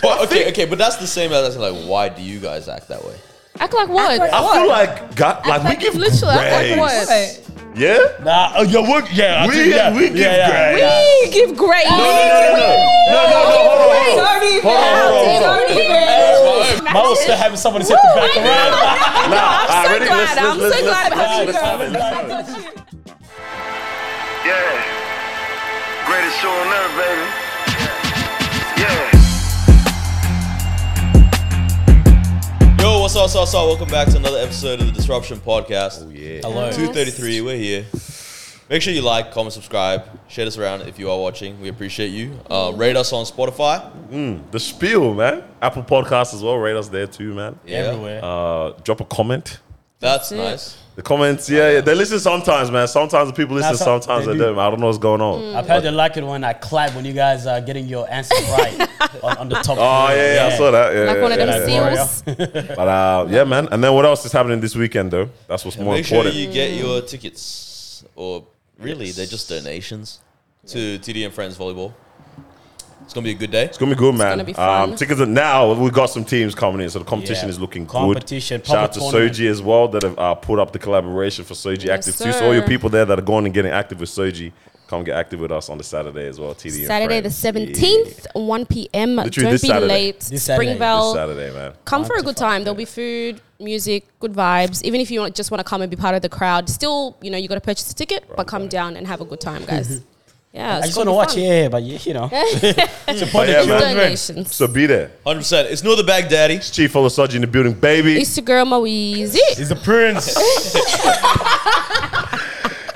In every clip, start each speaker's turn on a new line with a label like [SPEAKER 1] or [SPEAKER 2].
[SPEAKER 1] But okay, okay, but that's the same as like, why do you guys act that way?
[SPEAKER 2] Act like what?
[SPEAKER 3] like-
[SPEAKER 4] I
[SPEAKER 3] What?
[SPEAKER 4] feel like God, like,
[SPEAKER 2] like
[SPEAKER 4] we give
[SPEAKER 2] literally,
[SPEAKER 4] grace.
[SPEAKER 2] I'm like, what?
[SPEAKER 3] Wait.
[SPEAKER 4] Yeah,
[SPEAKER 5] Nah, uh, yeah, we yeah, I
[SPEAKER 4] We-
[SPEAKER 5] think, yeah,
[SPEAKER 4] we give
[SPEAKER 5] yeah,
[SPEAKER 4] grace.
[SPEAKER 5] yeah,
[SPEAKER 2] We give grace.
[SPEAKER 4] no, no, no, no, no, no, no, no, hold on, hold on.
[SPEAKER 3] Sorry,
[SPEAKER 4] Hold on, hold on, hold on.
[SPEAKER 3] Sorry,
[SPEAKER 5] yeah. Mine was still having somebody sit the back around.
[SPEAKER 2] I'm
[SPEAKER 4] Nah, all
[SPEAKER 2] so
[SPEAKER 4] right, ready?
[SPEAKER 2] glad.
[SPEAKER 4] Let's-
[SPEAKER 2] I'm
[SPEAKER 4] let's-
[SPEAKER 2] so
[SPEAKER 4] let's-
[SPEAKER 2] glad
[SPEAKER 4] let's-
[SPEAKER 2] about
[SPEAKER 4] let's
[SPEAKER 2] you.
[SPEAKER 4] have it, let's have it.
[SPEAKER 6] Yeah. Greatest show on earth, baby. Yeah.
[SPEAKER 1] Yo, what's up, what's up, what's up? Welcome back to another episode of the Disruption Podcast. Oh yeah.
[SPEAKER 5] Hello.
[SPEAKER 1] 233, we're here. Make sure you like, comment, subscribe, share this around if you are watching. We appreciate you. Uh, rate us on Spotify.
[SPEAKER 4] The spiel, man. Apple Podcasts as well. Rate us there too, man.
[SPEAKER 1] Yeah.
[SPEAKER 5] Everywhere.
[SPEAKER 4] Uh, drop a comment.
[SPEAKER 1] That's
[SPEAKER 2] it.
[SPEAKER 1] nice.
[SPEAKER 4] The comments, yeah, yeah. They listen sometimes, man. Sometimes the people listen,
[SPEAKER 5] That's how-
[SPEAKER 4] sometimes
[SPEAKER 5] they
[SPEAKER 4] they,
[SPEAKER 5] do. Mm.
[SPEAKER 4] do. not I don't know what's going on.
[SPEAKER 5] I've heard they like it when I clap when you guys are getting your answers right on, on the top.
[SPEAKER 4] Oh yeah, yeah, I saw that. Yeah,
[SPEAKER 2] Like one of
[SPEAKER 4] yeah,
[SPEAKER 2] them
[SPEAKER 4] yeah.
[SPEAKER 2] seals.
[SPEAKER 4] But uh, yeah, man. And then what else is happening this weekend, though? That's what's more
[SPEAKER 1] Make sure
[SPEAKER 4] important.
[SPEAKER 1] you get your tickets, or really, they're just donations to TD and Friends Volleyball. It's going to be a good day.
[SPEAKER 4] It's gonna be good, man.
[SPEAKER 2] gonna be fun.
[SPEAKER 4] Um, tickets are now. We've got some teams coming in, so the competition
[SPEAKER 5] Yeah.
[SPEAKER 4] is looking
[SPEAKER 5] Competition,
[SPEAKER 4] good. Shout out to
[SPEAKER 5] proper tournament.
[SPEAKER 4] Soji as well that have uh, put up the collaboration for Soji Active too. So all your
[SPEAKER 2] sir.
[SPEAKER 4] people there that are going and getting active with Soji, come get active with us on the Saturday as well. TD and
[SPEAKER 2] Saturday the
[SPEAKER 4] friends.
[SPEAKER 2] 17th, 1 p.m. Don't
[SPEAKER 4] this
[SPEAKER 2] be
[SPEAKER 4] Saturday.
[SPEAKER 2] late.
[SPEAKER 5] This Saturday.
[SPEAKER 4] Yeah. This
[SPEAKER 2] Springvale.
[SPEAKER 4] Saturday, man.
[SPEAKER 2] Come for a good time. There'll be food, music, good vibes. Even if you want, just want to come and be part of the crowd, still, you know, you got to purchase a ticket, but come down and have a good time, guys. Yeah,
[SPEAKER 5] I just want to watch, yeah, but yeah, you know.
[SPEAKER 4] But yeah, man.
[SPEAKER 2] Donations.
[SPEAKER 4] So be there.
[SPEAKER 1] 100%. It's not the bag, Daddy.
[SPEAKER 4] It's Chief Ola Soji in the building, baby.
[SPEAKER 2] It's your girl Moeezy.
[SPEAKER 5] He's the prince.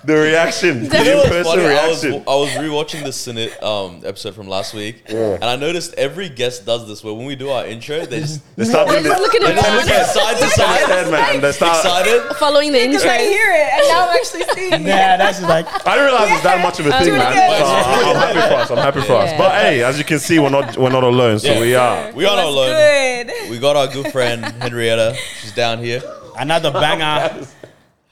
[SPEAKER 4] the reaction,
[SPEAKER 1] You know
[SPEAKER 4] the
[SPEAKER 1] what's
[SPEAKER 4] in-person
[SPEAKER 1] funny? I was, I
[SPEAKER 4] reaction.
[SPEAKER 1] was rewatching the Senate um, episode from last week, and I noticed every guest does this. Where when we do our intro, they just
[SPEAKER 4] They start doing this.
[SPEAKER 2] looking
[SPEAKER 4] They
[SPEAKER 2] at
[SPEAKER 4] start
[SPEAKER 2] me.
[SPEAKER 4] looking
[SPEAKER 1] look at side to
[SPEAKER 4] at
[SPEAKER 1] side,
[SPEAKER 4] that, man. They start.
[SPEAKER 1] excited.
[SPEAKER 2] Following the intro.
[SPEAKER 3] I hear it, and now I'm actually seeing it.
[SPEAKER 5] yeah, that's just like,
[SPEAKER 4] I didn't realize it's that much of a thing,
[SPEAKER 2] it
[SPEAKER 4] man.
[SPEAKER 2] again.
[SPEAKER 4] So I- I'm happy for us. I'm happy for us.
[SPEAKER 2] Yeah.
[SPEAKER 4] But hey, as you can see, we're not we're not alone. So
[SPEAKER 1] Yeah.
[SPEAKER 4] we are.
[SPEAKER 1] We are not
[SPEAKER 3] That's
[SPEAKER 1] alone.
[SPEAKER 3] good.
[SPEAKER 1] We got our good friend Henrietta. She's down here.
[SPEAKER 5] another banger.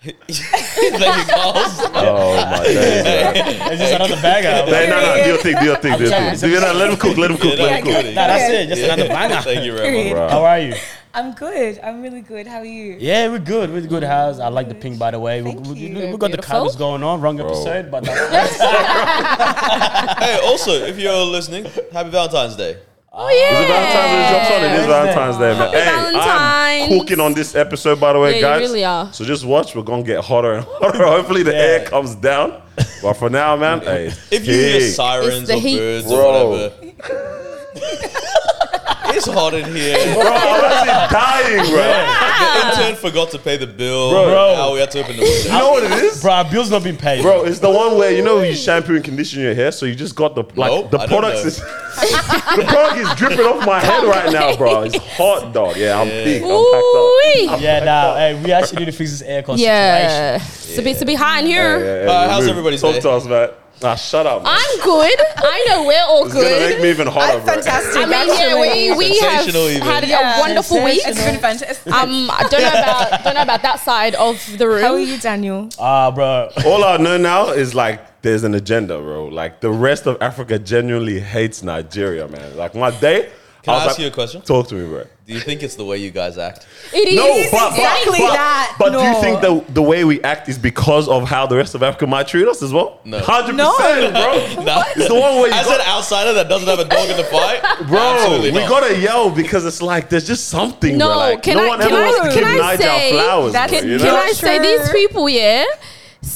[SPEAKER 1] Thank you, Carl.
[SPEAKER 4] Oh my days. man.
[SPEAKER 5] It's just another banger.
[SPEAKER 4] Hey, no, no, do your thing, do your thing, do your
[SPEAKER 5] trying.
[SPEAKER 4] thing. Do your, no, let him cook, let him cook, let him cook.
[SPEAKER 5] Nah, that's it. Just another banger.
[SPEAKER 1] Thank you very much.
[SPEAKER 4] Bruh.
[SPEAKER 5] How are you?
[SPEAKER 3] I'm good. I'm really good. How are you?
[SPEAKER 5] Yeah, we're good. We're good. How's I like the pink, by the way. We,
[SPEAKER 3] Thank
[SPEAKER 5] we,
[SPEAKER 3] you.
[SPEAKER 5] we- we got the
[SPEAKER 2] Beautiful.
[SPEAKER 5] colors going on. Wrong episode, but that's,
[SPEAKER 1] Hey, also, if you're listening, happy Valentine's Day.
[SPEAKER 2] Oh, yeah.
[SPEAKER 4] Is it Valentine's Day drops on? It is
[SPEAKER 5] Wednesday.
[SPEAKER 4] Valentine's Day, man. Hey, I'm
[SPEAKER 2] Valentine's.
[SPEAKER 4] cooking on this episode, by the way,
[SPEAKER 2] Yeah, you
[SPEAKER 4] guys.
[SPEAKER 2] really are.
[SPEAKER 4] So just watch. We're gonna get hotter and hotter. Hopefully the
[SPEAKER 5] Yeah.
[SPEAKER 4] air comes down. But for now, man, hey.
[SPEAKER 1] If you
[SPEAKER 4] hey.
[SPEAKER 1] hear sirens
[SPEAKER 2] It's the
[SPEAKER 1] or
[SPEAKER 2] heat.
[SPEAKER 1] birds
[SPEAKER 4] Bro.
[SPEAKER 1] or whatever, it's hot in here.
[SPEAKER 4] Bro, I'm actually dying, bro.
[SPEAKER 1] The intern forgot to pay the bill.
[SPEAKER 4] Bro.
[SPEAKER 1] Now we had to open the window.
[SPEAKER 4] You know what it is?
[SPEAKER 5] bro, our bill's not been paid.
[SPEAKER 4] Bro, it's the one where you know you shampoo and condition your hair, so you just got the like
[SPEAKER 1] Nope,
[SPEAKER 4] the
[SPEAKER 1] I don't
[SPEAKER 4] products
[SPEAKER 1] know.
[SPEAKER 4] is the product is dripping off my head right now, bro. It's hot, dog. Yeah, I'm big. I'm
[SPEAKER 2] Ooh-wee.
[SPEAKER 4] packed up.
[SPEAKER 5] Yeah, nah. Hey, we actually need to fix this aircon situation.
[SPEAKER 2] Yeah. It's a bit to be high in here.
[SPEAKER 1] Uh, how's
[SPEAKER 4] remove.
[SPEAKER 1] everybody's
[SPEAKER 4] Talk
[SPEAKER 1] day?
[SPEAKER 4] to us, man. Nah, shut up. Man.
[SPEAKER 2] I'm good. I know we're all
[SPEAKER 4] It's gonna make
[SPEAKER 2] good.
[SPEAKER 4] me even hotter,
[SPEAKER 3] I'm
[SPEAKER 4] bro.
[SPEAKER 3] fantastic.
[SPEAKER 2] I mean, yeah, we, we have
[SPEAKER 1] Sensational even.
[SPEAKER 2] had
[SPEAKER 3] Yeah,
[SPEAKER 2] a wonderful week.
[SPEAKER 3] It's been fantastic.
[SPEAKER 2] Um, I don't know about don't know about that side of the room.
[SPEAKER 3] How are you, Daniel?
[SPEAKER 5] Ah, bro.
[SPEAKER 4] All I know now is like there's an agenda, bro. Like the rest of Africa genuinely hates Nigeria, man. Like my day.
[SPEAKER 1] Can I
[SPEAKER 4] was
[SPEAKER 1] ask
[SPEAKER 4] like,
[SPEAKER 1] you a question?
[SPEAKER 4] Talk to me, bro.
[SPEAKER 1] Do you think it's the way you guys act?
[SPEAKER 2] It is
[SPEAKER 4] No, but, but,
[SPEAKER 3] exactly
[SPEAKER 4] but,
[SPEAKER 3] that.
[SPEAKER 4] but do you
[SPEAKER 3] No.
[SPEAKER 4] think the the way we act is because of how the rest of Africa might treat us as well?
[SPEAKER 1] No.
[SPEAKER 4] hundred
[SPEAKER 3] No.
[SPEAKER 4] percent, bro.
[SPEAKER 1] Nah.
[SPEAKER 4] It's the one where you
[SPEAKER 1] As
[SPEAKER 4] got-
[SPEAKER 1] an outsider that doesn't have a dog in the fight,
[SPEAKER 4] Bro, we
[SPEAKER 1] absolutely not.
[SPEAKER 4] gotta yell because it's like there's just something.
[SPEAKER 2] No,
[SPEAKER 4] bro. Like,
[SPEAKER 2] can
[SPEAKER 4] no
[SPEAKER 2] I-
[SPEAKER 4] one
[SPEAKER 2] can
[SPEAKER 4] ever
[SPEAKER 2] I-
[SPEAKER 4] wants to
[SPEAKER 2] can
[SPEAKER 4] give
[SPEAKER 2] I
[SPEAKER 4] Nigel
[SPEAKER 2] say
[SPEAKER 4] flowers.
[SPEAKER 3] that-
[SPEAKER 4] bro, you
[SPEAKER 3] can
[SPEAKER 4] know?
[SPEAKER 2] Can I say
[SPEAKER 3] Sure.
[SPEAKER 2] these people? Yeah,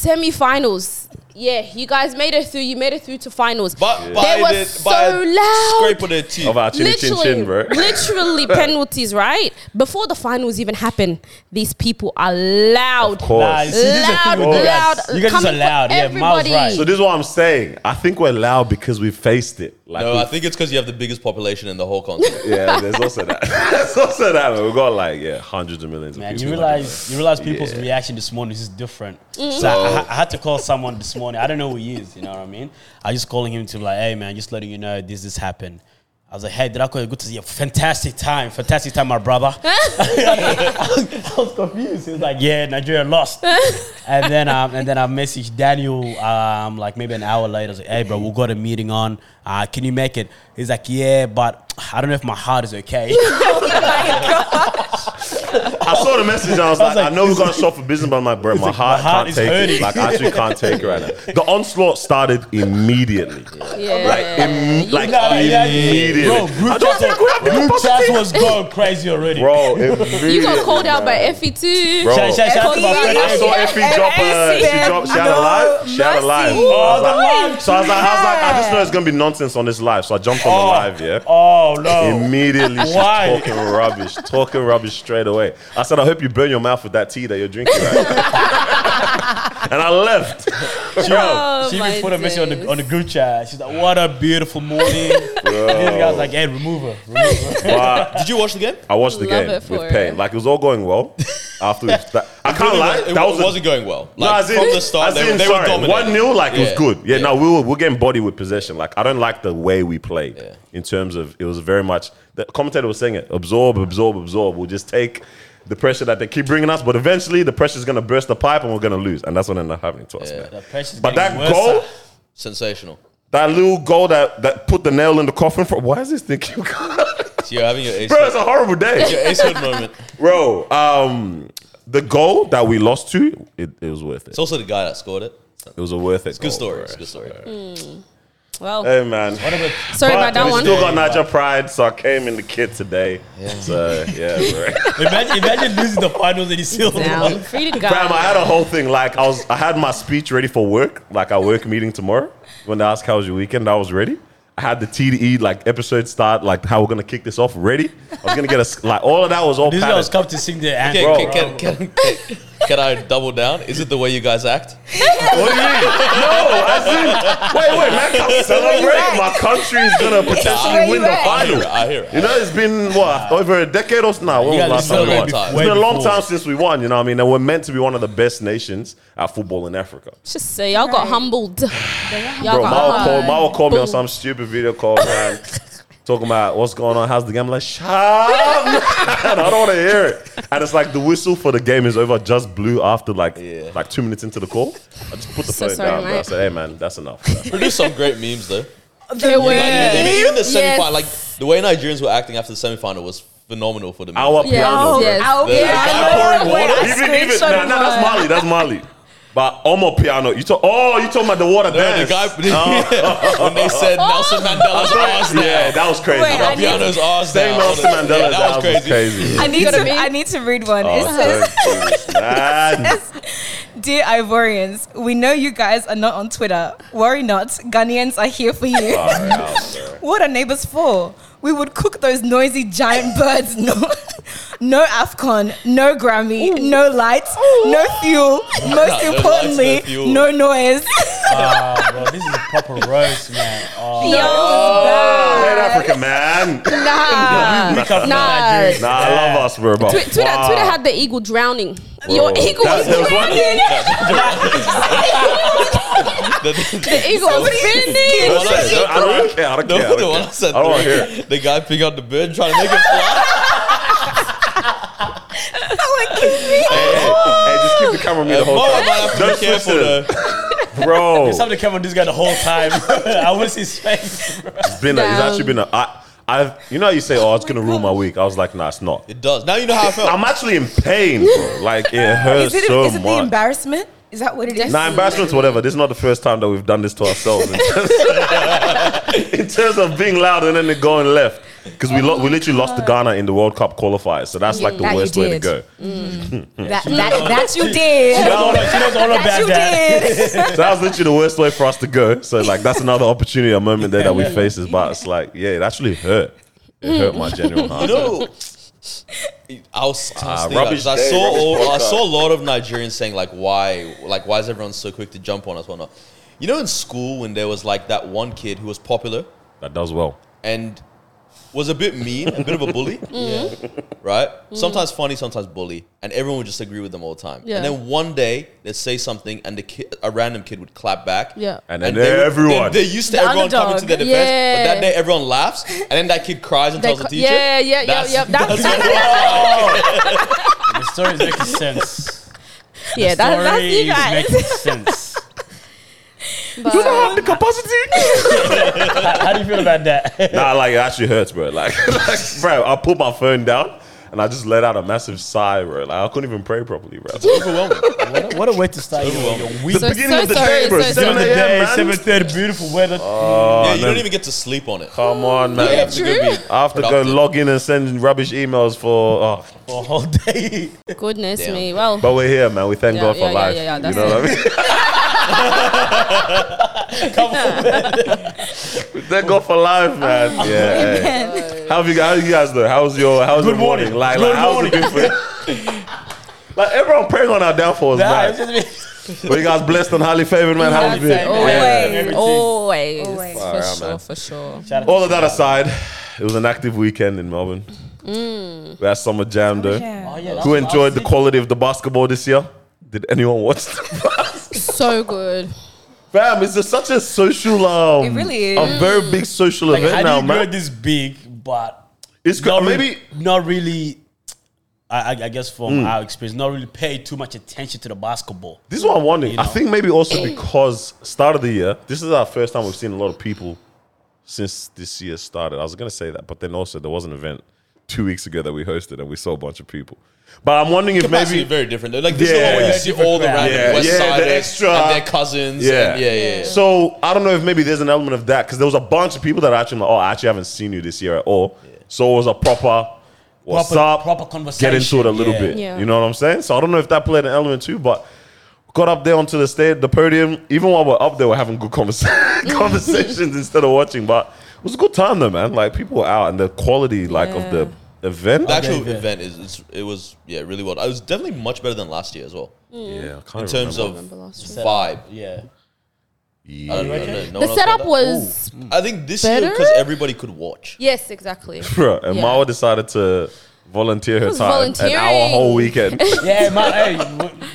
[SPEAKER 2] semi-finals. Yeah, you guys made it through. You made it through to finals.
[SPEAKER 1] But
[SPEAKER 2] They
[SPEAKER 1] by,
[SPEAKER 2] were
[SPEAKER 1] the,
[SPEAKER 2] so
[SPEAKER 1] by a
[SPEAKER 2] loud.
[SPEAKER 1] scrape of their teeth.
[SPEAKER 4] of our chin chin chin, bro.
[SPEAKER 2] literally penalties, right? Before the finals even happen, these people are loud.
[SPEAKER 4] Of course.
[SPEAKER 5] Nah, you see, this is the thing
[SPEAKER 2] Loud,
[SPEAKER 5] with you guys.
[SPEAKER 2] loud,
[SPEAKER 5] You guys just are
[SPEAKER 2] coming for
[SPEAKER 5] loud. Yeah, Miles right.
[SPEAKER 2] everybody.
[SPEAKER 4] So this is what I'm saying. I think we're loud because we faced it. Like,
[SPEAKER 1] No,
[SPEAKER 4] we-
[SPEAKER 1] I think it's because you have the biggest population in the whole continent.
[SPEAKER 4] yeah. There's also that. there's also that. Man. We got like yeah, hundreds of millions
[SPEAKER 5] Man,
[SPEAKER 4] of
[SPEAKER 5] you
[SPEAKER 4] people.
[SPEAKER 5] realize you realize people's
[SPEAKER 4] Yeah.
[SPEAKER 5] reaction this morning is just different. So I, I had to call someone this morning. I don't know who he is. You know what I mean? I just calling him to like, hey man, just letting you know this this happened. I was like, hey, did I call you? Good to see you. Fantastic time, fantastic time, my brother. I was confused. He was like, yeah, Nigeria lost. and then um, and then I messaged Daniel um, like maybe an hour later. I was like, hey bro, we got a meeting on. Uh, can you make it? He's like, yeah, but I don't know if my heart is okay.
[SPEAKER 4] I saw the message. I was, like,
[SPEAKER 5] like,
[SPEAKER 4] I know we're gonna shop for business, but my bro, my heart,
[SPEAKER 5] heart is
[SPEAKER 4] can't take
[SPEAKER 5] hurting.
[SPEAKER 4] it. Like I actually can't take it right now. The onslaught started immediately.
[SPEAKER 2] Yeah.
[SPEAKER 4] Like, Im- like
[SPEAKER 5] Nah, yeah, yeah, yeah.
[SPEAKER 4] immediately.
[SPEAKER 5] Bro,
[SPEAKER 4] I
[SPEAKER 5] group
[SPEAKER 4] don't
[SPEAKER 5] chat,
[SPEAKER 4] think we have people
[SPEAKER 5] group chat
[SPEAKER 4] positive.
[SPEAKER 5] was going crazy already.
[SPEAKER 4] Bro, immediately,
[SPEAKER 2] you got called out by
[SPEAKER 4] man.
[SPEAKER 2] Effie too.
[SPEAKER 4] Bro.
[SPEAKER 5] Shout, shout, shout out to my friend.
[SPEAKER 4] I saw Effie drop her. She dropped. She had a live. She had a live.
[SPEAKER 3] mercy.
[SPEAKER 4] I was
[SPEAKER 5] Oh, the
[SPEAKER 4] like-
[SPEAKER 5] live
[SPEAKER 4] So I was like, I was like, I just
[SPEAKER 3] tweet.
[SPEAKER 4] know it's gonna be nonsense on this live. So I jumped on the live. Yeah.
[SPEAKER 5] Oh no.
[SPEAKER 4] Immediately, she's
[SPEAKER 5] Why?
[SPEAKER 4] talking rubbish, talking rubbish straight away. I said, I hope you burn your mouth with that tea that you're drinking right now. and I left.
[SPEAKER 5] Yo, she
[SPEAKER 2] Oh,
[SPEAKER 5] even
[SPEAKER 2] my
[SPEAKER 5] put a message on the
[SPEAKER 2] days.
[SPEAKER 5] on the group chat. She's like, "What a beautiful morning." And this guy's like, "Hey, remove her." Remove her.
[SPEAKER 4] But
[SPEAKER 1] Did you watch the game?
[SPEAKER 4] I watched the
[SPEAKER 2] Love
[SPEAKER 4] game
[SPEAKER 2] it
[SPEAKER 4] with
[SPEAKER 2] for
[SPEAKER 4] pain.
[SPEAKER 2] it.
[SPEAKER 4] Like, it was all going well. After we, that, I can't
[SPEAKER 1] Really
[SPEAKER 4] lie.
[SPEAKER 1] was- It,
[SPEAKER 4] that was a-
[SPEAKER 1] wasn't going well.
[SPEAKER 4] No,
[SPEAKER 1] Like
[SPEAKER 4] as in-
[SPEAKER 1] from the start,
[SPEAKER 4] as
[SPEAKER 1] they,
[SPEAKER 4] in,
[SPEAKER 1] they were
[SPEAKER 4] sorry,
[SPEAKER 1] dominant.
[SPEAKER 4] One 0 like it was
[SPEAKER 1] Yeah.
[SPEAKER 4] good. Yeah,
[SPEAKER 1] Yeah.
[SPEAKER 4] no, we were we're getting body with possession. Like I don't like the way we play
[SPEAKER 1] Yeah.
[SPEAKER 4] in terms of it was very much the commentator was saying it absorb, absorb, absorb. We'll just take the pressure that they keep bringing us, but eventually the pressure is gonna burst the pipe and we're gonna lose, and that's what ended up happening to us,
[SPEAKER 1] Yeah.
[SPEAKER 5] The
[SPEAKER 4] man.
[SPEAKER 5] pressure's
[SPEAKER 4] But
[SPEAKER 5] getting
[SPEAKER 4] that
[SPEAKER 5] worse.
[SPEAKER 4] goal,
[SPEAKER 1] sensational.
[SPEAKER 4] that little goal that that put the nail in the coffin for why is this thing keep going?
[SPEAKER 1] So you're having your ace.
[SPEAKER 4] Bro, it's
[SPEAKER 1] hood-
[SPEAKER 4] a horrible day.
[SPEAKER 1] Your ace hood moment.
[SPEAKER 4] Bro, um, the goal that we lost to, it, it was worth it.
[SPEAKER 1] It's also the guy that scored it.
[SPEAKER 4] It was a worth it.
[SPEAKER 1] Good story. It's a good story.
[SPEAKER 2] Well,
[SPEAKER 4] Hey man.
[SPEAKER 5] What about
[SPEAKER 2] sorry
[SPEAKER 4] But
[SPEAKER 2] about that
[SPEAKER 4] we
[SPEAKER 2] one.
[SPEAKER 4] still got Niger Pride, so I came in the kit today. So yeah, bro.
[SPEAKER 5] imagine, imagine losing the finals and you still
[SPEAKER 2] Down. Free to
[SPEAKER 4] Fam, I had
[SPEAKER 2] God.
[SPEAKER 4] a whole thing. Like I was, I had my speech ready for work. Like our work meeting tomorrow. When they asked how was your weekend, I was ready. I had the TDE like episode start, like how we're gonna kick this off. Ready? I was gonna get us like all of that was all.
[SPEAKER 5] This guy was
[SPEAKER 4] padded.
[SPEAKER 5] come to sing the anthem.
[SPEAKER 1] Can, can, can, can, can, can I double down? Is it the way you guys act?
[SPEAKER 4] What do you mean? No, as in, wait, wait, man, come celebrate. My country is gonna potentially
[SPEAKER 3] where
[SPEAKER 4] Ah,
[SPEAKER 3] you
[SPEAKER 4] win the
[SPEAKER 3] at.
[SPEAKER 1] I hear it.
[SPEAKER 4] final.
[SPEAKER 1] I hear it.
[SPEAKER 4] You know, it's been what over a decade or so now. When
[SPEAKER 5] You
[SPEAKER 4] was
[SPEAKER 5] guys
[SPEAKER 4] last time?
[SPEAKER 5] celebrate
[SPEAKER 4] we won?
[SPEAKER 1] before-
[SPEAKER 4] It's been a
[SPEAKER 5] way
[SPEAKER 4] long
[SPEAKER 5] before.
[SPEAKER 4] time since we won. You know, what I mean, and we're meant to be one of the best nations at football in Africa.
[SPEAKER 2] Just say y'all got
[SPEAKER 3] Right.
[SPEAKER 2] humbled. Y'all
[SPEAKER 4] Bro,
[SPEAKER 2] got
[SPEAKER 4] Mao
[SPEAKER 2] humbled.
[SPEAKER 4] called, Mao called me on
[SPEAKER 2] Boom.
[SPEAKER 4] some stupid video call, man. Talking about what's going on, how's the game? I'm like, shut up, man. I don't want to hear it. And it's like the whistle for the game is over. Just blew after like
[SPEAKER 1] Yeah.
[SPEAKER 4] like two minutes into the call. I just put the
[SPEAKER 2] So
[SPEAKER 4] phone
[SPEAKER 2] sorry,
[SPEAKER 4] down. Bro. I
[SPEAKER 2] mate.
[SPEAKER 4] said, hey man, that's enough. bro."
[SPEAKER 1] Produced some great memes though.
[SPEAKER 2] They were.
[SPEAKER 1] Like, even- even the
[SPEAKER 2] Yes.
[SPEAKER 1] semi final, like the way Nigerians were acting after the semi final was phenomenal for the memes.
[SPEAKER 4] Our
[SPEAKER 2] Yes,
[SPEAKER 4] piano, bro.
[SPEAKER 2] yes.
[SPEAKER 3] I'll
[SPEAKER 1] The-
[SPEAKER 3] be
[SPEAKER 1] the guy
[SPEAKER 3] out.
[SPEAKER 1] pouring water.
[SPEAKER 4] even even nah, nah, that's Mali, that's Mali. But Omo piano, you talk. Oh, you talking about the water
[SPEAKER 1] No, the
[SPEAKER 4] dance? Oh.
[SPEAKER 1] guy when they said Nelson Mandela's ass
[SPEAKER 4] yeah,
[SPEAKER 1] down,
[SPEAKER 4] that was crazy.
[SPEAKER 3] Wait,
[SPEAKER 4] bro.
[SPEAKER 3] I need-
[SPEAKER 1] Piano's ass
[SPEAKER 4] Saying
[SPEAKER 1] down.
[SPEAKER 4] Nelson Mandela's
[SPEAKER 1] Yeah,
[SPEAKER 4] that was crazy.
[SPEAKER 3] I need
[SPEAKER 2] gotta
[SPEAKER 3] to.
[SPEAKER 2] be-
[SPEAKER 3] I need to read one.
[SPEAKER 4] Oh,
[SPEAKER 3] it says,
[SPEAKER 4] thank you, man.
[SPEAKER 3] "Dear Ivorians, we know you guys are not on Twitter. Worry not, Ghanaians are here for you.
[SPEAKER 4] Far out, bro.
[SPEAKER 3] What are neighbors for? We would cook those noisy giant birds. No, no Afcon, no Grammy, no lights, no fuel. Most
[SPEAKER 1] lights, no
[SPEAKER 3] importantly,
[SPEAKER 1] fuel.
[SPEAKER 3] no noise.
[SPEAKER 5] Ah, bro, this is a proper roast, man. Oh,
[SPEAKER 4] Great Africa, man.
[SPEAKER 2] Nah.
[SPEAKER 5] we come from
[SPEAKER 2] Nah.
[SPEAKER 5] Nigeria.
[SPEAKER 4] Nah, I love us, bro. But
[SPEAKER 2] Twi- Twitter,
[SPEAKER 4] wow.
[SPEAKER 2] Twitter had the eagle drowning. Your
[SPEAKER 4] Bro,
[SPEAKER 2] eagle
[SPEAKER 4] that-
[SPEAKER 2] was
[SPEAKER 4] there was one-
[SPEAKER 2] drowning. The eagle was spinning.
[SPEAKER 1] What I said-
[SPEAKER 4] I don't care. I don't
[SPEAKER 1] No,
[SPEAKER 4] care. I
[SPEAKER 1] the one I
[SPEAKER 4] don't care. I
[SPEAKER 1] said.
[SPEAKER 4] don't want to hear. it.
[SPEAKER 1] The guy picking up the bird, trying to make it fly.
[SPEAKER 4] Hey, hey, just keep the camera on me the whole
[SPEAKER 1] Mom, I
[SPEAKER 4] time.
[SPEAKER 1] might have to
[SPEAKER 4] Don't
[SPEAKER 1] be careful
[SPEAKER 4] switch
[SPEAKER 1] though.
[SPEAKER 4] it. Bro, it's
[SPEAKER 5] Something came on this guy the whole time. I was his face. bro.
[SPEAKER 4] been. A, it's
[SPEAKER 2] down.
[SPEAKER 4] actually been a. I, I've. You know, how you say, "Oh, it's gonna ruin my week." I was like, "Nah, it's not."
[SPEAKER 1] It does. Now you know how I felt.
[SPEAKER 4] I'm actually in pain, bro. Like it hurts
[SPEAKER 3] Is it,
[SPEAKER 4] so
[SPEAKER 3] is it the
[SPEAKER 4] much.
[SPEAKER 3] embarrassment? Is that what it is?
[SPEAKER 4] Nah, embarrassment's whatever. This is not the first time that we've done this to ourselves in terms- in terms of being loud and then it going left. Because we, lo- we literally lost to Ghana in the World Cup qualifiers. So that's like the
[SPEAKER 3] Oh. That you
[SPEAKER 4] worst way to
[SPEAKER 3] did.
[SPEAKER 4] go.
[SPEAKER 3] That, that, that you did.
[SPEAKER 5] She knows all- she knows all
[SPEAKER 3] That
[SPEAKER 5] about
[SPEAKER 3] you
[SPEAKER 5] that.
[SPEAKER 3] did.
[SPEAKER 4] So that was literally the worst way for us to go. So like that's another opportunity, a moment there that we face is but it's like, yeah, it actually hurt. It hurt my general heart.
[SPEAKER 1] No. I was, I, was
[SPEAKER 4] Ah,
[SPEAKER 1] thinking about
[SPEAKER 4] rubbish
[SPEAKER 1] this. I
[SPEAKER 4] day,
[SPEAKER 1] saw
[SPEAKER 4] rubbish
[SPEAKER 1] all, I
[SPEAKER 4] podcast.
[SPEAKER 1] saw a lot of Nigerians saying like why like why is everyone so quick to jump on us whatnot. You know in school when there was like that one kid who was popular
[SPEAKER 4] That does well.
[SPEAKER 1] and was a bit mean, a bit of a bully,
[SPEAKER 2] Mm-hmm.
[SPEAKER 1] right? Sometimes funny, sometimes bully, and everyone would just agree with them all the time.
[SPEAKER 2] Yeah.
[SPEAKER 1] And then one day they'd say something, and the kid, a random kid would clap back.
[SPEAKER 2] Yeah.
[SPEAKER 4] And then
[SPEAKER 1] they would-
[SPEAKER 4] everyone.
[SPEAKER 1] they, are used to
[SPEAKER 2] The
[SPEAKER 1] everyone coming
[SPEAKER 2] underdog.
[SPEAKER 1] to their defense, but
[SPEAKER 2] Yeah.
[SPEAKER 1] that day everyone laughs, and then that kid cries and
[SPEAKER 2] They
[SPEAKER 1] tells the
[SPEAKER 2] ca-
[SPEAKER 1] teacher.
[SPEAKER 2] yeah, yeah, yeah,
[SPEAKER 1] that's,
[SPEAKER 2] yeah, that's-
[SPEAKER 1] That's, what-
[SPEAKER 5] The story is making sense.
[SPEAKER 2] Yeah,
[SPEAKER 5] Story
[SPEAKER 2] that, that's you
[SPEAKER 5] is
[SPEAKER 2] guys.
[SPEAKER 5] making sense.
[SPEAKER 2] But,
[SPEAKER 4] the capacity.
[SPEAKER 5] how, how do you feel about that?
[SPEAKER 4] nah, like it actually hurts, bro. Like, like, bro, I put my phone down and I just let out a massive sigh, bro. Like, I couldn't even pray properly, bro.
[SPEAKER 5] Overwhelming. What a, what a way to start your, your week.
[SPEAKER 2] So- so sorry, so
[SPEAKER 5] Seven
[SPEAKER 2] Seven
[SPEAKER 5] the day,
[SPEAKER 4] man. Oh.
[SPEAKER 5] seven thirty, beautiful weather.
[SPEAKER 1] yeah, you
[SPEAKER 4] no.
[SPEAKER 1] don't even get to sleep on it.
[SPEAKER 4] Come on, man. Uh,
[SPEAKER 2] Yeah,
[SPEAKER 1] It's a good
[SPEAKER 2] true.
[SPEAKER 1] beat.
[SPEAKER 4] I have to go
[SPEAKER 1] Productive.
[SPEAKER 4] log in and send rubbish emails for. Oh,
[SPEAKER 5] for a whole day.
[SPEAKER 2] goodness
[SPEAKER 1] Damn.
[SPEAKER 2] me. Well,
[SPEAKER 4] but we're here, man. We thank
[SPEAKER 2] Yeah,
[SPEAKER 4] God for
[SPEAKER 2] yeah, yeah,
[SPEAKER 4] life.
[SPEAKER 2] yeah, yeah,
[SPEAKER 4] you
[SPEAKER 2] that's
[SPEAKER 4] know what I mean? We thank God for life,
[SPEAKER 2] Ah.
[SPEAKER 4] man. Yeah. How have you guys? How you guys doing? How's your? How's
[SPEAKER 5] Good
[SPEAKER 4] your morning?
[SPEAKER 5] morning.
[SPEAKER 4] Like,
[SPEAKER 5] Good
[SPEAKER 4] like how's it been for you? Like everyone praying on our downfalls,
[SPEAKER 5] Nah, it's
[SPEAKER 4] man.
[SPEAKER 5] just been-
[SPEAKER 4] But you guys blessed and highly favored, man. How's it
[SPEAKER 2] that's it.
[SPEAKER 4] been?
[SPEAKER 2] always,
[SPEAKER 5] Everything.
[SPEAKER 2] always,
[SPEAKER 3] Always.
[SPEAKER 2] for
[SPEAKER 4] Alright,
[SPEAKER 2] sure,
[SPEAKER 4] man.
[SPEAKER 2] for sure.
[SPEAKER 5] Shout out
[SPEAKER 4] All
[SPEAKER 5] to
[SPEAKER 4] of that aside, it was an active weekend in Melbourne. We had summer jam, though.
[SPEAKER 5] Oh, Mm. yeah, that's
[SPEAKER 4] Who
[SPEAKER 5] what I
[SPEAKER 4] enjoyed the
[SPEAKER 5] was
[SPEAKER 4] quality of the basketball this year? Did anyone watch? the-
[SPEAKER 2] So good.
[SPEAKER 4] Fam, it's just such a social. Um,
[SPEAKER 3] It really is.
[SPEAKER 4] a very big social
[SPEAKER 5] thinking.
[SPEAKER 4] event now,
[SPEAKER 5] Like, how do you
[SPEAKER 4] man.
[SPEAKER 5] go this big, but
[SPEAKER 4] It's cra-
[SPEAKER 5] not re-
[SPEAKER 4] maybe Hmm.
[SPEAKER 5] not really. I, I- I guess from our experience, not really pay too much attention to the basketball.
[SPEAKER 4] This is what I'm wondering.
[SPEAKER 5] You know?
[SPEAKER 4] I think maybe also because start of the year, this is our first time we've seen a lot of people since this year started. I was gonna say that, but then also there was an event two weeks ago that we hosted and we saw a bunch of people. But I'm wondering if
[SPEAKER 1] Capacity
[SPEAKER 4] maybe
[SPEAKER 1] maybe very different. though. Like this is the
[SPEAKER 4] Yeah.
[SPEAKER 1] one where you see all the
[SPEAKER 5] Yeah.
[SPEAKER 1] random
[SPEAKER 4] Yeah,
[SPEAKER 1] West
[SPEAKER 4] the
[SPEAKER 1] Siders
[SPEAKER 4] extra-
[SPEAKER 1] and their cousins.
[SPEAKER 4] Yeah.
[SPEAKER 1] and- yeah, yeah. yeah.
[SPEAKER 4] So I don't know if maybe there's an element of that because there was a bunch of people that are actually like, oh, I actually haven't seen you this year at all. So it was a proper what's
[SPEAKER 5] Proper-
[SPEAKER 4] up,
[SPEAKER 5] proper
[SPEAKER 4] get into it a
[SPEAKER 5] conversation,
[SPEAKER 4] little
[SPEAKER 5] yeah.
[SPEAKER 4] bit.
[SPEAKER 2] Yeah.
[SPEAKER 4] You know what I'm saying? So I don't know if that played an element too, but got up there onto the stage, the podium. Even while we're up there, we're having good convers-
[SPEAKER 1] Mm.
[SPEAKER 4] conversations instead of watching. But it was a good time though, man. Like people were out and the quality like of the event.
[SPEAKER 1] The actual
[SPEAKER 5] Okay, yeah.
[SPEAKER 1] event is it's, it was yeah really well. It was definitely much better than last year as well
[SPEAKER 4] yeah, I can't
[SPEAKER 1] in terms
[SPEAKER 4] remember.
[SPEAKER 1] of uh,
[SPEAKER 2] last
[SPEAKER 1] vibe.
[SPEAKER 5] Yeah,
[SPEAKER 1] I don't know, no,
[SPEAKER 4] yeah.
[SPEAKER 1] no one
[SPEAKER 2] The
[SPEAKER 1] else got
[SPEAKER 2] setup
[SPEAKER 1] that.
[SPEAKER 2] was
[SPEAKER 1] I think this year
[SPEAKER 2] better?
[SPEAKER 1] because everybody could watch.
[SPEAKER 2] yes, exactly.
[SPEAKER 4] Bro, and
[SPEAKER 2] Yeah.
[SPEAKER 4] Marwa decided to volunteer her
[SPEAKER 2] was
[SPEAKER 4] time, an hour
[SPEAKER 2] volunteering.
[SPEAKER 4] whole weekend.
[SPEAKER 5] yeah. My, hey,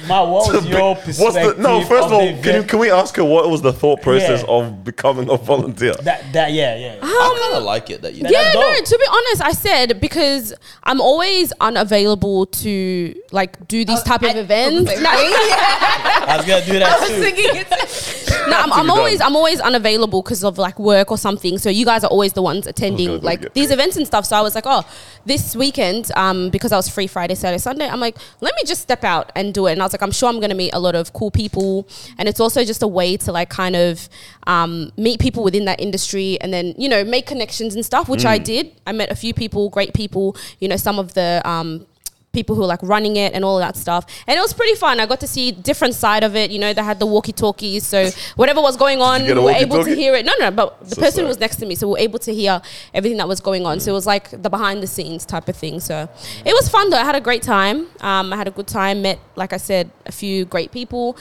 [SPEAKER 5] my, what was your perspective?
[SPEAKER 4] What's the, no, first of
[SPEAKER 5] the
[SPEAKER 4] all, can, you,
[SPEAKER 5] event?
[SPEAKER 4] can we ask her what was the thought process
[SPEAKER 5] Yeah.
[SPEAKER 4] of becoming a volunteer?
[SPEAKER 5] that that yeah yeah. yeah.
[SPEAKER 1] I kind of like it that you.
[SPEAKER 2] Yeah,
[SPEAKER 5] That's
[SPEAKER 2] no,
[SPEAKER 5] dope.
[SPEAKER 2] to be honest, I said because I'm always unavailable to like do these type of events. No,
[SPEAKER 5] I was gonna do that too.
[SPEAKER 2] no, I'm, I'm always I'm always unavailable because of like work or something. So you guys are always the ones attending
[SPEAKER 4] Oh, God,
[SPEAKER 2] like
[SPEAKER 4] yeah.
[SPEAKER 2] these events and stuff. So I was like, oh, this weekend, um, because I was free Friday, Saturday, Sunday, I'm like, let me just step out and do it. And I was like, I'm sure I'm gonna meet a lot of cool people, and it's also just a way to like kind of um, meet people within that industry and then you know make connections and stuff, which I
[SPEAKER 4] Mm.
[SPEAKER 2] did. I met a few people, great people. You know, some of the um, people who were like running it and all that stuff. And it was pretty fun. I got to see different side of it. You know, they had the walkie talkies, so whatever was going on,
[SPEAKER 4] get
[SPEAKER 2] we
[SPEAKER 4] a
[SPEAKER 2] were able to
[SPEAKER 4] walkie-talkie?
[SPEAKER 2] hear it. No, no, but the
[SPEAKER 4] So
[SPEAKER 2] person
[SPEAKER 4] sorry.
[SPEAKER 2] was next to me, so we were able to hear everything that was going on. So it was like the behind the scenes type of thing. So it was fun though. I had a great time. Um, I had a good time. Met, like I said, a few great people.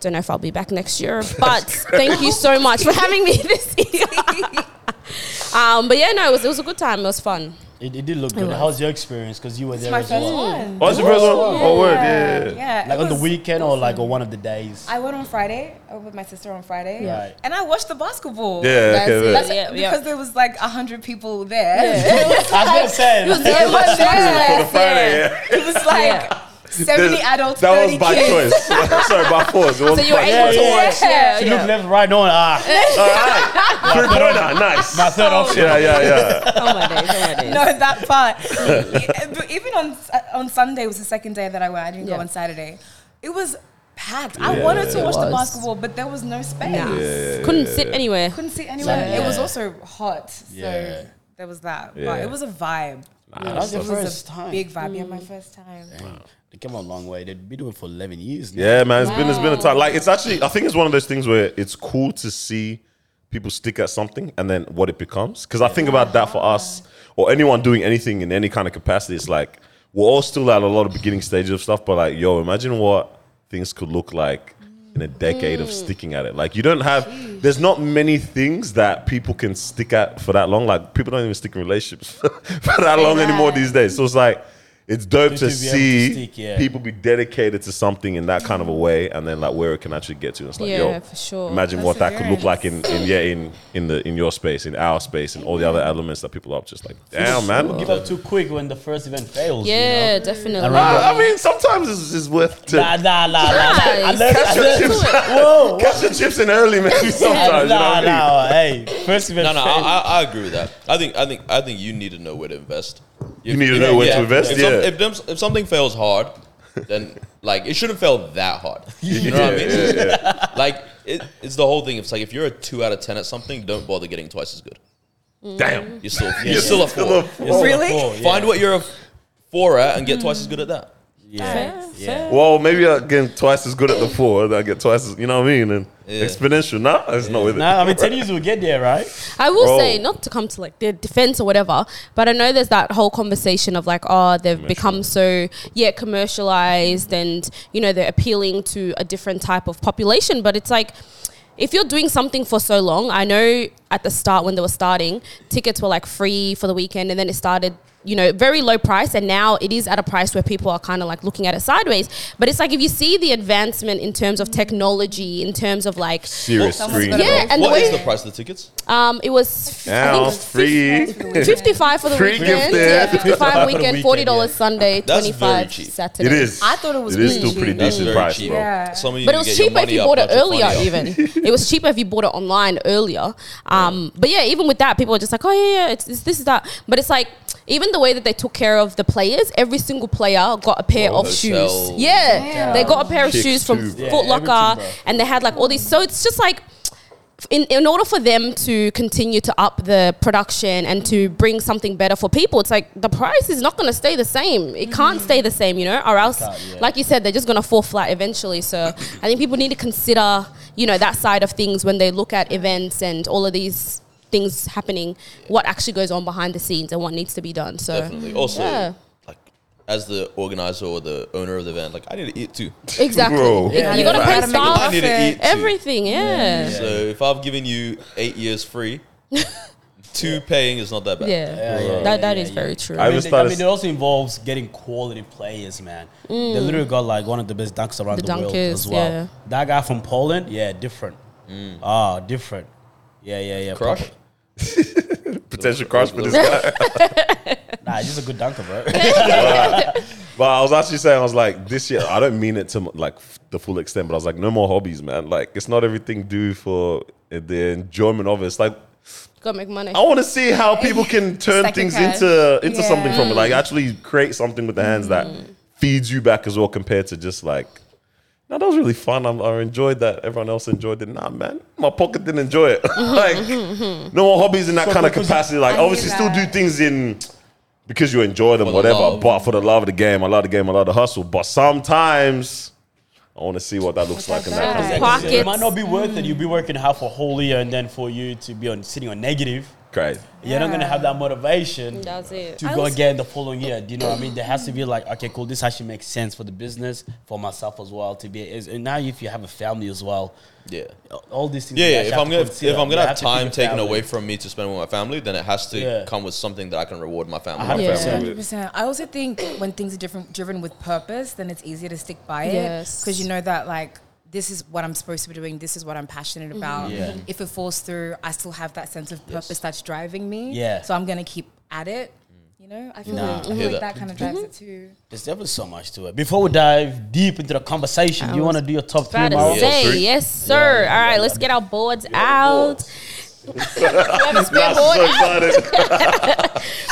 [SPEAKER 2] Don't know if I'll be back next year, but thank you so much for having me this year. um, but yeah, no, it was, it was a good time. It was fun.
[SPEAKER 5] It, it did look good.
[SPEAKER 2] was.
[SPEAKER 5] How was your experience? Because you were there
[SPEAKER 3] My
[SPEAKER 5] as
[SPEAKER 3] first
[SPEAKER 5] well.
[SPEAKER 3] one.
[SPEAKER 4] What's the first one? Oh, word, yeah. yeah.
[SPEAKER 3] Yeah.
[SPEAKER 5] Like
[SPEAKER 3] it
[SPEAKER 5] on the
[SPEAKER 3] was-
[SPEAKER 5] weekend or like on one of the days.
[SPEAKER 3] I went on Friday. I went with my sister on Friday.
[SPEAKER 5] Yeah. Right.
[SPEAKER 3] And I watched the basketball.
[SPEAKER 4] Yeah, okay, word.
[SPEAKER 2] That's it.
[SPEAKER 3] Because
[SPEAKER 2] Yeah, yeah.
[SPEAKER 3] there was like a hundred people there.
[SPEAKER 5] I was gonna say.
[SPEAKER 3] It was
[SPEAKER 5] like,
[SPEAKER 4] For the
[SPEAKER 3] there.
[SPEAKER 4] Friday, yeah.
[SPEAKER 3] It was like seventy
[SPEAKER 4] There's-
[SPEAKER 3] adults,
[SPEAKER 4] that
[SPEAKER 3] thirty
[SPEAKER 4] was by
[SPEAKER 3] kids.
[SPEAKER 4] choice. Sorry, by force. It was
[SPEAKER 2] So you were
[SPEAKER 4] by
[SPEAKER 2] able
[SPEAKER 4] choice.
[SPEAKER 2] to
[SPEAKER 5] yeah, yeah.
[SPEAKER 2] watch.
[SPEAKER 3] Yeah.
[SPEAKER 2] Yeah,
[SPEAKER 5] You look left, right, no, ah,
[SPEAKER 4] All right. Three pointer, nice.
[SPEAKER 5] my third option.
[SPEAKER 4] Yeah, yeah, yeah.
[SPEAKER 2] Oh my days, oh my days.
[SPEAKER 3] No, that part. Yeah, but even on uh, on Sunday was the second day that I went. I didn't go
[SPEAKER 2] Yeah.
[SPEAKER 3] on Saturday. It was packed. I wanted to
[SPEAKER 4] Yeah.
[SPEAKER 3] watch the
[SPEAKER 2] was.
[SPEAKER 3] basketball, but there was no space.
[SPEAKER 2] Nah. Couldn't sit anywhere.
[SPEAKER 3] Couldn't see anyone. It was
[SPEAKER 5] Yeah.
[SPEAKER 3] also hot, so
[SPEAKER 5] Yeah.
[SPEAKER 3] there was that. But
[SPEAKER 4] Yeah.
[SPEAKER 3] it was a vibe.
[SPEAKER 5] That was your
[SPEAKER 3] It was
[SPEAKER 5] first
[SPEAKER 3] a
[SPEAKER 5] time.
[SPEAKER 3] big vibe. Yeah, my first time.
[SPEAKER 5] They came a long way. They've been doing it for eleven years. now.
[SPEAKER 4] Yeah, man, it's been it's been a time. Like it's actually, I think it's one of those things where it's cool to see people stick at something and then what it becomes. Because I think about that for us or anyone doing anything in any kind of capacity. It's like we're all still at a lot of beginning stages of stuff, but like, yo, imagine what things could look like in a decade
[SPEAKER 5] Mm.
[SPEAKER 4] of sticking at it. Like you don't have there's not many things that people can stick at for that long. Like people don't even stick in relationships for that long anymore these days. So it's like it's dope
[SPEAKER 5] to
[SPEAKER 4] to,
[SPEAKER 5] be able to
[SPEAKER 4] see
[SPEAKER 5] stick, yeah.
[SPEAKER 4] people be dedicated to something in that kind of a way, and then like where it can actually get to. It's like,
[SPEAKER 2] Yeah,
[SPEAKER 4] yo,
[SPEAKER 2] for sure.
[SPEAKER 4] imagine what that could look like in, in yeah in in the in your space, in our space, and all the other elements that people are just like, damn man.
[SPEAKER 5] Give up too quick when the first event fails. you
[SPEAKER 2] Yeah,
[SPEAKER 5] know?
[SPEAKER 2] definitely.
[SPEAKER 5] I remember-
[SPEAKER 4] I, I mean, sometimes it's, it's worth to
[SPEAKER 5] Nah, nah, nah, nah. I
[SPEAKER 2] Nice.
[SPEAKER 5] learned, I
[SPEAKER 4] catch your
[SPEAKER 5] learned,
[SPEAKER 4] chips. catch your chips in early, maybe sometimes.
[SPEAKER 5] nah,
[SPEAKER 4] you know what I mean?
[SPEAKER 5] nah. Hey, first event
[SPEAKER 1] No, no, I,
[SPEAKER 5] fails.
[SPEAKER 1] I, I agree with that. I think, I think, I think you need to know where to invest.
[SPEAKER 4] You need to know where to invest,
[SPEAKER 1] If, some-
[SPEAKER 4] yeah.
[SPEAKER 1] if, them- if something fails hard, then like it shouldn't fail that hard. You know
[SPEAKER 4] yeah,
[SPEAKER 1] what I mean?
[SPEAKER 4] yeah, yeah.
[SPEAKER 1] Like it, it's the whole thing. It's like if you're a two out of ten at something, don't bother getting twice as good.
[SPEAKER 4] Damn.
[SPEAKER 1] You're still, you're still a four.
[SPEAKER 4] Still a four.
[SPEAKER 3] Really?
[SPEAKER 5] Four, Oh, yeah.
[SPEAKER 1] Find what you're a four at and get twice as good at that.
[SPEAKER 5] Yeah. yeah.
[SPEAKER 4] Well, maybe I get twice as good at the four. Then I get twice as you know what I mean, and
[SPEAKER 1] Yeah.
[SPEAKER 4] exponential. Nah, it's not with it.
[SPEAKER 5] Nah, I mean, 10 years will get there, right?
[SPEAKER 2] I will
[SPEAKER 4] Bro.
[SPEAKER 2] say, not to come to like their defense or whatever, but I know there's that whole conversation of like, oh, they've become so, yeah, commercialized and, you know, they're appealing to a different type of population. But it's like, if you're doing something for so long, I know at the start when they were starting, tickets were like free for the weekend and then it started, you know, very low price and now it is at a price where people are kind of like looking at it sideways. But it's like if you see the advancement in terms of technology, in terms of like,
[SPEAKER 4] Serious
[SPEAKER 3] Well,
[SPEAKER 4] screen.
[SPEAKER 3] someone's
[SPEAKER 4] bro.
[SPEAKER 2] yeah, and the
[SPEAKER 1] what is
[SPEAKER 2] way
[SPEAKER 1] the price of the tickets?
[SPEAKER 2] um, it was
[SPEAKER 4] Now
[SPEAKER 2] I think
[SPEAKER 4] free.
[SPEAKER 2] 55 for the
[SPEAKER 4] Free gift
[SPEAKER 2] weekend.
[SPEAKER 4] there.
[SPEAKER 2] Yeah, 55 weekend,
[SPEAKER 5] weekend,
[SPEAKER 2] $40 Sunday,
[SPEAKER 1] That's
[SPEAKER 2] 25
[SPEAKER 1] very cheap.
[SPEAKER 2] Saturday.
[SPEAKER 4] It is.
[SPEAKER 3] I thought it was
[SPEAKER 4] It is
[SPEAKER 3] really
[SPEAKER 4] still pretty
[SPEAKER 3] cheap.
[SPEAKER 1] That's
[SPEAKER 4] decent
[SPEAKER 1] very
[SPEAKER 4] price,
[SPEAKER 1] cheap.
[SPEAKER 4] bro.
[SPEAKER 3] Yeah.
[SPEAKER 1] Some of you
[SPEAKER 2] But it
[SPEAKER 1] need to get
[SPEAKER 2] was
[SPEAKER 1] your
[SPEAKER 2] cheaper if
[SPEAKER 1] money
[SPEAKER 2] you
[SPEAKER 1] up,
[SPEAKER 2] bought it
[SPEAKER 1] not your funny
[SPEAKER 2] earlier,
[SPEAKER 1] up.
[SPEAKER 2] even. it was cheaper if you bought it online earlier. Um, but yeah, even with that, people were just like, oh, yeah, yeah, it's, it's this, is that. But it's like, even the way that they took care of the players, every single player got a pair
[SPEAKER 1] Oh,
[SPEAKER 2] of
[SPEAKER 1] hotels.
[SPEAKER 2] shoes. Yeah, they got a pair of
[SPEAKER 4] Kicks
[SPEAKER 2] shoes from
[SPEAKER 4] too, bro.
[SPEAKER 2] Foot
[SPEAKER 5] Yeah, everything,
[SPEAKER 2] Locker,
[SPEAKER 5] bro.
[SPEAKER 2] and they had like all these. So it's just like, in, in order for them to continue to up the production and to bring something better for people, it's like the price is not going to stay the same. It can't stay the same, you know, or else,
[SPEAKER 5] can't, yeah.
[SPEAKER 2] like you said, they're just going to fall flat eventually. So I think people need to consider, you know, that side of things when they look at events and all of these things happening, what actually goes on behind the scenes and what needs to be done. So
[SPEAKER 1] Definitely. Also,
[SPEAKER 2] Yeah.
[SPEAKER 1] like as the organizer or the owner of the event, like I need to eat too.
[SPEAKER 2] exactly,
[SPEAKER 4] Bro.
[SPEAKER 2] you,
[SPEAKER 4] Yeah,
[SPEAKER 2] got to
[SPEAKER 4] you
[SPEAKER 2] pay
[SPEAKER 3] gotta make
[SPEAKER 1] I
[SPEAKER 2] staff,
[SPEAKER 1] need to
[SPEAKER 3] Buffet,
[SPEAKER 1] eat too.
[SPEAKER 2] everything, yeah,
[SPEAKER 1] So if I've given you eight years free, two paying is not that
[SPEAKER 2] yeah.
[SPEAKER 1] bad.
[SPEAKER 2] That that
[SPEAKER 5] yeah,
[SPEAKER 2] is
[SPEAKER 5] yeah.
[SPEAKER 2] very true.
[SPEAKER 4] I
[SPEAKER 5] I mean,
[SPEAKER 4] was
[SPEAKER 5] they- I
[SPEAKER 4] started-
[SPEAKER 5] mean, it also involves getting quality players, man. They literally got like one of the best dunks around
[SPEAKER 2] Mm. The
[SPEAKER 5] the, world
[SPEAKER 2] dunkers,
[SPEAKER 5] as well.
[SPEAKER 2] yeah.
[SPEAKER 5] That guy from Poland, yeah, different. Ah, different. Yeah, yeah, yeah.
[SPEAKER 1] Crush?
[SPEAKER 5] proper.
[SPEAKER 4] Potential crush for this guy.
[SPEAKER 5] Nah, he's just a good dunker, bro.
[SPEAKER 4] But I was actually saying, I was like, this year, I don't mean it to like f- the full extent, but I was like, no more hobbies, man. Like, it's not everything do for the enjoyment of it. It's like,
[SPEAKER 2] Got to make money.
[SPEAKER 4] I want to see how people can turn
[SPEAKER 3] Second
[SPEAKER 4] things
[SPEAKER 3] hand.
[SPEAKER 4] into into
[SPEAKER 3] Yeah. Mm.
[SPEAKER 4] something from it. Like actually create something with the hands that feeds you back as well, compared to just like. No, that was really fun. I, I enjoyed that. Everyone else enjoyed it. Nah, man, my pocket didn't enjoy it. like, no more hobbies in that kind of capacity. Like,
[SPEAKER 3] I hear
[SPEAKER 4] obviously, still do
[SPEAKER 3] that.
[SPEAKER 4] things in because you enjoy them,
[SPEAKER 1] For the
[SPEAKER 4] whatever.
[SPEAKER 1] love.
[SPEAKER 4] But for the love of the game, I love the game, I love the hustle. But sometimes I want to see what that looks like in that.
[SPEAKER 3] that
[SPEAKER 4] context.
[SPEAKER 2] Pockets. Mm.
[SPEAKER 5] It might not be worth it. You'll be working hard for a whole year, and then for you to be on sitting on negative,
[SPEAKER 4] Crazy.
[SPEAKER 5] you're not gonna have that motivation.
[SPEAKER 2] That's it.
[SPEAKER 5] to
[SPEAKER 2] I
[SPEAKER 5] go
[SPEAKER 2] also-
[SPEAKER 5] again the following year. Do you know what I mean? There has to be like, okay, cool, this actually makes sense for the business, for myself as well. To be is- and now if you have a family as well,
[SPEAKER 1] Yeah.
[SPEAKER 5] all these things.
[SPEAKER 1] Yeah,
[SPEAKER 5] you
[SPEAKER 1] yeah. If
[SPEAKER 5] actually have
[SPEAKER 1] I'm
[SPEAKER 5] to
[SPEAKER 1] gonna
[SPEAKER 5] consider.
[SPEAKER 1] if I'm
[SPEAKER 5] You
[SPEAKER 1] gonna have
[SPEAKER 5] to think
[SPEAKER 1] time
[SPEAKER 5] of
[SPEAKER 1] taken
[SPEAKER 5] family.
[SPEAKER 1] away from me to spend with my family, then it has to
[SPEAKER 5] Yeah.
[SPEAKER 1] come with something that I can reward my family.
[SPEAKER 5] hundred
[SPEAKER 1] with.
[SPEAKER 5] Yeah.
[SPEAKER 3] Yeah,
[SPEAKER 5] percent.
[SPEAKER 3] 100%. I also think when things are different, driven with purpose, then it's easier to stick by
[SPEAKER 2] Yes.
[SPEAKER 3] it because you know that like this is what I'm supposed to be doing. This is what I'm passionate
[SPEAKER 2] Mm-hmm.
[SPEAKER 3] about.
[SPEAKER 5] Yeah.
[SPEAKER 3] If it falls through, I still have that sense of purpose that's driving me.
[SPEAKER 5] Yeah.
[SPEAKER 3] So I'm gonna keep at it. You know, I feel
[SPEAKER 5] Nah.
[SPEAKER 3] like, I feel
[SPEAKER 1] hear
[SPEAKER 3] like
[SPEAKER 1] that.
[SPEAKER 3] that. kind of drives it too.
[SPEAKER 5] There's definitely so much to it. Before we dive deep into the conversation,
[SPEAKER 2] I
[SPEAKER 5] you want to
[SPEAKER 2] was
[SPEAKER 5] do your top three?
[SPEAKER 2] About
[SPEAKER 5] Mara?
[SPEAKER 2] to say,
[SPEAKER 4] Three?
[SPEAKER 2] yes, sir.
[SPEAKER 5] Yeah,
[SPEAKER 2] All right,
[SPEAKER 5] yeah,
[SPEAKER 2] let's
[SPEAKER 5] yeah.
[SPEAKER 2] get our boards out. we have a
[SPEAKER 4] Nah,
[SPEAKER 2] spare
[SPEAKER 4] so
[SPEAKER 2] board.
[SPEAKER 4] excited.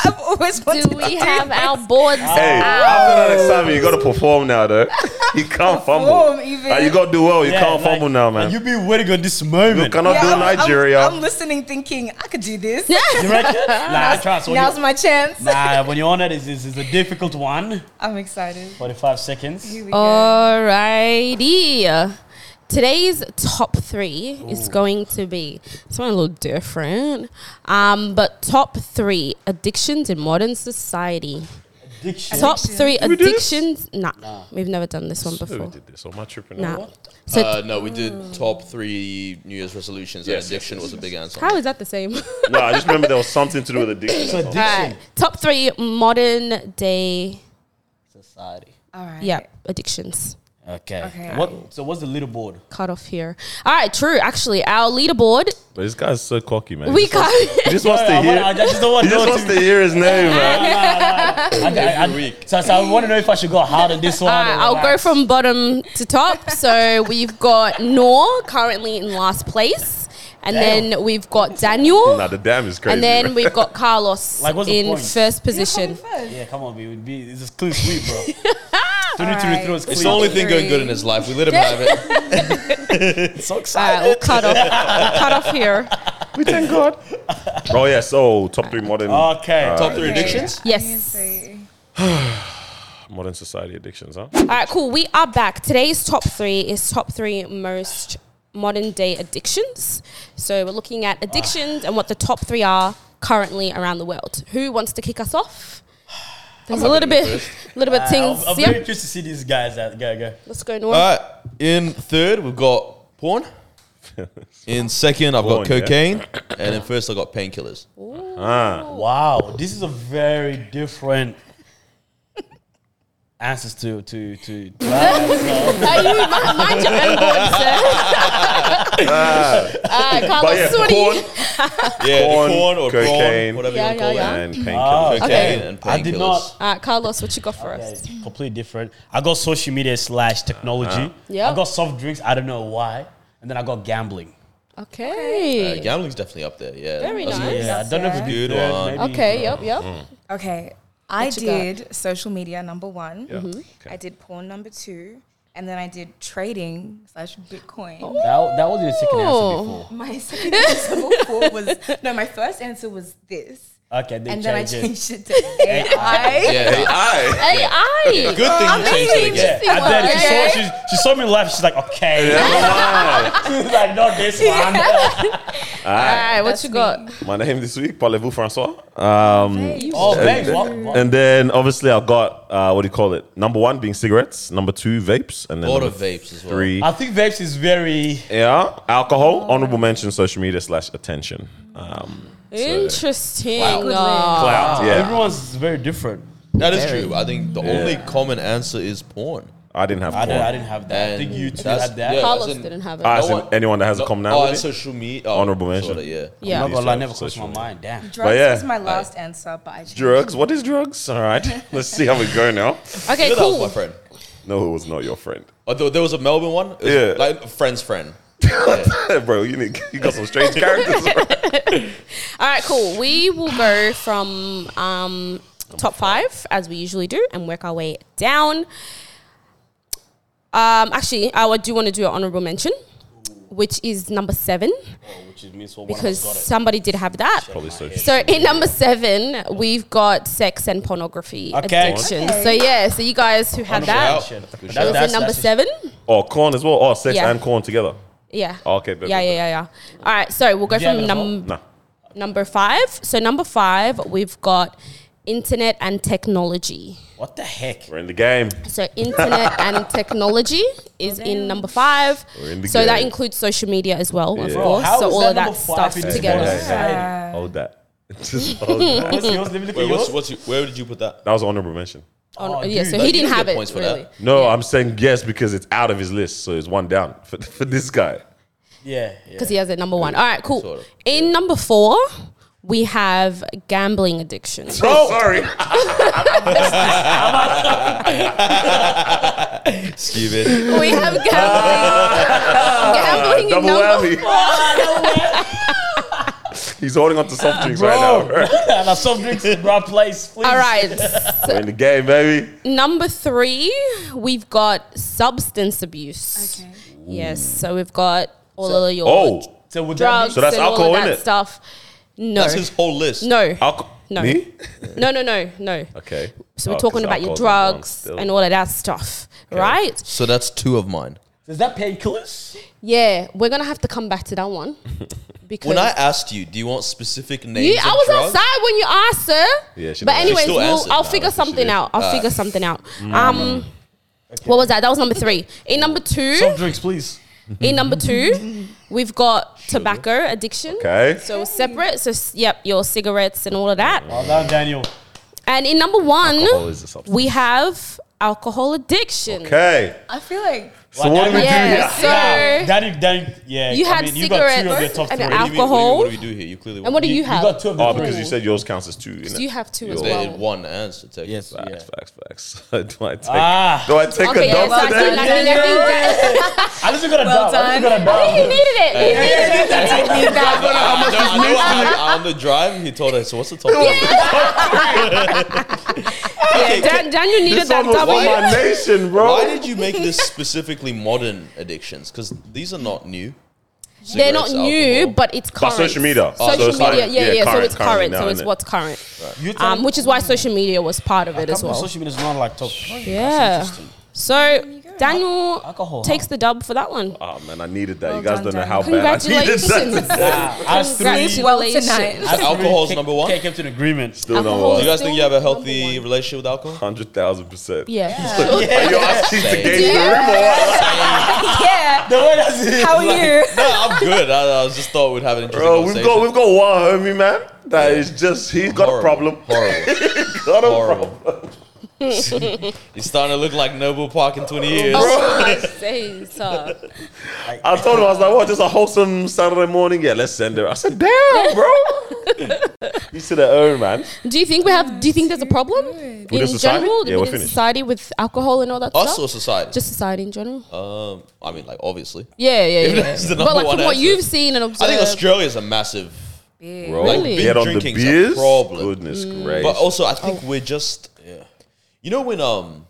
[SPEAKER 3] I've always
[SPEAKER 2] Do we have our boards
[SPEAKER 4] hey,
[SPEAKER 2] out?
[SPEAKER 4] after that excitement, you got to perform now, though. You can't fumble.
[SPEAKER 3] Perform even.
[SPEAKER 4] Like, you got to do well. You
[SPEAKER 5] Yeah,
[SPEAKER 4] can't
[SPEAKER 5] like,
[SPEAKER 4] fumble now, man.
[SPEAKER 5] like, you been waiting on this moment.
[SPEAKER 4] cannot do Nigeria.
[SPEAKER 3] I'm, listening, thinking I could do this.
[SPEAKER 5] You reckon? nah, trust. When
[SPEAKER 3] Now's
[SPEAKER 5] you,
[SPEAKER 3] my chance.
[SPEAKER 5] nah, when you're on it, it's, it's, it's a difficult one.
[SPEAKER 3] I'm excited.
[SPEAKER 5] 45 seconds.
[SPEAKER 3] Here we go.
[SPEAKER 2] All righty. Today's top three is going to be something a little different, um, but top three addictions in modern society.
[SPEAKER 5] Addiction.
[SPEAKER 2] Top three
[SPEAKER 4] we do this?
[SPEAKER 2] addictions. Nah, we've never done this one
[SPEAKER 4] So we
[SPEAKER 2] before.
[SPEAKER 4] did this on my trip. and all.
[SPEAKER 2] Nah. So
[SPEAKER 1] Uh, no, we did
[SPEAKER 2] Mm.
[SPEAKER 1] top three New Year's resolutions,
[SPEAKER 4] Yes,
[SPEAKER 1] and addiction
[SPEAKER 4] yes,
[SPEAKER 1] was a big answer.
[SPEAKER 2] how is that the same?
[SPEAKER 4] No, I just remember there was something to do with addiction.
[SPEAKER 5] So
[SPEAKER 4] or something.
[SPEAKER 5] addiction.
[SPEAKER 2] Alright, Top three modern day
[SPEAKER 5] Society.
[SPEAKER 3] All right.
[SPEAKER 2] Yeah, addictions.
[SPEAKER 5] Okay.
[SPEAKER 3] Okay.
[SPEAKER 5] What? So what's the leaderboard?
[SPEAKER 2] Cut off here. All right, true. Actually, our leaderboard,
[SPEAKER 4] But this guy's so cocky, man.
[SPEAKER 2] we
[SPEAKER 4] he, just
[SPEAKER 2] got.
[SPEAKER 4] he just wants
[SPEAKER 5] I,
[SPEAKER 4] to
[SPEAKER 5] wanna- I
[SPEAKER 4] hear.
[SPEAKER 5] just
[SPEAKER 4] He
[SPEAKER 5] don't want to
[SPEAKER 4] just
[SPEAKER 5] know.
[SPEAKER 4] wants
[SPEAKER 5] to-
[SPEAKER 4] to hear his name, man.
[SPEAKER 5] I- I- So, so I want to know if I should go hard on this one.
[SPEAKER 2] All right,
[SPEAKER 5] or
[SPEAKER 2] I'll go
[SPEAKER 5] relax.
[SPEAKER 2] from bottom to top. So we've got Noor currently in last place, and then we've got Daniel,
[SPEAKER 4] Nah, the damn is crazy.
[SPEAKER 2] and then
[SPEAKER 4] man.
[SPEAKER 2] we've got Carlos
[SPEAKER 5] Like, what's the
[SPEAKER 2] in
[SPEAKER 5] point?
[SPEAKER 2] first position.
[SPEAKER 5] Yeah, come on, B. B this is clean sweep, bro. 2023 was clean.
[SPEAKER 1] It's the only thing going good in his life. We let him have it.
[SPEAKER 5] so
[SPEAKER 2] All right, we'll
[SPEAKER 5] excited.
[SPEAKER 2] cut off. we'll cut off here.
[SPEAKER 4] we thank God. Oh yeah, so top three modern uh,
[SPEAKER 5] okay.
[SPEAKER 1] Top three addictions.
[SPEAKER 2] Yes.
[SPEAKER 4] modern society addictions, huh?
[SPEAKER 2] All right, cool. We are back. Today's top three is top three most modern day addictions. So we're looking at addictions and what the top three are currently around the world. Who wants to kick us off? There's a little bit, a little bit
[SPEAKER 1] Uh,
[SPEAKER 2] things.
[SPEAKER 5] I'm, I'm
[SPEAKER 2] yeah.
[SPEAKER 5] very curious to see these guys. Out. Go, go.
[SPEAKER 2] Let's go north.
[SPEAKER 1] All right. In third, we've got porn. In second, I've got
[SPEAKER 4] Porn, yeah.
[SPEAKER 1] cocaine, and in first, I got painkillers.
[SPEAKER 4] Ah,
[SPEAKER 5] Wow, this is a very different answers to to to.
[SPEAKER 2] Are you mind, mind your own board, sir?
[SPEAKER 3] Ah.
[SPEAKER 2] Uh, Carlos,
[SPEAKER 4] yeah,
[SPEAKER 2] what do you-
[SPEAKER 4] porn.
[SPEAKER 1] Yeah, the
[SPEAKER 4] Porn,
[SPEAKER 1] corn or
[SPEAKER 4] cocaine.
[SPEAKER 1] prawn, whatever
[SPEAKER 2] Yeah,
[SPEAKER 1] you want to
[SPEAKER 2] yeah,
[SPEAKER 1] call
[SPEAKER 2] yeah.
[SPEAKER 1] it.
[SPEAKER 4] and
[SPEAKER 3] Oh.
[SPEAKER 5] Oh.
[SPEAKER 4] painkillers.
[SPEAKER 1] Cocaine
[SPEAKER 2] Okay.
[SPEAKER 1] and painkillers.
[SPEAKER 5] I did not.
[SPEAKER 2] All right, Carlos, what you got for
[SPEAKER 5] Yeah,
[SPEAKER 2] us?
[SPEAKER 5] it's completely different. I got social media slash technology.
[SPEAKER 2] Yeah.
[SPEAKER 5] I got soft drinks. I don't know why. And then I got gambling.
[SPEAKER 1] Uh,
[SPEAKER 2] Okay.
[SPEAKER 1] gambling's definitely up there. Yeah,
[SPEAKER 2] Very
[SPEAKER 1] That's- Mm.
[SPEAKER 2] nice.
[SPEAKER 5] Yeah, I don't know if it's
[SPEAKER 1] Good
[SPEAKER 5] third,
[SPEAKER 1] one.
[SPEAKER 5] maybe.
[SPEAKER 2] Okay, yep, yep.
[SPEAKER 3] Okay. I
[SPEAKER 2] you got?
[SPEAKER 3] did social media number one.
[SPEAKER 4] Okay.
[SPEAKER 3] I did porn number two. And then I did trading slash Bitcoin.
[SPEAKER 5] That, that was your second
[SPEAKER 2] Oh.
[SPEAKER 5] answer before.
[SPEAKER 3] My second answer before was no, my first answer was this.
[SPEAKER 5] Okay, then
[SPEAKER 3] and then I
[SPEAKER 5] change it.
[SPEAKER 3] changed it to AI.
[SPEAKER 1] Yeah, hey, I.
[SPEAKER 2] AI.
[SPEAKER 1] Good thing you changed it again.
[SPEAKER 5] Yeah. And then she, saw, she, she saw me laugh. She's like, okay. she's like, not this one.
[SPEAKER 2] All right, what
[SPEAKER 3] That's
[SPEAKER 2] you got?
[SPEAKER 4] My name this week, Parlez-vous Francois. Um,
[SPEAKER 5] oh, babe.
[SPEAKER 4] and,
[SPEAKER 5] What, what?
[SPEAKER 4] and then obviously I've got uh, what do you call it? Number one being cigarettes, number two vapes, and
[SPEAKER 1] A
[SPEAKER 4] then
[SPEAKER 1] lot
[SPEAKER 4] number
[SPEAKER 1] of vapes as well.
[SPEAKER 4] three.
[SPEAKER 5] I think vapes is very.
[SPEAKER 4] Yeah, alcohol. Honorable mention: social media slash attention. Um,
[SPEAKER 2] Interesting.
[SPEAKER 3] Good
[SPEAKER 2] Uh,
[SPEAKER 4] clout. yeah,
[SPEAKER 5] Everyone's very different.
[SPEAKER 1] That is true. I think the only common answer is porn.
[SPEAKER 4] I didn't have.
[SPEAKER 5] I
[SPEAKER 4] porn.
[SPEAKER 5] didn't, I didn't have that. I think
[SPEAKER 1] And
[SPEAKER 5] you two
[SPEAKER 1] that's-
[SPEAKER 5] had that.
[SPEAKER 1] yeah.
[SPEAKER 2] Carlos
[SPEAKER 1] as in-
[SPEAKER 2] didn't have it.
[SPEAKER 4] I
[SPEAKER 1] No
[SPEAKER 4] said
[SPEAKER 1] one-
[SPEAKER 4] anyone that has
[SPEAKER 1] No-
[SPEAKER 4] a commonality.
[SPEAKER 1] oh, and social media. Oh,
[SPEAKER 4] Honorable mention.
[SPEAKER 1] sorta, yeah.
[SPEAKER 2] yeah.
[SPEAKER 5] I'm not gonna lie,
[SPEAKER 4] These
[SPEAKER 5] never crossed
[SPEAKER 4] social
[SPEAKER 5] my
[SPEAKER 4] media.
[SPEAKER 5] mind. Damn.
[SPEAKER 3] Drugs
[SPEAKER 4] yeah.
[SPEAKER 3] was my last answer, but I changed
[SPEAKER 4] Drugs? What is drugs? All right, let's see how we go now.
[SPEAKER 2] Okay,
[SPEAKER 1] You know that was
[SPEAKER 2] cool.
[SPEAKER 1] my friend.
[SPEAKER 4] No, it was not your friend,
[SPEAKER 1] Oh, there, there was a Melbourne one. It was
[SPEAKER 4] Yeah.
[SPEAKER 1] like a friend's friend.
[SPEAKER 4] bro. You need, you got some strange characters. Bro.
[SPEAKER 2] All right, cool. We will go from um, top five as we usually do and work our way down. Um, actually, I do want to do an honorable mention, which is number seven
[SPEAKER 5] Which is me, so one
[SPEAKER 2] because
[SPEAKER 5] because of us
[SPEAKER 2] somebody did have that.
[SPEAKER 4] Probably so.
[SPEAKER 2] So in number seven, we've got sex and pornography
[SPEAKER 5] Okay.
[SPEAKER 2] addiction. So yeah, so you guys who had
[SPEAKER 5] got it.
[SPEAKER 2] that,
[SPEAKER 1] Shout out.
[SPEAKER 5] That-
[SPEAKER 1] Good
[SPEAKER 2] that
[SPEAKER 1] shout.
[SPEAKER 2] was in number
[SPEAKER 5] that's-
[SPEAKER 2] seven.
[SPEAKER 4] Or Oh, corn as well. Or sex
[SPEAKER 2] Yeah.
[SPEAKER 4] and corn together.
[SPEAKER 2] Yeah.
[SPEAKER 4] Okay, bet,
[SPEAKER 2] yeah,
[SPEAKER 4] bet,
[SPEAKER 2] yeah, yeah, yeah. All right, so we'll go
[SPEAKER 5] Do you
[SPEAKER 2] from
[SPEAKER 5] have it as well?
[SPEAKER 2] num-
[SPEAKER 4] Nah.
[SPEAKER 2] number five. So number five, we've got internet and technology.
[SPEAKER 5] What the heck?
[SPEAKER 4] We're in the game.
[SPEAKER 2] So internet and technology is in number five.
[SPEAKER 4] We're in the
[SPEAKER 2] So that
[SPEAKER 4] game.
[SPEAKER 2] includes social media as well, of
[SPEAKER 4] Bro,
[SPEAKER 2] course.
[SPEAKER 5] how
[SPEAKER 2] So
[SPEAKER 5] is
[SPEAKER 2] all
[SPEAKER 5] that
[SPEAKER 2] of that
[SPEAKER 5] number five
[SPEAKER 2] stuff
[SPEAKER 5] in this
[SPEAKER 2] together.
[SPEAKER 5] one?
[SPEAKER 2] Uh,
[SPEAKER 3] Yeah.
[SPEAKER 4] Hold that. Just hold that.
[SPEAKER 5] What's yours? Let me look
[SPEAKER 1] Wait,
[SPEAKER 5] at
[SPEAKER 1] what's,
[SPEAKER 5] yours.
[SPEAKER 1] what's your, where did you put that?
[SPEAKER 4] That was honorable mention.
[SPEAKER 2] Oh,
[SPEAKER 5] Oh,
[SPEAKER 2] yeah,
[SPEAKER 5] dude,
[SPEAKER 2] so
[SPEAKER 5] like,
[SPEAKER 2] he
[SPEAKER 5] you
[SPEAKER 2] didn't
[SPEAKER 1] get
[SPEAKER 2] have it
[SPEAKER 1] points for that.
[SPEAKER 2] really.
[SPEAKER 4] No, I'm saying yes because it's out of his list, so it's one down for, for this guy.
[SPEAKER 5] yeah, yeah.
[SPEAKER 2] because he has it number one. All right, cool.
[SPEAKER 1] Sort of.
[SPEAKER 2] In number four, we have gambling addiction.
[SPEAKER 4] Oh, sorry.
[SPEAKER 1] Stupid.
[SPEAKER 2] we have gambling. gambling in
[SPEAKER 4] Double
[SPEAKER 2] number
[SPEAKER 4] whammy. He's holding on to soft drinks right now.
[SPEAKER 5] Bro,
[SPEAKER 4] Bro.
[SPEAKER 5] and I soft drinks in the right place, please.
[SPEAKER 2] All right,
[SPEAKER 4] We're in the game, baby.
[SPEAKER 2] number three, we've got substance abuse.
[SPEAKER 3] Okay.
[SPEAKER 2] Yes, so we've got all of your
[SPEAKER 4] Oh,
[SPEAKER 5] So would
[SPEAKER 2] drugs
[SPEAKER 4] So that's
[SPEAKER 2] and
[SPEAKER 4] alcohol,
[SPEAKER 2] all of that
[SPEAKER 4] innit?
[SPEAKER 2] stuff. No,
[SPEAKER 1] That's his whole list.
[SPEAKER 2] no,
[SPEAKER 4] alcohol.
[SPEAKER 2] No.
[SPEAKER 4] Me?
[SPEAKER 2] no, no, no, no.
[SPEAKER 4] Okay.
[SPEAKER 2] So
[SPEAKER 4] Oh,
[SPEAKER 2] we're
[SPEAKER 4] 'cause
[SPEAKER 2] talking about your
[SPEAKER 4] alcohol's number one
[SPEAKER 2] drugs
[SPEAKER 4] still.
[SPEAKER 2] and all of that stuff, right?
[SPEAKER 1] So that's two of mine.
[SPEAKER 5] that, is that painkillers?
[SPEAKER 2] Yeah, we're gonna have to come back to that one because
[SPEAKER 1] When I asked you, do you want specific names?
[SPEAKER 2] You,
[SPEAKER 1] of
[SPEAKER 2] I was
[SPEAKER 1] drugs?
[SPEAKER 2] outside when you asked, sir.
[SPEAKER 4] Yeah, she
[SPEAKER 2] but
[SPEAKER 4] knows. She
[SPEAKER 2] anyways,
[SPEAKER 1] still
[SPEAKER 2] we'll,
[SPEAKER 1] answered.
[SPEAKER 2] I'll
[SPEAKER 1] Nah,
[SPEAKER 2] figure
[SPEAKER 1] that's what she
[SPEAKER 2] something
[SPEAKER 1] did.
[SPEAKER 2] out. I'll
[SPEAKER 4] Ah.
[SPEAKER 2] figure something out.
[SPEAKER 4] Mm.
[SPEAKER 2] Um, what was that? That was number three. In number two,
[SPEAKER 5] Soft drinks, please.
[SPEAKER 2] in number two, we've got tobacco addiction.
[SPEAKER 4] Okay.
[SPEAKER 2] So separate. So s- yep, your cigarettes and all of that.
[SPEAKER 5] Well done, Daniel.
[SPEAKER 2] And in number one,
[SPEAKER 4] Alcohol is a substance.
[SPEAKER 2] we have alcohol addiction.
[SPEAKER 4] Okay.
[SPEAKER 3] I feel like
[SPEAKER 4] So what do we do
[SPEAKER 2] Yeah,
[SPEAKER 4] here?
[SPEAKER 2] so
[SPEAKER 5] That, is- that, yeah.
[SPEAKER 2] You had
[SPEAKER 5] two of your
[SPEAKER 2] cigarettes
[SPEAKER 5] top
[SPEAKER 2] and
[SPEAKER 5] three.
[SPEAKER 2] al-
[SPEAKER 1] What do you mean- what do you-
[SPEAKER 2] Alcohol.
[SPEAKER 1] What do we do here? You clearly.
[SPEAKER 2] And what do you, have?
[SPEAKER 5] got two of your
[SPEAKER 4] Oh,
[SPEAKER 5] three.
[SPEAKER 4] because you said yours counts as two. innit?
[SPEAKER 2] you have two as
[SPEAKER 1] They did
[SPEAKER 2] well.
[SPEAKER 1] one answer. Technically.
[SPEAKER 5] Yes. Yeah.
[SPEAKER 4] Facts, facts, facts. do I take,
[SPEAKER 5] Ah.
[SPEAKER 4] do I take
[SPEAKER 2] Okay,
[SPEAKER 4] a
[SPEAKER 2] yeah,
[SPEAKER 4] dump
[SPEAKER 2] exactly.
[SPEAKER 4] today?
[SPEAKER 2] Like, I think- I think that-
[SPEAKER 5] I just got a
[SPEAKER 3] Well
[SPEAKER 5] dub. I just got
[SPEAKER 3] done.
[SPEAKER 5] a dub.
[SPEAKER 2] he needed it. He needed it.
[SPEAKER 1] I know, I know on, the, on the drive, he told us, what's the topic?
[SPEAKER 2] Yeah, Dan, Daniel needed
[SPEAKER 4] This
[SPEAKER 2] that
[SPEAKER 4] one was
[SPEAKER 2] W.
[SPEAKER 4] for my nation, bro.
[SPEAKER 1] Why did you make this specifically modern addictions? Because these are not new.
[SPEAKER 2] They're not
[SPEAKER 1] Cigarettes,
[SPEAKER 2] new,
[SPEAKER 1] alcohol.
[SPEAKER 2] but it's
[SPEAKER 4] But
[SPEAKER 2] current.
[SPEAKER 4] social media. Oh, so
[SPEAKER 2] social
[SPEAKER 4] it's
[SPEAKER 2] media,
[SPEAKER 4] current.
[SPEAKER 2] yeah, yeah.
[SPEAKER 4] Yeah,
[SPEAKER 2] so
[SPEAKER 4] current,
[SPEAKER 2] it's
[SPEAKER 4] current
[SPEAKER 2] current.
[SPEAKER 4] now,
[SPEAKER 2] so it's
[SPEAKER 4] innit?
[SPEAKER 2] what's current.
[SPEAKER 5] You tell
[SPEAKER 2] Um,
[SPEAKER 5] me-
[SPEAKER 2] which is why social media was part of it as
[SPEAKER 5] Alcohol,
[SPEAKER 2] well.
[SPEAKER 5] Social media is not like top. three. That's
[SPEAKER 2] Yeah.
[SPEAKER 5] interesting.
[SPEAKER 2] So Daniel
[SPEAKER 5] Alcohol, huh?
[SPEAKER 2] takes the dub for that one.
[SPEAKER 4] Oh man, I needed that.
[SPEAKER 3] Well
[SPEAKER 4] you guys
[SPEAKER 3] done,
[SPEAKER 4] don't know
[SPEAKER 3] Dan.
[SPEAKER 4] how bad I needed
[SPEAKER 2] Congratulations.
[SPEAKER 4] that.
[SPEAKER 5] Ah, us
[SPEAKER 2] Congratulations.
[SPEAKER 5] three.
[SPEAKER 3] well tonight.
[SPEAKER 5] us three
[SPEAKER 1] Alcohol's
[SPEAKER 5] ca-
[SPEAKER 1] number one?
[SPEAKER 5] ca- Came to an agreement.
[SPEAKER 4] Still not
[SPEAKER 2] Alcohol.
[SPEAKER 1] Do you
[SPEAKER 4] well.
[SPEAKER 1] guys think you have a healthy
[SPEAKER 2] Number one.
[SPEAKER 1] relationship with alcohol?
[SPEAKER 4] Hundred thousand percent.
[SPEAKER 2] Yeah.
[SPEAKER 4] Are you asking to
[SPEAKER 1] Same.
[SPEAKER 4] gauge the room or what?
[SPEAKER 3] yeah.
[SPEAKER 5] The way that's it.
[SPEAKER 3] How are you?
[SPEAKER 1] no, I'm good. I, I was just thought we'd have an interesting
[SPEAKER 4] Bro, we've
[SPEAKER 1] conversation.
[SPEAKER 4] got we've got one homie, man. That
[SPEAKER 1] Yeah.
[SPEAKER 4] is just he's got a problem.
[SPEAKER 1] Horrible.
[SPEAKER 4] Got a problem.
[SPEAKER 1] Horrible. He's starting to look like Noble Park in 20 years.
[SPEAKER 2] Oh my days, sir.
[SPEAKER 4] I told him I was like, what? Just a wholesome Saturday morning. Yeah, let's send her. I said, damn, bro. you should have own, oh, man.
[SPEAKER 2] Do you think we have? Do you think there's a problem in
[SPEAKER 4] this society?
[SPEAKER 2] general
[SPEAKER 4] Yeah, we're
[SPEAKER 2] within
[SPEAKER 4] finished.
[SPEAKER 2] society with alcohol and all that
[SPEAKER 1] Us or
[SPEAKER 2] stuff?
[SPEAKER 1] society?
[SPEAKER 2] Just society in general.
[SPEAKER 4] Uh,
[SPEAKER 1] um, I mean, like obviously.
[SPEAKER 2] Yeah, yeah, yeah.
[SPEAKER 1] that's the number
[SPEAKER 2] but like
[SPEAKER 1] one
[SPEAKER 2] from what
[SPEAKER 1] answer.
[SPEAKER 2] you've seen and observed,
[SPEAKER 1] I think Australia is a massive.
[SPEAKER 4] Bro,
[SPEAKER 2] Really?
[SPEAKER 4] get on the
[SPEAKER 1] Drinking's a
[SPEAKER 4] beers.
[SPEAKER 1] problem. Mm.
[SPEAKER 4] Goodness gracious.
[SPEAKER 1] But oh, also, I think we're just. Yeah. You know when um,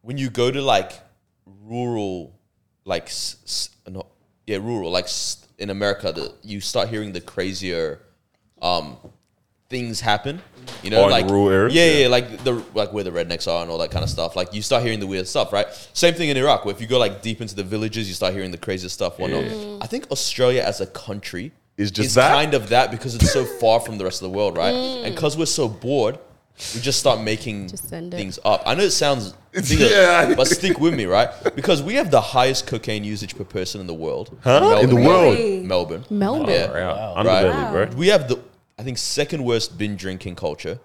[SPEAKER 1] when you go to like rural, like s- s- not yeah rural like s- in America, the, you start hearing the crazier, um, things happen. You know,
[SPEAKER 4] Oh, in
[SPEAKER 1] like
[SPEAKER 4] rural areas?
[SPEAKER 1] Yeah, yeah,
[SPEAKER 4] Yeah.
[SPEAKER 1] like the like where the rednecks are and all that kind of stuff. Like you start hearing the weird stuff, right? Same thing in Iraq, where if you go like deep into the villages, you start hearing the craziest stuff. Whatnot. I think Australia as a country
[SPEAKER 4] Is just that?
[SPEAKER 1] kind of that because it's so far from the rest of the world, right? And because we're so bored, we just start making
[SPEAKER 2] Mm. Just send it.
[SPEAKER 1] things up. I know it sounds ridiculous,
[SPEAKER 4] Yeah.
[SPEAKER 1] but stick with me, right? Because we have the highest cocaine usage per person in the world.
[SPEAKER 4] Huh? In the
[SPEAKER 1] Melbourne.
[SPEAKER 3] world?
[SPEAKER 1] Melbourne.
[SPEAKER 2] Melbourne.
[SPEAKER 1] Yeah.
[SPEAKER 4] Wow.
[SPEAKER 1] Right.
[SPEAKER 4] Underbelly, bro.
[SPEAKER 1] We have the, I think, second worst bin drinking culture,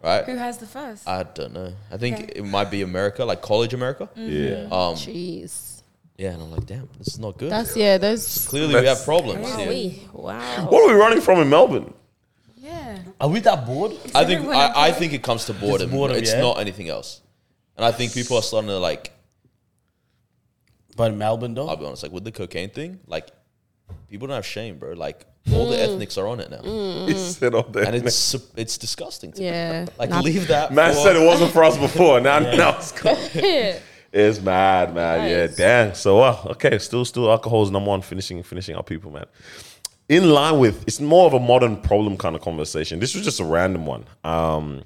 [SPEAKER 1] right?
[SPEAKER 3] Who has the first?
[SPEAKER 1] I don't know. I think it might be America, like college America.
[SPEAKER 2] Mm.
[SPEAKER 4] Yeah.
[SPEAKER 1] Um,
[SPEAKER 2] Jeez,
[SPEAKER 1] yeah, and I'm like, damn, this is not good.
[SPEAKER 2] that's yeah. There's
[SPEAKER 1] Clearly, we
[SPEAKER 4] That's-
[SPEAKER 1] have problems.
[SPEAKER 2] wow.
[SPEAKER 1] here.
[SPEAKER 2] we- wow.
[SPEAKER 4] What are we running from in Melbourne?
[SPEAKER 3] yeah.
[SPEAKER 5] Are we that bored?
[SPEAKER 1] I think
[SPEAKER 3] everyone
[SPEAKER 1] I, I think it comes to boredom.
[SPEAKER 5] boredom,
[SPEAKER 1] it's
[SPEAKER 5] yeah?
[SPEAKER 1] not anything else. And I think people are starting to like.
[SPEAKER 5] But Melbourne
[SPEAKER 1] I'll
[SPEAKER 5] though.
[SPEAKER 1] be honest, like with the cocaine thing, like people don't have shame, bro. Like all the ethnics are on it now,
[SPEAKER 4] He said oh, all that.
[SPEAKER 1] Mm. and it's su- it's disgusting. To me.
[SPEAKER 2] Yeah.
[SPEAKER 1] Like
[SPEAKER 2] Nah.
[SPEAKER 1] leave that.
[SPEAKER 4] man
[SPEAKER 1] for-
[SPEAKER 4] said it wasn't for us before. Now, now it's cool.
[SPEAKER 2] Yeah.
[SPEAKER 4] It's mad, man. Yeah, dang. So, uh, okay, still, still, alcohol is number one. Finishing, finishing our people, man. In line with, it's more of a modern problem kind of conversation. This was just a random one. Um,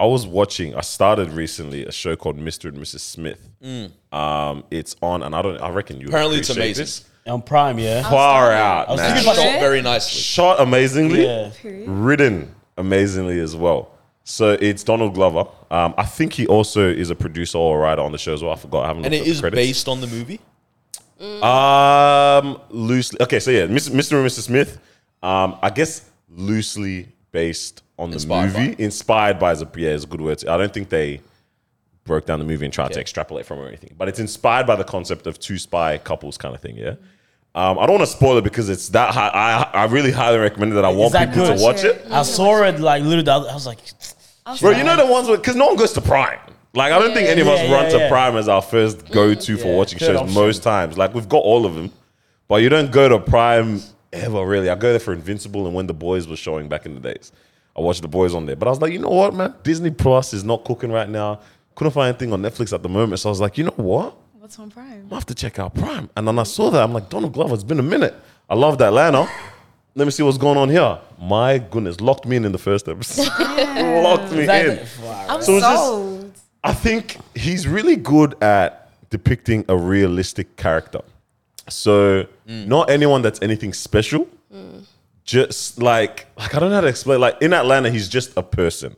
[SPEAKER 4] I was watching. I started recently a show called Mr. and Mrs. Smith. Um, it's on, and I don't. I reckon you
[SPEAKER 1] Mm. Apparently, it's
[SPEAKER 4] appreciate
[SPEAKER 1] amazing.
[SPEAKER 4] this.
[SPEAKER 5] On Prime, yeah.
[SPEAKER 2] Oh,
[SPEAKER 4] Far out,
[SPEAKER 5] was
[SPEAKER 4] man.
[SPEAKER 5] thinking
[SPEAKER 1] Shot
[SPEAKER 5] Really?
[SPEAKER 1] very nicely.
[SPEAKER 4] Shot amazingly.
[SPEAKER 5] Yeah.
[SPEAKER 4] Written amazingly as well. So it's Donald Glover. Um, I think he also is a producer or writer on the show as well. I forgot. I haven't.
[SPEAKER 1] And
[SPEAKER 4] looked
[SPEAKER 1] it
[SPEAKER 4] at the
[SPEAKER 1] is
[SPEAKER 4] credits.
[SPEAKER 1] based on the movie.
[SPEAKER 4] Um, loosely. Okay, so yeah, Mr. Mr. and Mrs. Smith. Um, I guess loosely based on the
[SPEAKER 1] Inspired by.
[SPEAKER 4] movie, inspired by is a yeah, is a good word. I don't think they broke down the movie and tried to extrapolate from it or anything, but it's inspired by the concept of two spy couples kind of thing. Yeah. Um, I don't want to spoil it because it's that high. I, I really highly recommend it that I want
[SPEAKER 5] that
[SPEAKER 4] people
[SPEAKER 5] good?
[SPEAKER 4] to watch it.
[SPEAKER 5] I saw it like little. I was like,
[SPEAKER 4] Bro, you know the ones with because no one goes to Prime. Like I don't think any of us
[SPEAKER 5] Yeah,
[SPEAKER 4] run
[SPEAKER 5] yeah,
[SPEAKER 4] to
[SPEAKER 5] yeah.
[SPEAKER 4] Prime as our first go-to for
[SPEAKER 5] Yeah,
[SPEAKER 4] watching
[SPEAKER 5] third
[SPEAKER 4] shows
[SPEAKER 5] option.
[SPEAKER 4] most times. Like we've got all of them, but you don't go to Prime ever really. I go there for Invincible and when the boys were showing back in the days. I watched the boys on there, but I was like, you know what, man? Disney Plus is not cooking right now. Couldn't find anything on Netflix at the moment, so I was like, you know what?
[SPEAKER 3] What's on Prime?
[SPEAKER 4] I have to check out Prime. And then I saw that. I'm like, Donald Glover, it's been a minute. I loved Atlanta. Let me see what's going on here. My goodness, locked me in in the first episode. locked me in.
[SPEAKER 3] I'm
[SPEAKER 4] So it's just-
[SPEAKER 3] sold.
[SPEAKER 4] I think he's really good at depicting a realistic character. So
[SPEAKER 1] Mm.
[SPEAKER 4] not anyone that's anything special.
[SPEAKER 3] Mm.
[SPEAKER 4] Just like like I don't know how to explain. Like in Atlanta, he's just a person.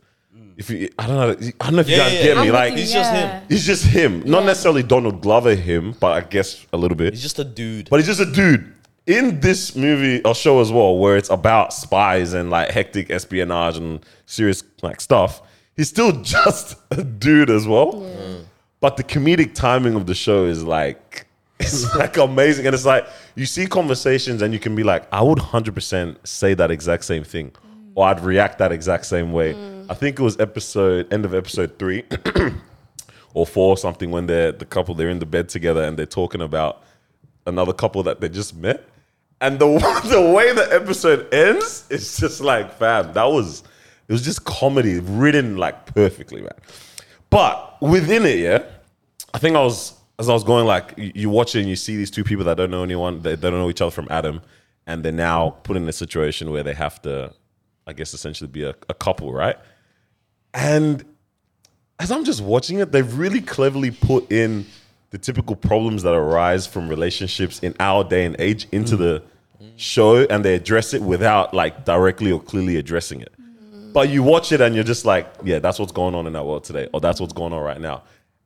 [SPEAKER 4] If you, I don't know, how to- I don't know if you
[SPEAKER 1] Mm. Yeah,
[SPEAKER 4] guys
[SPEAKER 1] yeah,
[SPEAKER 4] get
[SPEAKER 1] yeah.
[SPEAKER 4] me.
[SPEAKER 1] I'm
[SPEAKER 4] Like
[SPEAKER 1] with you. It's just him.
[SPEAKER 4] it's just him, not necessarily Donald Glover him, but I guess a little bit.
[SPEAKER 1] He's just a dude.
[SPEAKER 4] But he's just a dude in this movie or show as well, where it's about spies and like hectic espionage and serious like stuff. He's still just a dude as well. Mm. But the comedic timing of the show is like it's like amazing, and it's like you see conversations, and you can be like, I would hundred percent say that exact same thing, or I'd react that exact same way. I think it was episode end of episode three or four or something when they're the couple they're in the bed together and they're talking about another couple that they just met. And the the way the episode ends, it's just like, fam, that was it was just comedy written like perfectly, man. But within it, yeah, I think I was as I was going like you, you watch it and you see these two people that don't know anyone, they, they don't know each other from Adam, and they're now put in a situation where they have to, I guess, essentially be a, a couple, right? And as I'm just watching it, they've really cleverly put in the typical problems that arise from relationships in our day and age into the show, and they address it without like directly or clearly addressing it. But you watch it and you're just like, yeah, that's what's going on in our world today, or that's what's going on right now.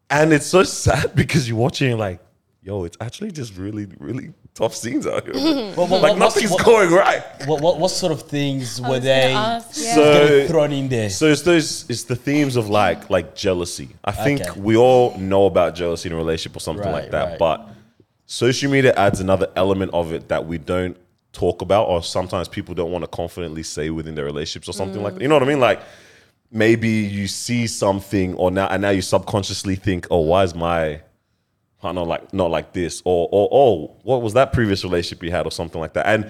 [SPEAKER 4] And it's so sad because you're watching and like, yo, it's actually just really, really tough scenes out here. like
[SPEAKER 5] But what- what- what's-
[SPEAKER 4] nothing's
[SPEAKER 5] what-
[SPEAKER 4] going right.
[SPEAKER 5] What, what, what sort of things were
[SPEAKER 7] was gonna
[SPEAKER 5] they
[SPEAKER 7] ask, yeah.
[SPEAKER 4] So-
[SPEAKER 5] getting thrown in there?
[SPEAKER 4] So it's those it's the themes of like like jealousy. I think
[SPEAKER 5] Okay.
[SPEAKER 4] we all know about jealousy in a relationship or something
[SPEAKER 5] Right,
[SPEAKER 4] like that,
[SPEAKER 5] right.
[SPEAKER 4] but social media adds another element of it that we don't talk about or sometimes people don't want to confidently say within their relationships or something
[SPEAKER 5] Mm.
[SPEAKER 4] like that. You know what I mean? Like maybe you see something or now and now you subconsciously think, "Oh, why is my I know, like not like this, or or oh, what was that previous relationship you had, or something like that. And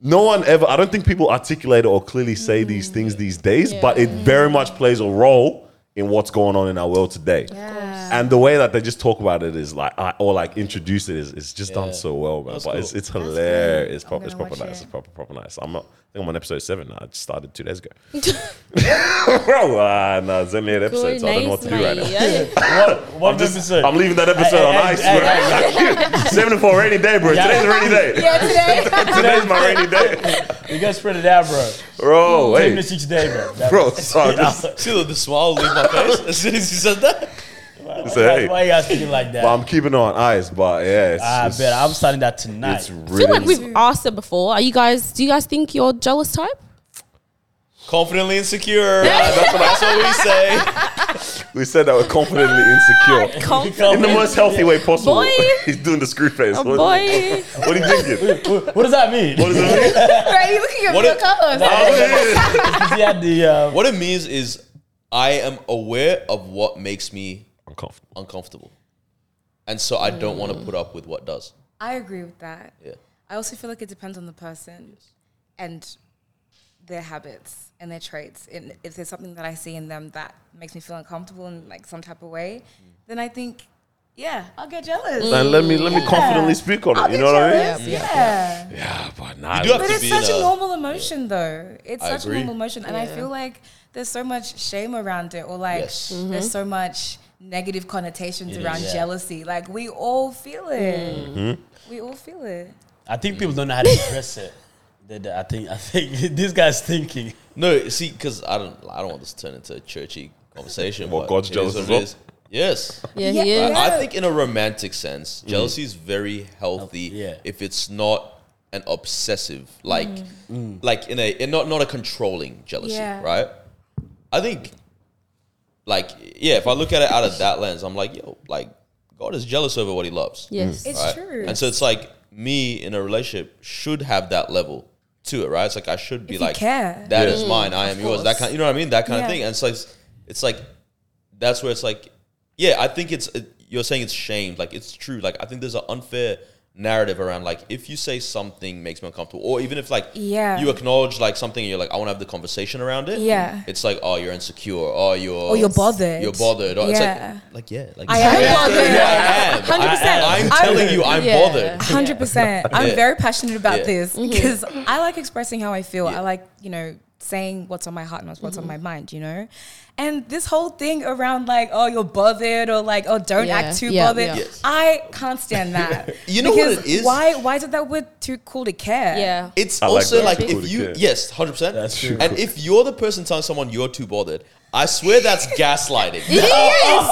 [SPEAKER 4] no one ever. I don't think people articulate it or clearly say these
[SPEAKER 5] Mm.
[SPEAKER 4] things these days, but it very much plays a role in what's going on in our world today. And the way that they just talk about it is like, I- or like introduce it is, it's just done so well, man. but it's, it's hilarious. It's, proper,
[SPEAKER 7] I'm
[SPEAKER 4] it's
[SPEAKER 7] gonna
[SPEAKER 4] proper
[SPEAKER 7] watch
[SPEAKER 4] nice.
[SPEAKER 7] it.
[SPEAKER 4] It's proper, proper nice. I'm not, I think I'm on episode seven now. I just started two days ago. Bro, uh, nah, it's only eight episodes, so I don't know what to do right now.
[SPEAKER 5] what what
[SPEAKER 4] I'm just-
[SPEAKER 5] episode?
[SPEAKER 4] I'm leaving that episode
[SPEAKER 5] Hey,
[SPEAKER 4] on
[SPEAKER 5] hey,
[SPEAKER 4] ice,
[SPEAKER 5] hey,
[SPEAKER 4] bro. Seven to four rainy day, bro.
[SPEAKER 5] Yeah.
[SPEAKER 4] Today's a rainy day.
[SPEAKER 2] Yeah, today.
[SPEAKER 4] Today's my rainy day,
[SPEAKER 5] you guys spread it out, bro.
[SPEAKER 4] bro.
[SPEAKER 5] Ten
[SPEAKER 4] Wait,
[SPEAKER 5] minutes each day, bro. That-
[SPEAKER 4] bro. Sorry, this,
[SPEAKER 5] That's-
[SPEAKER 1] See the smile leave my face as soon as he said that.
[SPEAKER 5] why,
[SPEAKER 4] So, hey.
[SPEAKER 5] why you guys thinking like that?
[SPEAKER 4] but I'm keeping on ice, but yeah, it's,
[SPEAKER 5] I
[SPEAKER 4] it's,
[SPEAKER 5] Ah, bet I'm starting that tonight.
[SPEAKER 4] it's
[SPEAKER 2] I feel like
[SPEAKER 4] really.
[SPEAKER 2] we've asked it before. Are you guys? Do you guys think you're jealous type?
[SPEAKER 1] Confidently insecure. Ah, that's, what, that's what we say.
[SPEAKER 4] We said that we're confidently insecure in the most healthy way possible.
[SPEAKER 2] Boy.
[SPEAKER 4] He's doing the screw face. what,
[SPEAKER 2] Boy,
[SPEAKER 4] what are you thinking?
[SPEAKER 5] what does that mean?
[SPEAKER 4] What does it mean?
[SPEAKER 7] Right, you looking at
[SPEAKER 1] What
[SPEAKER 7] your
[SPEAKER 1] if-
[SPEAKER 7] colors.
[SPEAKER 4] Oh, yeah.
[SPEAKER 5] Is he at the, uh,
[SPEAKER 1] What it means is I am aware of what makes me
[SPEAKER 4] Uncomfortable.
[SPEAKER 1] uncomfortable. And so I don't want to
[SPEAKER 7] Mm.
[SPEAKER 1] put up with what does.
[SPEAKER 7] I agree with that.
[SPEAKER 1] Yeah.
[SPEAKER 7] I also feel like it depends on the person and their habits and their traits. And if there's something that I see in them that makes me feel uncomfortable in like some type of way,
[SPEAKER 1] Mm.
[SPEAKER 7] then I think, yeah, I'll get jealous.
[SPEAKER 4] And let me let me confidently speak on it.
[SPEAKER 7] I'll
[SPEAKER 4] you
[SPEAKER 7] get
[SPEAKER 4] know what I mean?
[SPEAKER 7] jealous, Yeah.
[SPEAKER 4] Yeah, but nah.
[SPEAKER 1] do have
[SPEAKER 7] But
[SPEAKER 1] to
[SPEAKER 7] it's
[SPEAKER 1] be
[SPEAKER 7] such
[SPEAKER 1] in
[SPEAKER 7] a
[SPEAKER 1] a-
[SPEAKER 7] normal emotion, though. It's
[SPEAKER 1] I
[SPEAKER 7] such
[SPEAKER 1] agree.
[SPEAKER 7] a normal emotion, and I feel like there's so much shame around it, or like
[SPEAKER 1] Yes.
[SPEAKER 7] there's so much negative connotations
[SPEAKER 5] It
[SPEAKER 7] around
[SPEAKER 5] is. Yeah.
[SPEAKER 7] jealousy. Like we all feel it.
[SPEAKER 1] Mm-hmm.
[SPEAKER 7] We all feel it.
[SPEAKER 5] I think people don't know how to address it. They- they- I think I think this guy's thinking.
[SPEAKER 1] No, see, because I don't, I don't want this to turn into a churchy conversation.
[SPEAKER 4] Well,
[SPEAKER 1] but
[SPEAKER 4] God's
[SPEAKER 1] it is
[SPEAKER 4] jealous
[SPEAKER 1] what
[SPEAKER 4] as
[SPEAKER 1] it
[SPEAKER 4] well.
[SPEAKER 1] is. Yes.
[SPEAKER 2] yeah,
[SPEAKER 7] Yeah.
[SPEAKER 2] he is.
[SPEAKER 7] Yeah.
[SPEAKER 1] I I think in a romantic sense,
[SPEAKER 4] Mm.
[SPEAKER 1] jealousy is very healthy
[SPEAKER 5] Healthy, yeah.
[SPEAKER 1] if it's not an obsessive, like
[SPEAKER 4] Mm.
[SPEAKER 1] like in a in not not a controlling jealousy,
[SPEAKER 7] Mm. Yeah.
[SPEAKER 1] right? I think like yeah, if I look at it out of that lens, I'm like, yo, like God is jealous over what he loves.
[SPEAKER 2] Yes.
[SPEAKER 7] It's
[SPEAKER 1] right?
[SPEAKER 7] true.
[SPEAKER 1] And so it's like me in a relationship should have that level to it, right? It's like I should be
[SPEAKER 7] If you
[SPEAKER 1] like
[SPEAKER 7] care.
[SPEAKER 1] that is mine, I am yours, that
[SPEAKER 7] course.
[SPEAKER 1] kind you know what I mean? That kind of
[SPEAKER 7] Yeah.
[SPEAKER 1] thing. And it's like it's like that's where it's like yeah, I think it's it, you're saying it's shamed, like it's true. Like I think there's an unfair narrative around like if you say something makes me uncomfortable or even if like
[SPEAKER 7] Yeah.
[SPEAKER 1] you acknowledge like something and you're like I want to have the conversation around it
[SPEAKER 7] Yeah.
[SPEAKER 1] it's like oh you're insecure oh you're
[SPEAKER 7] Or you're bothered.
[SPEAKER 1] you're bothered or
[SPEAKER 7] Yeah.
[SPEAKER 1] it's like like yeah like
[SPEAKER 7] I am bothered.
[SPEAKER 1] yeah, I am.
[SPEAKER 7] Hundred percent.
[SPEAKER 1] I am. I'm telling you, I'm
[SPEAKER 2] Yeah. Mm-hmm.
[SPEAKER 1] bothered.
[SPEAKER 7] Hundred percent. I'm
[SPEAKER 1] Yeah.
[SPEAKER 7] very passionate about
[SPEAKER 1] Yeah.
[SPEAKER 7] this because I like expressing how I feel.
[SPEAKER 1] Yeah.
[SPEAKER 7] I like you know saying what's on my heart and what's on
[SPEAKER 2] Mm-hmm.
[SPEAKER 7] my mind. You know, and this whole thing around like oh you're bothered or like oh don't
[SPEAKER 2] Yeah.
[SPEAKER 7] act too
[SPEAKER 2] Yeah.
[SPEAKER 7] bothered.
[SPEAKER 2] Yeah.
[SPEAKER 1] Yes.
[SPEAKER 7] I can't stand that.
[SPEAKER 1] You know what
[SPEAKER 7] Because
[SPEAKER 1] it is?
[SPEAKER 7] Why why is it that we're too cool to care?
[SPEAKER 2] yeah.
[SPEAKER 1] It's
[SPEAKER 4] I like
[SPEAKER 1] also
[SPEAKER 4] that.
[SPEAKER 1] like,
[SPEAKER 4] Cool
[SPEAKER 1] if
[SPEAKER 4] to
[SPEAKER 1] you
[SPEAKER 4] care.
[SPEAKER 1] yes, hundred percent.
[SPEAKER 5] That's true.
[SPEAKER 1] And if you're the person telling someone you're too bothered, I swear that's gaslighting.
[SPEAKER 2] It is. It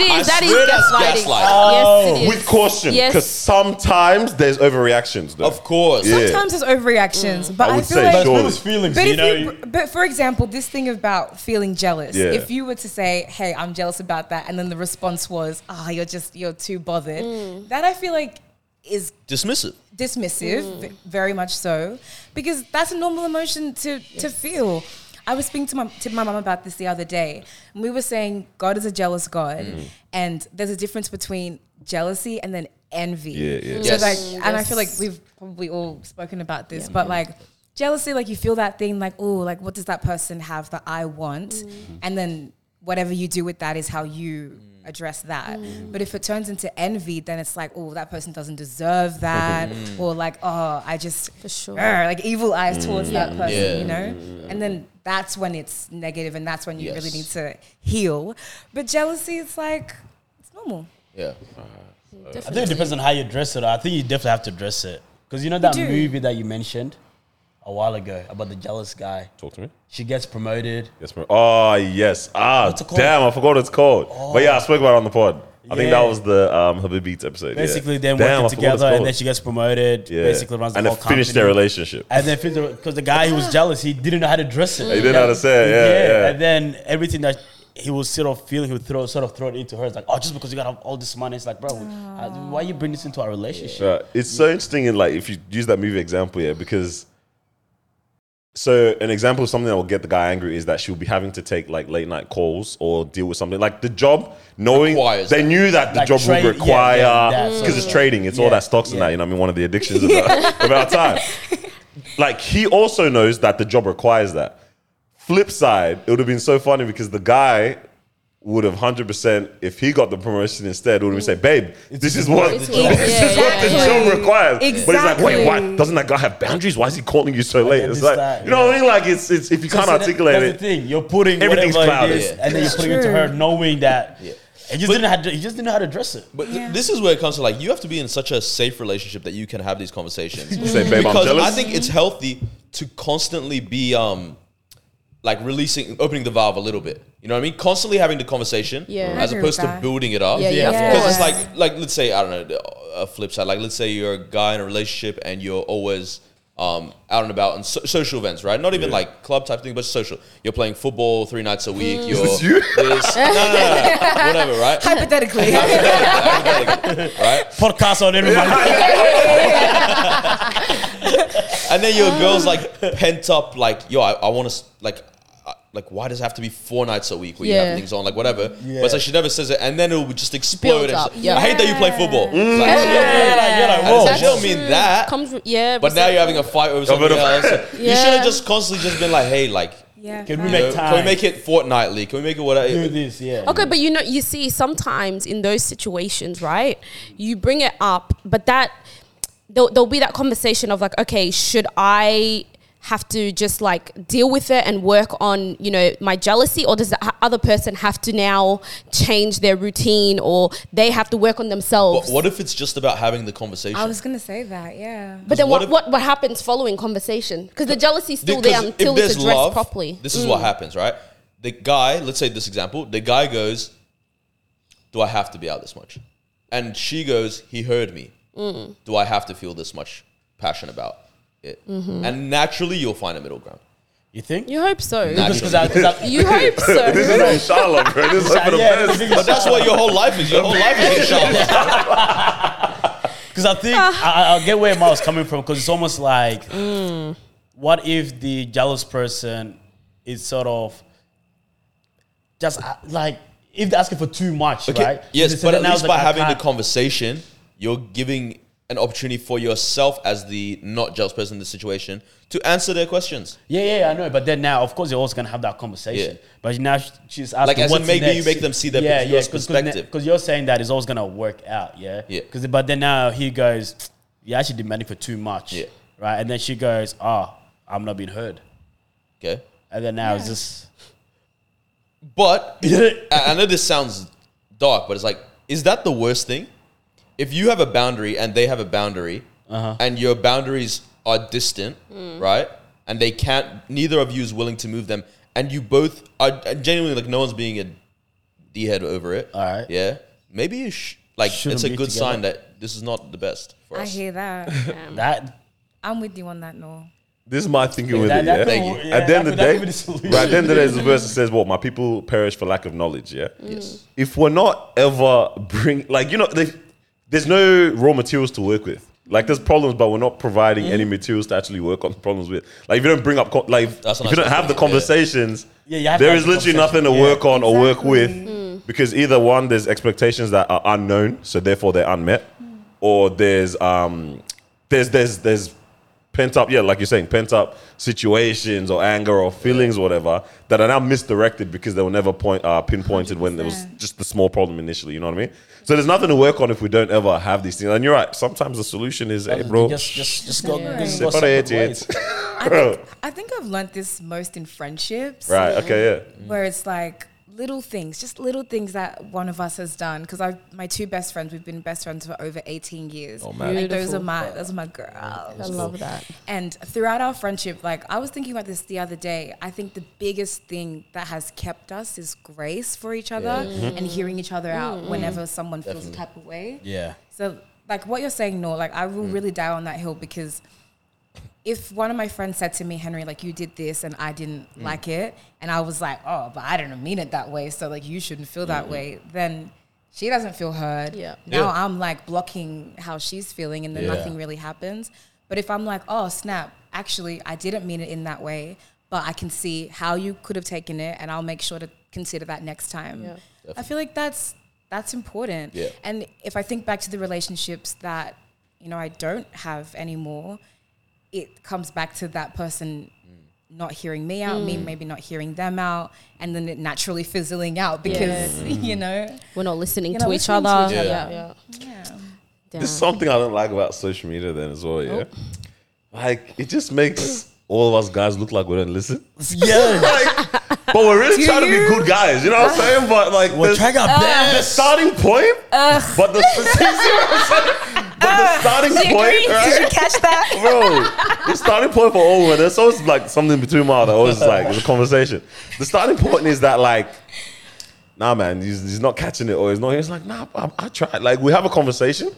[SPEAKER 2] is. It
[SPEAKER 1] I
[SPEAKER 2] is. That is
[SPEAKER 1] swear that's
[SPEAKER 2] gaslighting.
[SPEAKER 1] gaslighting.
[SPEAKER 2] Yes, it is.
[SPEAKER 4] With caution,
[SPEAKER 2] Yes.
[SPEAKER 4] because sometimes there's overreactions. Though.
[SPEAKER 1] Of course.
[SPEAKER 4] Yeah.
[SPEAKER 7] Sometimes there's overreactions, but
[SPEAKER 4] I
[SPEAKER 7] I,
[SPEAKER 4] would
[SPEAKER 7] feel
[SPEAKER 4] say
[SPEAKER 7] like
[SPEAKER 5] But
[SPEAKER 4] Surely.
[SPEAKER 5] people's Mm. feelings,
[SPEAKER 7] But
[SPEAKER 5] you
[SPEAKER 7] if
[SPEAKER 5] know.
[SPEAKER 7] you, but for example, this thing about feeling jealous.
[SPEAKER 4] Yeah.
[SPEAKER 7] If you were to say, "Hey, I'm jealous about that," and then the response was, "Ah, you're just you're too bothered,"
[SPEAKER 4] Mm.
[SPEAKER 7] that I feel like is
[SPEAKER 1] Dismiss it.
[SPEAKER 7] dismissive,
[SPEAKER 4] Mm.
[SPEAKER 7] v- very much so, because that's a normal emotion to to feel. I was speaking to my to my mom about this the other day, and we were saying God is a jealous God,
[SPEAKER 4] Mm-hmm.
[SPEAKER 7] and there's a difference between jealousy and then envy.
[SPEAKER 4] Yeah, yeah.
[SPEAKER 7] So
[SPEAKER 1] Yes.
[SPEAKER 7] like, and I feel like we've probably all spoken about this, but like. Jealousy, like you feel that thing, like oh, like what does that person have that I want, and then whatever you do with that is how you
[SPEAKER 5] Mm.
[SPEAKER 7] address that. But if it turns into envy, then it's like, oh, that person doesn't deserve that,
[SPEAKER 5] Mm.
[SPEAKER 7] or like, oh, I just
[SPEAKER 2] For sure.
[SPEAKER 7] Arr, like evil eyes towards that person,
[SPEAKER 1] Yeah.
[SPEAKER 7] you know. And then that's when it's negative, and that's when you really
[SPEAKER 1] Yes.
[SPEAKER 7] need to heal. But jealousy, it's like it's normal.
[SPEAKER 1] Yeah.
[SPEAKER 5] I think it depends on how you dress it. I think you definitely have to dress it because you know that
[SPEAKER 7] do.
[SPEAKER 5] movie that you mentioned a while ago about the jealous guy.
[SPEAKER 4] Talk to me.
[SPEAKER 5] She gets promoted.
[SPEAKER 4] Yes, ma'am. Oh, yes. Ah,
[SPEAKER 5] What's it called?
[SPEAKER 4] damn, I forgot what it's called. But yeah, I spoke about it on the pod. I think that
[SPEAKER 5] Yeah.
[SPEAKER 4] was the um, Habib Beats episode. yeah.
[SPEAKER 5] Basically, them
[SPEAKER 4] Damn, I forgot
[SPEAKER 5] working
[SPEAKER 4] what it's
[SPEAKER 5] together, and
[SPEAKER 4] called.
[SPEAKER 5] then she gets promoted.
[SPEAKER 4] Yeah.
[SPEAKER 5] Basically, runs the
[SPEAKER 4] and
[SPEAKER 5] whole
[SPEAKER 4] they finished their
[SPEAKER 5] company.
[SPEAKER 4] relationship.
[SPEAKER 5] And then because the guy who was jealous, he didn't know how to dress it.
[SPEAKER 4] He didn't know how to say it. Yeah, yeah.
[SPEAKER 5] And then everything that he was sort of feeling, he would throw sort of throw it into her. It's like, oh, just because you got all this money, it's like, bro, uh, why you bring this into our relationship?
[SPEAKER 4] Right. It's so interesting in like if you use that movie example, yeah, because so an example of something that will get the guy angry is that she'll be having to take like late night calls or deal with something like the job knowing
[SPEAKER 1] Requires
[SPEAKER 4] they
[SPEAKER 1] that.
[SPEAKER 4] knew that the
[SPEAKER 5] Like
[SPEAKER 4] job
[SPEAKER 5] trade- yeah,
[SPEAKER 4] would
[SPEAKER 5] yeah,
[SPEAKER 4] require
[SPEAKER 5] that
[SPEAKER 4] because
[SPEAKER 5] sort
[SPEAKER 4] it's
[SPEAKER 5] of-
[SPEAKER 4] trading, it's all
[SPEAKER 5] yeah,
[SPEAKER 4] that stocks and
[SPEAKER 5] yeah.
[SPEAKER 4] that, you know, what I mean one of the addictions of, our, of our time. Like he also knows that the job requires that. Flip side, it would have been so funny because the guy would have hundred percent if he got the promotion instead. Would have said,
[SPEAKER 5] Mm.
[SPEAKER 4] "Babe, this is what
[SPEAKER 2] It's
[SPEAKER 4] this
[SPEAKER 2] what-
[SPEAKER 4] is what the
[SPEAKER 7] Exactly.
[SPEAKER 4] job requires." But he's like, "Wait, why
[SPEAKER 7] Exactly.
[SPEAKER 4] doesn't that guy have boundaries? Why is he calling you so late?"
[SPEAKER 5] then
[SPEAKER 4] It's
[SPEAKER 5] this,
[SPEAKER 4] like
[SPEAKER 5] that,
[SPEAKER 4] you know what I mean. Like it's it's if you can't
[SPEAKER 5] So that-
[SPEAKER 4] articulate
[SPEAKER 5] that's the
[SPEAKER 4] it,
[SPEAKER 5] thing. You're putting
[SPEAKER 4] Everything's
[SPEAKER 5] whatever
[SPEAKER 4] clouded.
[SPEAKER 5] it is,
[SPEAKER 1] Yeah.
[SPEAKER 5] and then you're putting it to her, knowing that.
[SPEAKER 1] Yeah.
[SPEAKER 5] And you just didn't have to, you just didn't know how to dress it.
[SPEAKER 1] But th- this is where it comes to like you have to be in such a safe relationship that you can have these conversations.
[SPEAKER 4] say, "Babe, I'm
[SPEAKER 1] because
[SPEAKER 4] jealous."
[SPEAKER 1] I think it's healthy to constantly be um like releasing opening the valve a little bit. You know what I mean? Constantly having the conversation
[SPEAKER 2] Yeah. I
[SPEAKER 1] as
[SPEAKER 7] agree
[SPEAKER 1] opposed
[SPEAKER 7] with
[SPEAKER 1] to
[SPEAKER 7] that.
[SPEAKER 1] building it up.
[SPEAKER 2] Yeah,
[SPEAKER 5] yeah, Yeah. of
[SPEAKER 1] Because it's
[SPEAKER 7] course.
[SPEAKER 1] like like let's say I don't know a flip side. Like let's say you're a guy in a relationship and you're always um, out and about and so- social events, right? Not even like club type thing, but social. You're playing football three nights a week. You're
[SPEAKER 4] this you?
[SPEAKER 1] this- no, no, no, no, whatever, right?
[SPEAKER 7] Hypothetically,
[SPEAKER 1] right?
[SPEAKER 5] Podcast on everybody.
[SPEAKER 1] And then your girl's like pent up, like yo, I, I want to like, I- like why does it have to be four nights a week where you
[SPEAKER 2] Yeah.
[SPEAKER 1] have things on, like whatever. But it's like she never says it, and then it will just explode. and
[SPEAKER 2] Builds
[SPEAKER 1] it's
[SPEAKER 2] up,
[SPEAKER 1] like,
[SPEAKER 2] yeah.
[SPEAKER 1] I hate that you play football. Like,
[SPEAKER 5] You're like, you're like,
[SPEAKER 1] I
[SPEAKER 5] whoa.
[SPEAKER 1] said, she don't mean that.
[SPEAKER 2] Comes with- yeah,
[SPEAKER 1] but now you're having a fight over something
[SPEAKER 4] but
[SPEAKER 1] else.
[SPEAKER 4] if-
[SPEAKER 1] You
[SPEAKER 2] Yeah.
[SPEAKER 1] should have just constantly just been like, hey, like,
[SPEAKER 7] yeah.
[SPEAKER 5] Can we
[SPEAKER 7] fine.
[SPEAKER 5] make
[SPEAKER 1] you know, can we
[SPEAKER 5] time.
[SPEAKER 1] make it fortnightly? Can we make it whatever?
[SPEAKER 5] do this, yeah.
[SPEAKER 2] Okay, but you know, you see, sometimes in those situations, right, you bring it up, but that there'll, there'll be that conversation of like, okay, should I have to just like deal with it and work on you know my jealousy, or does the h- other person have to now change their routine, or they have to work on
[SPEAKER 1] But
[SPEAKER 2] themselves?
[SPEAKER 1] what if it's just about having the conversation?
[SPEAKER 7] I was gonna say that, yeah.
[SPEAKER 2] but then
[SPEAKER 1] what
[SPEAKER 2] what,
[SPEAKER 1] if-
[SPEAKER 2] what, what happens following conversation? Because the jealousy's still there
[SPEAKER 1] Because
[SPEAKER 2] until it's addressed properly. Mm.
[SPEAKER 1] This is what happens, right? The guy, let's say this example, the guy goes, Do I have to be out this much? And she goes, He heard me.
[SPEAKER 2] Mm.
[SPEAKER 1] Do I have to feel this much passion about it?
[SPEAKER 2] Mm-hmm.
[SPEAKER 1] And naturally, you'll find a middle ground.
[SPEAKER 5] You think?
[SPEAKER 2] You hope so.
[SPEAKER 1] Nah,
[SPEAKER 5] Because I, 'cause I-
[SPEAKER 2] You hope so.
[SPEAKER 4] this is inshallah, bro. This is for the
[SPEAKER 5] yeah,
[SPEAKER 4] best.
[SPEAKER 1] But that's what your whole life is. Your whole life is inshallah.
[SPEAKER 5] Because I think I, I get where Ma was coming from. Because it's almost like, what if the jealous person is sort of just uh, like if they're asking for too much, right?
[SPEAKER 1] Yes,
[SPEAKER 5] So
[SPEAKER 1] but at
[SPEAKER 5] then I was
[SPEAKER 1] least by
[SPEAKER 5] like, I
[SPEAKER 1] having the
[SPEAKER 5] can't-
[SPEAKER 1] conversation, you're giving an opportunity for yourself as the not jealous person in the situation to answer their questions.
[SPEAKER 5] yeah, yeah, I know. But then now, of course, you're also gonna have that conversation.
[SPEAKER 1] Yeah.
[SPEAKER 5] But now sh- she's asking,
[SPEAKER 1] Like, as in
[SPEAKER 5] what's
[SPEAKER 1] maybe you
[SPEAKER 5] next?
[SPEAKER 1] make them see their pers- yours perspective.
[SPEAKER 5] Because you're saying that it's always gonna work out, yeah.
[SPEAKER 1] Yeah.
[SPEAKER 5] Because but then now he goes, you're actually demanding for too much,
[SPEAKER 1] Yeah.
[SPEAKER 5] right? And then she goes, oh, I'm not being heard.
[SPEAKER 1] Okay.
[SPEAKER 5] And then now it's just.
[SPEAKER 1] But I I know this sounds dark, but it's like, is that the worst thing? If you have a boundary and they have a boundary,
[SPEAKER 5] Uh-huh.
[SPEAKER 1] and your boundaries are distant, right? And they can't. Neither of you is willing to move them, and you both are uh, genuinely like no one's being a d head over it. All
[SPEAKER 5] right.
[SPEAKER 1] yeah. Maybe you sh- like
[SPEAKER 5] Shouldn't
[SPEAKER 1] it's a
[SPEAKER 5] be
[SPEAKER 1] good
[SPEAKER 5] together.
[SPEAKER 1] sign that this is not the best for
[SPEAKER 7] I
[SPEAKER 1] us.
[SPEAKER 7] hear that.
[SPEAKER 5] That
[SPEAKER 7] I'm with you on that, Noel.
[SPEAKER 4] this is my thinking with
[SPEAKER 5] that-
[SPEAKER 4] it.
[SPEAKER 5] that
[SPEAKER 4] Yeah?
[SPEAKER 5] could- Thank you. yeah,
[SPEAKER 4] at the end
[SPEAKER 5] that
[SPEAKER 4] of the
[SPEAKER 5] could- that
[SPEAKER 4] day,
[SPEAKER 5] could be the solution.
[SPEAKER 4] right, at the end of the day, there's a verse that says, "What my people perish for lack of knowledge." Yeah. Yes. If we're not ever bring like you know, they, there's no raw materials to work with. Like there's problems, but we're not providing
[SPEAKER 5] Mm-hmm.
[SPEAKER 4] any materials to actually work on the problems with. Like if you don't bring up, co- like if
[SPEAKER 1] That's what I
[SPEAKER 4] you don't
[SPEAKER 1] was
[SPEAKER 4] have the
[SPEAKER 1] thinking, yeah.
[SPEAKER 4] conversations,
[SPEAKER 5] Yeah, you have to
[SPEAKER 4] there
[SPEAKER 5] have
[SPEAKER 4] is
[SPEAKER 5] the
[SPEAKER 4] literally nothing to
[SPEAKER 5] conversation, yeah.
[SPEAKER 4] work on or work with because either one, there's expectations that are unknown, so therefore they're unmet, or there's um, there's there's there's pent up, yeah, like you're saying, pent up situations or anger or feelings, or whatever, that are now misdirected because they were never point uh, pinpointed when there was
[SPEAKER 7] 100%.
[SPEAKER 4] just the small problem initially. You know what I mean? So there's nothing to work on if we don't ever have these things. And you're right. Sometimes the solution is, hey, bro,
[SPEAKER 5] Just, just, just go.
[SPEAKER 7] Yeah.
[SPEAKER 5] Just go separate
[SPEAKER 4] separate
[SPEAKER 5] ways.
[SPEAKER 4] it,
[SPEAKER 7] I
[SPEAKER 4] bro.
[SPEAKER 7] think, I think I've learnt this most in friendships.
[SPEAKER 4] Right? Okay, yeah.
[SPEAKER 7] where it's like little things, just little things that one of us has done. Because I, my two best friends, we've been best friends for over eighteen years. Oh
[SPEAKER 1] man.
[SPEAKER 7] like, those
[SPEAKER 2] Beautiful.
[SPEAKER 7] are my, those are my girls.
[SPEAKER 2] I love that.
[SPEAKER 7] And throughout our friendship, like I was thinking about this the other day, I think the biggest thing that has kept us is grace for each other and hearing each other out whenever someone feels a type of way.
[SPEAKER 5] Yeah.
[SPEAKER 7] So, like what you're saying, no, like I will really die on that hill because if one of my friends said to me, Henry, like you did this and I didn't like it, and I was like, oh, but I didn't mean it that way, so like you shouldn't feel that way, then she doesn't feel heard.
[SPEAKER 2] Yeah.
[SPEAKER 7] Now
[SPEAKER 1] Yeah.
[SPEAKER 7] I'm like blocking how she's feeling, and then
[SPEAKER 5] Yeah.
[SPEAKER 7] nothing really happens. But if I'm like, oh snap, actually I didn't mean it in that way, but I can see how you could have taken it, and I'll make sure to consider that next time.
[SPEAKER 2] Yeah.
[SPEAKER 7] I feel like that's that's important.
[SPEAKER 1] Yeah.
[SPEAKER 7] And if I think back to the relationships that you know I don't have anymore, it comes back to that person not hearing me out,
[SPEAKER 2] Mm.
[SPEAKER 7] me maybe not hearing them out, and then it naturally fizzling out because you know.
[SPEAKER 2] We're not listening
[SPEAKER 7] You're
[SPEAKER 2] to
[SPEAKER 7] not
[SPEAKER 2] each
[SPEAKER 7] listening to
[SPEAKER 2] other.
[SPEAKER 7] each
[SPEAKER 1] other.
[SPEAKER 2] Yeah, yeah. Damn.
[SPEAKER 4] There's something I don't like about social media then as well, yeah. Like it just makes all of us guys look like we don't listen.
[SPEAKER 5] Yeah.
[SPEAKER 4] Like, but we're really trying to be good guys, you know what I'm saying? But like
[SPEAKER 5] We're
[SPEAKER 4] the-
[SPEAKER 5] trying our
[SPEAKER 4] the
[SPEAKER 5] best.
[SPEAKER 4] starting point, but the, see, see what I'm saying? But the starting point,
[SPEAKER 3] Did you
[SPEAKER 4] right?
[SPEAKER 3] catch that?
[SPEAKER 4] Bro, the starting point for all women, there's always like something between my other, always like it's a conversation. The starting point is that like, nah, man, he's, he's not catching it, or he's not. He's like, nah, I, I tried. Like we have a conversation,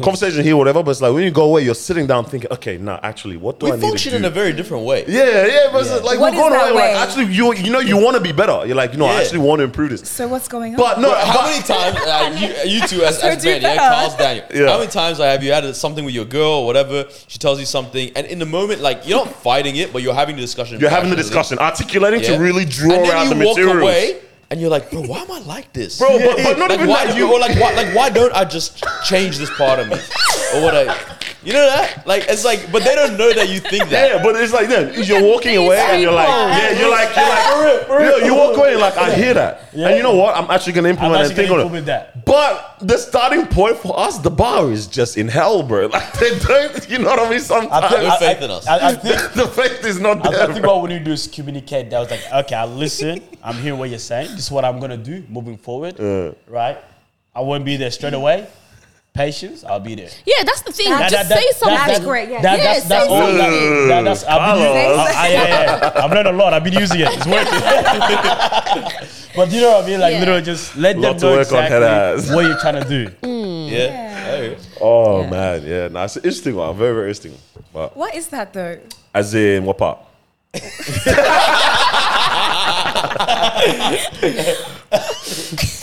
[SPEAKER 4] conversation here, whatever. But it's like when you go away, you're sitting down thinking, okay, nah, actually, what do
[SPEAKER 1] We
[SPEAKER 4] I need to
[SPEAKER 1] function
[SPEAKER 4] do?
[SPEAKER 1] in a very different way.
[SPEAKER 4] yeah, yeah, but it's like
[SPEAKER 7] What
[SPEAKER 4] we're
[SPEAKER 7] is
[SPEAKER 4] going
[SPEAKER 7] that
[SPEAKER 4] away.
[SPEAKER 7] way?
[SPEAKER 4] Like actually, you you know you want to be better. You're like, you know,
[SPEAKER 1] Yeah.
[SPEAKER 4] I actually want to improve this.
[SPEAKER 7] So what's going on?
[SPEAKER 4] But no,
[SPEAKER 1] How
[SPEAKER 4] but-
[SPEAKER 1] many times uh, you, you two as, as
[SPEAKER 7] do
[SPEAKER 1] men, yeah,
[SPEAKER 7] that.
[SPEAKER 1] Carl's Daniel.
[SPEAKER 4] Yeah.
[SPEAKER 1] How many times like, have you had something with your girl or whatever? She tells you something, and in the moment, like you're not fighting it, but you're having the discussion.
[SPEAKER 4] You're having the
[SPEAKER 1] passionately.
[SPEAKER 4] discussion, articulating
[SPEAKER 1] Yeah.
[SPEAKER 4] to really draw
[SPEAKER 1] and then
[SPEAKER 4] out
[SPEAKER 1] you
[SPEAKER 4] the
[SPEAKER 1] walk
[SPEAKER 4] materials.
[SPEAKER 1] away, and you're like, bro, why am I like this,
[SPEAKER 4] Bro, but- but not
[SPEAKER 1] like,
[SPEAKER 4] even
[SPEAKER 1] why,
[SPEAKER 4] that,
[SPEAKER 1] you,
[SPEAKER 4] you-
[SPEAKER 1] or like, why, like, why don't I just change this part of me, or what I, you know that? Like, it's like, but they don't know that you think that.
[SPEAKER 4] Yeah, but it's like then you're walking away and you're like, yeah, you're like, you're like, you, know, you walk away and like, I hear that, and you know what? I'm actually gonna
[SPEAKER 5] I'm
[SPEAKER 4] implement
[SPEAKER 5] actually
[SPEAKER 4] and think
[SPEAKER 5] gonna
[SPEAKER 4] on it.
[SPEAKER 5] improve that.
[SPEAKER 4] But the starting point for us, the bar is just in hell, bro. Like they don't, you know what I mean? Sometimes
[SPEAKER 5] I think,
[SPEAKER 1] No
[SPEAKER 5] I,
[SPEAKER 1] faith
[SPEAKER 5] I-
[SPEAKER 1] in us.
[SPEAKER 5] I, I think,
[SPEAKER 4] the faith is not
[SPEAKER 5] I,
[SPEAKER 4] there.
[SPEAKER 5] I think
[SPEAKER 4] bro.
[SPEAKER 5] what we need to do is communicate. That was like, okay, I listen. I'm hearing what you're saying. This is what I'm gonna do moving forward. Right? I won't be there straight away. Patience. I'll be there.
[SPEAKER 2] Yeah, that's the thing.
[SPEAKER 7] That-
[SPEAKER 2] Just say something.
[SPEAKER 7] that's great, yeah.
[SPEAKER 5] That,
[SPEAKER 2] Yeah,
[SPEAKER 5] that's
[SPEAKER 2] say
[SPEAKER 5] that's all.
[SPEAKER 2] something.
[SPEAKER 5] That, that, that's, I've been using,
[SPEAKER 7] Carlos.
[SPEAKER 5] I, I, yeah, yeah. I've learned a lot. I've been using it. It's working. but you know what I mean? Like
[SPEAKER 2] Yeah.
[SPEAKER 5] literally, just let them
[SPEAKER 4] Lot to
[SPEAKER 5] know
[SPEAKER 4] work on, head ass.
[SPEAKER 5] exactly what you're trying to do.
[SPEAKER 1] Yeah. Hey.
[SPEAKER 4] Oh man, yeah, nah, it's an interesting one, very very interesting. one. But
[SPEAKER 7] what is that though?
[SPEAKER 4] as in what part?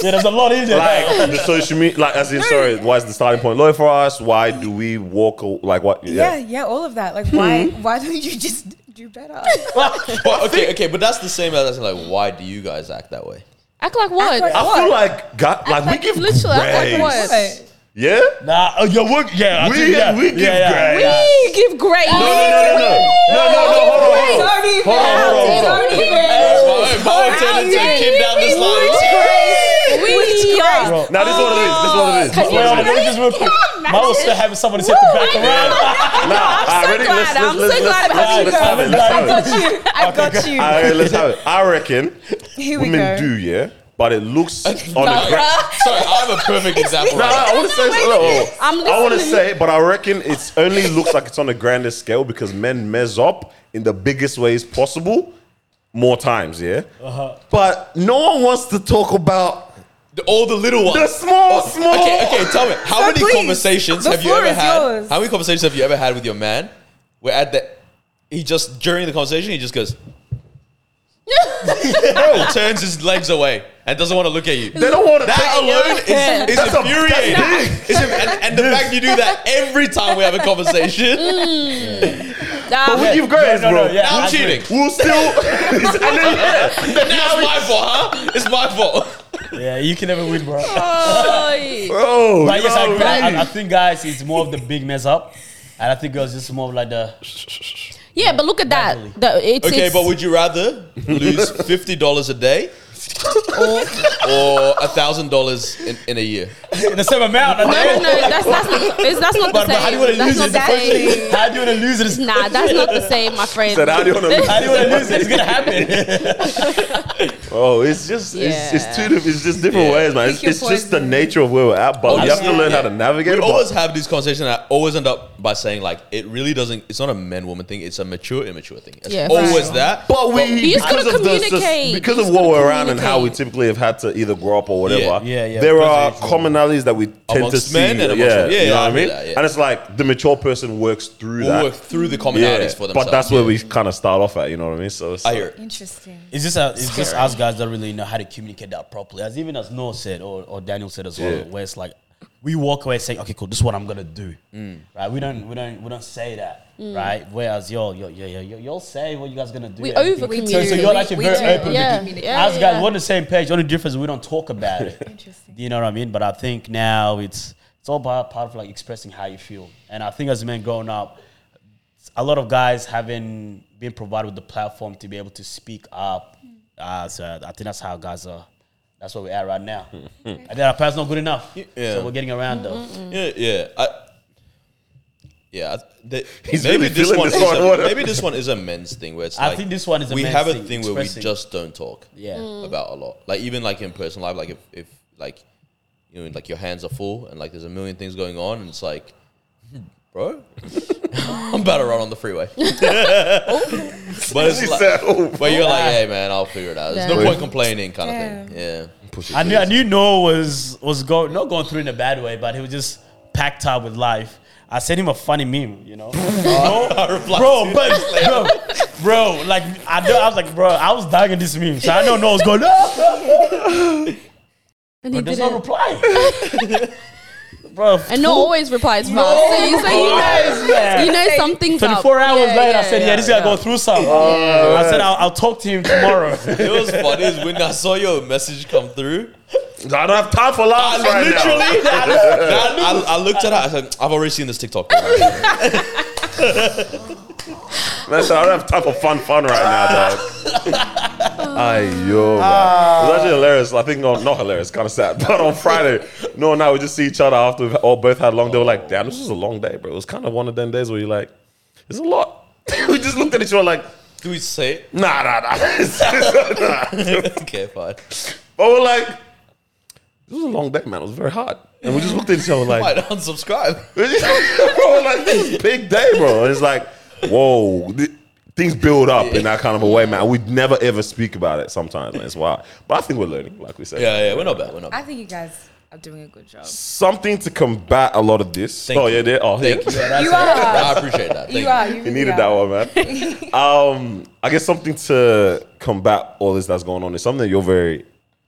[SPEAKER 5] Yeah, there's a lot in there.
[SPEAKER 4] like the social media, like as in sorry, why is the starting point low for us? Why do we walk? aw- Like what?
[SPEAKER 7] Yeah, yeah, all of that. Like why
[SPEAKER 4] Hmm.
[SPEAKER 7] why don't you just do better?
[SPEAKER 1] But, okay, okay, but that's the same as asking, like, why do you guys act that way?
[SPEAKER 2] Act like what?
[SPEAKER 7] like
[SPEAKER 4] I
[SPEAKER 7] What?
[SPEAKER 4] feel like God, like we
[SPEAKER 2] like-
[SPEAKER 4] give
[SPEAKER 2] literally, I
[SPEAKER 4] grace.
[SPEAKER 2] like what?
[SPEAKER 4] Yeah.
[SPEAKER 5] Nah, oh, your work. Yeah, I
[SPEAKER 4] We-
[SPEAKER 5] think, yeah,
[SPEAKER 4] we give
[SPEAKER 5] yeah, yeah,
[SPEAKER 4] grace.
[SPEAKER 5] yeah.
[SPEAKER 2] We give grace.
[SPEAKER 4] No, no, no, no, no, no, no, no. Hold on, hold on.
[SPEAKER 7] Don't even.
[SPEAKER 4] Hold on, hold on.
[SPEAKER 7] Don't even.
[SPEAKER 1] Oh, my
[SPEAKER 2] how
[SPEAKER 1] turn into a
[SPEAKER 2] you-
[SPEAKER 1] kid down this
[SPEAKER 2] Which
[SPEAKER 1] line.
[SPEAKER 2] grace? We are.
[SPEAKER 5] Bro.
[SPEAKER 4] Now this is what it is. This is what it is. This
[SPEAKER 2] Can
[SPEAKER 4] is
[SPEAKER 5] Wait,
[SPEAKER 4] what it
[SPEAKER 5] I'm
[SPEAKER 4] is.
[SPEAKER 5] gonna just real quick.
[SPEAKER 2] Can you
[SPEAKER 5] Mine was still
[SPEAKER 2] imagine?
[SPEAKER 5] having somebody sit the
[SPEAKER 2] Woo,
[SPEAKER 5] back
[SPEAKER 2] I
[SPEAKER 5] around.
[SPEAKER 4] Nah, I'm
[SPEAKER 2] so glad. I'm so glad I had
[SPEAKER 4] let's,
[SPEAKER 2] you
[SPEAKER 4] have it.
[SPEAKER 5] guys.
[SPEAKER 4] Let's have it. Let's have it.
[SPEAKER 7] I got you.
[SPEAKER 4] All right, let's have it. I reckon
[SPEAKER 7] Here we
[SPEAKER 4] women
[SPEAKER 7] go.
[SPEAKER 4] do, yeah, but it looks on the ground.
[SPEAKER 1] Sorry, I have a perfect example.
[SPEAKER 4] No, no,
[SPEAKER 1] right
[SPEAKER 4] I want to say.
[SPEAKER 2] wait,
[SPEAKER 4] hold on, hold on.
[SPEAKER 2] I'm
[SPEAKER 4] I want to
[SPEAKER 2] listening.
[SPEAKER 4] say, but I reckon it's only looks like it's on a grander scale because men mess up in the biggest ways possible more times. Yeah, but no one wants to talk
[SPEAKER 1] now.
[SPEAKER 4] about
[SPEAKER 1] All the little ones.
[SPEAKER 4] the small, small.
[SPEAKER 1] Okay, okay, tell me, how
[SPEAKER 7] So
[SPEAKER 1] many
[SPEAKER 7] please,
[SPEAKER 1] conversations
[SPEAKER 7] the
[SPEAKER 1] have you
[SPEAKER 7] floor
[SPEAKER 1] ever
[SPEAKER 7] is
[SPEAKER 1] had?
[SPEAKER 7] yours.
[SPEAKER 1] How many conversations have you ever had with your man? Where at the he just during the conversation he just goes, bro, turns his legs away and doesn't want to look at you.
[SPEAKER 4] They don't want to
[SPEAKER 1] That
[SPEAKER 4] take
[SPEAKER 1] alone is, is
[SPEAKER 4] That's a-
[SPEAKER 1] infuriating.
[SPEAKER 4] that's big.
[SPEAKER 1] It's in- and, and the fact you do that every time we have a conversation,
[SPEAKER 4] But we keep
[SPEAKER 5] No,
[SPEAKER 4] going,
[SPEAKER 5] no,
[SPEAKER 4] bro.
[SPEAKER 5] no, yeah,
[SPEAKER 1] I'm
[SPEAKER 5] I agree.
[SPEAKER 1] cheating.
[SPEAKER 4] We'll still. and then, yeah,
[SPEAKER 1] now it's my fault, huh? It's my fault.
[SPEAKER 5] Yeah, you can never win, bro.
[SPEAKER 2] Oh,
[SPEAKER 4] bro.
[SPEAKER 5] But yes, I,
[SPEAKER 4] you know
[SPEAKER 5] agree.
[SPEAKER 4] what I mean?
[SPEAKER 5] I, I think guys, it's more of the big mess up, and I think girls just more of like the
[SPEAKER 2] yeah, but look at that. The, it's,
[SPEAKER 1] Okay,
[SPEAKER 2] it's-
[SPEAKER 1] but would you rather lose fifty dollars a day or a thousand dollars in in a year?
[SPEAKER 5] in the same amount.
[SPEAKER 2] no, no, no, that's that's not, it's, that's not the
[SPEAKER 5] But- but how do you wanna
[SPEAKER 2] same. That's
[SPEAKER 5] lose
[SPEAKER 2] not
[SPEAKER 5] it? The
[SPEAKER 2] the
[SPEAKER 5] first
[SPEAKER 2] same.
[SPEAKER 5] thing- How do you wanna lose it? It's-
[SPEAKER 2] Nah, that's not the same, my friend.
[SPEAKER 4] Said, how do you want to lose?
[SPEAKER 5] How do you wanna lose it? It's gonna happen.
[SPEAKER 4] Oh, it's just it's, it's
[SPEAKER 2] Yeah.
[SPEAKER 4] two diff- it's just different ways, man. It's,
[SPEAKER 7] Pick your
[SPEAKER 4] it's just the
[SPEAKER 7] poison.
[SPEAKER 4] nature of where we're at, but we have to
[SPEAKER 1] Honestly,
[SPEAKER 4] learn how
[SPEAKER 1] Oh, yeah.
[SPEAKER 4] to navigate.
[SPEAKER 1] We
[SPEAKER 4] it, but-
[SPEAKER 1] always have these conversations. And I always end up by saying like, it really doesn't. It's not a men woman thing. It's a mature immature thing. It's
[SPEAKER 2] Yeah, for
[SPEAKER 1] always
[SPEAKER 2] sure.
[SPEAKER 1] that.
[SPEAKER 4] But we
[SPEAKER 2] You just
[SPEAKER 4] because
[SPEAKER 2] gotta
[SPEAKER 4] of the,
[SPEAKER 2] communicate.
[SPEAKER 4] because
[SPEAKER 2] You
[SPEAKER 4] of
[SPEAKER 2] just
[SPEAKER 4] what
[SPEAKER 2] gotta
[SPEAKER 4] we're around and how we
[SPEAKER 2] communicate.
[SPEAKER 4] typically have had to either grow up or whatever.
[SPEAKER 5] Yeah, yeah,
[SPEAKER 4] There
[SPEAKER 5] because
[SPEAKER 4] are
[SPEAKER 5] it's-
[SPEAKER 4] commonalities that we tend to
[SPEAKER 1] Amongst
[SPEAKER 4] see.
[SPEAKER 1] men and amongst
[SPEAKER 4] yeah,
[SPEAKER 1] women. Yeah,
[SPEAKER 4] you know
[SPEAKER 1] yeah,
[SPEAKER 4] what
[SPEAKER 1] I
[SPEAKER 4] I mean.
[SPEAKER 1] know that, yeah.
[SPEAKER 4] And it's like the mature person works through
[SPEAKER 1] We'll
[SPEAKER 4] that.
[SPEAKER 1] work through the commonalities
[SPEAKER 4] yeah,
[SPEAKER 1] for themselves.
[SPEAKER 4] but that's where
[SPEAKER 1] yeah.
[SPEAKER 4] we kind of start off at. You know what I mean? So it's
[SPEAKER 1] I hear it.
[SPEAKER 7] Interesting.
[SPEAKER 5] It's just uh, it's just us guys that really know how to communicate that properly. As even as Noah said or, or Daniel said as well,
[SPEAKER 4] Yeah.
[SPEAKER 5] where it's like we walk away saying, Okay, cool, this is what I'm gonna do. Right? We don't we don't we don't say that. Right? Whereas y'all y'all, y'all, y'all y'all say what you guys gonna do.
[SPEAKER 2] We
[SPEAKER 5] everything.
[SPEAKER 2] over
[SPEAKER 5] so, so
[SPEAKER 2] communicate.
[SPEAKER 5] you're actually
[SPEAKER 7] We
[SPEAKER 5] very
[SPEAKER 7] do.
[SPEAKER 5] open
[SPEAKER 7] Yeah.
[SPEAKER 5] to
[SPEAKER 7] communicate.
[SPEAKER 2] yeah,
[SPEAKER 5] us guys,
[SPEAKER 2] yeah.
[SPEAKER 5] we're on the same page. The only difference is we don't talk about it.
[SPEAKER 7] Interesting.
[SPEAKER 5] Do you know what I mean? But I think now it's it's all about part of like expressing how you feel. And I think as men growing up, a lot of guys haven't been provided with the platform to be able to speak up. Uh, so I think that's how guys are. That's where we're at right now. And then our parents not good enough.
[SPEAKER 1] yeah.
[SPEAKER 5] So we're getting around though.
[SPEAKER 1] Yeah, yeah. I, yeah, I- the,
[SPEAKER 4] He's
[SPEAKER 1] maybe
[SPEAKER 4] really
[SPEAKER 1] this
[SPEAKER 4] feeling
[SPEAKER 1] one.
[SPEAKER 4] this
[SPEAKER 1] Is
[SPEAKER 4] hard
[SPEAKER 1] a,
[SPEAKER 4] water.
[SPEAKER 1] maybe this one is a men's thing where it's.
[SPEAKER 5] I
[SPEAKER 1] like
[SPEAKER 5] think this one is a
[SPEAKER 1] we
[SPEAKER 5] men's
[SPEAKER 1] have a
[SPEAKER 5] thing,
[SPEAKER 1] thing where we
[SPEAKER 5] expressing.
[SPEAKER 1] just don't talk.
[SPEAKER 5] Yeah.
[SPEAKER 4] Mm.
[SPEAKER 1] about a lot. Like even like in personal life, like if, if like you know like your hands are full and like there's a million things going on and it's like, bro, I'm about to run on the freeway. but it's like,
[SPEAKER 4] oh,
[SPEAKER 1] but you're like, hey man, I'll figure it out. There's no
[SPEAKER 2] Damn.
[SPEAKER 1] point complaining, kind of thing. Yeah,
[SPEAKER 5] I knew I knew Noah was was going not going through in a bad way, but he was just packed up with life. I sent him a funny meme, you know. bro, bro, but bro, bro, like I know I was like, bro, I was dying in this meme, so I know Noah's going, ah,
[SPEAKER 2] and he
[SPEAKER 5] but there's no
[SPEAKER 2] didn't.
[SPEAKER 5] reply. bro,
[SPEAKER 2] And no always replies fast. so you, so you know, you know something's up.
[SPEAKER 5] 24 hours
[SPEAKER 2] Yeah,
[SPEAKER 5] later, I
[SPEAKER 2] yeah,
[SPEAKER 5] said, yeah,
[SPEAKER 2] yeah,
[SPEAKER 5] this guy
[SPEAKER 2] yeah.
[SPEAKER 5] go through some. I said, I'll, I'll talk to him tomorrow.
[SPEAKER 1] it was funny is when I saw your message come through.
[SPEAKER 4] I don't have time for laughs
[SPEAKER 1] I
[SPEAKER 4] right now.
[SPEAKER 1] literally, I, I, I looked at her. I said, I've already seen this TikTok.
[SPEAKER 4] Listen, I don't have time for fun, fun right now, dog. Ayo, man. It was actually hilarious. I think, no, not hilarious, kind of sad. But on Friday, no, and I would just see each other after we all both had long. They were like, damn, this was a long day, bro. It was kind of one of them days where you're like, it's a lot. we just looked at each other like,
[SPEAKER 1] Do we say it?
[SPEAKER 4] nah, nah, nah. nah.
[SPEAKER 1] okay, fine.
[SPEAKER 4] But we're like, this was a long day, man. It was very hard. And we just looked at each other like,
[SPEAKER 1] Might unsubscribe.
[SPEAKER 4] Bro, like this is a big day, bro. It's like, whoa, th- things build up in that kind of a way, man. We never ever speak about it. Sometimes man. it's wild, but I think we're learning, like we said.
[SPEAKER 1] Yeah, yeah, we're not bad. We're not
[SPEAKER 7] I
[SPEAKER 1] bad.
[SPEAKER 7] think you guys are doing a good job.
[SPEAKER 4] Something to combat a lot of this.
[SPEAKER 1] Thank
[SPEAKER 4] oh
[SPEAKER 1] you.
[SPEAKER 4] yeah, there. Oh,
[SPEAKER 1] Thank
[SPEAKER 4] yeah.
[SPEAKER 1] you.
[SPEAKER 7] you
[SPEAKER 1] I
[SPEAKER 7] are.
[SPEAKER 1] appreciate that. Thank
[SPEAKER 7] you are. You
[SPEAKER 4] You
[SPEAKER 7] really
[SPEAKER 4] needed
[SPEAKER 7] are.
[SPEAKER 4] that one, man. um, I guess something to combat all this that's going on is something that you're very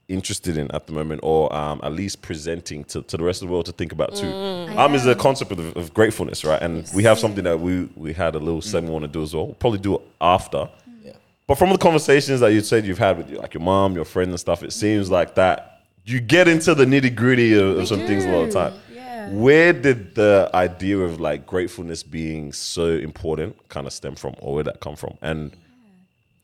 [SPEAKER 4] interested in at the moment, or um, at least presenting to, to the rest of the world to think about too. Um, is the concept of, of gratefulness, right? And we have something that we we had a little segment we want to do as well. We'll probably do it after.
[SPEAKER 1] Yeah.
[SPEAKER 4] But from the conversations that you said you've had with like your mom, your friend, and stuff,
[SPEAKER 7] Mm-hmm.
[SPEAKER 4] it seems like that you get into the nitty gritty of, of some things a lot of time.
[SPEAKER 7] yeah.
[SPEAKER 4] Where did the idea of like gratefulness being so important kind of stem from, or where that come from? And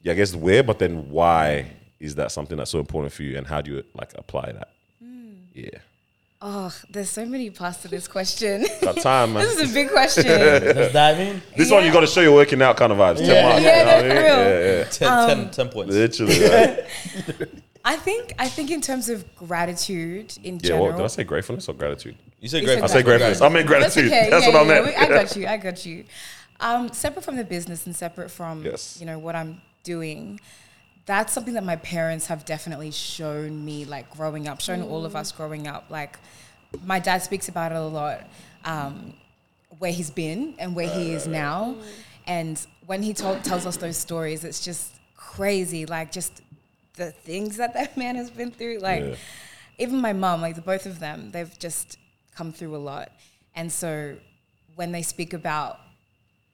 [SPEAKER 4] yeah, I guess where, but then why is that something that's so important for you, and how do you like apply that?
[SPEAKER 7] Hmm.
[SPEAKER 4] Yeah,
[SPEAKER 7] Oh, there's so many parts to this question.
[SPEAKER 4] got time, man.
[SPEAKER 7] this is a big question.
[SPEAKER 5] Let's dive in.
[SPEAKER 4] This one you got to show you're working out kind of vibes. Yeah,
[SPEAKER 7] Yeah,
[SPEAKER 4] yeah,
[SPEAKER 7] no, for real.
[SPEAKER 4] yeah, yeah.
[SPEAKER 1] Ten, 10 10 points.
[SPEAKER 4] literally. Right?
[SPEAKER 7] I think I think in terms of gratitude in
[SPEAKER 4] Yeah,
[SPEAKER 7] general.
[SPEAKER 4] what, did I say gratefulness or gratitude?
[SPEAKER 1] You said
[SPEAKER 7] You
[SPEAKER 1] great. Um,
[SPEAKER 7] said Um,
[SPEAKER 4] I say gratefulness. I meant
[SPEAKER 7] That's
[SPEAKER 4] gratitude.
[SPEAKER 7] okay.
[SPEAKER 4] That's
[SPEAKER 7] yeah,
[SPEAKER 4] what I
[SPEAKER 7] yeah,
[SPEAKER 4] meant.
[SPEAKER 7] we- I got you. I got you. Um, separate from the business and separate from
[SPEAKER 4] Yes.
[SPEAKER 7] you know what I'm doing, that's something that my parents have definitely shown me. Like growing up, shown all of us growing up. Like my dad speaks about it a lot, um, where he's been and where he is now. And when he told, tells us those stories, it's just crazy. Like just the things that that man has been through. Like
[SPEAKER 4] Yeah.
[SPEAKER 7] even my mum, like the both of them, they've just come through a lot. And so when they speak about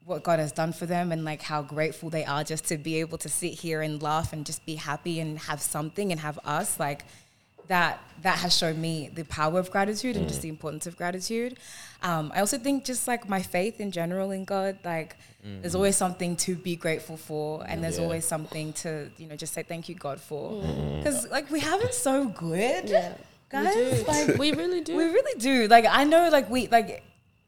[SPEAKER 7] what God has done for them and like how grateful they are just to be able to sit here and laugh and just be happy and have something and have us like that that has shown me the power of gratitude and just the importance of gratitude. Um, I also think just like my faith in general in God, like there's always something to be grateful for, and there's always something to you know just say thank you God for, because like we have it so good, guys. Like
[SPEAKER 2] we really do.
[SPEAKER 7] we really do. Like I know, like we like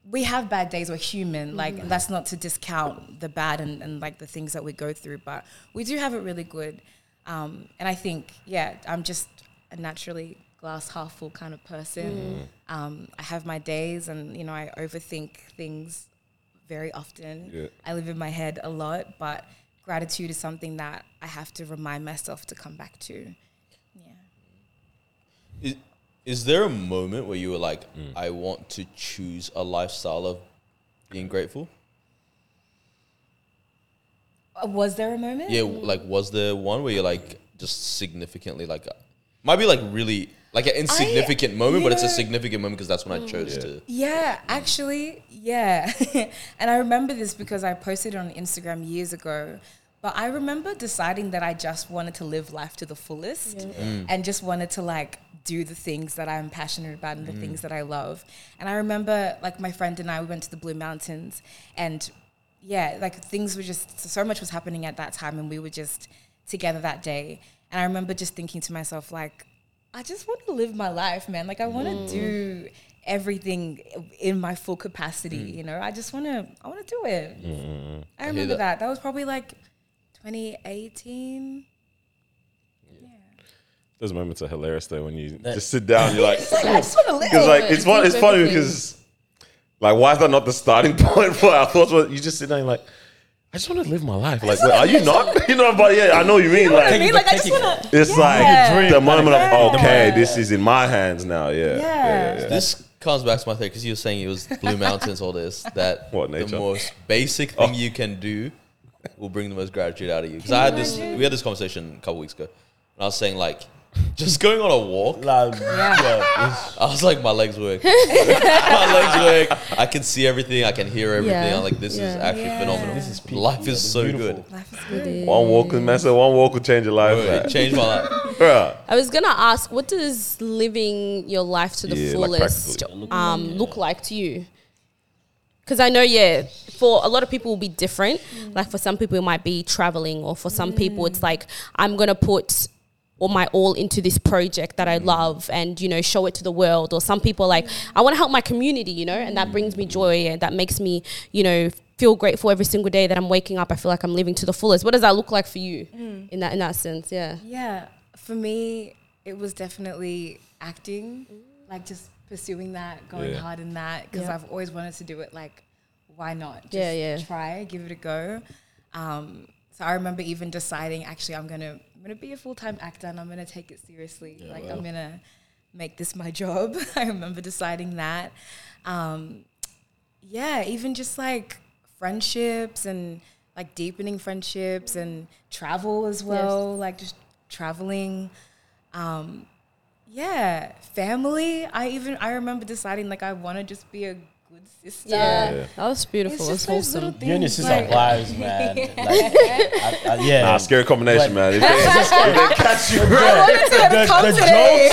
[SPEAKER 7] we have bad days. We're human. Like and that's not to discount the bad and, and like the things that we go through, but we do have it really good. Um, and I think, yeah, I'm just a naturally glass half full kind of person. Um, I have my days, and you know, I overthink things very often.
[SPEAKER 4] Yeah.
[SPEAKER 7] I live in my head a lot, but gratitude is something that I have to remind myself to come back to.
[SPEAKER 1] Is, is there a moment where you were like, I want to choose a lifestyle of being grateful?
[SPEAKER 7] Uh, Was there a moment?
[SPEAKER 1] Yeah, like was there one where you're like just significantly like uh, might be like really like an insignificant moment, but it's a
[SPEAKER 7] you know-
[SPEAKER 1] significant moment because that's when I chose to.
[SPEAKER 7] Yeah, actually, yeah. and I remember this because I posted it on Instagram years ago. But I remember deciding that I just wanted to live life to the fullest and just wanted to like do the things that I'm passionate about and the things that I love. And I remember like my friend and I we went to the Blue Mountains and yeah, like things were just so much was happening at that time and we were just together that day. And I remember just thinking to myself like I just want to live my life, man. Like I want to do everything in my full capacity. You know, I just want to. I want to do it. Mm, I remember
[SPEAKER 1] that.
[SPEAKER 7] that. That was probably like 2018.
[SPEAKER 4] Those moments are hilarious though when you just sit down, you're like,
[SPEAKER 7] Like I just want to live.
[SPEAKER 4] Because like it's fun, it's funny because like why is that not the starting point for our thoughts? Well, You just sit down and like I just want to live my life. Like, wait, are you not? You know, but yeah, I know what you mean. Like,
[SPEAKER 7] I mean, like I just
[SPEAKER 5] Taking-
[SPEAKER 7] want to.
[SPEAKER 4] it's
[SPEAKER 7] Yeah.
[SPEAKER 4] like the moment
[SPEAKER 7] Yeah.
[SPEAKER 4] of okay, this is in my hands now. Yeah, yeah. yeah, yeah.
[SPEAKER 1] This comes back to my thing because you were saying it was Blue Mountains, all this that
[SPEAKER 4] What,
[SPEAKER 1] the
[SPEAKER 4] nature? Oh.
[SPEAKER 1] most basic thing you can do will bring the most gratitude out of you. Because I had this, we had this conversation a couple weeks ago, and I was saying like, just going on a walk.
[SPEAKER 5] Like, yeah.
[SPEAKER 1] I was like, my legs work. my legs work. I can see everything. I can hear everything.
[SPEAKER 2] Yeah.
[SPEAKER 1] I'm like, this is
[SPEAKER 2] Yeah.
[SPEAKER 1] actually
[SPEAKER 7] Yeah.
[SPEAKER 1] phenomenal.
[SPEAKER 7] This
[SPEAKER 5] is peak.
[SPEAKER 1] life
[SPEAKER 5] Yeah,
[SPEAKER 1] is
[SPEAKER 5] this is
[SPEAKER 1] so
[SPEAKER 5] beautiful.
[SPEAKER 7] Life is good.
[SPEAKER 4] One walk will mess up. One walk will change your life.
[SPEAKER 1] good. It
[SPEAKER 4] like,
[SPEAKER 1] changed my life.
[SPEAKER 4] bruh.
[SPEAKER 2] I was gonna ask, what does living your life to the
[SPEAKER 4] Yeah, like
[SPEAKER 2] fullest um, look like to you? Because I know, yeah, for a lot of people, it will be different. Like for some people, it might be traveling, or for some people, it's like I'm gonna put all my all into this project that
[SPEAKER 4] Mm.
[SPEAKER 2] I love, and you know, show it to the world. Or some people are like I want to help my community, you know, and that brings
[SPEAKER 4] Mm.
[SPEAKER 2] me joy, and that makes me, you know, feel grateful every single day that I'm waking up. I feel like I'm living to the fullest. What does that look like for you in that in that sense? Yeah.
[SPEAKER 7] Yeah, for me, it was definitely acting, like just pursuing that, going
[SPEAKER 4] Yeah.
[SPEAKER 7] hard in that, because
[SPEAKER 2] Yeah.
[SPEAKER 7] I've always wanted to do it. Like, why not? Just
[SPEAKER 2] Yeah, yeah.
[SPEAKER 7] Try, give it a go. Um, so I remember even deciding, actually, I'm gonna, I'm gonna be a full time actor, and I'm gonna take it seriously. like, I'm gonna make this my job. I remember deciding that. Um, yeah, even just like friendships and like deepening friendships and travel as well, like just traveling. Um, yeah, family. I even I remember deciding like I want to just be a good sister.
[SPEAKER 2] Yeah. that was
[SPEAKER 7] It's
[SPEAKER 2] beautiful. It's,
[SPEAKER 7] just those little
[SPEAKER 2] wholesome.
[SPEAKER 7] things.
[SPEAKER 5] Eunice is
[SPEAKER 7] like-
[SPEAKER 5] our lives, man. Like, I, I, yeah.
[SPEAKER 4] Nah, scary combination, man. If they, if they catch you,
[SPEAKER 7] I
[SPEAKER 4] bruh,
[SPEAKER 7] wanted to have come
[SPEAKER 5] the
[SPEAKER 7] today.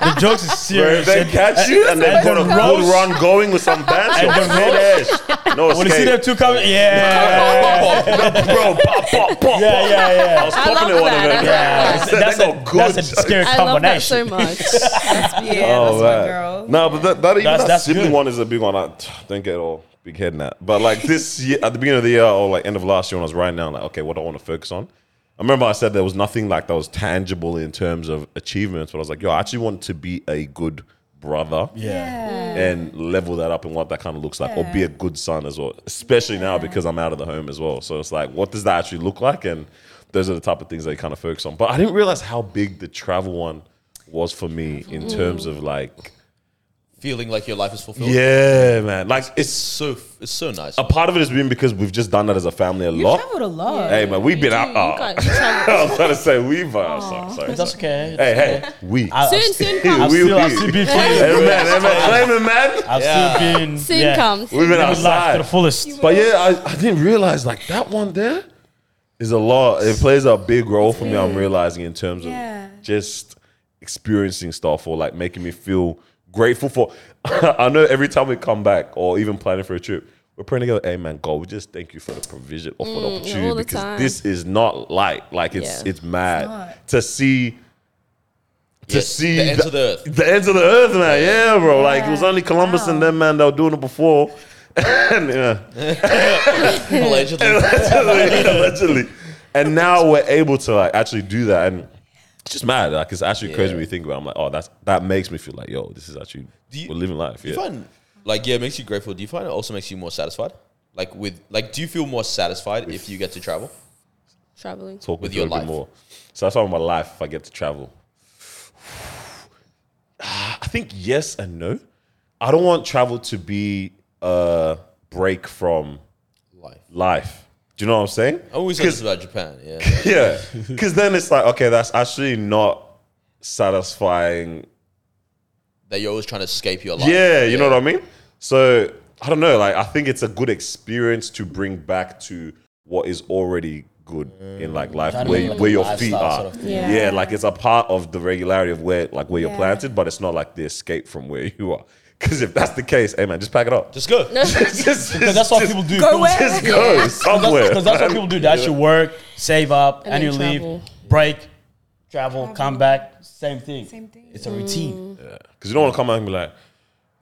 [SPEAKER 5] The jokes is
[SPEAKER 4] bruh, if
[SPEAKER 5] serious.
[SPEAKER 4] they
[SPEAKER 5] And-
[SPEAKER 4] catch you and they've got a good
[SPEAKER 5] roast-
[SPEAKER 4] run going with some dance, you're
[SPEAKER 5] the
[SPEAKER 4] finished. No
[SPEAKER 5] When you see them
[SPEAKER 4] escape.
[SPEAKER 5] two coming, yeah,
[SPEAKER 4] Bro, pop, pop, pop.
[SPEAKER 5] yeah, yeah,
[SPEAKER 4] I
[SPEAKER 5] yeah.
[SPEAKER 4] was popping it one of
[SPEAKER 2] that.
[SPEAKER 4] them.
[SPEAKER 5] yeah.
[SPEAKER 4] That
[SPEAKER 5] That's,
[SPEAKER 4] got
[SPEAKER 5] a,
[SPEAKER 4] good.
[SPEAKER 5] that's a scary
[SPEAKER 2] I love that so
[SPEAKER 5] combination.
[SPEAKER 2] much.
[SPEAKER 7] yeah, that's my girl.
[SPEAKER 4] Oh, No, but that, that even
[SPEAKER 5] That's-
[SPEAKER 4] that
[SPEAKER 5] that's
[SPEAKER 4] sibling
[SPEAKER 5] good.
[SPEAKER 4] one is a big one. I don't get all big head now. But like this year, at the beginning of the year or like end of last year when I was writing down, like, okay, what do I want to focus on? I remember I said there was nothing like that was tangible in terms of achievements, but I was like, yo, I actually want to be a good brother
[SPEAKER 5] Yeah.
[SPEAKER 4] and level that up and what that kind of looks like, or be a good son as well, especially now because I'm out of the home as well. So it's like, what does that actually look like? And those are the type of things that you kind of focus on. But I didn't realize how big the travel one was for me in terms of like
[SPEAKER 1] feeling like your life is
[SPEAKER 2] Oh.
[SPEAKER 1] fulfilled.
[SPEAKER 4] Yeah, Uh, man. Like
[SPEAKER 1] It's
[SPEAKER 4] it's
[SPEAKER 1] so f- it's so nice.
[SPEAKER 4] a part of it has been because we've just done that as a family a lot.
[SPEAKER 3] traveled a lot.
[SPEAKER 4] Hey man, we've been
[SPEAKER 2] You
[SPEAKER 4] out.
[SPEAKER 2] do, you
[SPEAKER 4] Oh.
[SPEAKER 2] can't- you can't-
[SPEAKER 4] I was trying to say we've. Uh, sorry, sorry,
[SPEAKER 5] That's
[SPEAKER 4] sorry.
[SPEAKER 5] okay.
[SPEAKER 4] Hey, hey, we.
[SPEAKER 5] I-
[SPEAKER 2] Soon, soon
[SPEAKER 4] Hey,
[SPEAKER 5] I've
[SPEAKER 2] comes.
[SPEAKER 4] we-
[SPEAKER 5] still, I've
[SPEAKER 4] we-
[SPEAKER 5] still been
[SPEAKER 4] Hey,
[SPEAKER 5] playing.
[SPEAKER 4] man, hey, man, claiming, man.
[SPEAKER 5] I've
[SPEAKER 1] Yeah.
[SPEAKER 5] still been.
[SPEAKER 2] Soon
[SPEAKER 5] yeah,
[SPEAKER 2] comes.
[SPEAKER 4] We've been
[SPEAKER 5] living life to the
[SPEAKER 4] outside.
[SPEAKER 5] fullest.
[SPEAKER 4] But yeah, I, I didn't realize like that one there is a lot. It plays a big role for me. I'm realizing in terms
[SPEAKER 7] Yeah.
[SPEAKER 4] of just experiencing stuff or like making me feel grateful for. I know every time we come back or even planning for a trip, we're praying together. Hey man, God, we just thank you for the provision or for the opportunity
[SPEAKER 2] all the
[SPEAKER 4] because
[SPEAKER 2] time.
[SPEAKER 4] this is not light. Like it's
[SPEAKER 2] Yeah.
[SPEAKER 4] it's mad
[SPEAKER 7] not.
[SPEAKER 4] to see. To
[SPEAKER 1] Yeah,
[SPEAKER 4] see
[SPEAKER 1] the ends of the earth.
[SPEAKER 4] the ends of the earth, man. Yeah, bro. Like it was only Columbus and them, man, that were doing it before. and, yeah
[SPEAKER 1] Allegedly.
[SPEAKER 4] allegedly, allegedly. And now we're able to like actually do that, and it's just mad. Like it's actually crazy when you think about. it. I'm like, oh, that's that makes me feel like, yo, this is actually
[SPEAKER 1] Do you-
[SPEAKER 4] we're living life. Yeah.
[SPEAKER 1] Do you find like yeah, it makes you grateful. Do you find it also makes you more satisfied? Like with like, do you feel more satisfied if you get to travel?
[SPEAKER 2] Traveling.
[SPEAKER 4] Talk
[SPEAKER 1] with
[SPEAKER 4] with
[SPEAKER 1] your
[SPEAKER 4] you a bit
[SPEAKER 1] life.
[SPEAKER 4] more. So that's why in my life, if I get to travel, I think yes and no. I don't want travel to be a break from
[SPEAKER 1] Life.
[SPEAKER 4] life. Do you know what I'm saying?
[SPEAKER 1] I always said this about Japan. Yeah,
[SPEAKER 4] yeah. Because then it's like, okay, that's actually not satisfying
[SPEAKER 1] that you're always trying to escape your life.
[SPEAKER 4] Yeah, you know what I mean? So I don't know. Like I think it's a good experience to bring back to what is already good in like life,
[SPEAKER 5] Trying to
[SPEAKER 4] where,
[SPEAKER 5] make like
[SPEAKER 4] where
[SPEAKER 5] a
[SPEAKER 4] your feet
[SPEAKER 5] Mm. lifestyle
[SPEAKER 4] are.
[SPEAKER 5] sort of thing.
[SPEAKER 4] yeah.
[SPEAKER 7] Yeah.
[SPEAKER 4] like it's a part of the regularity of where like where you're
[SPEAKER 7] Yeah.
[SPEAKER 4] planted, but it's not like the escape from where you are. Because if that's the case, hey man, just pack it up. Just,
[SPEAKER 1] Just go.
[SPEAKER 4] just, just,
[SPEAKER 5] That's what people do.
[SPEAKER 3] Go
[SPEAKER 5] People-
[SPEAKER 3] where?
[SPEAKER 4] Just go somewhere.
[SPEAKER 5] Because that's what people do. They actually work, save up,
[SPEAKER 2] And then
[SPEAKER 5] annual leave,
[SPEAKER 2] travel.
[SPEAKER 5] break, travel, come back. Same thing.
[SPEAKER 7] Same thing.
[SPEAKER 5] It's a routine.
[SPEAKER 4] Because you don't want to come out and be like,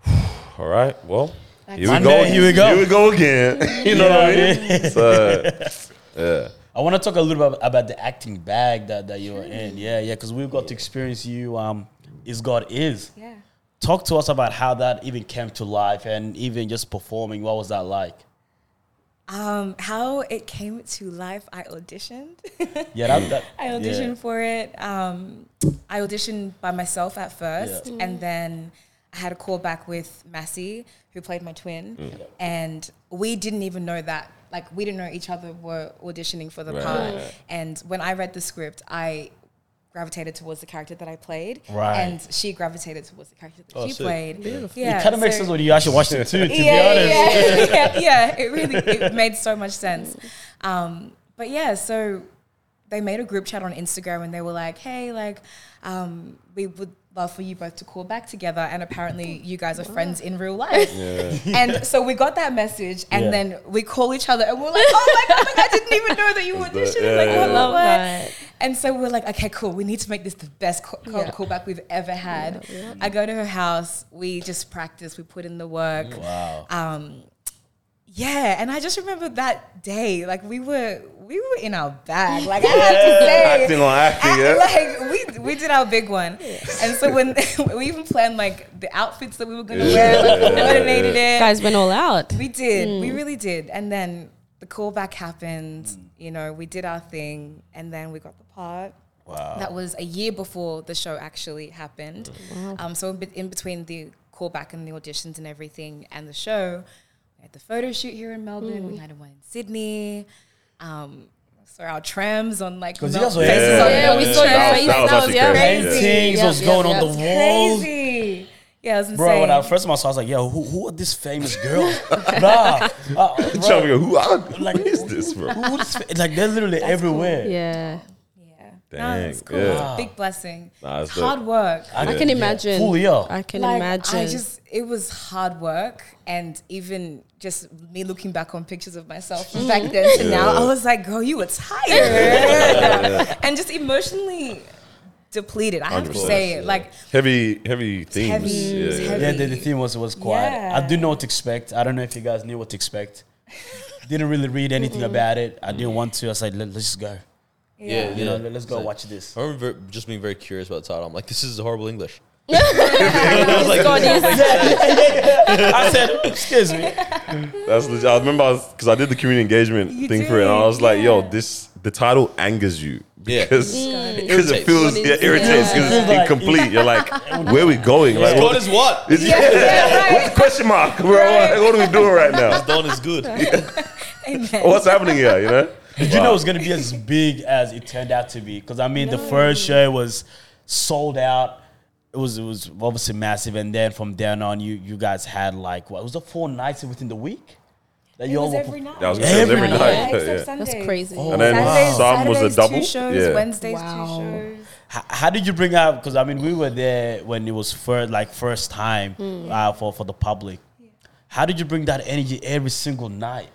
[SPEAKER 4] all right, well, here we
[SPEAKER 5] Monday,
[SPEAKER 4] go.
[SPEAKER 5] here we go."
[SPEAKER 4] Here we go again. Mm. you know
[SPEAKER 5] Yeah,
[SPEAKER 4] what I mean? So,
[SPEAKER 5] I want to talk a little bit about the acting bag that, that you're in. Yeah, yeah. Because we've got to experience you. Um, is God is.
[SPEAKER 7] Yeah.
[SPEAKER 5] Talk to us about how that even came to life and even just performing. What was that like?
[SPEAKER 7] Um, how it came to life, I auditioned.
[SPEAKER 5] Yeah, that, that,
[SPEAKER 7] I
[SPEAKER 5] yeah.
[SPEAKER 7] auditioned for it. Um, I auditioned by myself at first,
[SPEAKER 5] Yeah.
[SPEAKER 7] and then I had a call back with Massey, who played my twin,
[SPEAKER 5] Mm.
[SPEAKER 7] and we didn't even know that. Like we didn't know each other were auditioning for the part. And when I read the script, I gravitated towards the character that I played,
[SPEAKER 5] Right.
[SPEAKER 7] and she gravitated towards the character that she
[SPEAKER 1] sick.
[SPEAKER 7] played. Yeah,
[SPEAKER 5] It kind of makes
[SPEAKER 7] so-
[SPEAKER 5] sense when you actually watch it too. To be
[SPEAKER 7] yeah,
[SPEAKER 5] honest.
[SPEAKER 7] Yeah, yeah, yeah, it really it made so much sense. Um, but yeah, so they made a group chat on Instagram and they were like, "Hey, like, um, we would love for you both to call back together." And apparently, you guys are friends in real life. And so we got that message, and
[SPEAKER 5] Yeah.
[SPEAKER 7] then we call each other, and we're like, "Oh my god, like, I didn't even know that you were auditioning." like,
[SPEAKER 4] yeah, yeah.
[SPEAKER 7] what the
[SPEAKER 2] Love
[SPEAKER 7] what?
[SPEAKER 2] that.
[SPEAKER 7] And so we're like, okay, cool. We need to make this the best call, call,
[SPEAKER 2] Yeah.
[SPEAKER 7] callback we've ever had. I go to her house. We just practice. We put in the work.
[SPEAKER 5] Wow.
[SPEAKER 7] Um, yeah, and I just remember that day. Like we were, we were in our bag. Like I have to say,
[SPEAKER 4] acting on acting,
[SPEAKER 7] I-
[SPEAKER 4] yeah.
[SPEAKER 7] Like we we did our big one, and so when we even planned like the outfits that we were gonna
[SPEAKER 4] Yeah,
[SPEAKER 7] wear, like,
[SPEAKER 4] yeah,
[SPEAKER 7] we coordinated it.
[SPEAKER 2] Guys went all out.
[SPEAKER 7] We did. We really did. And then the callback happened.
[SPEAKER 5] Mm.
[SPEAKER 7] You know, we did our thing, and then we got the part. Wow. That was a year before the show actually happened. Um, so in, bet- in between the callback and the auditions and everything, and the show, we had the photo shoot here in Melbourne. We had one in Sydney. Um, saw our trams on like
[SPEAKER 5] 'Cause you
[SPEAKER 7] Mel-
[SPEAKER 5] guys were- Yeah,
[SPEAKER 7] on
[SPEAKER 2] yeah, we
[SPEAKER 7] Melbourne
[SPEAKER 2] saw your
[SPEAKER 7] trams.
[SPEAKER 2] face. That was,
[SPEAKER 4] actually
[SPEAKER 2] yeah,
[SPEAKER 4] crazy.
[SPEAKER 7] crazy.
[SPEAKER 5] Paintings,
[SPEAKER 2] Yeah,
[SPEAKER 5] what's
[SPEAKER 2] yeah,
[SPEAKER 5] going
[SPEAKER 2] yeah.
[SPEAKER 5] on the walls.
[SPEAKER 7] Crazy. Yeah, it was insane.
[SPEAKER 5] Bro, when I first time I saw, I was like, "Yo, who, who are these famous girls?" nah, uh,
[SPEAKER 4] Tell
[SPEAKER 5] bro,
[SPEAKER 4] me, who, are,
[SPEAKER 5] Like,
[SPEAKER 4] who is this, bro?
[SPEAKER 5] who, who's fa- like they're literally everywhere.
[SPEAKER 2] Yeah.
[SPEAKER 7] yeah,
[SPEAKER 4] Dang,
[SPEAKER 7] no, it's cool.
[SPEAKER 4] yeah.
[SPEAKER 7] It's a big blessing.
[SPEAKER 4] Nah, it's dope.
[SPEAKER 7] hard work.
[SPEAKER 2] I can imagine.
[SPEAKER 5] Full year.
[SPEAKER 2] I can
[SPEAKER 7] Like,
[SPEAKER 2] imagine.
[SPEAKER 7] I just it was hard work, and even just me looking back on pictures of myself
[SPEAKER 2] Mm-hmm.
[SPEAKER 7] from back then to now, I was like, "Girl, you were tired," and just emotionally depleted. I have to
[SPEAKER 4] 100%,
[SPEAKER 7] say it. Like,
[SPEAKER 4] Heavy, heavy themes.
[SPEAKER 7] heavy,
[SPEAKER 4] yeah,
[SPEAKER 7] it's
[SPEAKER 4] yeah.
[SPEAKER 7] heavy.
[SPEAKER 5] Yeah, the, the theme was was quiet.
[SPEAKER 7] Yeah.
[SPEAKER 5] I didn't know what to expect. I don't know if you guys knew what to expect. didn't really read anything about it. I didn't want to. I was like, Let, "Let's just go.
[SPEAKER 1] Yeah,
[SPEAKER 5] You know, let- let's go watch this."
[SPEAKER 1] I remember ver- just being very curious about the title. I'm like, this is horrible English.
[SPEAKER 2] God, yes.
[SPEAKER 5] I said, "Excuse me."
[SPEAKER 4] That's legit. I remember because I, did the community engagement
[SPEAKER 7] You
[SPEAKER 4] thing for it, and I
[SPEAKER 7] did,
[SPEAKER 4] was like, "Yo,
[SPEAKER 7] yeah.
[SPEAKER 4] this the title angers you
[SPEAKER 1] Yeah.
[SPEAKER 4] because because it
[SPEAKER 1] Irritates.
[SPEAKER 4] feels
[SPEAKER 7] What
[SPEAKER 4] yeah,
[SPEAKER 7] is-
[SPEAKER 4] irritates because it's
[SPEAKER 5] Yeah.
[SPEAKER 4] incomplete. You're like, where are we going? Like,
[SPEAKER 1] God
[SPEAKER 4] what,
[SPEAKER 1] is what?
[SPEAKER 4] it's, yeah, what's the question mark? We're all like, what are we doing right now?
[SPEAKER 1] Don is good.
[SPEAKER 4] What's happening here? You know?
[SPEAKER 5] Did you know it was going to be as big as it turned out to be? Because I mean, the first show was sold out. It was it was obviously massive, and then from then on, you you guys had like what was the four nights within the week that you
[SPEAKER 7] It
[SPEAKER 5] all
[SPEAKER 7] was
[SPEAKER 5] were
[SPEAKER 7] every
[SPEAKER 5] perf-
[SPEAKER 7] night.
[SPEAKER 4] That was every, every
[SPEAKER 5] Every
[SPEAKER 7] Yeah,
[SPEAKER 4] night.
[SPEAKER 5] night.
[SPEAKER 4] Yeah,
[SPEAKER 7] except
[SPEAKER 4] yeah.
[SPEAKER 2] That's
[SPEAKER 7] Sundays.
[SPEAKER 2] crazy.
[SPEAKER 4] And then
[SPEAKER 7] Saturdays,
[SPEAKER 4] some was a
[SPEAKER 7] Saturdays,
[SPEAKER 4] double.
[SPEAKER 7] Two shows,
[SPEAKER 4] yeah.
[SPEAKER 7] Wednesdays,
[SPEAKER 2] Wow.
[SPEAKER 7] two shows.
[SPEAKER 5] H- how did you bring out? Because I mean, we were there when it was first like first time
[SPEAKER 7] Hmm.
[SPEAKER 5] uh, for for the public. How did you bring that energy every single night?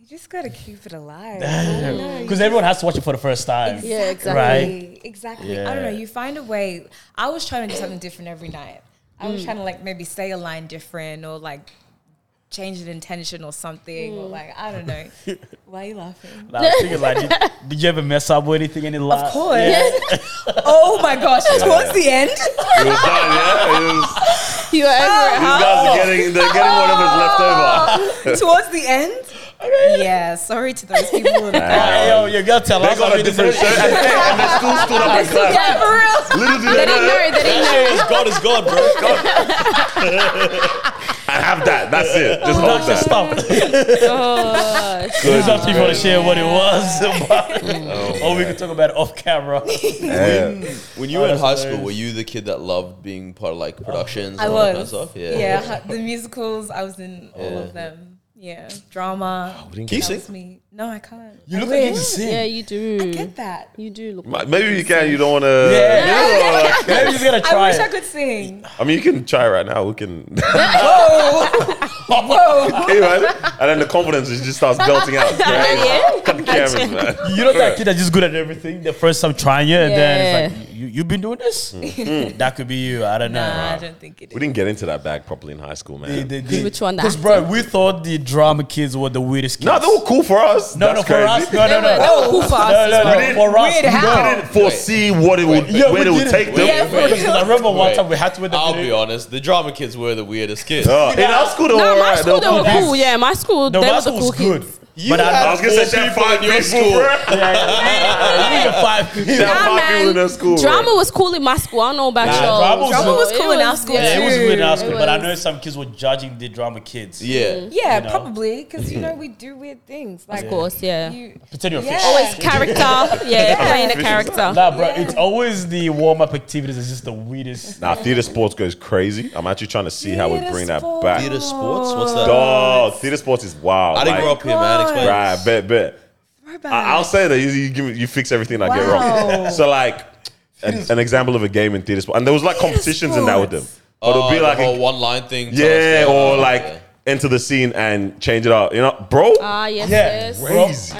[SPEAKER 7] You just gotta keep it alive.
[SPEAKER 5] Because everyone has to watch it for the first time.
[SPEAKER 7] Exactly.
[SPEAKER 2] Yeah,
[SPEAKER 5] exactly.
[SPEAKER 7] Exactly. I don't know.
[SPEAKER 5] Yeah.
[SPEAKER 7] You find a way. I was trying to do something different every night. I was trying to like maybe say a line different or like change an intention or something or like I don't know. Mm. Why are you laughing?
[SPEAKER 5] Like, I was thinking, like, did, did you ever mess up with anything? Any
[SPEAKER 7] Of
[SPEAKER 5] last?
[SPEAKER 7] course. oh my gosh! Towards the end,
[SPEAKER 4] It was done, yeah. It was,
[SPEAKER 2] You were over
[SPEAKER 4] these guys
[SPEAKER 7] Oh.
[SPEAKER 4] are getting, they're getting whatever's left over.
[SPEAKER 7] towards the end. Yeah. Sorry to those people. that-
[SPEAKER 5] Hey, yo, you gotta tell
[SPEAKER 4] They
[SPEAKER 5] us. I
[SPEAKER 4] got a
[SPEAKER 5] mean, it's
[SPEAKER 4] different
[SPEAKER 5] a-
[SPEAKER 4] show, and, and they still stood up and clapped.
[SPEAKER 7] yeah, for real.
[SPEAKER 4] Little did
[SPEAKER 2] They
[SPEAKER 4] they
[SPEAKER 2] didn't
[SPEAKER 4] know.
[SPEAKER 2] know. They didn't know.
[SPEAKER 1] God is God, bro.
[SPEAKER 4] I have that. That's it. Just hold
[SPEAKER 5] Production
[SPEAKER 4] that.
[SPEAKER 5] stopped.
[SPEAKER 2] Oh,
[SPEAKER 5] It was up to you want to share what it was, but- or we can talk about it off camera.
[SPEAKER 4] Yeah.
[SPEAKER 1] When you
[SPEAKER 5] Oh,
[SPEAKER 1] were in
[SPEAKER 5] that's
[SPEAKER 1] high school,
[SPEAKER 5] hilarious.
[SPEAKER 1] were you the kid that loved being part of like productions?
[SPEAKER 7] I
[SPEAKER 1] and all that kind of
[SPEAKER 7] was.
[SPEAKER 1] stuff?
[SPEAKER 7] Yeah. ha- the musicals. I was in all
[SPEAKER 1] Yeah.
[SPEAKER 7] of them. Yeah, drama.
[SPEAKER 1] Can you
[SPEAKER 7] that
[SPEAKER 1] sing?
[SPEAKER 7] was me. No, I can't.
[SPEAKER 5] You
[SPEAKER 7] I
[SPEAKER 5] look like you
[SPEAKER 7] wish.
[SPEAKER 5] can sing.
[SPEAKER 2] yeah, you do.
[SPEAKER 7] Get that.
[SPEAKER 2] You do look.
[SPEAKER 4] Maybe you can. You don't want to.
[SPEAKER 5] Yeah. Maybe you just gotta
[SPEAKER 7] I
[SPEAKER 5] try
[SPEAKER 7] wish I
[SPEAKER 5] it.
[SPEAKER 7] could sing.
[SPEAKER 4] I mean, you can try right now. We can.
[SPEAKER 7] Whoa.
[SPEAKER 4] Hey, man. And then the confidence is just starts belting out.
[SPEAKER 2] Yeah.
[SPEAKER 4] Cut the cameras, man.
[SPEAKER 5] You know that kid that's just good at everything. The first time trying it, and then it's like you, you've been doing this. That could be you. I don't know.
[SPEAKER 7] Nah, I don't think it
[SPEAKER 4] We
[SPEAKER 7] is.
[SPEAKER 4] didn't get into that bag properly in high school, man.
[SPEAKER 2] Which one, the
[SPEAKER 5] Because bro, we thought the drama kids were the weirdest kids.
[SPEAKER 4] No, they were cool for us.
[SPEAKER 5] no,
[SPEAKER 4] That's
[SPEAKER 5] no, for
[SPEAKER 4] crazy.
[SPEAKER 5] us,
[SPEAKER 2] They
[SPEAKER 5] no, no,
[SPEAKER 2] were- they
[SPEAKER 5] no.
[SPEAKER 2] were cool for us
[SPEAKER 5] No,
[SPEAKER 2] as
[SPEAKER 5] no,
[SPEAKER 2] well.
[SPEAKER 5] no. For us,
[SPEAKER 7] Weird how?
[SPEAKER 5] no.
[SPEAKER 4] didn't foresee what it would,
[SPEAKER 5] Yeah,
[SPEAKER 4] where
[SPEAKER 5] we
[SPEAKER 4] it would
[SPEAKER 5] didn't.
[SPEAKER 4] take them.
[SPEAKER 7] Yeah, for
[SPEAKER 5] Because I
[SPEAKER 7] real.
[SPEAKER 5] remember one
[SPEAKER 1] Wait.
[SPEAKER 5] time we had to wait the
[SPEAKER 1] I'll
[SPEAKER 5] video.
[SPEAKER 1] be honest, the drama kids were the weirdest kids.
[SPEAKER 4] Oh, in our school, they were
[SPEAKER 2] No, my
[SPEAKER 4] alright.
[SPEAKER 2] school they were
[SPEAKER 5] kids.
[SPEAKER 2] cool. Yeah, my school
[SPEAKER 5] No,
[SPEAKER 2] they
[SPEAKER 5] my
[SPEAKER 2] were the
[SPEAKER 5] school was
[SPEAKER 2] cool
[SPEAKER 5] good.
[SPEAKER 2] kids.
[SPEAKER 1] You
[SPEAKER 5] I-
[SPEAKER 1] had
[SPEAKER 4] I was gonna say
[SPEAKER 1] four
[SPEAKER 4] that
[SPEAKER 1] people
[SPEAKER 4] five
[SPEAKER 1] in your
[SPEAKER 4] people,
[SPEAKER 1] school.
[SPEAKER 4] bro.
[SPEAKER 5] Yeah, yeah, yeah. Five people.
[SPEAKER 4] That
[SPEAKER 2] Nah,
[SPEAKER 4] five people
[SPEAKER 2] man.
[SPEAKER 4] in our school. bro.
[SPEAKER 2] Drama was cool in my school. I don't know about
[SPEAKER 5] Nah,
[SPEAKER 2] y'all.
[SPEAKER 5] drama was Drama good.
[SPEAKER 7] was cool in our school
[SPEAKER 5] Yeah, it was
[SPEAKER 7] Dude,
[SPEAKER 5] weird in our
[SPEAKER 7] it
[SPEAKER 5] school, but I
[SPEAKER 7] was-
[SPEAKER 5] know some kids were judging the drama kids.
[SPEAKER 1] Yeah.
[SPEAKER 7] Yeah,
[SPEAKER 5] know?
[SPEAKER 7] probably because you know we do weird things. Like,
[SPEAKER 2] Of course, yeah.
[SPEAKER 7] You,
[SPEAKER 5] Pretend you're a
[SPEAKER 7] Yeah.
[SPEAKER 5] fish.
[SPEAKER 2] Always character. Yeah, playing a character.
[SPEAKER 5] Nah, bro, it's always the warm up activities that's just the weirdest.
[SPEAKER 4] Nah, theater sports goes crazy. I'm actually trying to see how we
[SPEAKER 7] Theater
[SPEAKER 4] bring
[SPEAKER 7] sports.
[SPEAKER 4] that back.
[SPEAKER 1] Theater sports? What's that?
[SPEAKER 4] Dog, theater sports is wild.
[SPEAKER 1] I didn't
[SPEAKER 4] like,
[SPEAKER 1] grow up here, man. Explain.
[SPEAKER 4] Oh Right, bet, bet.
[SPEAKER 7] throwback.
[SPEAKER 4] I, I'll say that you, you, give, me- you fix everything I get
[SPEAKER 7] Wow.
[SPEAKER 4] wrong. So like an, an example of a game in theater sport, and there was like
[SPEAKER 7] Theatre
[SPEAKER 4] competitions in that with them.
[SPEAKER 7] sports.
[SPEAKER 1] Oh,
[SPEAKER 4] But it'll be like a-
[SPEAKER 1] a one line thing. tell
[SPEAKER 4] yeah,
[SPEAKER 1] us,
[SPEAKER 4] or
[SPEAKER 1] yeah,
[SPEAKER 4] like
[SPEAKER 1] Oh, yeah.
[SPEAKER 4] enter the scene and change it out. You know, bro.
[SPEAKER 2] Ah, yes,
[SPEAKER 5] Yeah.
[SPEAKER 2] yes.
[SPEAKER 4] crazy.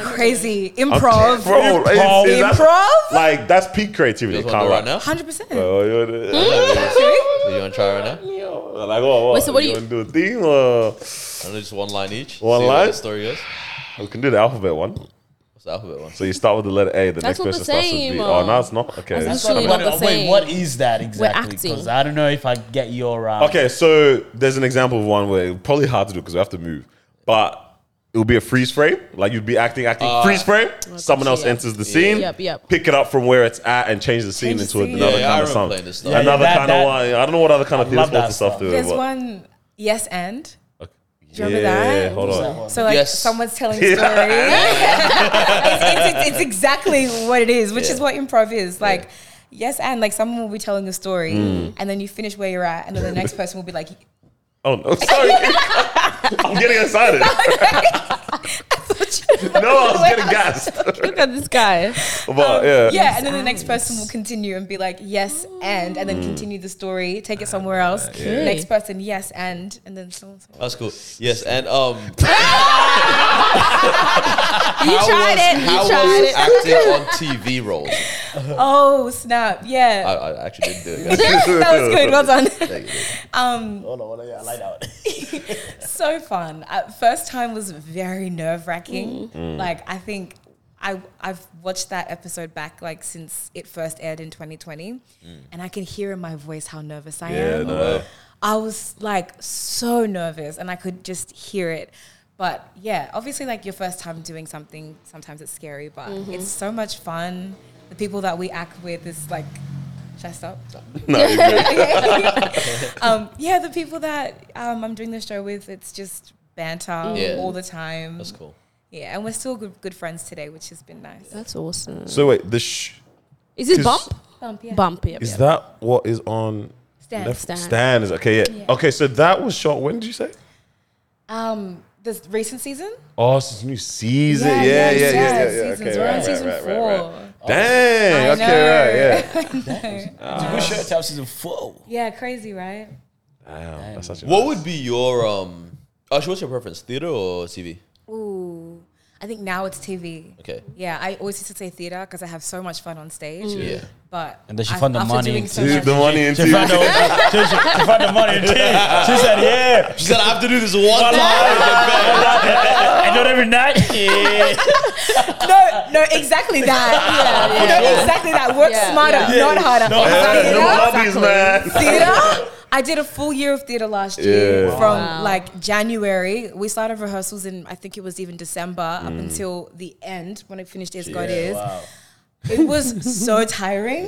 [SPEAKER 7] Crazy Uh, improv.
[SPEAKER 4] Bro, it's- it's- that's-
[SPEAKER 7] Improv?
[SPEAKER 4] Like that's peak creativity.
[SPEAKER 1] You guys want to do it
[SPEAKER 4] Can't
[SPEAKER 1] right
[SPEAKER 4] right now.
[SPEAKER 1] now?
[SPEAKER 7] Hundred percent. Hmm?
[SPEAKER 1] You want to try right now?
[SPEAKER 4] Like, oh, what?
[SPEAKER 2] Wait, so what do you-
[SPEAKER 4] wanna do a theme or
[SPEAKER 1] I don't know, just one line each.
[SPEAKER 4] One
[SPEAKER 1] see what
[SPEAKER 4] line?
[SPEAKER 1] the story is.
[SPEAKER 4] we can do the alphabet one.
[SPEAKER 1] What's the alphabet one?
[SPEAKER 4] So you start with the letter A, the
[SPEAKER 2] That's
[SPEAKER 4] next
[SPEAKER 2] not the
[SPEAKER 4] person starts with
[SPEAKER 2] same,
[SPEAKER 4] B.
[SPEAKER 2] uh,
[SPEAKER 4] Oh, no, it's not. Okay.
[SPEAKER 2] that's
[SPEAKER 4] it's-
[SPEAKER 2] not Actually,
[SPEAKER 5] What-
[SPEAKER 2] not the
[SPEAKER 5] uh, wait,
[SPEAKER 2] same.
[SPEAKER 5] what is that exactly?
[SPEAKER 2] acting.
[SPEAKER 5] Because I don't know if I get your. Um,
[SPEAKER 4] Okay, so there's an example of one where probably hard to do because we have to move, but it will be a freeze frame. Like you'd be acting, acting,
[SPEAKER 5] Uh,
[SPEAKER 4] freeze frame. Someone else
[SPEAKER 2] yeah.
[SPEAKER 4] enters the scene,
[SPEAKER 2] Yep, yep.
[SPEAKER 4] pick it up from where it's at, and change the scene
[SPEAKER 7] Change the
[SPEAKER 4] into
[SPEAKER 7] scene.
[SPEAKER 4] another
[SPEAKER 1] Yeah, I
[SPEAKER 4] kind of
[SPEAKER 1] remember
[SPEAKER 4] something.
[SPEAKER 1] playing this stuff. Yeah,
[SPEAKER 4] another
[SPEAKER 5] yeah, that-
[SPEAKER 4] kind of
[SPEAKER 5] that-
[SPEAKER 4] one. I don't know what other kind of theater
[SPEAKER 5] love
[SPEAKER 4] sports
[SPEAKER 5] that
[SPEAKER 4] and stuff
[SPEAKER 5] stuff.
[SPEAKER 4] do.
[SPEAKER 7] There's
[SPEAKER 4] but-
[SPEAKER 7] one yes and.
[SPEAKER 4] yeah,
[SPEAKER 7] remember that?
[SPEAKER 4] hold on.
[SPEAKER 7] So like
[SPEAKER 1] Yes.
[SPEAKER 7] someone's telling a story. it's, it's, it's exactly what it is, which is what improv is. Like, yes, and like someone will be telling a story,
[SPEAKER 2] Mm.
[SPEAKER 7] and then you finish where you're at, and then the next person will be like,
[SPEAKER 4] Oh no, sorry. I'm getting excited. no, I was getting gassed.
[SPEAKER 2] Look at this guy.
[SPEAKER 4] But yeah,
[SPEAKER 7] yeah, and then the next person will continue and be like, yes, and, and then
[SPEAKER 4] Mm.
[SPEAKER 7] continue the story, take
[SPEAKER 4] Uh,
[SPEAKER 7] it somewhere else.
[SPEAKER 2] yeah.
[SPEAKER 7] Next person, yes, and, and then so on. So on.
[SPEAKER 1] That's cool. Yes, and um,
[SPEAKER 2] You
[SPEAKER 1] how
[SPEAKER 2] tried
[SPEAKER 1] was,
[SPEAKER 2] it. You
[SPEAKER 1] how
[SPEAKER 2] tried it.
[SPEAKER 1] was acting on TV roles?
[SPEAKER 4] Uh.
[SPEAKER 7] Oh snap!
[SPEAKER 1] I,
[SPEAKER 7] Yeah,
[SPEAKER 1] I actually didn't do it. guys.
[SPEAKER 7] that was good. Well done.
[SPEAKER 1] Thank you.
[SPEAKER 5] Hold on, hold on, yeah, I like that one.
[SPEAKER 7] so fun. Uh, first time was very nerve wracking.
[SPEAKER 4] Mm.
[SPEAKER 7] Like I think I I've watched that episode back like since it first aired in 2020, and I can hear in my voice how nervous I
[SPEAKER 4] Mm. yeah,
[SPEAKER 7] am.
[SPEAKER 4] no.
[SPEAKER 7] I was like so nervous, and I could just hear it. But
[SPEAKER 4] Mm-hmm.
[SPEAKER 7] yeah, obviously, like your first time doing something, sometimes it's scary, but it's so much fun. the people that we act with is like, should I stop?
[SPEAKER 4] No, you're good.
[SPEAKER 7] um, yeah, the people that um, I'm doing the show with, it's
[SPEAKER 4] Mm.
[SPEAKER 7] just banter
[SPEAKER 1] Yeah.
[SPEAKER 7] all the time.
[SPEAKER 1] That's cool.
[SPEAKER 7] Yeah, and we're still good, good friends today, which has been nice.
[SPEAKER 2] That's awesome.
[SPEAKER 4] So wait, the sh-
[SPEAKER 2] Is it
[SPEAKER 4] Is-
[SPEAKER 2] bump?
[SPEAKER 7] Bump, yeah.
[SPEAKER 2] Bump, yeah.
[SPEAKER 4] is that what is on?
[SPEAKER 7] Stan.
[SPEAKER 4] Netf-
[SPEAKER 2] Stan.
[SPEAKER 4] Stan is okay. Yeah. Okay, so that was shot. When did you say?
[SPEAKER 7] Um, this recent season?
[SPEAKER 4] Oh, it's this new season. Yeah, yeah, yeah, yeah. yeah, yeah,
[SPEAKER 7] Seasons.
[SPEAKER 4] Okay,
[SPEAKER 7] we're
[SPEAKER 4] right,
[SPEAKER 7] on
[SPEAKER 4] right,
[SPEAKER 7] season
[SPEAKER 4] right,
[SPEAKER 7] four.
[SPEAKER 4] right, right. Dang.
[SPEAKER 7] I
[SPEAKER 4] okay, right. Yeah.
[SPEAKER 5] It's a good show. Tell season four.
[SPEAKER 7] Yeah, crazy, right?
[SPEAKER 4] Damn, that's such a
[SPEAKER 1] What would be your um? Actually, what's your preference, theater or TV?
[SPEAKER 7] Ooh, I think now it's TV.
[SPEAKER 1] Okay.
[SPEAKER 7] Yeah, I always used to say theater because I have so much fun on stage.
[SPEAKER 1] Yeah.
[SPEAKER 7] But
[SPEAKER 5] And then she
[SPEAKER 7] I-
[SPEAKER 5] found the
[SPEAKER 7] after
[SPEAKER 5] money in
[SPEAKER 7] doing so
[SPEAKER 4] Dude,
[SPEAKER 7] much-
[SPEAKER 4] the money in
[SPEAKER 5] She found,
[SPEAKER 4] TV.
[SPEAKER 5] the, she, she, she found the money. She, she said, "Yeah."
[SPEAKER 1] She said, "I have to do this one time."
[SPEAKER 5] I do it every night. Yeah.
[SPEAKER 3] No, no, exactly that.
[SPEAKER 2] Yeah, yeah.
[SPEAKER 3] No, exactly that. Work
[SPEAKER 2] Yeah,
[SPEAKER 3] smarter,
[SPEAKER 2] yeah.
[SPEAKER 3] not harder.
[SPEAKER 5] No,
[SPEAKER 4] Yeah,
[SPEAKER 3] Exactly
[SPEAKER 4] no
[SPEAKER 3] that.
[SPEAKER 4] hobbies, man.
[SPEAKER 7] theater. I did a full year of theater last year
[SPEAKER 4] Yeah.
[SPEAKER 7] from
[SPEAKER 2] Wow.
[SPEAKER 7] like January. We started rehearsals in I think it was even December up until the end when it finished Is God Is. It was so tiring.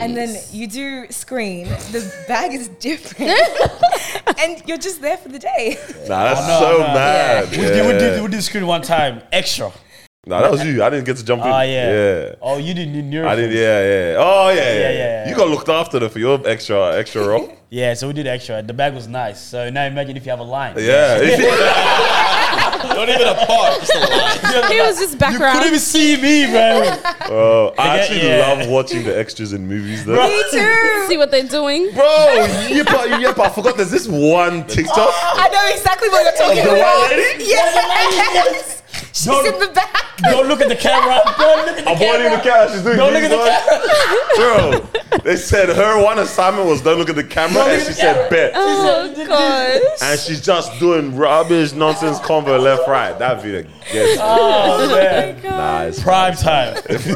[SPEAKER 7] and then you do screen, the bag is different. and you're just there for the day.
[SPEAKER 4] Nah, that's
[SPEAKER 5] No,
[SPEAKER 4] so
[SPEAKER 5] no.
[SPEAKER 4] mad.
[SPEAKER 5] We, did, we did.
[SPEAKER 4] Yeah.
[SPEAKER 5] We did screen one time. Extra.
[SPEAKER 4] Nah, that was you. I didn't get to jump in.
[SPEAKER 5] Oh yeah.
[SPEAKER 4] Ah, Yeah.
[SPEAKER 5] Oh, you didn't need
[SPEAKER 4] I
[SPEAKER 5] neuro.
[SPEAKER 4] did, yeah, yeah. Oh, yeah, yeah.
[SPEAKER 5] Yeah,
[SPEAKER 4] yeah,
[SPEAKER 5] yeah, yeah.
[SPEAKER 4] You got looked after though for your extra, extra role.
[SPEAKER 5] Yeah, so we did extra. The bag was nice. So now imagine if you have a line.
[SPEAKER 4] Yeah,
[SPEAKER 1] Not even a part. Just a line.
[SPEAKER 2] He was just
[SPEAKER 5] You
[SPEAKER 2] background.
[SPEAKER 5] couldn't even see me, bro.
[SPEAKER 4] bro. I
[SPEAKER 5] Yeah,
[SPEAKER 4] actually
[SPEAKER 5] yeah.
[SPEAKER 4] love watching the extras in movies, though.
[SPEAKER 7] Me too.
[SPEAKER 2] See what they're doing.
[SPEAKER 4] Bro, yep, I- yep. I forgot. There's this one TikTok.
[SPEAKER 3] I know exactly what you're
[SPEAKER 4] The
[SPEAKER 3] talking
[SPEAKER 4] white
[SPEAKER 3] about.
[SPEAKER 4] lady.
[SPEAKER 3] Yes. She's
[SPEAKER 5] Don't-
[SPEAKER 3] in the back.
[SPEAKER 5] Don't look at the camera. Don't look at the
[SPEAKER 4] I'm
[SPEAKER 5] camera.
[SPEAKER 4] pointing the camera. She's doing
[SPEAKER 5] Don't
[SPEAKER 4] this,
[SPEAKER 5] look
[SPEAKER 4] like- Bro, they said her one assignment was don't look at the camera, and she said bet.
[SPEAKER 2] Oh god.
[SPEAKER 4] And she's just doing rubbish, nonsense convo left, right. That video gets
[SPEAKER 5] Oh, man.
[SPEAKER 4] nah, it's
[SPEAKER 5] Prime time.
[SPEAKER 1] This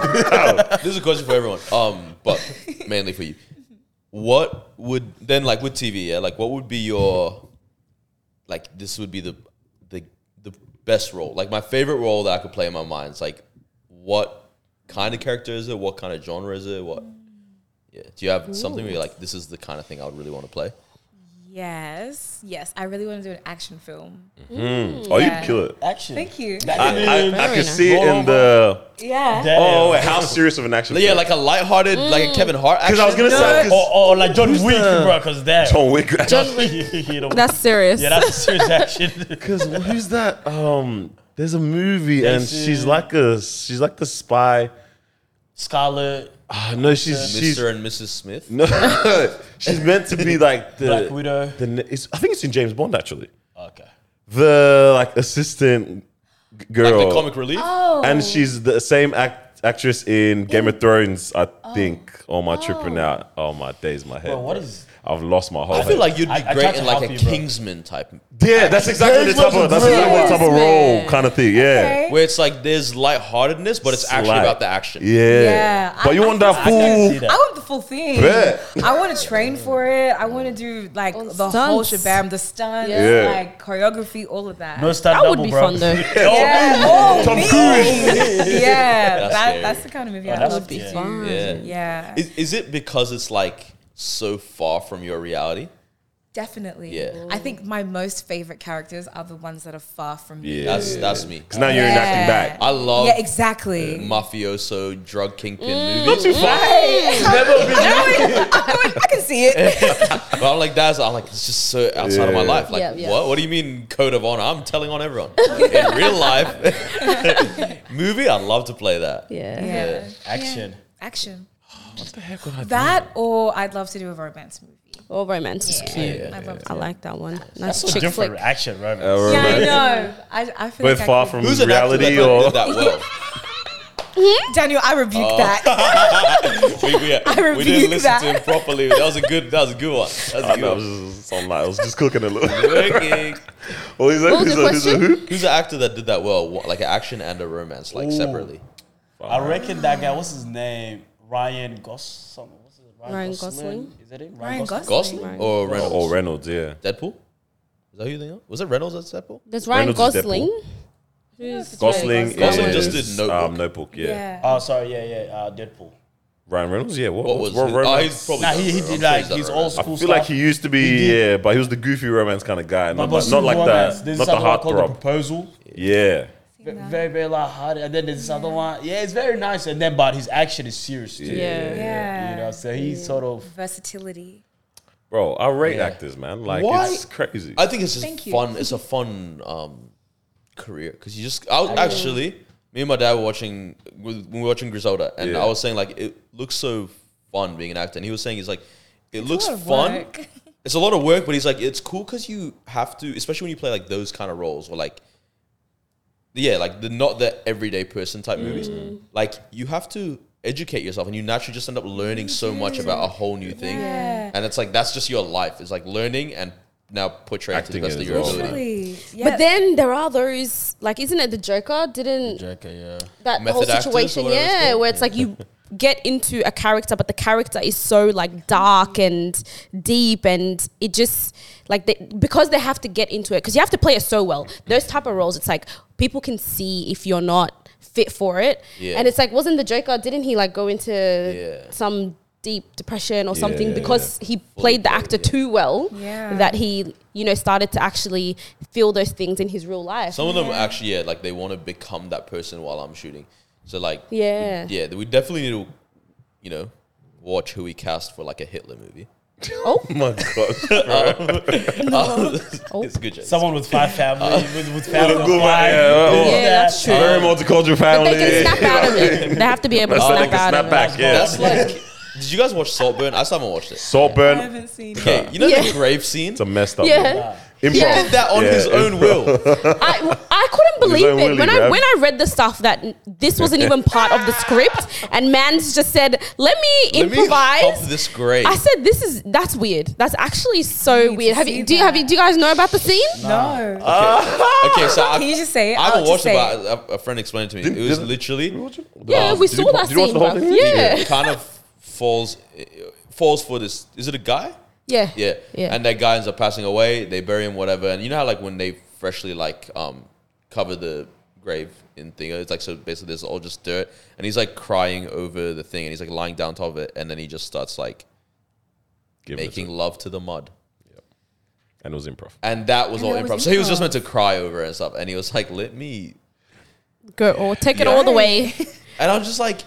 [SPEAKER 1] is a question for everyone. Um, but mainly for you. What would then like with TV? Yeah, like what would be your like? This would be the the the best role. Like my favorite role that I could play in my mind is like, what kind of character is it? What kind of genre is it? What? Yeah. Do you have something where you're like, this is the kind of thing I would really want to play?
[SPEAKER 7] Yes. Yes. I really want to do an action film.
[SPEAKER 4] Oh, you kill it.
[SPEAKER 5] Action.
[SPEAKER 7] Thank you.
[SPEAKER 4] I, I, I
[SPEAKER 2] Very
[SPEAKER 4] can
[SPEAKER 2] nice.
[SPEAKER 4] see it in the.
[SPEAKER 7] Yeah.
[SPEAKER 5] Damn.
[SPEAKER 4] Oh, wait, how serious of an action?
[SPEAKER 1] Yeah, like a lighthearted, like a Kevin Hart.
[SPEAKER 4] because I was
[SPEAKER 1] action?
[SPEAKER 4] gonna say 'cause
[SPEAKER 5] Or, or Oh, like John Wick,
[SPEAKER 4] the-
[SPEAKER 5] bro, because that.
[SPEAKER 4] John Wick.
[SPEAKER 5] John Wick. You know,
[SPEAKER 2] That's serious.
[SPEAKER 5] yeah, that's a serious action.
[SPEAKER 4] Because who's that? Um, there's a movie and
[SPEAKER 5] Jason-
[SPEAKER 4] she's like a she's like the spy.
[SPEAKER 5] Scarlet,
[SPEAKER 4] Ah, no, she's she's
[SPEAKER 1] Mr. and Mrs. Smith.
[SPEAKER 4] no, she's meant to be like the
[SPEAKER 5] Black Widow.
[SPEAKER 4] The ne- it's, I think it's in James Bond actually.
[SPEAKER 5] Okay.
[SPEAKER 4] The like assistant g- girl,
[SPEAKER 1] Like the comic relief.
[SPEAKER 4] and she's the same act, actress in Game of Thrones. I think. Oh my, tripping out. Oh my days, my head.
[SPEAKER 5] Bro, what
[SPEAKER 4] bro.
[SPEAKER 5] is-
[SPEAKER 4] I've lost my whole.
[SPEAKER 1] I feel like you'd be
[SPEAKER 5] I- I tried
[SPEAKER 1] great
[SPEAKER 5] to
[SPEAKER 1] in like
[SPEAKER 5] help
[SPEAKER 1] a
[SPEAKER 5] you, bro.
[SPEAKER 1] Kingsman type,
[SPEAKER 4] yeah, that's exactly the
[SPEAKER 5] James
[SPEAKER 4] type
[SPEAKER 5] was
[SPEAKER 4] of that's exactly the type of
[SPEAKER 2] brilliant.
[SPEAKER 4] role kind of thing. Yeah.
[SPEAKER 7] Okay.
[SPEAKER 1] where it's like there's lightheartedness, but it's actually
[SPEAKER 4] Slight.
[SPEAKER 1] about the action.
[SPEAKER 4] Yeah.
[SPEAKER 7] Yeah,
[SPEAKER 4] But
[SPEAKER 7] I-
[SPEAKER 4] you
[SPEAKER 7] I
[SPEAKER 4] want
[SPEAKER 7] can
[SPEAKER 4] that
[SPEAKER 5] I can
[SPEAKER 4] fool
[SPEAKER 5] see
[SPEAKER 7] I
[SPEAKER 5] that.
[SPEAKER 7] want the full thing.
[SPEAKER 4] Bet.
[SPEAKER 7] I want to train for it. I want to do like the whole
[SPEAKER 2] stunts.
[SPEAKER 7] shabam, the stunts,
[SPEAKER 4] Yeah. Yeah.
[SPEAKER 7] like choreography, all of that.
[SPEAKER 5] No stand
[SPEAKER 2] That would
[SPEAKER 5] double,
[SPEAKER 2] be
[SPEAKER 5] bro.
[SPEAKER 2] fun though.
[SPEAKER 7] yeah. Oh,
[SPEAKER 4] Tom
[SPEAKER 7] me.
[SPEAKER 4] Cruise.
[SPEAKER 7] yeah,
[SPEAKER 1] That's
[SPEAKER 7] that,
[SPEAKER 1] scary.
[SPEAKER 7] that's the kind of movie I
[SPEAKER 5] that's
[SPEAKER 7] love
[SPEAKER 5] good.
[SPEAKER 7] to
[SPEAKER 5] Yeah.
[SPEAKER 7] do.
[SPEAKER 1] Yeah.
[SPEAKER 7] Yeah,
[SPEAKER 1] Is, is it because it's like so far from your reality?
[SPEAKER 7] definitely.
[SPEAKER 1] Yeah.
[SPEAKER 7] I think my most favorite characters are the ones that are far from me.
[SPEAKER 4] Yeah.
[SPEAKER 1] That's that's me.
[SPEAKER 4] Because now you're enacting back.
[SPEAKER 1] I love
[SPEAKER 7] Yeah, exactly.
[SPEAKER 1] mafioso drug kingpin
[SPEAKER 4] Not
[SPEAKER 1] movies.
[SPEAKER 4] too far.
[SPEAKER 7] I can see it.
[SPEAKER 1] But I'm like that's I'm like it's just so outside of my
[SPEAKER 4] Yeah.
[SPEAKER 1] life. Like
[SPEAKER 2] Yeah, yeah.
[SPEAKER 1] what? What do you mean code of honor? I'm telling on everyone in real life. Movie, I'd love to play that.
[SPEAKER 2] Yeah.
[SPEAKER 7] Yeah.
[SPEAKER 5] Action.
[SPEAKER 7] Action. What the heck would I That or I'd love to do a romance movie.
[SPEAKER 2] All romance is cute.
[SPEAKER 7] I'd love
[SPEAKER 2] I
[SPEAKER 7] to.
[SPEAKER 2] like that one.
[SPEAKER 5] That's
[SPEAKER 2] Nice
[SPEAKER 5] so
[SPEAKER 2] chick
[SPEAKER 5] different.
[SPEAKER 2] flick.
[SPEAKER 5] Action, right?
[SPEAKER 4] Uh,
[SPEAKER 7] Yeah, I
[SPEAKER 4] remember-
[SPEAKER 7] know. I, I feel
[SPEAKER 4] But
[SPEAKER 7] like I
[SPEAKER 4] far
[SPEAKER 7] could-
[SPEAKER 4] from
[SPEAKER 1] Who's an
[SPEAKER 4] reality
[SPEAKER 1] actor
[SPEAKER 4] or
[SPEAKER 1] that, that did that well?
[SPEAKER 3] Daniel, I rebuke that.
[SPEAKER 1] we, we, we
[SPEAKER 3] rebuke
[SPEAKER 1] didn't listen
[SPEAKER 3] that.
[SPEAKER 1] to him properly. That was a good. That was a good one. That was
[SPEAKER 4] I
[SPEAKER 1] a
[SPEAKER 4] know, I
[SPEAKER 1] good
[SPEAKER 4] was
[SPEAKER 1] one.
[SPEAKER 4] just, I'm like, I was just cooking a little.
[SPEAKER 1] Working.
[SPEAKER 4] well, he's like,
[SPEAKER 2] was
[SPEAKER 4] he's
[SPEAKER 2] the
[SPEAKER 4] like, he's like,
[SPEAKER 2] question?
[SPEAKER 4] who?
[SPEAKER 1] Who's the actor that did that well? What, like an action and a romance, like
[SPEAKER 5] Ooh.
[SPEAKER 1] separately.
[SPEAKER 5] I reckon that guy, what's his name? Ryan Gos. something. What's his name?
[SPEAKER 2] Ryan Gosling?
[SPEAKER 5] Is that it?
[SPEAKER 7] Ryan Gosling.
[SPEAKER 1] Gosling or Reynolds?
[SPEAKER 4] Oh, Reynolds, yeah.
[SPEAKER 1] Deadpool. Is that who you think of? Was it Reynolds that's Deadpool?
[SPEAKER 2] There's Ryan
[SPEAKER 4] Reynolds is
[SPEAKER 2] Gosling. Who's
[SPEAKER 4] Gosling,
[SPEAKER 1] Gosling
[SPEAKER 4] is,
[SPEAKER 1] just did Notebook.
[SPEAKER 4] Um, notebook, yeah.
[SPEAKER 7] Yeah.
[SPEAKER 5] Oh, sorry. Yeah, yeah. Uh, Deadpool.
[SPEAKER 4] Ryan Reynolds, yeah. What,
[SPEAKER 1] What
[SPEAKER 4] was
[SPEAKER 1] was?
[SPEAKER 4] what
[SPEAKER 1] his-
[SPEAKER 4] Ryan
[SPEAKER 1] oh,
[SPEAKER 4] Reynolds?
[SPEAKER 1] he's probably
[SPEAKER 5] Nah,
[SPEAKER 1] done
[SPEAKER 5] he, he
[SPEAKER 1] it. I'm
[SPEAKER 5] did
[SPEAKER 1] sure
[SPEAKER 5] like
[SPEAKER 1] he's done
[SPEAKER 5] his
[SPEAKER 1] it.
[SPEAKER 5] old
[SPEAKER 4] I
[SPEAKER 5] school
[SPEAKER 4] feel
[SPEAKER 5] stuff.
[SPEAKER 4] like he used to be,
[SPEAKER 5] did.
[SPEAKER 4] yeah, but he was the goofy romance kind of guy,
[SPEAKER 5] But-
[SPEAKER 4] not,
[SPEAKER 5] but
[SPEAKER 4] not, not like
[SPEAKER 5] romance.
[SPEAKER 4] that,
[SPEAKER 5] There's
[SPEAKER 4] not the
[SPEAKER 5] something called the
[SPEAKER 4] heartthrob.
[SPEAKER 5] proposal.
[SPEAKER 4] Yeah,
[SPEAKER 5] Ve- Very, very lighthearted. And then there's this other one. Yeah, it's very nice. And then, but his action is serious too.
[SPEAKER 2] Yeah.
[SPEAKER 5] You know, so he's sort of.
[SPEAKER 7] Versatility.
[SPEAKER 4] bro, I rate
[SPEAKER 1] Yeah.
[SPEAKER 4] actors, man. Like
[SPEAKER 1] Why-
[SPEAKER 4] it's crazy.
[SPEAKER 1] I think it's just
[SPEAKER 7] Thank you.
[SPEAKER 1] fun. It's a fun um, career because you just. I was actually me and my dad were watching when we were watching Griselda, and
[SPEAKER 4] Yeah.
[SPEAKER 1] I was saying like it looks so fun being an actor, and he was saying he's like it looks
[SPEAKER 7] lot of
[SPEAKER 1] fun.
[SPEAKER 7] work.
[SPEAKER 1] It's a lot of work, but he's like it's cool because you have to, especially when you play like those kind of roles or like. Yeah, like the not the everyday person type
[SPEAKER 7] Mm-hmm.
[SPEAKER 1] movies. Like you have to educate yourself, and you naturally just end up learning so much about a whole new thing.
[SPEAKER 7] Yeah.
[SPEAKER 1] And it's like that's just your life. It's like learning and now portraying it to the
[SPEAKER 4] Acting
[SPEAKER 1] best
[SPEAKER 4] it
[SPEAKER 1] of
[SPEAKER 4] as
[SPEAKER 1] your
[SPEAKER 4] well.
[SPEAKER 1] ability.
[SPEAKER 7] Really? Yeah.
[SPEAKER 2] But then there are those like, isn't it the Joker? Didn't
[SPEAKER 5] Joker, yeah.
[SPEAKER 2] that
[SPEAKER 1] Method
[SPEAKER 2] whole
[SPEAKER 1] actors or
[SPEAKER 2] situation?
[SPEAKER 1] whatever it's
[SPEAKER 2] Yeah,
[SPEAKER 1] called.
[SPEAKER 2] where it's like you get into a character, but the character is so like dark and deep, and it just like they, because they have to get into it because you have to play it so well. Those type of roles, it's like people can see if you're not fit for it,
[SPEAKER 1] Yeah.
[SPEAKER 2] and it's like wasn't the Joker? Didn't he like go into
[SPEAKER 1] Yeah.
[SPEAKER 2] some deep depression or something
[SPEAKER 4] Yeah.
[SPEAKER 2] because he played the actor too well
[SPEAKER 7] Yeah.
[SPEAKER 2] that he you know started to actually feel those things in his real life
[SPEAKER 1] Some of them actually, yeah, like they want to become that person while I'm shooting. So like,
[SPEAKER 2] Yeah.
[SPEAKER 1] we, yeah, we definitely need to, you know, watch who we cast for like a Hitler movie.
[SPEAKER 2] oh
[SPEAKER 4] my god,
[SPEAKER 1] it's a good joke.
[SPEAKER 5] Someone with five family, with, with family.
[SPEAKER 4] Uh, good one,
[SPEAKER 5] of five.
[SPEAKER 4] yeah, oh,
[SPEAKER 5] This,
[SPEAKER 2] yeah,
[SPEAKER 5] that.
[SPEAKER 2] that's true.
[SPEAKER 4] very
[SPEAKER 2] But
[SPEAKER 4] multicultural family.
[SPEAKER 2] they can snap out of it. They have to be able to
[SPEAKER 4] That's
[SPEAKER 2] snap
[SPEAKER 4] like a
[SPEAKER 2] out of it.
[SPEAKER 4] snapback. Yeah,
[SPEAKER 1] That's like, did you guys watch Saltburn? I still haven't watched it.
[SPEAKER 7] I
[SPEAKER 4] Saltburn.
[SPEAKER 7] haven't seen it.
[SPEAKER 1] Okay, you know
[SPEAKER 2] Yeah.
[SPEAKER 1] the grave scene.
[SPEAKER 4] It's a messed up.
[SPEAKER 2] Yeah.
[SPEAKER 4] one. Improv.
[SPEAKER 1] He did that on
[SPEAKER 4] Yeah,
[SPEAKER 1] his own
[SPEAKER 4] improv.
[SPEAKER 1] will.
[SPEAKER 2] I, I couldn't believe
[SPEAKER 4] own
[SPEAKER 2] it
[SPEAKER 4] willy
[SPEAKER 2] when I
[SPEAKER 4] grab.
[SPEAKER 2] when I read the stuff that n- this wasn't even part of the script and Mans just said let me
[SPEAKER 1] Let me hop
[SPEAKER 2] improvise.
[SPEAKER 1] this grave.
[SPEAKER 2] I said this is that's weird. That's actually so
[SPEAKER 7] need
[SPEAKER 2] weird.
[SPEAKER 7] to
[SPEAKER 2] Have
[SPEAKER 7] see
[SPEAKER 2] you do you have you do you guys know about the scene?
[SPEAKER 7] No.
[SPEAKER 1] Okay, so I,
[SPEAKER 7] Can you just say it?
[SPEAKER 1] I haven't
[SPEAKER 7] I'll
[SPEAKER 1] watched
[SPEAKER 7] just
[SPEAKER 1] it,
[SPEAKER 7] say
[SPEAKER 1] but a, a friend explained it to me.
[SPEAKER 4] Didn't-
[SPEAKER 1] it was
[SPEAKER 4] didn't-
[SPEAKER 1] literally
[SPEAKER 2] Yeah, we
[SPEAKER 4] Did
[SPEAKER 2] saw
[SPEAKER 4] you-
[SPEAKER 2] that
[SPEAKER 4] did you watch
[SPEAKER 2] scene,
[SPEAKER 4] the whole
[SPEAKER 2] bruv.
[SPEAKER 4] thing?
[SPEAKER 2] Yeah.
[SPEAKER 1] it kind of falls it falls for this. Is it a guy?
[SPEAKER 2] yeah,
[SPEAKER 1] Yeah.
[SPEAKER 2] yeah.
[SPEAKER 1] And that guy ends up passing away. They bury him, whatever. And you know how like when they freshly like um cover the grave in thing, it's like so basically there's all just dirt. And he's like crying over the thing, and he's like lying down top of it, and then he just starts like
[SPEAKER 4] Give it a
[SPEAKER 1] making
[SPEAKER 4] try.
[SPEAKER 1] love to the mud.
[SPEAKER 4] and it was improv.
[SPEAKER 1] And that was
[SPEAKER 7] And
[SPEAKER 1] all
[SPEAKER 7] that
[SPEAKER 1] improv.
[SPEAKER 7] was
[SPEAKER 1] So he was just
[SPEAKER 7] improv.
[SPEAKER 1] meant to cry over it and stuff. And he was like, "Let me."
[SPEAKER 2] Go or take it all the way.
[SPEAKER 1] And I'm just like,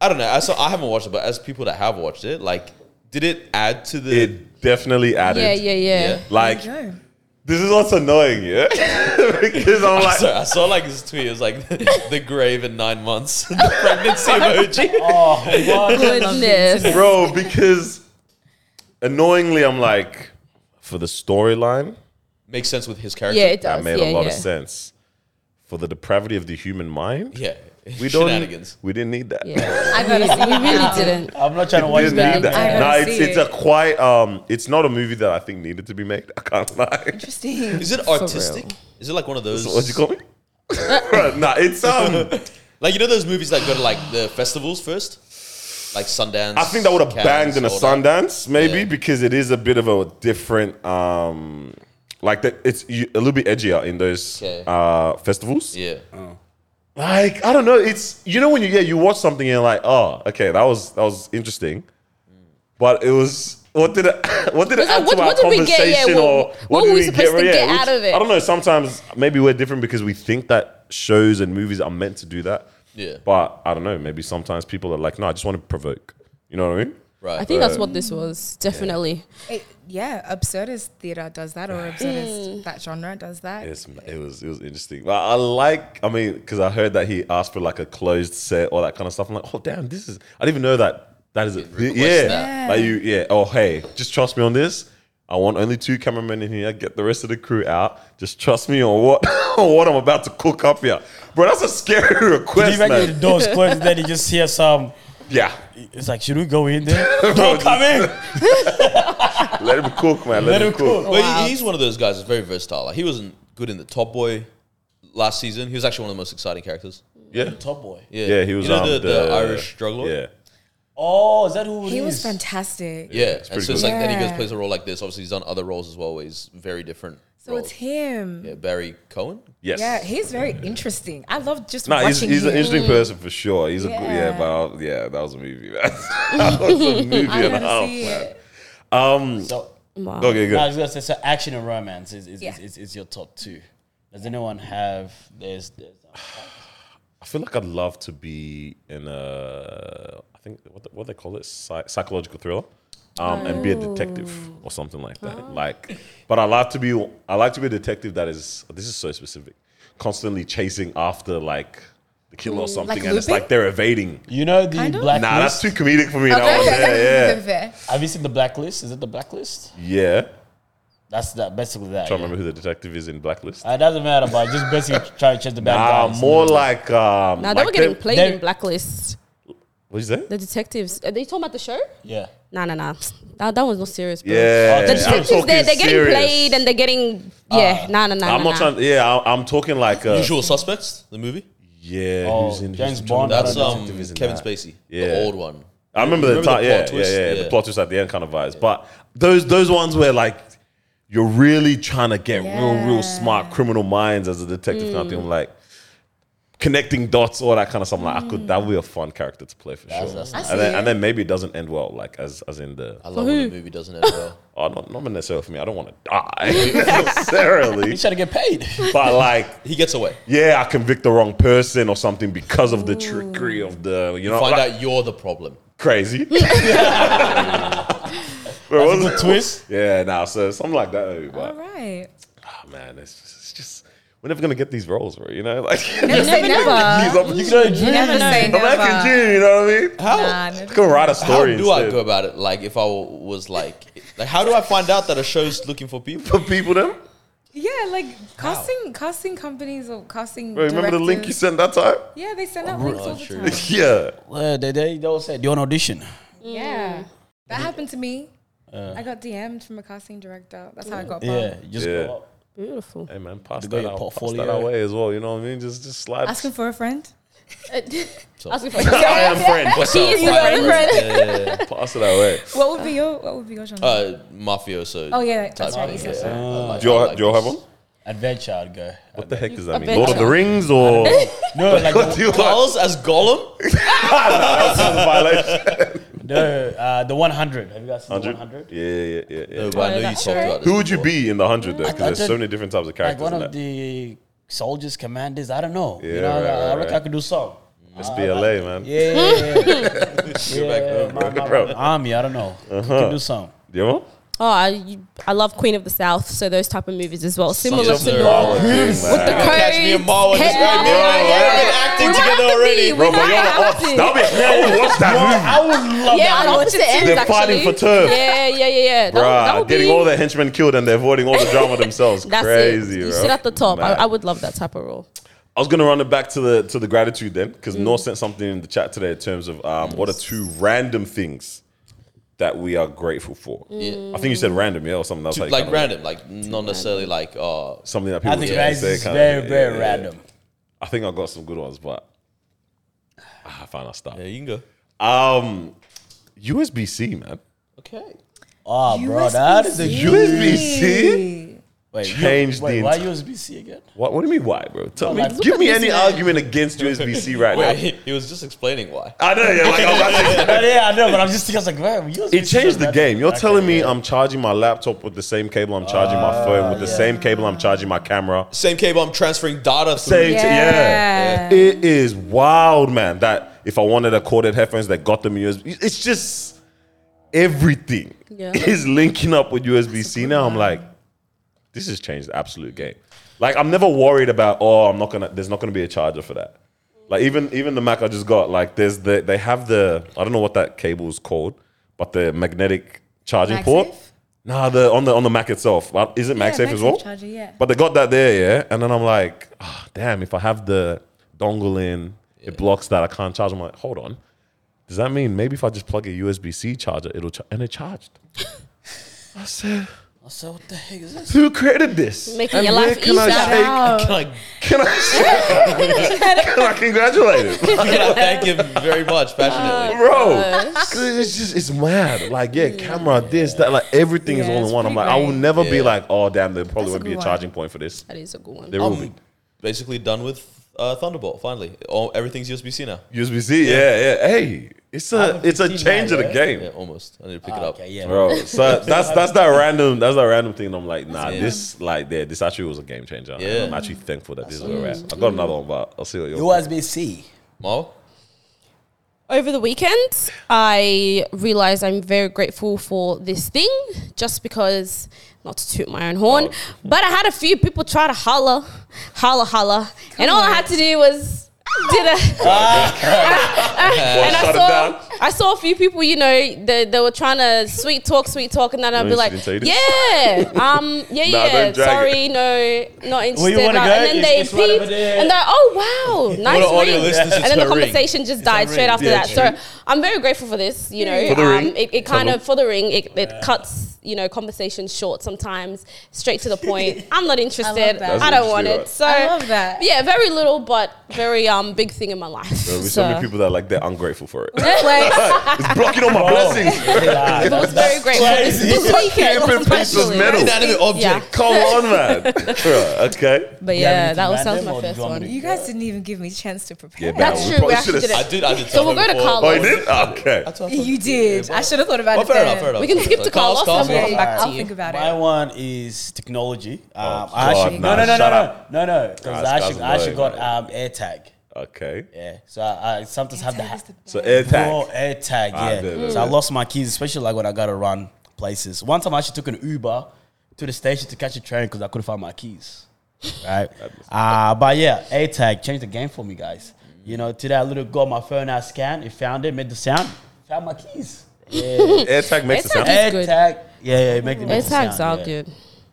[SPEAKER 1] I don't know. I saw I haven't watched it, but as people that have watched it, like, did it add to the?
[SPEAKER 4] It definitely added.
[SPEAKER 2] Yeah, yeah, yeah.
[SPEAKER 1] yeah.
[SPEAKER 4] Like
[SPEAKER 7] No.
[SPEAKER 4] this is what's annoying, yeah. because I'm like,
[SPEAKER 1] So I saw like this tweet. It was like the grave in nine months, the pregnancy emoji.
[SPEAKER 5] Oh, what?
[SPEAKER 2] Goodness.
[SPEAKER 4] bro, because annoyingly, I'm like, for the storyline,
[SPEAKER 1] Makes sense with his character.
[SPEAKER 2] Yeah, it
[SPEAKER 4] that
[SPEAKER 2] does.
[SPEAKER 4] made
[SPEAKER 2] yeah,
[SPEAKER 4] a lot
[SPEAKER 2] yeah.
[SPEAKER 4] of sense. For the depravity of the human mind,
[SPEAKER 1] Yeah.
[SPEAKER 4] we don't.
[SPEAKER 1] shenanigans.
[SPEAKER 4] We didn't need that.
[SPEAKER 2] Yeah.
[SPEAKER 7] I gotta see
[SPEAKER 2] we
[SPEAKER 7] it.
[SPEAKER 2] really didn't.
[SPEAKER 5] I'm not trying to
[SPEAKER 4] We
[SPEAKER 5] watch
[SPEAKER 4] didn't need
[SPEAKER 5] that.
[SPEAKER 7] I
[SPEAKER 4] that.
[SPEAKER 7] gotta
[SPEAKER 4] No, it's
[SPEAKER 7] see
[SPEAKER 4] it's a
[SPEAKER 7] it.
[SPEAKER 4] quite um. It's not a movie that I think needed to be made. I can't lie.
[SPEAKER 7] Interesting.
[SPEAKER 1] Is it artistic? Is it like one of those?
[SPEAKER 4] What you call me? nah, it's um.
[SPEAKER 1] Like you know those movies that go to like the festivals first, like Sundance.
[SPEAKER 4] I think that would have
[SPEAKER 1] Cannes,
[SPEAKER 4] banged in a
[SPEAKER 1] all that.
[SPEAKER 4] Sundance, maybe
[SPEAKER 1] Yeah.
[SPEAKER 4] because it is a bit of a different, um, like that. It's you, a little bit edgier in those
[SPEAKER 1] Okay.
[SPEAKER 4] uh, festivals.
[SPEAKER 1] Yeah.
[SPEAKER 4] Uh, Like I don't know, it's you know when you yeah you watch something and you're like oh okay that was that was interesting, but it was what did it what did
[SPEAKER 2] Was
[SPEAKER 4] it
[SPEAKER 2] it-
[SPEAKER 4] add
[SPEAKER 2] what-
[SPEAKER 4] to our
[SPEAKER 2] what did we get?
[SPEAKER 4] conversation
[SPEAKER 2] Yeah, what-
[SPEAKER 4] or
[SPEAKER 2] what were
[SPEAKER 4] did
[SPEAKER 2] we supposed to get out of it?
[SPEAKER 4] I don't know. Sometimes maybe we're different because we think that shows and movies are meant to do that.
[SPEAKER 1] Yeah.
[SPEAKER 4] but I don't know. Maybe sometimes people are like no, I just want to provoke. You know what I mean?
[SPEAKER 1] Right.
[SPEAKER 2] I think that's what this was definitely.
[SPEAKER 7] It, yeah, absurdist theater does that, or absurdist that genre does that.
[SPEAKER 4] It's, it was it was interesting. But I like. I mean, because I heard that he asked for like a closed set, all that kind of stuff. I'm like, oh damn, this is. I didn't even know that. That is it.
[SPEAKER 1] request
[SPEAKER 4] Yeah.
[SPEAKER 1] that.
[SPEAKER 4] Like you. Yeah. Oh hey, just trust me on this. I want only two cameramen in here. Get the rest of the crew out. Just trust me on what on what I'm about to cook up here, bro. That's a scary
[SPEAKER 5] Did
[SPEAKER 4] request,
[SPEAKER 5] you imagine
[SPEAKER 4] man.
[SPEAKER 5] the doors closed and then you just hear some.
[SPEAKER 4] Yeah.
[SPEAKER 5] It's like, should we go in there? Don't come in.
[SPEAKER 4] Let him cook, man. Let, him cook.
[SPEAKER 1] But he- he's one of those guys that's very versatile. Like he wasn't good in the Top Boy last season. He was actually one of the most exciting characters.
[SPEAKER 4] Yeah.
[SPEAKER 5] Top boy.
[SPEAKER 1] Yeah,
[SPEAKER 4] Yeah. He was
[SPEAKER 1] you know,
[SPEAKER 4] um,
[SPEAKER 1] the, the Irish drug lord.
[SPEAKER 4] Yeah.
[SPEAKER 5] Oh, is that who it
[SPEAKER 7] He was
[SPEAKER 5] is?
[SPEAKER 7] fantastic.
[SPEAKER 1] Yeah, and
[SPEAKER 4] pretty
[SPEAKER 1] so it's
[SPEAKER 4] good.
[SPEAKER 1] like then he goes
[SPEAKER 7] Yeah.
[SPEAKER 1] plays a role like this. Obviously, he's done other roles as well. Where he's very different.
[SPEAKER 7] So it's him.
[SPEAKER 1] Yeah, Barry Cohen.
[SPEAKER 4] Yes.
[SPEAKER 7] Yeah, he's very interesting. I love just
[SPEAKER 4] Nah, he's,
[SPEAKER 7] watching
[SPEAKER 4] he's an
[SPEAKER 7] him.
[SPEAKER 4] interesting person for sure. He's a good, yeah,
[SPEAKER 7] Yeah.
[SPEAKER 4] but I'll- yeah, that was a movie. man. that was a movie
[SPEAKER 7] I
[SPEAKER 4] and a
[SPEAKER 7] gotta
[SPEAKER 4] half,
[SPEAKER 7] see
[SPEAKER 4] Oh, man.
[SPEAKER 7] it.
[SPEAKER 5] So,
[SPEAKER 2] Wow.
[SPEAKER 4] Okay,
[SPEAKER 5] no, I
[SPEAKER 4] Mm. good.
[SPEAKER 5] was gonna say, so action and romance is, is,
[SPEAKER 7] Yeah.
[SPEAKER 5] is, is, is your top two. Does anyone have? There's, there's
[SPEAKER 4] I feel like I'd love to be in a, I think what the, what they call it, Psy- psychological thriller, um, and be a detective
[SPEAKER 7] Oh.
[SPEAKER 4] or something like that. Like, but I like to be, I like to be a detective that is. This is so specific. Constantly chasing after like the killer
[SPEAKER 7] Mm,
[SPEAKER 4] or something, and it's
[SPEAKER 7] Lupin?
[SPEAKER 4] like they're evading.
[SPEAKER 5] you know the
[SPEAKER 7] Kind of?
[SPEAKER 5] blacklist.
[SPEAKER 4] Nah, that's too comedic for me.
[SPEAKER 7] Okay,
[SPEAKER 4] That one.
[SPEAKER 7] okay,
[SPEAKER 4] Yeah,
[SPEAKER 7] okay, fair.
[SPEAKER 5] Have you seen the blacklist? Is it the blacklist?
[SPEAKER 4] yeah, yeah.
[SPEAKER 5] That's that basically that.
[SPEAKER 4] I don't
[SPEAKER 5] yeah.
[SPEAKER 4] remember who the detective is in Blacklist.
[SPEAKER 5] Uh, It doesn't matter, but just basically try to chase the bad
[SPEAKER 4] Ah,
[SPEAKER 5] guys.
[SPEAKER 4] more like um.
[SPEAKER 2] Now they
[SPEAKER 4] like
[SPEAKER 2] were getting
[SPEAKER 4] them-
[SPEAKER 2] played
[SPEAKER 5] they-
[SPEAKER 2] in blacklist.
[SPEAKER 4] What you say?
[SPEAKER 2] The detectives. Are they talking about the show?
[SPEAKER 5] Yeah.
[SPEAKER 2] Nah, nah, nah. That, that one's not serious. Bro.
[SPEAKER 4] Yeah,
[SPEAKER 5] The
[SPEAKER 2] The
[SPEAKER 4] I'm
[SPEAKER 2] detectives,
[SPEAKER 4] talking
[SPEAKER 2] they're, they're getting
[SPEAKER 4] serious. Ah.
[SPEAKER 2] played and they're getting. Yeah, nah, nah, nah. nah,
[SPEAKER 4] I'm not
[SPEAKER 2] nah.
[SPEAKER 4] trying. Yeah, I, I'm talking like uh,
[SPEAKER 1] Usual Suspects, the movie.
[SPEAKER 4] Yeah,
[SPEAKER 5] Oh,
[SPEAKER 4] who's in who's
[SPEAKER 5] James
[SPEAKER 4] in-
[SPEAKER 5] Bond.
[SPEAKER 4] That's-
[SPEAKER 1] That's
[SPEAKER 5] know,
[SPEAKER 1] um,
[SPEAKER 4] detective is in
[SPEAKER 1] Kevin
[SPEAKER 4] that.
[SPEAKER 1] Spacey,
[SPEAKER 4] Yeah.
[SPEAKER 1] the old one.
[SPEAKER 4] I
[SPEAKER 1] Remember
[SPEAKER 4] remember, the,
[SPEAKER 1] the
[SPEAKER 4] time.
[SPEAKER 1] plot
[SPEAKER 4] Yeah,
[SPEAKER 1] twist?
[SPEAKER 4] yeah, yeah, The
[SPEAKER 1] Yeah.
[SPEAKER 4] plot twist at the end kind of vibes. But those those ones where like you're really trying to get real, real smart criminal minds as a detective kind of
[SPEAKER 2] Mm.
[SPEAKER 4] thing. Like connecting dots, all that kind of stuff. Like I could that would be a
[SPEAKER 2] Mm.
[SPEAKER 4] fun character to play for sure.
[SPEAKER 5] that's
[SPEAKER 4] and, then, and then maybe it doesn't end well, like as as in the
[SPEAKER 1] I love when the movie doesn't end well.
[SPEAKER 4] oh not not necessarily for me. I don't want to die necessarily.
[SPEAKER 5] You try to get paid.
[SPEAKER 4] but like
[SPEAKER 1] He gets away.
[SPEAKER 4] yeah, I convict the wrong person or something because of the trickery of the you know
[SPEAKER 1] Find
[SPEAKER 4] like-
[SPEAKER 1] out you're the problem.
[SPEAKER 4] crazy. Wait, what was
[SPEAKER 5] Good twist.
[SPEAKER 4] Yeah, nah, so something like that. Maybe,
[SPEAKER 7] All
[SPEAKER 4] but
[SPEAKER 7] right.
[SPEAKER 4] ah, man, it's just, it's just we're never gonna get these roles, right? You know, like
[SPEAKER 7] Never say never.
[SPEAKER 4] these opportunities.
[SPEAKER 7] You never say
[SPEAKER 4] American
[SPEAKER 7] never.
[SPEAKER 4] dream, you know what I mean?
[SPEAKER 1] How?
[SPEAKER 7] Nah,
[SPEAKER 4] I
[SPEAKER 7] never.
[SPEAKER 4] could write a
[SPEAKER 1] How
[SPEAKER 4] story
[SPEAKER 1] do I
[SPEAKER 4] instead.
[SPEAKER 1] go about it? Like, if I was like, like, how do I find out that a show's looking for people?
[SPEAKER 4] for people them?
[SPEAKER 7] Yeah, like casting casting companies or casting.
[SPEAKER 4] Bro, remember the link you
[SPEAKER 7] directors.
[SPEAKER 4] sent that time?
[SPEAKER 7] Yeah, they send out links all the
[SPEAKER 1] true.
[SPEAKER 7] time.
[SPEAKER 4] yeah.
[SPEAKER 5] Well, they, they, they all said, do you want audition?
[SPEAKER 7] Yeah,
[SPEAKER 4] Mm.
[SPEAKER 7] that happened to me. I got DM'd from a casting director. That's how I got. Yeah.
[SPEAKER 5] Yeah, just
[SPEAKER 4] Uh. Yeah.
[SPEAKER 5] go up.
[SPEAKER 2] Beautiful.
[SPEAKER 4] Hey man, pass
[SPEAKER 5] They got
[SPEAKER 4] that,
[SPEAKER 5] your
[SPEAKER 4] out, pass that
[SPEAKER 5] portfolio.
[SPEAKER 4] our way as well. You know what I mean? Just just slide.
[SPEAKER 7] Asking for a friend.
[SPEAKER 2] Asking for
[SPEAKER 4] I am friend. What's
[SPEAKER 2] She is
[SPEAKER 4] up?
[SPEAKER 2] the friend.
[SPEAKER 4] Pass it our way.
[SPEAKER 7] What would be your What would be your genre?
[SPEAKER 1] Uh, mafioso.
[SPEAKER 7] Oh, yeah,
[SPEAKER 1] type
[SPEAKER 7] that's right,
[SPEAKER 1] thing,
[SPEAKER 7] you said
[SPEAKER 1] yeah. I like-
[SPEAKER 4] Do you
[SPEAKER 1] I
[SPEAKER 4] all,
[SPEAKER 1] like
[SPEAKER 4] do you all have
[SPEAKER 1] this.
[SPEAKER 4] one?
[SPEAKER 5] Adventure, I'd go.
[SPEAKER 4] What the heck does that
[SPEAKER 2] A
[SPEAKER 4] mean? Lord of the
[SPEAKER 2] picture.
[SPEAKER 4] Rings or
[SPEAKER 5] No, like,
[SPEAKER 4] what
[SPEAKER 5] the,
[SPEAKER 4] do you want?
[SPEAKER 1] Charles as
[SPEAKER 7] Oh,
[SPEAKER 1] Gollum?
[SPEAKER 4] Violation.
[SPEAKER 5] no, uh, the 100. Have you guys seen the
[SPEAKER 4] 100?
[SPEAKER 5] 100?
[SPEAKER 4] Yeah, yeah, yeah, yeah.
[SPEAKER 1] No, but I know you
[SPEAKER 2] that's
[SPEAKER 1] talked about this
[SPEAKER 4] Who would you
[SPEAKER 1] before.
[SPEAKER 4] be in the 100 though? Because
[SPEAKER 5] I
[SPEAKER 4] there's so
[SPEAKER 5] don't-
[SPEAKER 4] many different types of
[SPEAKER 5] Like
[SPEAKER 4] characters.
[SPEAKER 5] one
[SPEAKER 4] in
[SPEAKER 5] of
[SPEAKER 4] that.
[SPEAKER 5] the soldiers, commanders, I don't know.
[SPEAKER 4] Yeah,
[SPEAKER 5] you know,
[SPEAKER 4] right,
[SPEAKER 5] I, I
[SPEAKER 4] right, right.
[SPEAKER 5] reckon I could do some.
[SPEAKER 4] SBLA, man.
[SPEAKER 5] Yeah, yeah,
[SPEAKER 4] Go
[SPEAKER 5] yeah.
[SPEAKER 4] back,
[SPEAKER 5] My-
[SPEAKER 4] bro. Uh-huh.
[SPEAKER 5] my Army, I don't know. I could do some.
[SPEAKER 4] You know?
[SPEAKER 2] Oh, I, you- I love Queen of the South, so those type of movies as well. Similar
[SPEAKER 1] Yes,
[SPEAKER 2] to
[SPEAKER 1] sir.
[SPEAKER 2] Norm.
[SPEAKER 1] Oh,
[SPEAKER 4] With
[SPEAKER 2] The
[SPEAKER 4] the
[SPEAKER 2] codes,
[SPEAKER 1] Catch me in Marwa, this guy
[SPEAKER 2] headlines.
[SPEAKER 1] knew it.
[SPEAKER 2] Yeah,
[SPEAKER 1] We've been
[SPEAKER 2] yeah.
[SPEAKER 1] acting
[SPEAKER 2] We might
[SPEAKER 1] together
[SPEAKER 2] have to
[SPEAKER 1] already.
[SPEAKER 2] be- we
[SPEAKER 4] Bro, but
[SPEAKER 2] might
[SPEAKER 4] you're the
[SPEAKER 2] have
[SPEAKER 4] ops.
[SPEAKER 2] to.
[SPEAKER 4] That'll be man, we'll watch that
[SPEAKER 5] I would love
[SPEAKER 2] Yeah, I
[SPEAKER 5] that.
[SPEAKER 2] want it to end.
[SPEAKER 4] They're fighting
[SPEAKER 2] actually.
[SPEAKER 4] for turf.
[SPEAKER 2] Yeah, yeah, yeah, yeah. That
[SPEAKER 4] movie.
[SPEAKER 2] would- that
[SPEAKER 4] Bruh,
[SPEAKER 2] would
[SPEAKER 4] getting
[SPEAKER 2] be-
[SPEAKER 4] all the henchmen killed and they're avoiding all the drama themselves.
[SPEAKER 2] That's
[SPEAKER 4] Crazy,
[SPEAKER 2] it.
[SPEAKER 4] bro.
[SPEAKER 2] You sit at the top. I,
[SPEAKER 4] Mad.
[SPEAKER 2] I would love that type of role.
[SPEAKER 4] I was gonna run it back to the to the gratitude then, because
[SPEAKER 5] Mm.
[SPEAKER 4] Nor sent something in the chat today in terms of um, what are two random things that we are grateful for.
[SPEAKER 1] Yeah.
[SPEAKER 4] I think you said random, yeah, or something. That's
[SPEAKER 1] To-
[SPEAKER 4] like,
[SPEAKER 1] Like random, like not necessarily like uh
[SPEAKER 4] something that
[SPEAKER 5] I
[SPEAKER 4] people
[SPEAKER 5] think
[SPEAKER 4] tend to
[SPEAKER 5] guys
[SPEAKER 4] say.
[SPEAKER 5] is
[SPEAKER 4] kinda,
[SPEAKER 5] very,
[SPEAKER 4] yeah, yeah,
[SPEAKER 5] very
[SPEAKER 4] yeah.
[SPEAKER 5] random.
[SPEAKER 4] I think I got some good ones, but ah, I found I'll stop.
[SPEAKER 1] Yeah, you can go.
[SPEAKER 4] Um, USB C, man.
[SPEAKER 1] Okay.
[SPEAKER 5] Oh, bro, that is a
[SPEAKER 7] USB-C.
[SPEAKER 5] huge.
[SPEAKER 4] USB C.
[SPEAKER 5] Wait,
[SPEAKER 4] Changed
[SPEAKER 5] wait,
[SPEAKER 4] the
[SPEAKER 5] why
[SPEAKER 4] entire-
[SPEAKER 5] USB C again?
[SPEAKER 4] What? What do you mean? Why, bro? Tell me.
[SPEAKER 5] like, look
[SPEAKER 4] Give
[SPEAKER 2] at
[SPEAKER 4] me
[SPEAKER 2] this
[SPEAKER 4] any
[SPEAKER 2] man.
[SPEAKER 4] argument against USB C right
[SPEAKER 1] Wait,
[SPEAKER 4] now.
[SPEAKER 1] he, he was just explaining why.
[SPEAKER 4] I know. Yeah, like, I was about to say-
[SPEAKER 5] yeah, yeah, I know, but I'm just thinking, I was like, man, USB
[SPEAKER 4] it changed the game. You're telling me I'm charging my laptop with the same cable I'm charging my phone with the same cable I'm charging my camera.
[SPEAKER 1] Same cable I'm transferring data
[SPEAKER 4] Same.
[SPEAKER 1] through.
[SPEAKER 4] Yeah. yeah. It is wild, man. That if I wanted a corded headphones, they got them USB. It's just everything
[SPEAKER 2] Yeah.
[SPEAKER 4] is linking up with USB C now. I'm like, this has changed the absolute game. Like I'm never worried about oh I'm not gonna there's not gonna be a charger for that. Like even even the Mac I just got like there's the they have the I don't know what that cable is called but the magnetic charging port.
[SPEAKER 7] MagSafe?
[SPEAKER 4] Nah, the on the on the Mac itself Well, is it
[SPEAKER 7] Yeah,
[SPEAKER 4] MagSafe as well?
[SPEAKER 7] MagSafe charger, yeah.
[SPEAKER 4] But they got that there, yeah. And then I'm like, ah, damn, if I have the dongle in, it blocks that I can't charge. I'm like, hold on. Does that mean maybe if I just plug a USB C charger, it'll charge? And it charged. I said,
[SPEAKER 5] I said, what the heck is this?
[SPEAKER 4] Who created this?
[SPEAKER 2] Making
[SPEAKER 4] And
[SPEAKER 2] your
[SPEAKER 4] where
[SPEAKER 2] life
[SPEAKER 4] can I
[SPEAKER 2] easier.
[SPEAKER 4] take-
[SPEAKER 1] Can I,
[SPEAKER 4] Can I, can I congratulate him?
[SPEAKER 1] can I thank him very
[SPEAKER 2] Uh,
[SPEAKER 1] much, passionately?
[SPEAKER 4] Bro, 'cause it's just, it's mad. Like, yeah, camera, this, that, like, everything is
[SPEAKER 7] Yeah,
[SPEAKER 4] all in
[SPEAKER 7] it's
[SPEAKER 4] one. I'm like,
[SPEAKER 7] pretty
[SPEAKER 4] I will
[SPEAKER 7] great.
[SPEAKER 4] never be
[SPEAKER 1] Yeah.
[SPEAKER 4] like, oh, damn, there probably
[SPEAKER 7] That's a
[SPEAKER 4] won't be
[SPEAKER 7] good
[SPEAKER 4] a
[SPEAKER 7] one.
[SPEAKER 4] charging point for this.
[SPEAKER 2] That is a good one.
[SPEAKER 4] There will be.
[SPEAKER 1] I'm basically done with uh, Thunderbolt. Finally, all everything's USB C now.
[SPEAKER 4] USB C, yeah, yeah. Hey, it's a,
[SPEAKER 5] haven't
[SPEAKER 4] it's a
[SPEAKER 5] seen
[SPEAKER 4] change
[SPEAKER 5] that
[SPEAKER 4] of the
[SPEAKER 5] yet.
[SPEAKER 4] game.
[SPEAKER 1] Yeah, almost. I need to pick it
[SPEAKER 5] Ah,
[SPEAKER 1] up.
[SPEAKER 5] okay, yeah.
[SPEAKER 4] Bro, so that's that's that random that's that random thing. I'm like, nah,
[SPEAKER 1] Yeah.
[SPEAKER 4] this like yeah, this actually was a game changer.
[SPEAKER 1] Yeah.
[SPEAKER 4] I'm actually thankful that this is where we're at. I got another one, but I'll see what
[SPEAKER 5] Who
[SPEAKER 4] you're.
[SPEAKER 5] has been C?
[SPEAKER 1] Marvel?
[SPEAKER 2] Over the weekend, I realized I'm very grateful for this thing just because, not to toot my own horn,
[SPEAKER 5] Oh.
[SPEAKER 2] but I had a few people try to holler, holler, holler. and all I had to do was did a. and
[SPEAKER 4] Ah. Shut
[SPEAKER 2] I
[SPEAKER 4] it down.
[SPEAKER 2] saw, I saw a few people, you know, they, they were trying to sweet talk, sweet talk, and then I'd
[SPEAKER 4] Not
[SPEAKER 2] be like,
[SPEAKER 4] interested in
[SPEAKER 2] yeah, um, yeah,
[SPEAKER 4] Nah,
[SPEAKER 2] yeah,
[SPEAKER 4] don't drag
[SPEAKER 2] sorry, no, not interested.
[SPEAKER 5] wanna
[SPEAKER 2] like, And
[SPEAKER 5] go?
[SPEAKER 2] then
[SPEAKER 5] It's-
[SPEAKER 2] they
[SPEAKER 5] it's right over
[SPEAKER 2] peeped,
[SPEAKER 5] there.
[SPEAKER 2] and they're oh wow,
[SPEAKER 1] For the
[SPEAKER 2] nice
[SPEAKER 1] audio
[SPEAKER 2] ring.
[SPEAKER 1] listeners,
[SPEAKER 2] And
[SPEAKER 1] it's
[SPEAKER 2] then the
[SPEAKER 1] her ring.
[SPEAKER 2] conversation just died straight after
[SPEAKER 4] Yeah,
[SPEAKER 2] that. So I'm very grateful for this, you know.
[SPEAKER 4] For the
[SPEAKER 2] um,
[SPEAKER 4] ring.
[SPEAKER 2] It, it kind
[SPEAKER 4] Hello.
[SPEAKER 2] of, for the ring, it, it cuts, you know, conversations short sometimes, straight to the point. I'm not interested.
[SPEAKER 7] that. That's
[SPEAKER 2] I don't want
[SPEAKER 4] interesting,
[SPEAKER 2] it.
[SPEAKER 4] right?
[SPEAKER 2] So
[SPEAKER 7] I love that.
[SPEAKER 2] Yeah, very little, but very um big thing in my life.
[SPEAKER 4] There'll be
[SPEAKER 2] so.
[SPEAKER 4] so many people that are like they're ungrateful for it.
[SPEAKER 7] Like,
[SPEAKER 4] it's blocking all my blessings.
[SPEAKER 5] Yeah,
[SPEAKER 2] I was very grateful this,
[SPEAKER 5] crazy.
[SPEAKER 2] this
[SPEAKER 4] Camping
[SPEAKER 2] weekend,
[SPEAKER 4] pieces
[SPEAKER 2] especially.
[SPEAKER 4] metal.
[SPEAKER 1] Inanimate
[SPEAKER 2] Yeah,
[SPEAKER 1] object.
[SPEAKER 4] Come on, man. Bruh, okay.
[SPEAKER 2] but
[SPEAKER 5] You have
[SPEAKER 2] yeah, that was
[SPEAKER 5] anything
[SPEAKER 2] that was
[SPEAKER 5] random
[SPEAKER 2] my
[SPEAKER 5] or do
[SPEAKER 2] first
[SPEAKER 5] you want me
[SPEAKER 2] one.
[SPEAKER 5] to-
[SPEAKER 7] you guys didn't even give me a chance to prepare.
[SPEAKER 4] Yeah,
[SPEAKER 2] That's
[SPEAKER 4] we
[SPEAKER 2] true,
[SPEAKER 4] probably
[SPEAKER 2] we actually
[SPEAKER 4] should've-
[SPEAKER 2] did
[SPEAKER 1] I
[SPEAKER 2] it.
[SPEAKER 1] did. I did.
[SPEAKER 2] So we'll go to
[SPEAKER 1] Carl.
[SPEAKER 4] Oh,
[SPEAKER 2] Carlos.
[SPEAKER 4] you did? Okay.
[SPEAKER 7] You did. I should have thought about
[SPEAKER 1] Well,
[SPEAKER 7] it.
[SPEAKER 1] Oh, fair
[SPEAKER 7] then.
[SPEAKER 1] enough. Fair enough.
[SPEAKER 2] We can skip to Carlos,
[SPEAKER 1] Carlos,
[SPEAKER 2] and we'll
[SPEAKER 1] Carlos.
[SPEAKER 2] come back
[SPEAKER 7] I'll
[SPEAKER 2] to
[SPEAKER 7] think
[SPEAKER 2] you.
[SPEAKER 7] about
[SPEAKER 5] My
[SPEAKER 7] it.
[SPEAKER 5] one is technology. Um,
[SPEAKER 4] God,
[SPEAKER 5] I actually,
[SPEAKER 4] nah,
[SPEAKER 5] no, no, no,
[SPEAKER 4] shut
[SPEAKER 5] no,
[SPEAKER 4] up.
[SPEAKER 5] no, no, because
[SPEAKER 4] Nah,
[SPEAKER 5] I
[SPEAKER 4] this
[SPEAKER 5] actually,
[SPEAKER 4] guy's
[SPEAKER 5] I actually
[SPEAKER 4] annoying,
[SPEAKER 5] got um, AirTag.
[SPEAKER 4] Okay.
[SPEAKER 5] Yeah, so I, I sometimes have the ha-
[SPEAKER 4] So eh, air tag.
[SPEAKER 5] Bro, AirTag,
[SPEAKER 4] Ah,
[SPEAKER 5] yeah.
[SPEAKER 4] there, there,
[SPEAKER 5] So I
[SPEAKER 4] there.
[SPEAKER 5] lost my keys, especially like when I gotta run places. One time I actually took an Uber to the station to catch a train because I couldn't find my keys. Right. uh, but yeah, AirTag changed the game for me, guys. You know, today I literally got my phone, I scanned, it found it, made the sound, found my keys.
[SPEAKER 4] air tag
[SPEAKER 2] Air
[SPEAKER 4] makes it
[SPEAKER 2] tag-
[SPEAKER 4] sound.
[SPEAKER 2] That's good.
[SPEAKER 5] AirTag, yeah, yeah, it make, it makes the
[SPEAKER 2] It's all
[SPEAKER 5] sound, yeah.
[SPEAKER 2] good.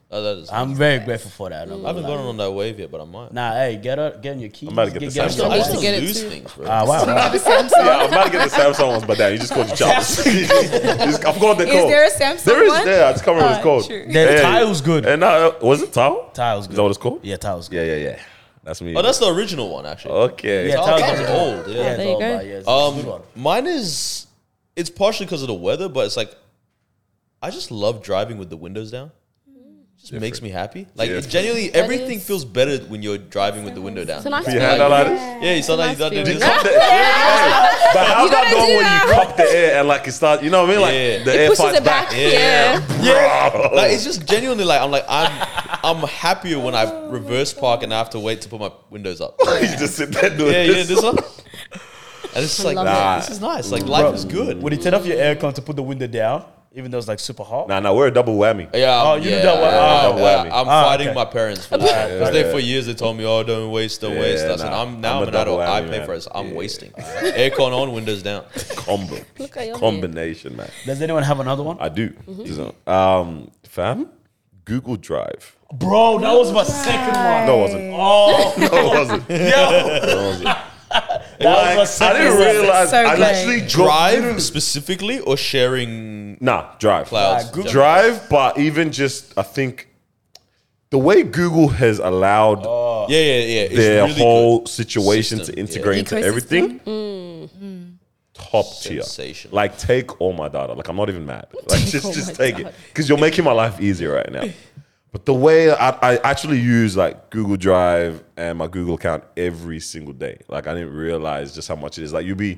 [SPEAKER 1] Oh, that is- I
[SPEAKER 5] I'm very grateful for that. I'm
[SPEAKER 1] haven't
[SPEAKER 5] like,
[SPEAKER 1] gone on that wave yet, but I might.
[SPEAKER 5] Nah, hey, get up, get on your keys.
[SPEAKER 4] about to get the
[SPEAKER 5] on
[SPEAKER 4] Samsung
[SPEAKER 5] your
[SPEAKER 1] I
[SPEAKER 5] wallet.
[SPEAKER 1] just
[SPEAKER 2] to get it
[SPEAKER 1] lose
[SPEAKER 2] too.
[SPEAKER 1] things, bro.
[SPEAKER 5] Ah, wow, wow.
[SPEAKER 4] Yeah, I'm about to get the Samsung ones, but damn, you just called you Charles. I forgot what they're
[SPEAKER 7] Is
[SPEAKER 4] called.
[SPEAKER 7] there a Samsung
[SPEAKER 4] There is,
[SPEAKER 7] one?
[SPEAKER 4] yeah, I just can't remember what it's
[SPEAKER 7] Ah,
[SPEAKER 4] called.
[SPEAKER 7] true.
[SPEAKER 5] The
[SPEAKER 4] Yeah.
[SPEAKER 5] tile's good.
[SPEAKER 4] And now, was it tile?
[SPEAKER 5] Tile's
[SPEAKER 4] Is that what
[SPEAKER 5] good.
[SPEAKER 4] it's called?
[SPEAKER 5] Yeah, tile's good.
[SPEAKER 4] Yeah, yeah, yeah. That's me.
[SPEAKER 1] Oh, that's the original one, actually.
[SPEAKER 4] okay.
[SPEAKER 5] Yeah,
[SPEAKER 1] Oh,
[SPEAKER 5] tile's
[SPEAKER 1] that was
[SPEAKER 5] good.
[SPEAKER 1] old. Yeah.
[SPEAKER 2] there you go.
[SPEAKER 1] Um, mine is. It's partially because of the weather, but it's like, I just love driving with the windows down. Just makes me happy. Like
[SPEAKER 4] Yeah.
[SPEAKER 1] it genuinely, everything
[SPEAKER 2] is-
[SPEAKER 1] feels better when you're driving with the window down.
[SPEAKER 2] It's a nice
[SPEAKER 4] You
[SPEAKER 2] feeling.
[SPEAKER 4] had that, Ladis?
[SPEAKER 1] yeah, you sometimes you
[SPEAKER 2] nice
[SPEAKER 1] don't do
[SPEAKER 2] feeling.
[SPEAKER 1] this.
[SPEAKER 4] Cup the- Hey, But how's that
[SPEAKER 2] gotta
[SPEAKER 4] going
[SPEAKER 2] do
[SPEAKER 4] when
[SPEAKER 2] that.
[SPEAKER 4] you cup the air and like it starts, you know what I mean? Like
[SPEAKER 1] Yeah.
[SPEAKER 4] the
[SPEAKER 2] It
[SPEAKER 4] air
[SPEAKER 2] pushes
[SPEAKER 4] fights
[SPEAKER 2] it back.
[SPEAKER 1] Yeah.
[SPEAKER 2] Yeah.
[SPEAKER 4] Bro.
[SPEAKER 1] Like it's just genuinely like I'm like I'm I'm happier when I reverse park and I have to wait to put my windows up.
[SPEAKER 4] you just sit there doing
[SPEAKER 1] Yeah, yeah,
[SPEAKER 4] this.
[SPEAKER 1] this one. And it's just like
[SPEAKER 2] love
[SPEAKER 4] Nah.
[SPEAKER 1] this is nice. Like life is good.
[SPEAKER 5] Would you turn off your aircon to put the window down, even though it's like super hot?
[SPEAKER 4] Nah, nah, we're a double whammy.
[SPEAKER 1] Yeah.
[SPEAKER 5] Oh, you
[SPEAKER 1] yeah,
[SPEAKER 5] do that one.
[SPEAKER 1] yeah,
[SPEAKER 4] Oh.
[SPEAKER 1] yeah,
[SPEAKER 4] Whammy.
[SPEAKER 1] I'm
[SPEAKER 5] Ah,
[SPEAKER 1] fighting
[SPEAKER 5] okay.
[SPEAKER 1] my parents for that because they for years they told me, "Oh, don't waste, don't
[SPEAKER 4] Yeah,
[SPEAKER 1] waste." That's and
[SPEAKER 4] nah.
[SPEAKER 1] I'm now I'm,
[SPEAKER 4] I'm a
[SPEAKER 1] an adult.
[SPEAKER 4] double
[SPEAKER 1] I
[SPEAKER 4] whammy,
[SPEAKER 1] pay
[SPEAKER 4] man.
[SPEAKER 1] for it. so I'm
[SPEAKER 4] Yeah.
[SPEAKER 1] wasting. Aircon on, windows down.
[SPEAKER 4] Combo.
[SPEAKER 2] Look at your Mm-hmm.
[SPEAKER 4] Combination, man.
[SPEAKER 5] Does anyone have another one?
[SPEAKER 4] I do. So, um, fam, Google Drive.
[SPEAKER 5] Bro, that was my second one.
[SPEAKER 4] No, it wasn't.
[SPEAKER 5] Oh,
[SPEAKER 4] No, it wasn't. No,
[SPEAKER 5] yo.
[SPEAKER 4] it wasn't.
[SPEAKER 5] That
[SPEAKER 4] Like,
[SPEAKER 5] was my
[SPEAKER 4] I
[SPEAKER 5] second
[SPEAKER 4] didn't
[SPEAKER 5] one.
[SPEAKER 4] realize.
[SPEAKER 7] So
[SPEAKER 4] I
[SPEAKER 7] gay.
[SPEAKER 4] actually
[SPEAKER 1] Drive specifically or sharing
[SPEAKER 4] Nah, Drive.
[SPEAKER 1] clouds.
[SPEAKER 5] Google-
[SPEAKER 4] Drive, but even just, I think, the way Google has allowed
[SPEAKER 1] Yeah, yeah, yeah. Oh, It's
[SPEAKER 4] their
[SPEAKER 1] really
[SPEAKER 4] Oh. whole
[SPEAKER 1] good.
[SPEAKER 4] situation
[SPEAKER 1] System,
[SPEAKER 4] to
[SPEAKER 1] yeah.
[SPEAKER 4] integrate into
[SPEAKER 7] Ecosystem?
[SPEAKER 4] everything.
[SPEAKER 2] Mm.
[SPEAKER 4] Mm. Top tier.
[SPEAKER 1] Sensational.
[SPEAKER 4] Like take all my data. Like I'm not even mad. Like just
[SPEAKER 2] all
[SPEAKER 4] just
[SPEAKER 2] my
[SPEAKER 4] take it
[SPEAKER 2] data.
[SPEAKER 4] because you're making my life easier right now. But the way I, I actually use like Google Drive and my Google account every single day. Like I didn't realize just how much it is. Like you'd be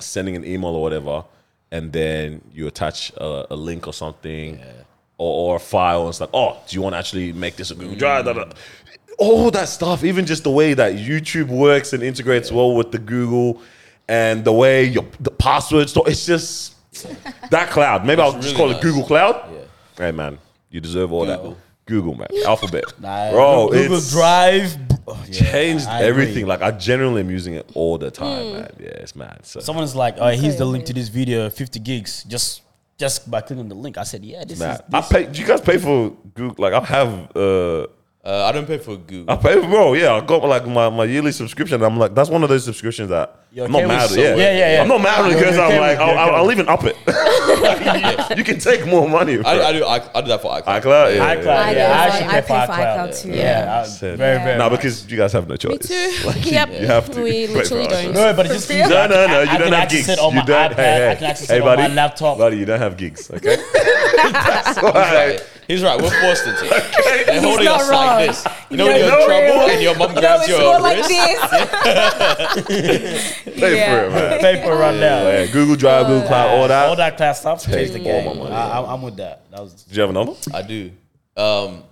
[SPEAKER 4] sending an email or whatever, and then you attach a, a link or something or, or a file. And it's like, oh, do you want to actually make this a Google Drive? Da, da, da. All that stuff, even just the way that YouTube works and integrates well with the Google and the way your the password store, it's just that cloud. Maybe I'll just
[SPEAKER 1] really
[SPEAKER 4] call
[SPEAKER 1] nice.
[SPEAKER 4] it Google Cloud.
[SPEAKER 1] Yeah.
[SPEAKER 4] Hey, man, you deserve all
[SPEAKER 1] Google.
[SPEAKER 4] that. Google, man. Alphabet.
[SPEAKER 5] Nah,
[SPEAKER 4] Bro,
[SPEAKER 5] Google
[SPEAKER 4] it's-
[SPEAKER 5] Drive oh, yeah,
[SPEAKER 4] changed
[SPEAKER 5] I agree. Hmm.
[SPEAKER 4] everything. Like I generally am using it all the time, man. Yeah, it's mad. So
[SPEAKER 5] Someone's like, "Oh, here's the link to this video, 50 gigs." Just, just by clicking the link, I said, "Yeah, this
[SPEAKER 4] mad.
[SPEAKER 5] is."
[SPEAKER 4] I pay. Do you guys pay for Google? Like I have uh,
[SPEAKER 1] Uh, I don't pay for Google.
[SPEAKER 4] I pay, bro. Yeah, I got like my, my yearly subscription. I'm like, that's one of those subscriptions that
[SPEAKER 5] You're
[SPEAKER 4] I'm not
[SPEAKER 5] okay
[SPEAKER 4] mad.
[SPEAKER 5] with
[SPEAKER 4] at, Yeah.
[SPEAKER 5] so- Yeah, yeah, yeah.
[SPEAKER 4] I'm not mad
[SPEAKER 5] You're
[SPEAKER 4] because
[SPEAKER 5] okay
[SPEAKER 4] I'm like, I'll,
[SPEAKER 5] with- you're
[SPEAKER 4] I'll,
[SPEAKER 5] okay
[SPEAKER 4] I'll
[SPEAKER 5] with-
[SPEAKER 4] even up it. you, can take more money. Bro.
[SPEAKER 1] I, I do. I, I do that for iCloud.
[SPEAKER 4] iCloud. Yeah,
[SPEAKER 5] iCloud,
[SPEAKER 4] yeah.
[SPEAKER 5] yeah. I
[SPEAKER 7] I do as
[SPEAKER 5] actually
[SPEAKER 7] well.
[SPEAKER 5] pay
[SPEAKER 7] I pay
[SPEAKER 5] for
[SPEAKER 7] for
[SPEAKER 5] iCloud.
[SPEAKER 7] iCloud too.
[SPEAKER 5] Yeah, I-
[SPEAKER 4] Said-
[SPEAKER 5] very, very.
[SPEAKER 4] No,
[SPEAKER 5] much.
[SPEAKER 4] because you guys have no choice.
[SPEAKER 2] too.
[SPEAKER 4] Like, you-
[SPEAKER 2] Yep.
[SPEAKER 4] You have to.
[SPEAKER 2] We
[SPEAKER 4] pay for
[SPEAKER 2] literally
[SPEAKER 4] iCloud.
[SPEAKER 2] don't.
[SPEAKER 5] No, but it's just because
[SPEAKER 4] No,
[SPEAKER 5] I
[SPEAKER 4] no,
[SPEAKER 5] can-
[SPEAKER 4] no.
[SPEAKER 5] I-
[SPEAKER 4] You
[SPEAKER 5] I
[SPEAKER 4] don't
[SPEAKER 5] can
[SPEAKER 4] have
[SPEAKER 5] access
[SPEAKER 4] gigs.
[SPEAKER 5] it on
[SPEAKER 4] You
[SPEAKER 5] my
[SPEAKER 4] don't.
[SPEAKER 5] iPad,
[SPEAKER 4] Hey,
[SPEAKER 5] I can
[SPEAKER 4] hey,
[SPEAKER 5] access
[SPEAKER 4] hey,
[SPEAKER 5] it on my
[SPEAKER 4] buddy.
[SPEAKER 5] laptop.
[SPEAKER 4] Buddy, you don't have gigs. Okay. That's
[SPEAKER 1] Right.
[SPEAKER 4] why.
[SPEAKER 1] He's right. We're forced into it. They're holding
[SPEAKER 3] not
[SPEAKER 1] us
[SPEAKER 3] wrong.
[SPEAKER 1] like this. You know,
[SPEAKER 3] No,
[SPEAKER 1] when you're
[SPEAKER 3] no,
[SPEAKER 1] in trouble
[SPEAKER 3] really.
[SPEAKER 1] and your mum
[SPEAKER 3] No,
[SPEAKER 1] grabs
[SPEAKER 3] it's
[SPEAKER 1] your
[SPEAKER 3] more
[SPEAKER 1] wrist.
[SPEAKER 3] like this.
[SPEAKER 4] Pay for it, man.
[SPEAKER 5] paper right now.
[SPEAKER 4] Yeah, Google Drive, Google Cloud, all
[SPEAKER 5] All
[SPEAKER 4] that.
[SPEAKER 5] that class stuff
[SPEAKER 4] Pay
[SPEAKER 5] changed the
[SPEAKER 4] for all
[SPEAKER 5] game.
[SPEAKER 4] my money.
[SPEAKER 5] I, I, am with that. That was
[SPEAKER 4] Did you have another? one?
[SPEAKER 1] I do. Um,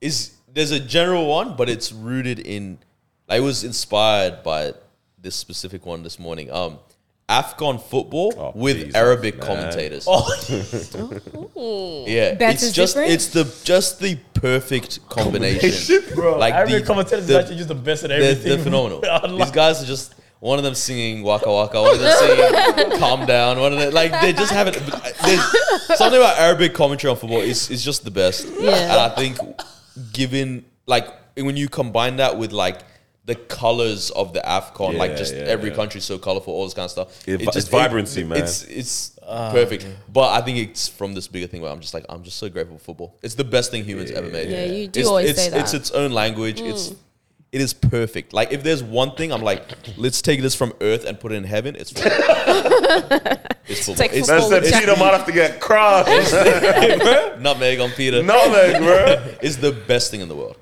[SPEAKER 1] is there's a general one, but it's rooted in. I was inspired by this specific one this morning. Um, Afghan football
[SPEAKER 4] Oh,
[SPEAKER 1] with
[SPEAKER 4] Jesus,
[SPEAKER 1] Arabic
[SPEAKER 4] man.
[SPEAKER 1] commentators.
[SPEAKER 5] oh,
[SPEAKER 1] Yeah,
[SPEAKER 3] That
[SPEAKER 1] it's
[SPEAKER 3] is
[SPEAKER 1] just
[SPEAKER 3] different?
[SPEAKER 1] it's the just the perfect combination.
[SPEAKER 5] bro.
[SPEAKER 1] Like
[SPEAKER 5] Like every
[SPEAKER 1] the-
[SPEAKER 5] commentator is
[SPEAKER 1] the-
[SPEAKER 5] actually just the best at
[SPEAKER 1] they're,
[SPEAKER 5] everything.
[SPEAKER 1] they're phenomenal.
[SPEAKER 5] I
[SPEAKER 1] These
[SPEAKER 5] love-
[SPEAKER 1] guys are just one of them singing Waka Waka, one of them singing Calm Down, one of them like they just have it. uh, There's something about Arabic commentary on football is is just the best.
[SPEAKER 2] Yeah.
[SPEAKER 1] And I think given like when you combine that with like the colors of the Afcon, like
[SPEAKER 4] Yeah,
[SPEAKER 1] just
[SPEAKER 4] yeah,
[SPEAKER 1] every
[SPEAKER 4] yeah.
[SPEAKER 1] country so colorful, all this kind of stuff.
[SPEAKER 4] It vi- it's vibrancy, man. Ah,
[SPEAKER 1] It's it's perfect. But I think it's from this bigger thing where I'm just like I'm just so grateful for football. It's the best thing humans ever made.
[SPEAKER 2] Yeah, you do
[SPEAKER 1] it's,
[SPEAKER 2] always
[SPEAKER 1] it's,
[SPEAKER 2] say that. Mm.
[SPEAKER 1] It's its own language. It's it is perfect. Like if there's one thing, I'm like, let's take this from Earth and put it in heaven. It's football. it's football.
[SPEAKER 2] Take
[SPEAKER 1] It's,
[SPEAKER 4] That's
[SPEAKER 2] football
[SPEAKER 4] that
[SPEAKER 2] with
[SPEAKER 4] Peter might have to get crushed.
[SPEAKER 1] nutmeg on Peter.
[SPEAKER 4] Nutmeg, bro.
[SPEAKER 1] it's the best thing in the world.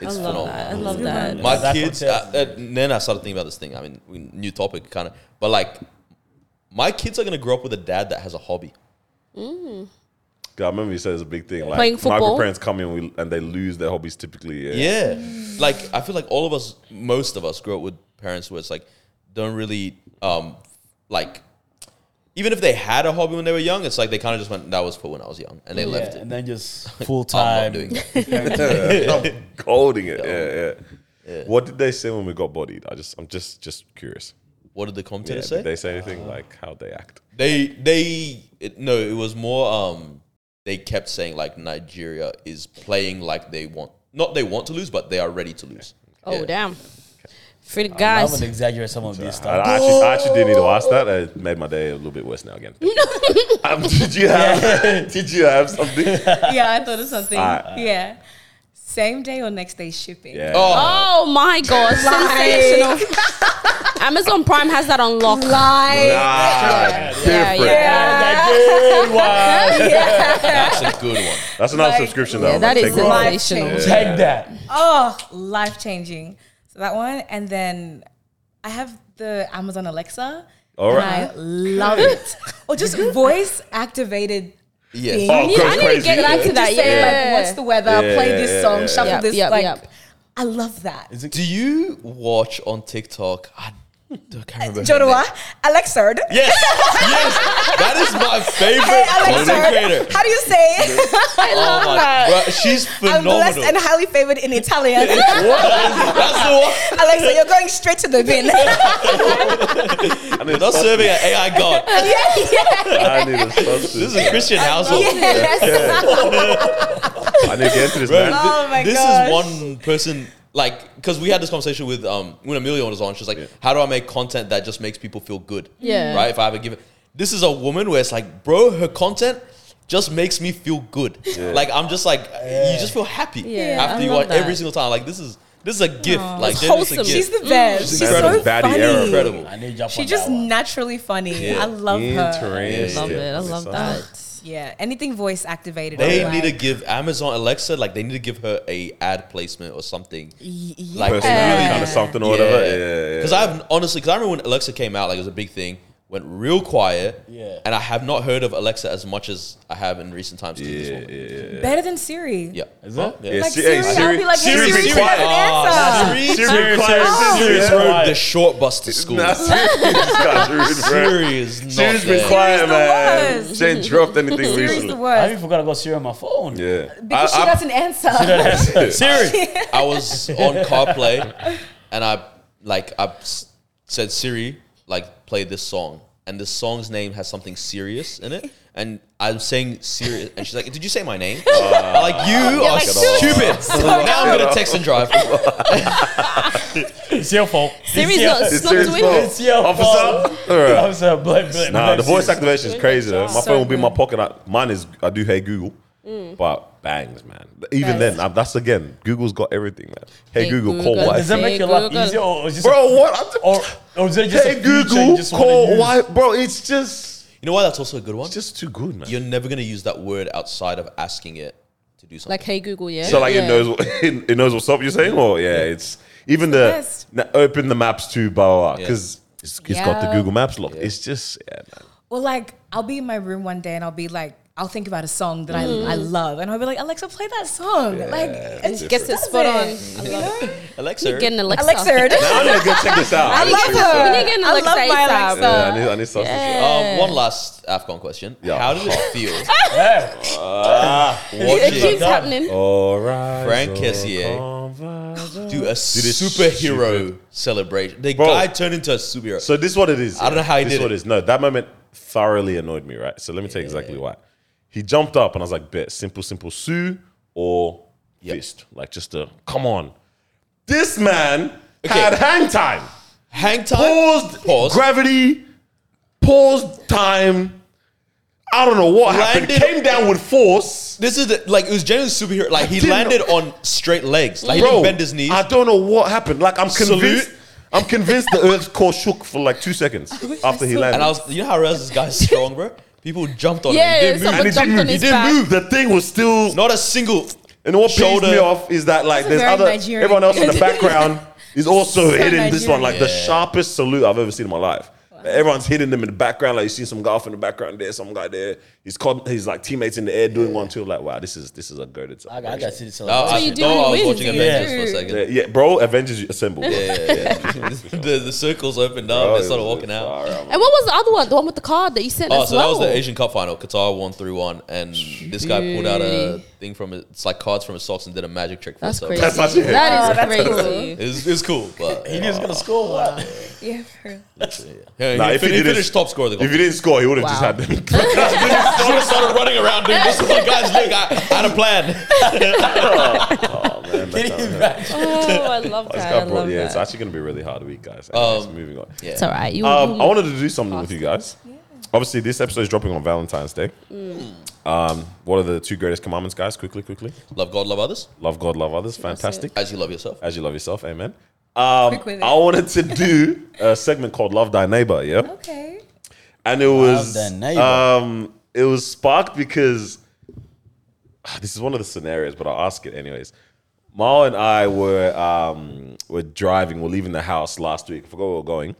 [SPEAKER 1] It's
[SPEAKER 2] I love
[SPEAKER 1] phenomenal.
[SPEAKER 2] that. I love that.
[SPEAKER 1] My
[SPEAKER 5] That's what
[SPEAKER 1] kids.
[SPEAKER 5] tells
[SPEAKER 1] Uh, uh, then I started thinking about this thing. I mean, we- new topic, kind of. But like, my kids are gonna grow up with a dad that has a hobby.
[SPEAKER 4] God, I remember you said it's a big thing. Like
[SPEAKER 2] Playing
[SPEAKER 4] my
[SPEAKER 2] football?
[SPEAKER 4] parents come in we, and they lose their hobbies typically. Yeah.
[SPEAKER 1] Yeah. Like I feel like all of us, most of us, grow up with parents where it's like don't really um like even if they had a hobby when they were young, it's like they kind of just went that was for when I was young and they
[SPEAKER 5] Yeah,
[SPEAKER 1] left it.
[SPEAKER 5] and then just full
[SPEAKER 1] I'm not
[SPEAKER 5] time.
[SPEAKER 1] doing that.
[SPEAKER 4] I'm holding it. Yeah, yeah. What did they say when we got bodied? I just, I'm just, just curious.
[SPEAKER 1] What did the commentator
[SPEAKER 4] Yeah,
[SPEAKER 1] say?
[SPEAKER 4] Did they say anything like how they act?
[SPEAKER 1] They they it, no, it was more um they kept saying like Nigeria is playing like they want not they want to lose, but they are ready to lose.
[SPEAKER 2] Oh
[SPEAKER 1] Yeah.
[SPEAKER 2] damn. Free the
[SPEAKER 5] I would
[SPEAKER 2] guys.
[SPEAKER 5] exaggerate some of this
[SPEAKER 4] I,
[SPEAKER 5] stuff.
[SPEAKER 4] I actually, I actually didn't need to ask that. It made my day a little bit worse now again. um, did you have? Did you have something?
[SPEAKER 7] yeah, I thought of something.
[SPEAKER 4] Ah.
[SPEAKER 7] yeah. Same day or next day shipping.
[SPEAKER 4] Yeah.
[SPEAKER 1] Oh,
[SPEAKER 2] Oh my god. Sensational. Amazon Prime has that on lock.
[SPEAKER 3] Like,
[SPEAKER 4] Ah,
[SPEAKER 2] Yeah,
[SPEAKER 4] different.
[SPEAKER 2] yeah.
[SPEAKER 1] that's
[SPEAKER 5] That's a good one.
[SPEAKER 1] a good one.
[SPEAKER 4] That's another
[SPEAKER 7] Like,
[SPEAKER 4] subscription
[SPEAKER 2] Yeah,
[SPEAKER 4] that
[SPEAKER 2] that is
[SPEAKER 4] I'm gonna
[SPEAKER 7] life
[SPEAKER 4] take.
[SPEAKER 2] sensational.
[SPEAKER 7] changing.
[SPEAKER 5] Take that.
[SPEAKER 7] Oh, life changing. So that one, and then I have the Amazon Alexa.
[SPEAKER 4] All
[SPEAKER 7] and
[SPEAKER 4] right.
[SPEAKER 7] I love it. or just voice activated.
[SPEAKER 1] Yes.
[SPEAKER 2] Yeah,
[SPEAKER 4] Oh,
[SPEAKER 2] I
[SPEAKER 4] goes
[SPEAKER 2] need to
[SPEAKER 4] crazy.
[SPEAKER 2] get
[SPEAKER 4] yeah.
[SPEAKER 2] into that.
[SPEAKER 7] Just say,
[SPEAKER 2] Yeah.
[SPEAKER 7] like, what's the weather?
[SPEAKER 4] Yeah,
[SPEAKER 7] Play
[SPEAKER 4] yeah,
[SPEAKER 7] this
[SPEAKER 4] yeah,
[SPEAKER 7] song.
[SPEAKER 4] yeah.
[SPEAKER 7] Shuffle
[SPEAKER 2] Yep,
[SPEAKER 7] this.
[SPEAKER 2] yep,
[SPEAKER 7] like,
[SPEAKER 2] yep.
[SPEAKER 7] I love that. Do
[SPEAKER 1] Do you watch on TikTok? I don't can't remember.
[SPEAKER 7] you
[SPEAKER 1] her
[SPEAKER 7] know
[SPEAKER 1] name.
[SPEAKER 7] what? Alexa.
[SPEAKER 1] Yes, yes, that is my favorite
[SPEAKER 7] Hey,
[SPEAKER 1] content
[SPEAKER 7] Alexa.
[SPEAKER 1] creator.
[SPEAKER 7] How do you say it?
[SPEAKER 2] I love
[SPEAKER 1] Oh my,
[SPEAKER 2] that.
[SPEAKER 1] bro, she's
[SPEAKER 7] I'm
[SPEAKER 1] phenomenal.
[SPEAKER 7] blessed and highly favored in Italian.
[SPEAKER 1] that's the one.
[SPEAKER 7] Alexa, you're going straight to the bin.
[SPEAKER 4] I need a
[SPEAKER 1] Not
[SPEAKER 4] sub-
[SPEAKER 1] serving an AI god.
[SPEAKER 4] I need a substitute.
[SPEAKER 1] This is a Christian household.
[SPEAKER 7] yes.
[SPEAKER 4] I need to get into this,
[SPEAKER 1] Bro,
[SPEAKER 4] man.
[SPEAKER 1] thi-
[SPEAKER 7] Oh my
[SPEAKER 1] this
[SPEAKER 7] gosh.
[SPEAKER 1] is one person like because we had this conversation with um when Amelia was on. She's like, "How do I make content that just makes people feel good?"
[SPEAKER 2] Yeah.
[SPEAKER 1] right. If I ever give it, this is a woman where it's like, bro, her content just makes me feel good. Like I'm just like you just feel happy
[SPEAKER 2] Yeah,
[SPEAKER 1] after
[SPEAKER 2] I
[SPEAKER 1] you
[SPEAKER 2] love
[SPEAKER 1] watch every
[SPEAKER 2] that.
[SPEAKER 1] single time. Like this is this is a gift. Like
[SPEAKER 2] It's
[SPEAKER 1] genuinely it's a
[SPEAKER 2] wholesome.
[SPEAKER 1] gift.
[SPEAKER 7] She's the best. She's,
[SPEAKER 4] incredible.
[SPEAKER 7] so
[SPEAKER 4] Baddie
[SPEAKER 7] funny.
[SPEAKER 4] era.
[SPEAKER 1] incredible.
[SPEAKER 5] I need you
[SPEAKER 7] She's just naturally funny.
[SPEAKER 1] Yeah.
[SPEAKER 7] I love her.
[SPEAKER 4] Interesting.
[SPEAKER 2] Love it. I love that.
[SPEAKER 7] Yeah, anything voice activated.
[SPEAKER 1] They
[SPEAKER 7] I'm
[SPEAKER 1] need to
[SPEAKER 7] like,
[SPEAKER 1] give Amazon Alexa like they need to give her a ad placement or something.
[SPEAKER 7] yeah.
[SPEAKER 1] Like
[SPEAKER 4] Personality
[SPEAKER 1] really
[SPEAKER 4] kind of something or whatever. Yeah, yeah, yeah.
[SPEAKER 1] Because I've honestly, because I remember when Alexa came out, like it was a big thing, went real quiet.
[SPEAKER 5] Yeah.
[SPEAKER 1] And I have not heard of Alexa as much as I have in recent times. Yeah. This woman. yeah.
[SPEAKER 7] better than Siri.
[SPEAKER 5] Is it?
[SPEAKER 1] Yeah.
[SPEAKER 4] Yeah,
[SPEAKER 7] Like
[SPEAKER 4] Si-
[SPEAKER 7] Siri,
[SPEAKER 4] hey,
[SPEAKER 7] I'll be like, hey,
[SPEAKER 4] Siri,
[SPEAKER 7] Siri,
[SPEAKER 1] Siri,
[SPEAKER 7] she doesn't
[SPEAKER 1] Ah,
[SPEAKER 7] answer.
[SPEAKER 1] Siri,
[SPEAKER 4] Siri,
[SPEAKER 5] Siri,
[SPEAKER 1] Siri
[SPEAKER 5] Siri,
[SPEAKER 1] rode the
[SPEAKER 5] Siri.
[SPEAKER 1] short bus to school.
[SPEAKER 4] Nah, Siri's, bro.
[SPEAKER 1] Siri is not
[SPEAKER 4] Siri's been
[SPEAKER 1] there.
[SPEAKER 4] quiet, man.
[SPEAKER 7] worst.
[SPEAKER 4] She ain't dropped anything
[SPEAKER 7] Siri's the
[SPEAKER 4] recently.
[SPEAKER 5] I
[SPEAKER 7] worst
[SPEAKER 5] even forgot I got Siri on my phone.
[SPEAKER 4] Yeah.
[SPEAKER 7] because she
[SPEAKER 4] I,
[SPEAKER 7] doesn't answer.
[SPEAKER 4] I,
[SPEAKER 5] Siri.
[SPEAKER 1] I was on CarPlay, and I like I s- said Siri, like play this song, and the song's name has something serious in it, And I'm saying serious. And she's like, Did you say my name? I'm like, You are
[SPEAKER 2] like,
[SPEAKER 1] stupid. now I'm going to text and drive.
[SPEAKER 5] It's your fault.
[SPEAKER 2] Siri's
[SPEAKER 5] your-
[SPEAKER 2] not, it's not
[SPEAKER 4] Siri's
[SPEAKER 2] doing
[SPEAKER 4] fault.
[SPEAKER 2] it.
[SPEAKER 5] It's your
[SPEAKER 4] Officer?
[SPEAKER 5] fault.
[SPEAKER 4] All right.
[SPEAKER 5] Officer, blame- blame-
[SPEAKER 4] Nah,
[SPEAKER 5] blame
[SPEAKER 4] the voice
[SPEAKER 5] Siri.
[SPEAKER 4] activation is crazy. though. My
[SPEAKER 7] So
[SPEAKER 4] phone will be in my
[SPEAKER 7] good.
[SPEAKER 4] pocket. I, mine is. I do hate Google, but bangs, man. Even then, I, that's again. Google's got everything, man. Hey,
[SPEAKER 2] Hey,
[SPEAKER 4] Google,
[SPEAKER 2] Google.
[SPEAKER 4] call
[SPEAKER 5] Does
[SPEAKER 4] wife.
[SPEAKER 5] that make your life
[SPEAKER 2] Google.
[SPEAKER 5] easier or is just
[SPEAKER 4] Bro, what? I'm just-
[SPEAKER 5] or, or is it just
[SPEAKER 4] hey
[SPEAKER 5] a feature you
[SPEAKER 4] Google,
[SPEAKER 5] just wanna
[SPEAKER 4] call
[SPEAKER 5] use?
[SPEAKER 4] wife, bro. It's just,
[SPEAKER 1] You know why that's also a good one?
[SPEAKER 4] it's just too good, man.
[SPEAKER 1] You're never going to use that word outside of asking it to do something.
[SPEAKER 2] Like, hey Google, yeah.
[SPEAKER 4] so like
[SPEAKER 2] yeah.
[SPEAKER 4] it knows, what- it, it knows what's up. You're saying, or yeah, it's even the,
[SPEAKER 7] best.
[SPEAKER 4] na- open the maps to blah blah
[SPEAKER 1] Yeah.
[SPEAKER 4] because it's, it's got the
[SPEAKER 2] Yeah.
[SPEAKER 4] Google Maps lock. It's just, yeah, man.
[SPEAKER 7] Or like I'll be in my room one day and I'll be like, I'll think about a song that I, I love and I'll be like, Alexa, play that song. like and she
[SPEAKER 2] Guess it's
[SPEAKER 7] does
[SPEAKER 2] spot on.
[SPEAKER 7] it, You know?
[SPEAKER 1] Alexa.
[SPEAKER 2] Get an Alexa.
[SPEAKER 7] Alexa, it is.
[SPEAKER 4] Now I need to go check this out.
[SPEAKER 7] I love her.
[SPEAKER 2] We need to get an
[SPEAKER 7] I love
[SPEAKER 2] Alexa
[SPEAKER 7] my
[SPEAKER 2] ASAP.
[SPEAKER 7] Alexa.
[SPEAKER 4] Yeah, I need, I need something.
[SPEAKER 1] Um, one last Afghan question.
[SPEAKER 4] Yeah.
[SPEAKER 1] How did it feel
[SPEAKER 5] Yeah.
[SPEAKER 2] It
[SPEAKER 1] watching
[SPEAKER 2] keeps happening.
[SPEAKER 4] All right.
[SPEAKER 1] Frank Kessier do a superhero celebration? The
[SPEAKER 4] Bro.
[SPEAKER 1] guy turned into a superhero.
[SPEAKER 4] So this is what it is.
[SPEAKER 1] I don't know how he
[SPEAKER 4] this
[SPEAKER 1] did
[SPEAKER 4] is what
[SPEAKER 1] it.
[SPEAKER 4] it is. No, that moment thoroughly annoyed me, right? So let me tell you exactly why. He jumped up and I was like, bet, simple, simple, Sue or fist. Like just a, come on. This man
[SPEAKER 1] Okay.
[SPEAKER 4] had hang time.
[SPEAKER 1] Hang time.
[SPEAKER 4] Paused
[SPEAKER 1] Pause.
[SPEAKER 4] gravity, paused time. I don't know what happened.
[SPEAKER 1] Landed-
[SPEAKER 4] Came down with force.
[SPEAKER 1] This is the, like it was genuinely superhero. Like he
[SPEAKER 4] didn't
[SPEAKER 1] landed
[SPEAKER 4] know-
[SPEAKER 1] on straight legs. Like he
[SPEAKER 4] Bro,
[SPEAKER 1] didn't bend his knees.
[SPEAKER 4] I don't know what happened. Like I'm
[SPEAKER 1] Salute.
[SPEAKER 4] convinced. I'm convinced the Earth's core shook for like two seconds after he landed.
[SPEAKER 1] and I was, you know how I realized this guy's strong, bro. People jumped on
[SPEAKER 2] Yeah,
[SPEAKER 1] him. He didn't
[SPEAKER 2] someone
[SPEAKER 1] move.
[SPEAKER 2] jumped on
[SPEAKER 4] and it didn't move.
[SPEAKER 2] his
[SPEAKER 4] It didn't
[SPEAKER 2] back.
[SPEAKER 4] move. The thing was still.
[SPEAKER 1] Not a single.
[SPEAKER 4] and what pisses
[SPEAKER 1] shoulder.
[SPEAKER 4] me off is that like
[SPEAKER 7] That's a
[SPEAKER 4] there's
[SPEAKER 7] very
[SPEAKER 4] other
[SPEAKER 7] Nigerian
[SPEAKER 4] everyone else in the
[SPEAKER 7] thing.
[SPEAKER 4] background is also
[SPEAKER 7] So
[SPEAKER 4] hitting this one
[SPEAKER 7] Nigerian.
[SPEAKER 4] like the
[SPEAKER 1] Yeah.
[SPEAKER 4] sharpest salute I've ever seen in my life. Like, everyone's hitting them in the background. Like you see some guy off in the background there, some guy there. He's called his like teammates in the air doing one too. Like wow, this is this is a goaded.
[SPEAKER 5] I got, I got Siri
[SPEAKER 1] Oh, I,
[SPEAKER 5] celebration.
[SPEAKER 2] you
[SPEAKER 1] thought
[SPEAKER 2] do
[SPEAKER 1] I
[SPEAKER 2] when
[SPEAKER 1] was
[SPEAKER 2] you
[SPEAKER 1] watching
[SPEAKER 2] win.
[SPEAKER 1] Avengers for a
[SPEAKER 7] Yeah.
[SPEAKER 1] second.
[SPEAKER 4] yeah, yeah, bro. Avengers assemble.
[SPEAKER 1] the, the circles opened up.
[SPEAKER 4] Bro,
[SPEAKER 1] they started
[SPEAKER 4] it was
[SPEAKER 1] walking out.
[SPEAKER 4] far out.
[SPEAKER 2] And what was the other one? The one with the card that you sent
[SPEAKER 1] Oh,
[SPEAKER 2] as
[SPEAKER 1] so
[SPEAKER 2] well.
[SPEAKER 1] that was the Asian Cup final. Qatar won three one, and this guy pulled out a thing from his, it's like cards from his socks and did a magic trick for
[SPEAKER 2] That's
[SPEAKER 1] himself.
[SPEAKER 2] crazy.
[SPEAKER 4] That's actually-
[SPEAKER 2] That is
[SPEAKER 7] Oh, cool.
[SPEAKER 2] crazy.
[SPEAKER 1] It was, it was cool, but
[SPEAKER 5] He was gonna score. one.
[SPEAKER 7] Yeah, for real.
[SPEAKER 1] yeah,
[SPEAKER 4] Nah,
[SPEAKER 1] he,
[SPEAKER 4] if he
[SPEAKER 1] fin- he
[SPEAKER 4] didn't-
[SPEAKER 1] finished top scorer. Of the competition.
[SPEAKER 4] If he didn't score, he would have
[SPEAKER 2] Wow.
[SPEAKER 4] just had them.
[SPEAKER 1] I would have started running around doing this. Like, guys, look, I, I had a plan.
[SPEAKER 4] oh man, that's not-
[SPEAKER 2] Oh, I love
[SPEAKER 4] This
[SPEAKER 2] that.
[SPEAKER 4] guy
[SPEAKER 2] I
[SPEAKER 4] brought-
[SPEAKER 2] love
[SPEAKER 4] yeah, it's
[SPEAKER 2] that.
[SPEAKER 4] actually going to be a really hard week, guys. Anyways,
[SPEAKER 1] Um,
[SPEAKER 4] moving on.
[SPEAKER 1] Yeah.
[SPEAKER 2] It's all right. You,
[SPEAKER 4] Um, I
[SPEAKER 2] you-
[SPEAKER 4] wanted to do something with you guys. Obviously, this episode is dropping on Valentine's Day.
[SPEAKER 2] Mm.
[SPEAKER 4] Um, what are the two greatest commandments, guys? Quickly, quickly.
[SPEAKER 1] Love God, love others,
[SPEAKER 4] Love God, love others. Fantastic.
[SPEAKER 1] as you love yourself.
[SPEAKER 4] As you love yourself. Amen. Um,
[SPEAKER 7] Quick with it.
[SPEAKER 4] I wanted to do a segment called "Love Thy Neighbor," yeah,
[SPEAKER 7] Okay.
[SPEAKER 4] and it was
[SPEAKER 5] thy neighbor.
[SPEAKER 4] um, it was sparked because ah, this is one of the scenarios, but I'll ask it anyways. Mal and I were um, were driving, we're leaving the house last week. I forgot where we were going,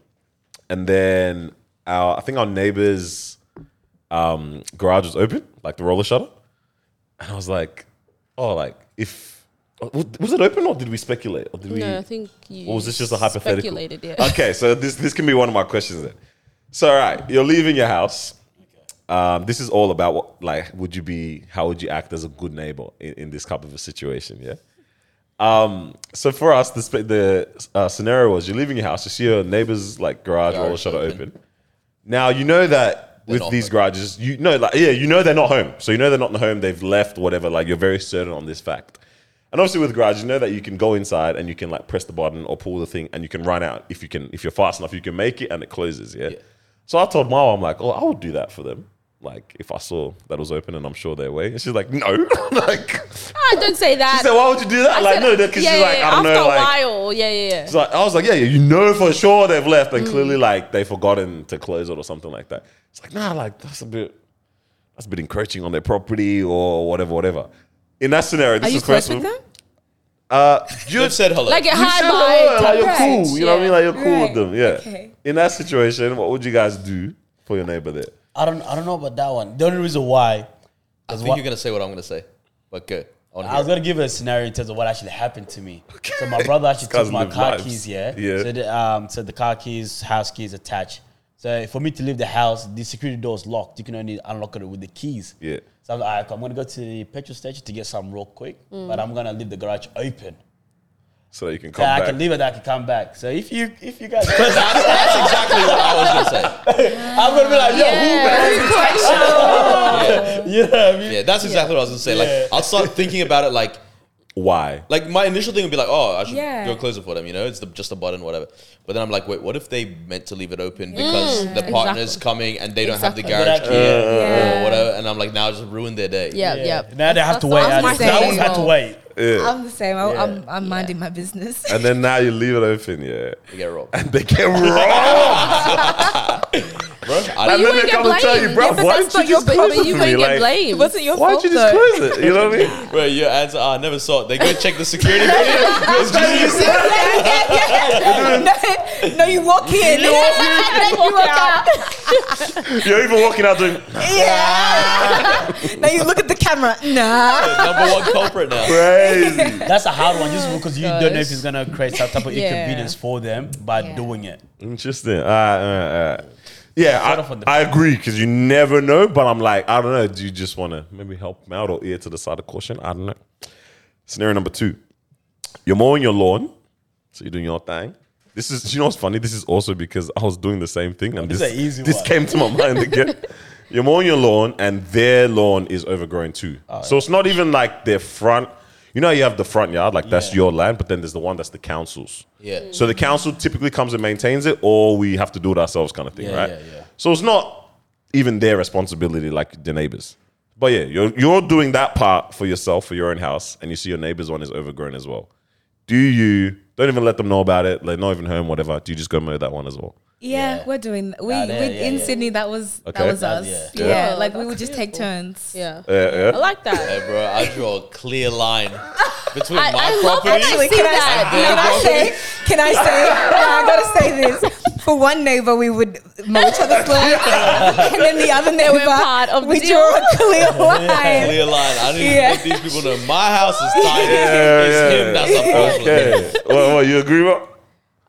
[SPEAKER 4] and then our I think our neighbor's um, garage was open, like the roller shutter, and I was like, oh, like if was was it open or did we speculate or did we?
[SPEAKER 2] no, I think you.
[SPEAKER 4] Or was this just a hypothetical?
[SPEAKER 2] Speculated, yeah.
[SPEAKER 4] Okay, so this this can be one of my questions then. So, all right, you're leaving your house. Um, this is all about what, like, would you be, how would you act as a good neighbor in, in this type of a situation? Yeah. Um, so for us, the, spe- the uh, scenario was you're leaving your house, you see your neighbor's like garage roller
[SPEAKER 1] Garage
[SPEAKER 4] shutter
[SPEAKER 1] open.
[SPEAKER 4] open. Now you know that with
[SPEAKER 1] not
[SPEAKER 4] these
[SPEAKER 1] home.
[SPEAKER 4] garages, you know, like yeah, you know they're not home, so you know they're not in the home. They've left, whatever. Like you're very certain on this fact. And obviously with garages, you know that you can go inside and you can like press the button or pull the thing, and you can run out if you can if you're fast enough, you can make it, and it closes. Yeah.
[SPEAKER 1] Yeah.
[SPEAKER 4] So I told Mao, I'm like, oh, I would do that for them. Like if I saw that it was open and I'm sure they're away, and she's like, no, like
[SPEAKER 2] Ah, don't say that.
[SPEAKER 4] she said, why would you do that?
[SPEAKER 2] I
[SPEAKER 4] like
[SPEAKER 2] said-
[SPEAKER 4] no, because she's like, I don't
[SPEAKER 2] After
[SPEAKER 4] know,
[SPEAKER 2] a
[SPEAKER 4] like
[SPEAKER 2] while, yeah, yeah, yeah.
[SPEAKER 4] so I was like, yeah, yeah, you know for sure they've left, and
[SPEAKER 7] Mm.
[SPEAKER 4] clearly like they've forgotten to close it or something like that. It's like, nah, like that's a bit, that's a bit encroaching on their property or whatever, whatever. In that scenario, this
[SPEAKER 7] Are you
[SPEAKER 4] is first
[SPEAKER 7] close with
[SPEAKER 4] of-
[SPEAKER 7] them?
[SPEAKER 4] Uh, you
[SPEAKER 1] You've said hello.
[SPEAKER 2] Like a
[SPEAKER 4] you
[SPEAKER 2] high
[SPEAKER 4] said
[SPEAKER 2] bye.
[SPEAKER 4] hello, like you're
[SPEAKER 7] Right,
[SPEAKER 4] cool. You know what I mean? Like you're cool with
[SPEAKER 7] right,
[SPEAKER 4] them. Yeah.
[SPEAKER 7] okay.
[SPEAKER 4] In that situation, what would you guys do for your neighbor there?
[SPEAKER 5] I don't. I don't know about that one. The only reason why
[SPEAKER 1] I think
[SPEAKER 5] what-
[SPEAKER 1] you're gonna say what I'm gonna say, but go. I wanna
[SPEAKER 5] I was
[SPEAKER 1] hear it.
[SPEAKER 5] gonna give a scenario in terms of what actually happened to me. So my brother actually
[SPEAKER 4] This guy's
[SPEAKER 5] took my
[SPEAKER 4] lived
[SPEAKER 5] car
[SPEAKER 4] lives.
[SPEAKER 5] keys. Yeah.
[SPEAKER 4] Yeah.
[SPEAKER 5] So the, um, so the car keys, house keys attached. So for me to leave the house, the security door is locked. You can only unlock it with the keys.
[SPEAKER 4] Yeah.
[SPEAKER 5] So I'm like, "Alright, I'm gonna go to the petrol station to get some real quick, but I'm gonna leave the garage open.
[SPEAKER 4] so that you can come
[SPEAKER 5] that I
[SPEAKER 4] back.
[SPEAKER 5] can leave it, I can come back. So if you if you guys,
[SPEAKER 1] That's, that's exactly what I was gonna say.
[SPEAKER 5] I'm gonna be like, yo, who? Yeah, I mean,
[SPEAKER 1] Yeah, that's exactly what I was gonna say. Like, I'll start thinking about it. Like,
[SPEAKER 4] Why?
[SPEAKER 1] like my initial thing would be like, oh, I should
[SPEAKER 7] Yeah.
[SPEAKER 1] go close it for them. You know, it's the, just a button, whatever. But then I'm like, wait, what if they meant to leave it open because the partner's
[SPEAKER 2] Mm, Exactly.
[SPEAKER 1] coming and they don't have
[SPEAKER 2] Exactly.
[SPEAKER 1] the garage
[SPEAKER 5] But I-
[SPEAKER 1] key
[SPEAKER 7] Yeah.
[SPEAKER 1] or Uh, whatever? And I'm like, now I just ruined their day.
[SPEAKER 2] Yeah,
[SPEAKER 5] yeah.
[SPEAKER 2] yeah.
[SPEAKER 5] Now they have to wait.
[SPEAKER 2] That's-
[SPEAKER 5] I
[SPEAKER 2] that's
[SPEAKER 5] always
[SPEAKER 2] my thing.
[SPEAKER 5] had to wait.
[SPEAKER 7] I'm the same. I, I'm, I'm minding my business.
[SPEAKER 4] And then now you leave it open, yeah.
[SPEAKER 1] They get robbed,
[SPEAKER 4] And they get wrong.
[SPEAKER 1] bro. I
[SPEAKER 4] and
[SPEAKER 2] you
[SPEAKER 4] then
[SPEAKER 2] ain't
[SPEAKER 4] they
[SPEAKER 2] get
[SPEAKER 4] come and tell
[SPEAKER 2] blamed.
[SPEAKER 4] you, bro,
[SPEAKER 2] Yeah, but
[SPEAKER 4] why
[SPEAKER 2] that's
[SPEAKER 4] didn't you just
[SPEAKER 2] not your-
[SPEAKER 4] close
[SPEAKER 2] but
[SPEAKER 4] it
[SPEAKER 2] you
[SPEAKER 4] for
[SPEAKER 2] ain't
[SPEAKER 4] me?
[SPEAKER 2] get
[SPEAKER 4] Like,
[SPEAKER 2] blamed.
[SPEAKER 3] It wasn't your
[SPEAKER 4] why
[SPEAKER 3] fault
[SPEAKER 4] did you
[SPEAKER 3] though.
[SPEAKER 4] just close it? You know what I mean?
[SPEAKER 1] Wait, your answer? ah, I never saw it. They go check the security. it's just you.
[SPEAKER 3] no, no, you walk in.
[SPEAKER 2] Then you walk out.
[SPEAKER 4] You're even walking out doing,
[SPEAKER 3] now you look at the camera. Nah.
[SPEAKER 1] number one culprit now.
[SPEAKER 4] crazy.
[SPEAKER 5] That's a hard one, just because you don't know if it's gonna create some type of
[SPEAKER 7] Yeah.
[SPEAKER 5] inconvenience for them by doing it.
[SPEAKER 4] Interesting. All right, all right, all right. Yeah,
[SPEAKER 5] off on the
[SPEAKER 4] I, I agree because you never know. But I'm like, I don't know. Do you just want to maybe help them out or ear to the side of caution? I don't know. Scenario number two: You're mowing your lawn, so you're doing your thing. This is, do you know what's funny? This is also because I was doing the same thing, and
[SPEAKER 5] This
[SPEAKER 4] this
[SPEAKER 5] is an easy
[SPEAKER 4] this
[SPEAKER 5] one.
[SPEAKER 4] came to my mind again. You're mowing your lawn, and their lawn is overgrown too.
[SPEAKER 5] Oh,
[SPEAKER 4] so it's not even like their front. You know, how you have the front yard, like that's
[SPEAKER 5] Yeah.
[SPEAKER 4] your land, but then there's the one that's the council's.
[SPEAKER 1] Yeah.
[SPEAKER 4] So the council typically comes and maintains it, or we have to do it ourselves, kind of thing,
[SPEAKER 5] Yeah,
[SPEAKER 4] right?
[SPEAKER 5] yeah, yeah.
[SPEAKER 4] So it's not even their responsibility, like the neighbors. But yeah, you're you're doing that part for yourself for your own house, and you see your neighbors one is overgrown as well. Do you don't even let them know about it? Like not even home, whatever. Do you just go mow that one as well?
[SPEAKER 7] Yeah, we're doing. th- We,
[SPEAKER 5] Nah,
[SPEAKER 7] we
[SPEAKER 5] there, yeah,
[SPEAKER 7] in
[SPEAKER 5] yeah.
[SPEAKER 7] Sydney. That was
[SPEAKER 4] Okay.
[SPEAKER 7] that was
[SPEAKER 5] That-
[SPEAKER 7] us.
[SPEAKER 5] yeah.
[SPEAKER 7] Yeah,
[SPEAKER 2] Wow,
[SPEAKER 7] like we
[SPEAKER 2] that's
[SPEAKER 7] would just take turns.
[SPEAKER 2] Yeah.
[SPEAKER 4] Yeah,
[SPEAKER 2] I
[SPEAKER 4] yeah.
[SPEAKER 2] like that.
[SPEAKER 1] Hey, bro, I draw a clear line between
[SPEAKER 2] I,
[SPEAKER 1] my
[SPEAKER 2] I love
[SPEAKER 1] property.
[SPEAKER 2] when I
[SPEAKER 3] Actually,
[SPEAKER 2] see
[SPEAKER 3] can I,
[SPEAKER 2] that.
[SPEAKER 3] can I say? Can I say? Nah, I gotta say this. For one neighbor, we would mow each other's lawn, and then the other neighbor,
[SPEAKER 2] part of the
[SPEAKER 3] we
[SPEAKER 2] deal.
[SPEAKER 3] draw a clear line.
[SPEAKER 1] clear line. I didn't
[SPEAKER 3] Yeah.
[SPEAKER 1] want these people to know. My house is tiny. it's him that's a problem.
[SPEAKER 4] Okay. well, well, you agree? With?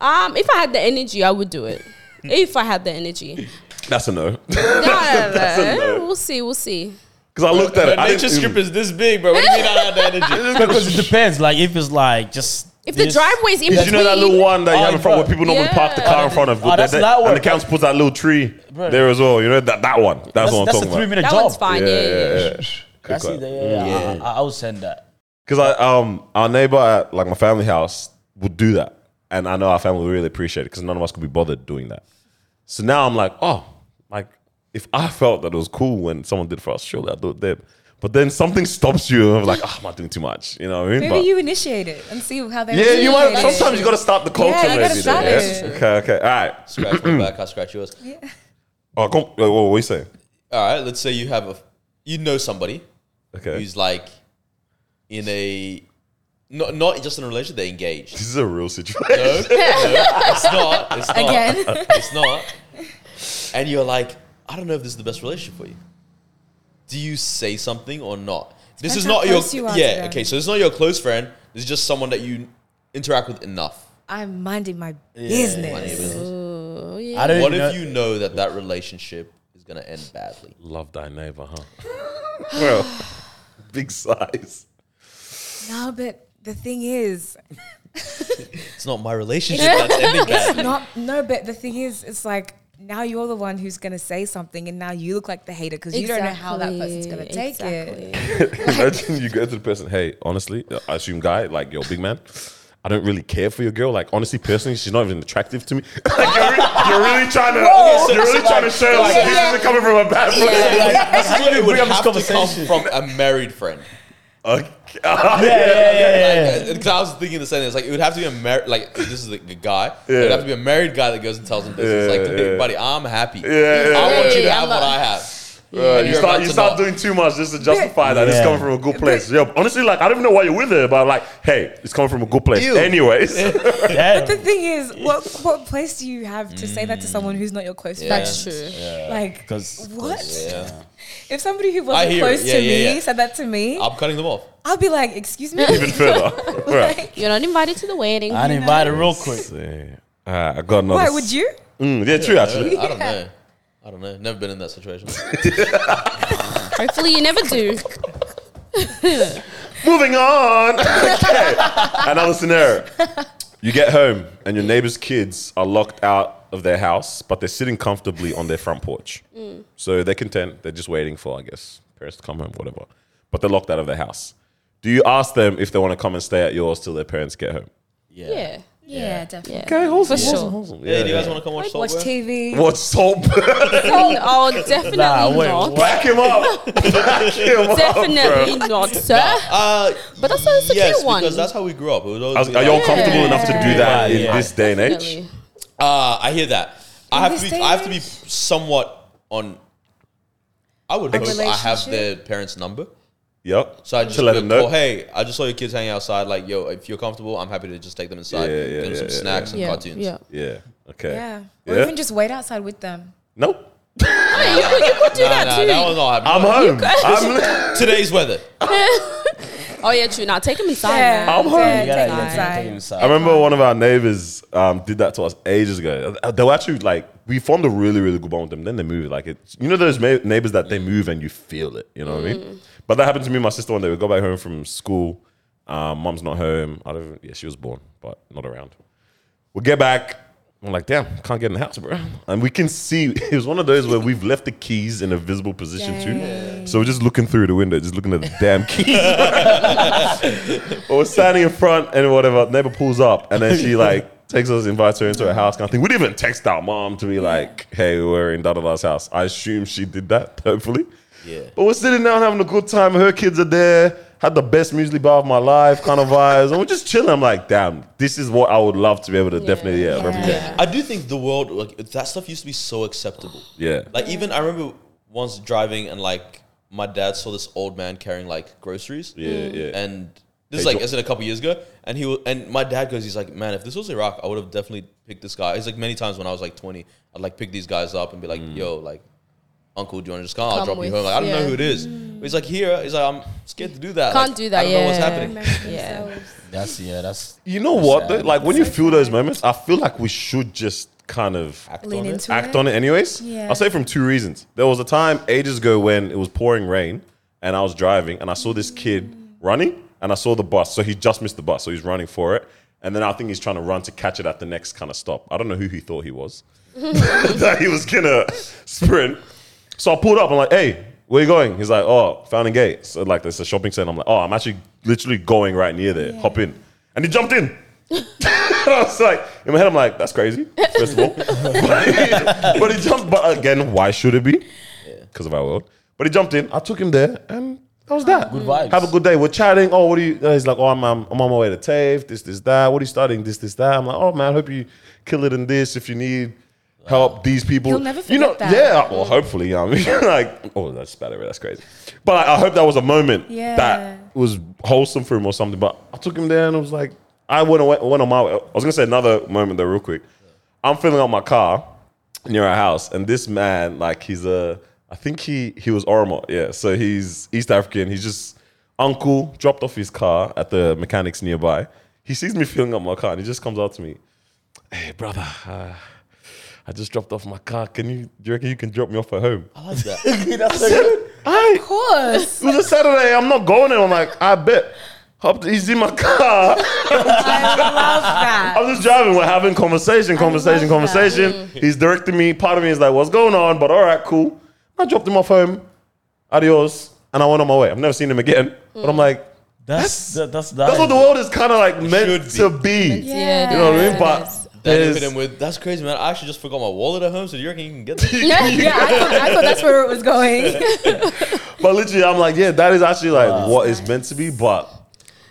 [SPEAKER 2] Um, if I had the energy, I would do it. if I had the energy,
[SPEAKER 4] That's a no.
[SPEAKER 2] no, no, no,
[SPEAKER 4] no.
[SPEAKER 2] We'll see. We'll see.
[SPEAKER 4] Because I looked at
[SPEAKER 1] Bro,
[SPEAKER 4] it. I
[SPEAKER 1] nature
[SPEAKER 4] didn't,
[SPEAKER 1] strip is this big, bro. What do you mean I have the energy?
[SPEAKER 5] Because it depends. Like if it's like just
[SPEAKER 2] If the
[SPEAKER 5] this-
[SPEAKER 2] driveway's in
[SPEAKER 4] Did
[SPEAKER 2] between,
[SPEAKER 4] you know that little one that you
[SPEAKER 5] Oh,
[SPEAKER 4] have in front where
[SPEAKER 5] bro.
[SPEAKER 4] people normally park the
[SPEAKER 2] Yeah.
[SPEAKER 4] car in front of?
[SPEAKER 5] Oh, that's
[SPEAKER 4] They-
[SPEAKER 5] that one.
[SPEAKER 4] And the council puts that little tree
[SPEAKER 5] Bro.
[SPEAKER 4] there as well. You know that that one. That's, what I'm
[SPEAKER 5] that's, that's a
[SPEAKER 4] talking
[SPEAKER 5] three
[SPEAKER 4] about.
[SPEAKER 5] minute
[SPEAKER 2] that
[SPEAKER 5] job.
[SPEAKER 2] one's fine. Yeah, yeah, yeah.
[SPEAKER 5] I see that. Yeah, yeah. I, I would send that.
[SPEAKER 4] Because I um our neighbor at like my family house would do that, and I know our family would really appreciate it because none of us could be bothered doing that. So now I'm like, oh, like if I felt that it was cool when someone did it for us, surely I'd do it then. But then something stops you, and I'm like, oh, I'm not doing too much. You know what I mean?
[SPEAKER 7] Maybe
[SPEAKER 4] But-
[SPEAKER 7] you initiate it and see how they.
[SPEAKER 4] yeah, you might.
[SPEAKER 7] reciprocate it.
[SPEAKER 4] Sometimes you got to start the culture,
[SPEAKER 7] you gotta
[SPEAKER 4] maybe.
[SPEAKER 7] start
[SPEAKER 4] then,
[SPEAKER 7] it.
[SPEAKER 4] yeah? Okay, okay, all right.
[SPEAKER 1] Scratch my back, I scratch yours.
[SPEAKER 4] Oh, come, wait, what were you saying?
[SPEAKER 1] All right, let's say you have a, you know somebody
[SPEAKER 4] Okay,
[SPEAKER 1] who's like in a, not, not just in a relationship, they're engaged.
[SPEAKER 4] this is a real situation.
[SPEAKER 1] No, no, it's not. It's not.
[SPEAKER 7] Again.
[SPEAKER 1] It's not. And you're like, I don't know if this is the best relationship for you. Do you say something or not? This
[SPEAKER 7] Depends
[SPEAKER 1] is
[SPEAKER 7] how
[SPEAKER 1] not your
[SPEAKER 7] close you are to
[SPEAKER 1] yeah.
[SPEAKER 7] them.
[SPEAKER 1] Okay, so it's not your close friend. This is just someone that you interact with enough.
[SPEAKER 7] I'm minding my
[SPEAKER 1] Mind your
[SPEAKER 7] business.
[SPEAKER 1] business.
[SPEAKER 2] Oh, yeah.
[SPEAKER 5] I don't.
[SPEAKER 1] What
[SPEAKER 5] even know-
[SPEAKER 1] if you know that that relationship is gonna end badly?
[SPEAKER 4] Love thy neighbor, huh? Bro, big size.
[SPEAKER 7] No, but the thing is,
[SPEAKER 1] It's not my relationship that's ending
[SPEAKER 7] it's
[SPEAKER 1] badly.
[SPEAKER 7] not. No, but the thing is, it's like now you're the one who's gonna say something, and now you look like the hater because you don't know how that person's gonna take it.
[SPEAKER 4] Imagine you go to the person, hey, honestly, I assume guy, like your big man. I don't really care for your girl. Like honestly, personally, she's not even attractive to me. like you're, re- you're really trying to,
[SPEAKER 1] so-
[SPEAKER 4] you're really
[SPEAKER 1] so
[SPEAKER 4] trying
[SPEAKER 1] like-
[SPEAKER 4] to show like
[SPEAKER 1] so-
[SPEAKER 4] this isn't coming from a bad place.
[SPEAKER 5] Like,
[SPEAKER 1] That's
[SPEAKER 5] that's how
[SPEAKER 1] literally
[SPEAKER 5] you
[SPEAKER 1] would
[SPEAKER 5] bring up this
[SPEAKER 1] have to come
[SPEAKER 5] conversation.
[SPEAKER 1] from a married friend.
[SPEAKER 4] Okay. yeah,
[SPEAKER 1] Because I was thinking the same thing. It's like it would have to be a married, like this is the the guy. It would have to be a married guy that goes and tells him this. It's like,
[SPEAKER 4] Yeah, yeah.
[SPEAKER 1] "Hey, buddy, I'm happy.
[SPEAKER 4] yeah,
[SPEAKER 1] I want you to
[SPEAKER 2] yeah.
[SPEAKER 1] have
[SPEAKER 2] I'm not-
[SPEAKER 1] what I have.
[SPEAKER 4] Uh,
[SPEAKER 1] And
[SPEAKER 4] you
[SPEAKER 1] you're
[SPEAKER 4] start,
[SPEAKER 1] about
[SPEAKER 4] you
[SPEAKER 1] to
[SPEAKER 4] start
[SPEAKER 1] not.
[SPEAKER 4] doing too much just to justify that it's
[SPEAKER 5] Yeah.
[SPEAKER 4] coming from a good place. Yeah, honestly, like I don't even know why you're with her, but like, hey, it's coming from a good place.
[SPEAKER 1] Ew.
[SPEAKER 4] Anyways,
[SPEAKER 5] Yeah.
[SPEAKER 7] The thing is, what what place do you have to say that to someone who's not your close
[SPEAKER 1] Yeah.
[SPEAKER 7] friend?
[SPEAKER 2] That's true.
[SPEAKER 7] Like,
[SPEAKER 5] 'Cause-
[SPEAKER 7] what?
[SPEAKER 5] 'cause, yeah.
[SPEAKER 7] If somebody who
[SPEAKER 1] I
[SPEAKER 7] wasn't
[SPEAKER 1] hear it.
[SPEAKER 7] close
[SPEAKER 1] Yeah,
[SPEAKER 7] to
[SPEAKER 1] yeah,
[SPEAKER 7] me
[SPEAKER 1] yeah.
[SPEAKER 7] said that to me,
[SPEAKER 1] I'm cutting them off.
[SPEAKER 7] I'll be like, "Excuse me."
[SPEAKER 4] even further. Right.
[SPEAKER 2] You're not invited to the wedding.
[SPEAKER 5] I'd invite her real quick.
[SPEAKER 4] Yeah. Alright, I got another.
[SPEAKER 7] Why
[SPEAKER 4] s-
[SPEAKER 7] would you?
[SPEAKER 4] Mm, yeah, true. Actually,
[SPEAKER 1] I don't know. I don't know. Never been in that situation.
[SPEAKER 2] Hopefully, you never do.
[SPEAKER 4] Moving on. okay. Another scenario. You get home and your neighbor's kids are locked out of their house, but they're sitting comfortably on their front porch.
[SPEAKER 7] Mm.
[SPEAKER 4] So they're content. They're just waiting for, I guess, parents to come home, whatever. But they're locked out of their house. Do you ask them if they want to come and stay at yours till their parents get home?
[SPEAKER 2] Yeah.
[SPEAKER 8] Yeah, definitely.
[SPEAKER 2] Okay,
[SPEAKER 4] wholesome,
[SPEAKER 2] For sure.
[SPEAKER 1] Hey, do you guys want to come watch
[SPEAKER 7] Watch
[SPEAKER 1] Saltburn?
[SPEAKER 7] TV.
[SPEAKER 4] Watch Saltburn.
[SPEAKER 2] Oh, definitely
[SPEAKER 5] Nah, wait,
[SPEAKER 2] not.
[SPEAKER 5] what?
[SPEAKER 4] Back him up. Back him up, bro.
[SPEAKER 2] Definitely not, sir.
[SPEAKER 1] Uh,
[SPEAKER 2] But that's a- it's a
[SPEAKER 1] yes,
[SPEAKER 2] cute one.
[SPEAKER 1] because that's how we grew up. It was always
[SPEAKER 4] Are
[SPEAKER 1] be
[SPEAKER 4] are y'all
[SPEAKER 1] like-
[SPEAKER 4] comfortable enough to do that
[SPEAKER 5] Yeah,
[SPEAKER 4] in
[SPEAKER 5] yeah.
[SPEAKER 4] this day and age?
[SPEAKER 2] Definitely.
[SPEAKER 1] Uh, I hear that. I have
[SPEAKER 7] this
[SPEAKER 1] to be.
[SPEAKER 7] day
[SPEAKER 1] I have to
[SPEAKER 7] and
[SPEAKER 1] be somewhat on. I would hope I have
[SPEAKER 7] relationship?
[SPEAKER 1] their parents' number,
[SPEAKER 4] Yep.
[SPEAKER 1] so I just
[SPEAKER 4] to let
[SPEAKER 1] could
[SPEAKER 4] them know.
[SPEAKER 1] call, hey, I just saw your kids hanging outside. Like, yo, if you're comfortable, I'm happy to just take them inside,
[SPEAKER 4] Yeah, yeah,
[SPEAKER 1] give them
[SPEAKER 4] yeah,
[SPEAKER 1] some
[SPEAKER 4] yeah,
[SPEAKER 1] snacks and
[SPEAKER 2] Yeah.
[SPEAKER 1] cartoons.
[SPEAKER 2] Yeah.
[SPEAKER 4] Yeah. Okay.
[SPEAKER 7] Yeah. Or
[SPEAKER 4] Yeah?
[SPEAKER 7] even just wait outside with them.
[SPEAKER 4] Nope.
[SPEAKER 2] Hey, you, could, you could do
[SPEAKER 1] Nah,
[SPEAKER 2] that
[SPEAKER 1] nah,
[SPEAKER 2] too.
[SPEAKER 1] that was not happening.
[SPEAKER 4] I'm home. I'm,
[SPEAKER 1] Today's weather.
[SPEAKER 2] oh yeah, true. Now take him inside.
[SPEAKER 7] Yeah.
[SPEAKER 2] Man.
[SPEAKER 4] I'm home.
[SPEAKER 7] Yeah,
[SPEAKER 5] You gotta-
[SPEAKER 7] take
[SPEAKER 5] you
[SPEAKER 7] them
[SPEAKER 5] gotta take
[SPEAKER 7] inside.
[SPEAKER 5] it
[SPEAKER 4] I
[SPEAKER 5] inside.
[SPEAKER 4] remember one of our neighbors um, did that to us ages ago. Uh, They were actually like, we formed a really, really good bond with them. Then they moved. Like, it's, you know, those ma- neighbors that they move and you feel it. You know what I mean? But that happened to me and my sister one day. We got back home from school. Um, mom's not home. I don't, yeah, she was born, but not around. We get back. I'm like, damn, can't get in the house, bro. And we can see it was one of those where we've left the keys in a visible position too. So we're just looking through the window, just looking at the damn keys. But we're standing in front and whatever. Neighbor pulls up and then she like takes us, invites her into her house kind of thing. We didn't even text our mom to be like, hey, we're in da da da's house. I assume she did that, hopefully.
[SPEAKER 1] Yeah.
[SPEAKER 4] But we're sitting down having a good time. Her kids are there. Had the best muesli bar of my life, kind of vibes, and we're just chilling. I'm like, damn, this is what I would love to be able to definitely yeah, represent.
[SPEAKER 1] I do think the world like that stuff used to be so acceptable.
[SPEAKER 4] Yeah.
[SPEAKER 1] Like even I remember once driving and like my dad saw this old man carrying like groceries.
[SPEAKER 4] Yeah,
[SPEAKER 2] Mm.
[SPEAKER 4] yeah.
[SPEAKER 1] And this is
[SPEAKER 4] Hey,
[SPEAKER 1] like
[SPEAKER 4] Jo-
[SPEAKER 1] as in a couple years ago, and he wa- and my dad goes, he's like, man, if this was Iraq, I would have definitely picked this guy. He's like many times when I was like twenty, I'd like pick these guys up and be like,
[SPEAKER 4] Mm.
[SPEAKER 1] yo, like, uncle, do you want to just come? I'll
[SPEAKER 2] Come
[SPEAKER 1] drop you
[SPEAKER 2] with-
[SPEAKER 1] home. Like, I don't know
[SPEAKER 2] yeah.
[SPEAKER 1] who it is. But he's like here. He's like, I'm scared to do that.
[SPEAKER 2] Can't
[SPEAKER 1] Like,
[SPEAKER 2] do that,
[SPEAKER 1] I don't know what's
[SPEAKER 2] yeah.
[SPEAKER 1] happening.
[SPEAKER 2] Yeah.
[SPEAKER 5] That's yeah. That's
[SPEAKER 4] You know what? Though? Like when you feel those moments, I feel like we should just kind of
[SPEAKER 7] Lean into it.
[SPEAKER 4] act on it anyways.
[SPEAKER 7] Yeah.
[SPEAKER 4] I'll say from two reasons. There was a time ages ago when it was pouring rain and I was driving and I saw this
[SPEAKER 7] Mm.
[SPEAKER 4] kid running and I saw the bus. So he just missed the bus. So he's running for it. And then I think he's trying to run to catch it at the next kind of stop. I don't know who he thought he was. that he was gonna sprint. So I pulled up. I'm like, hey, where you going? He's like, oh, Fountain Gate. So like, there's a shopping center. I'm like, oh, I'm actually literally going right near there. Hop in. And he jumped in. I was like, in my head, I'm like, that's crazy, first of all. but, he jumped, but again, why should it be? Because of our world. But he jumped in, I took him there, and that was that. Good
[SPEAKER 5] vibes.
[SPEAKER 4] Have a good day. We're chatting. Oh, what do you? uh, he's like, oh, I'm, um, I'm on my way to TAFE, this, this, that. What are you studying? This, this, that. I'm like, oh, man, hope you kill it in this if you need help these people.
[SPEAKER 7] You'll never
[SPEAKER 4] you know,
[SPEAKER 7] forget that.
[SPEAKER 4] Yeah, well, hopefully. you know what I mean, like, oh, that's spattery. That's crazy. But like, I hope that was a moment
[SPEAKER 7] Yeah.
[SPEAKER 4] that was wholesome for him or something. But I took him there and I was like, I went, away, went on my way. I was gonna say another moment though, real quick. I'm filling up my car near our house, and this man, like, he's a, I think he he was Oromo, yeah. So he's East African. He's just uncle dropped off his car at the mechanics nearby. He sees me filling up my car, and he just comes out to me, "Hey, brother." Uh, I just dropped off my car. Can you? Do you reckon you can drop me off at home?
[SPEAKER 1] I like that.
[SPEAKER 4] That's so good. Aye.
[SPEAKER 7] Of course.
[SPEAKER 4] It was a Saturday. I'm not going there. I'm like, I bet. Hopped, he's in my car.
[SPEAKER 7] I love that.
[SPEAKER 4] I'm just driving. We're having conversation, conversation,
[SPEAKER 7] love that.
[SPEAKER 4] conversation. He's directing me. Part of me is like, what's going on? But all right, cool. I dropped him off home. Adios. And I went on my way. I've never seen him again. But I'm like,
[SPEAKER 5] that's that, that's that.
[SPEAKER 4] that's what the world is kind of like meant
[SPEAKER 1] should
[SPEAKER 4] to be.
[SPEAKER 2] Yeah.
[SPEAKER 4] You know what I mean?
[SPEAKER 2] it is.
[SPEAKER 4] But
[SPEAKER 1] Then you
[SPEAKER 4] there's-
[SPEAKER 1] hit him with, that's crazy, man. I actually just forgot my wallet at home. So do you reckon you can get that?
[SPEAKER 7] Yeah, yeah I, thought, I thought that's where it was going.
[SPEAKER 4] But literally, I'm like, yeah, that is actually like what it's meant to be. But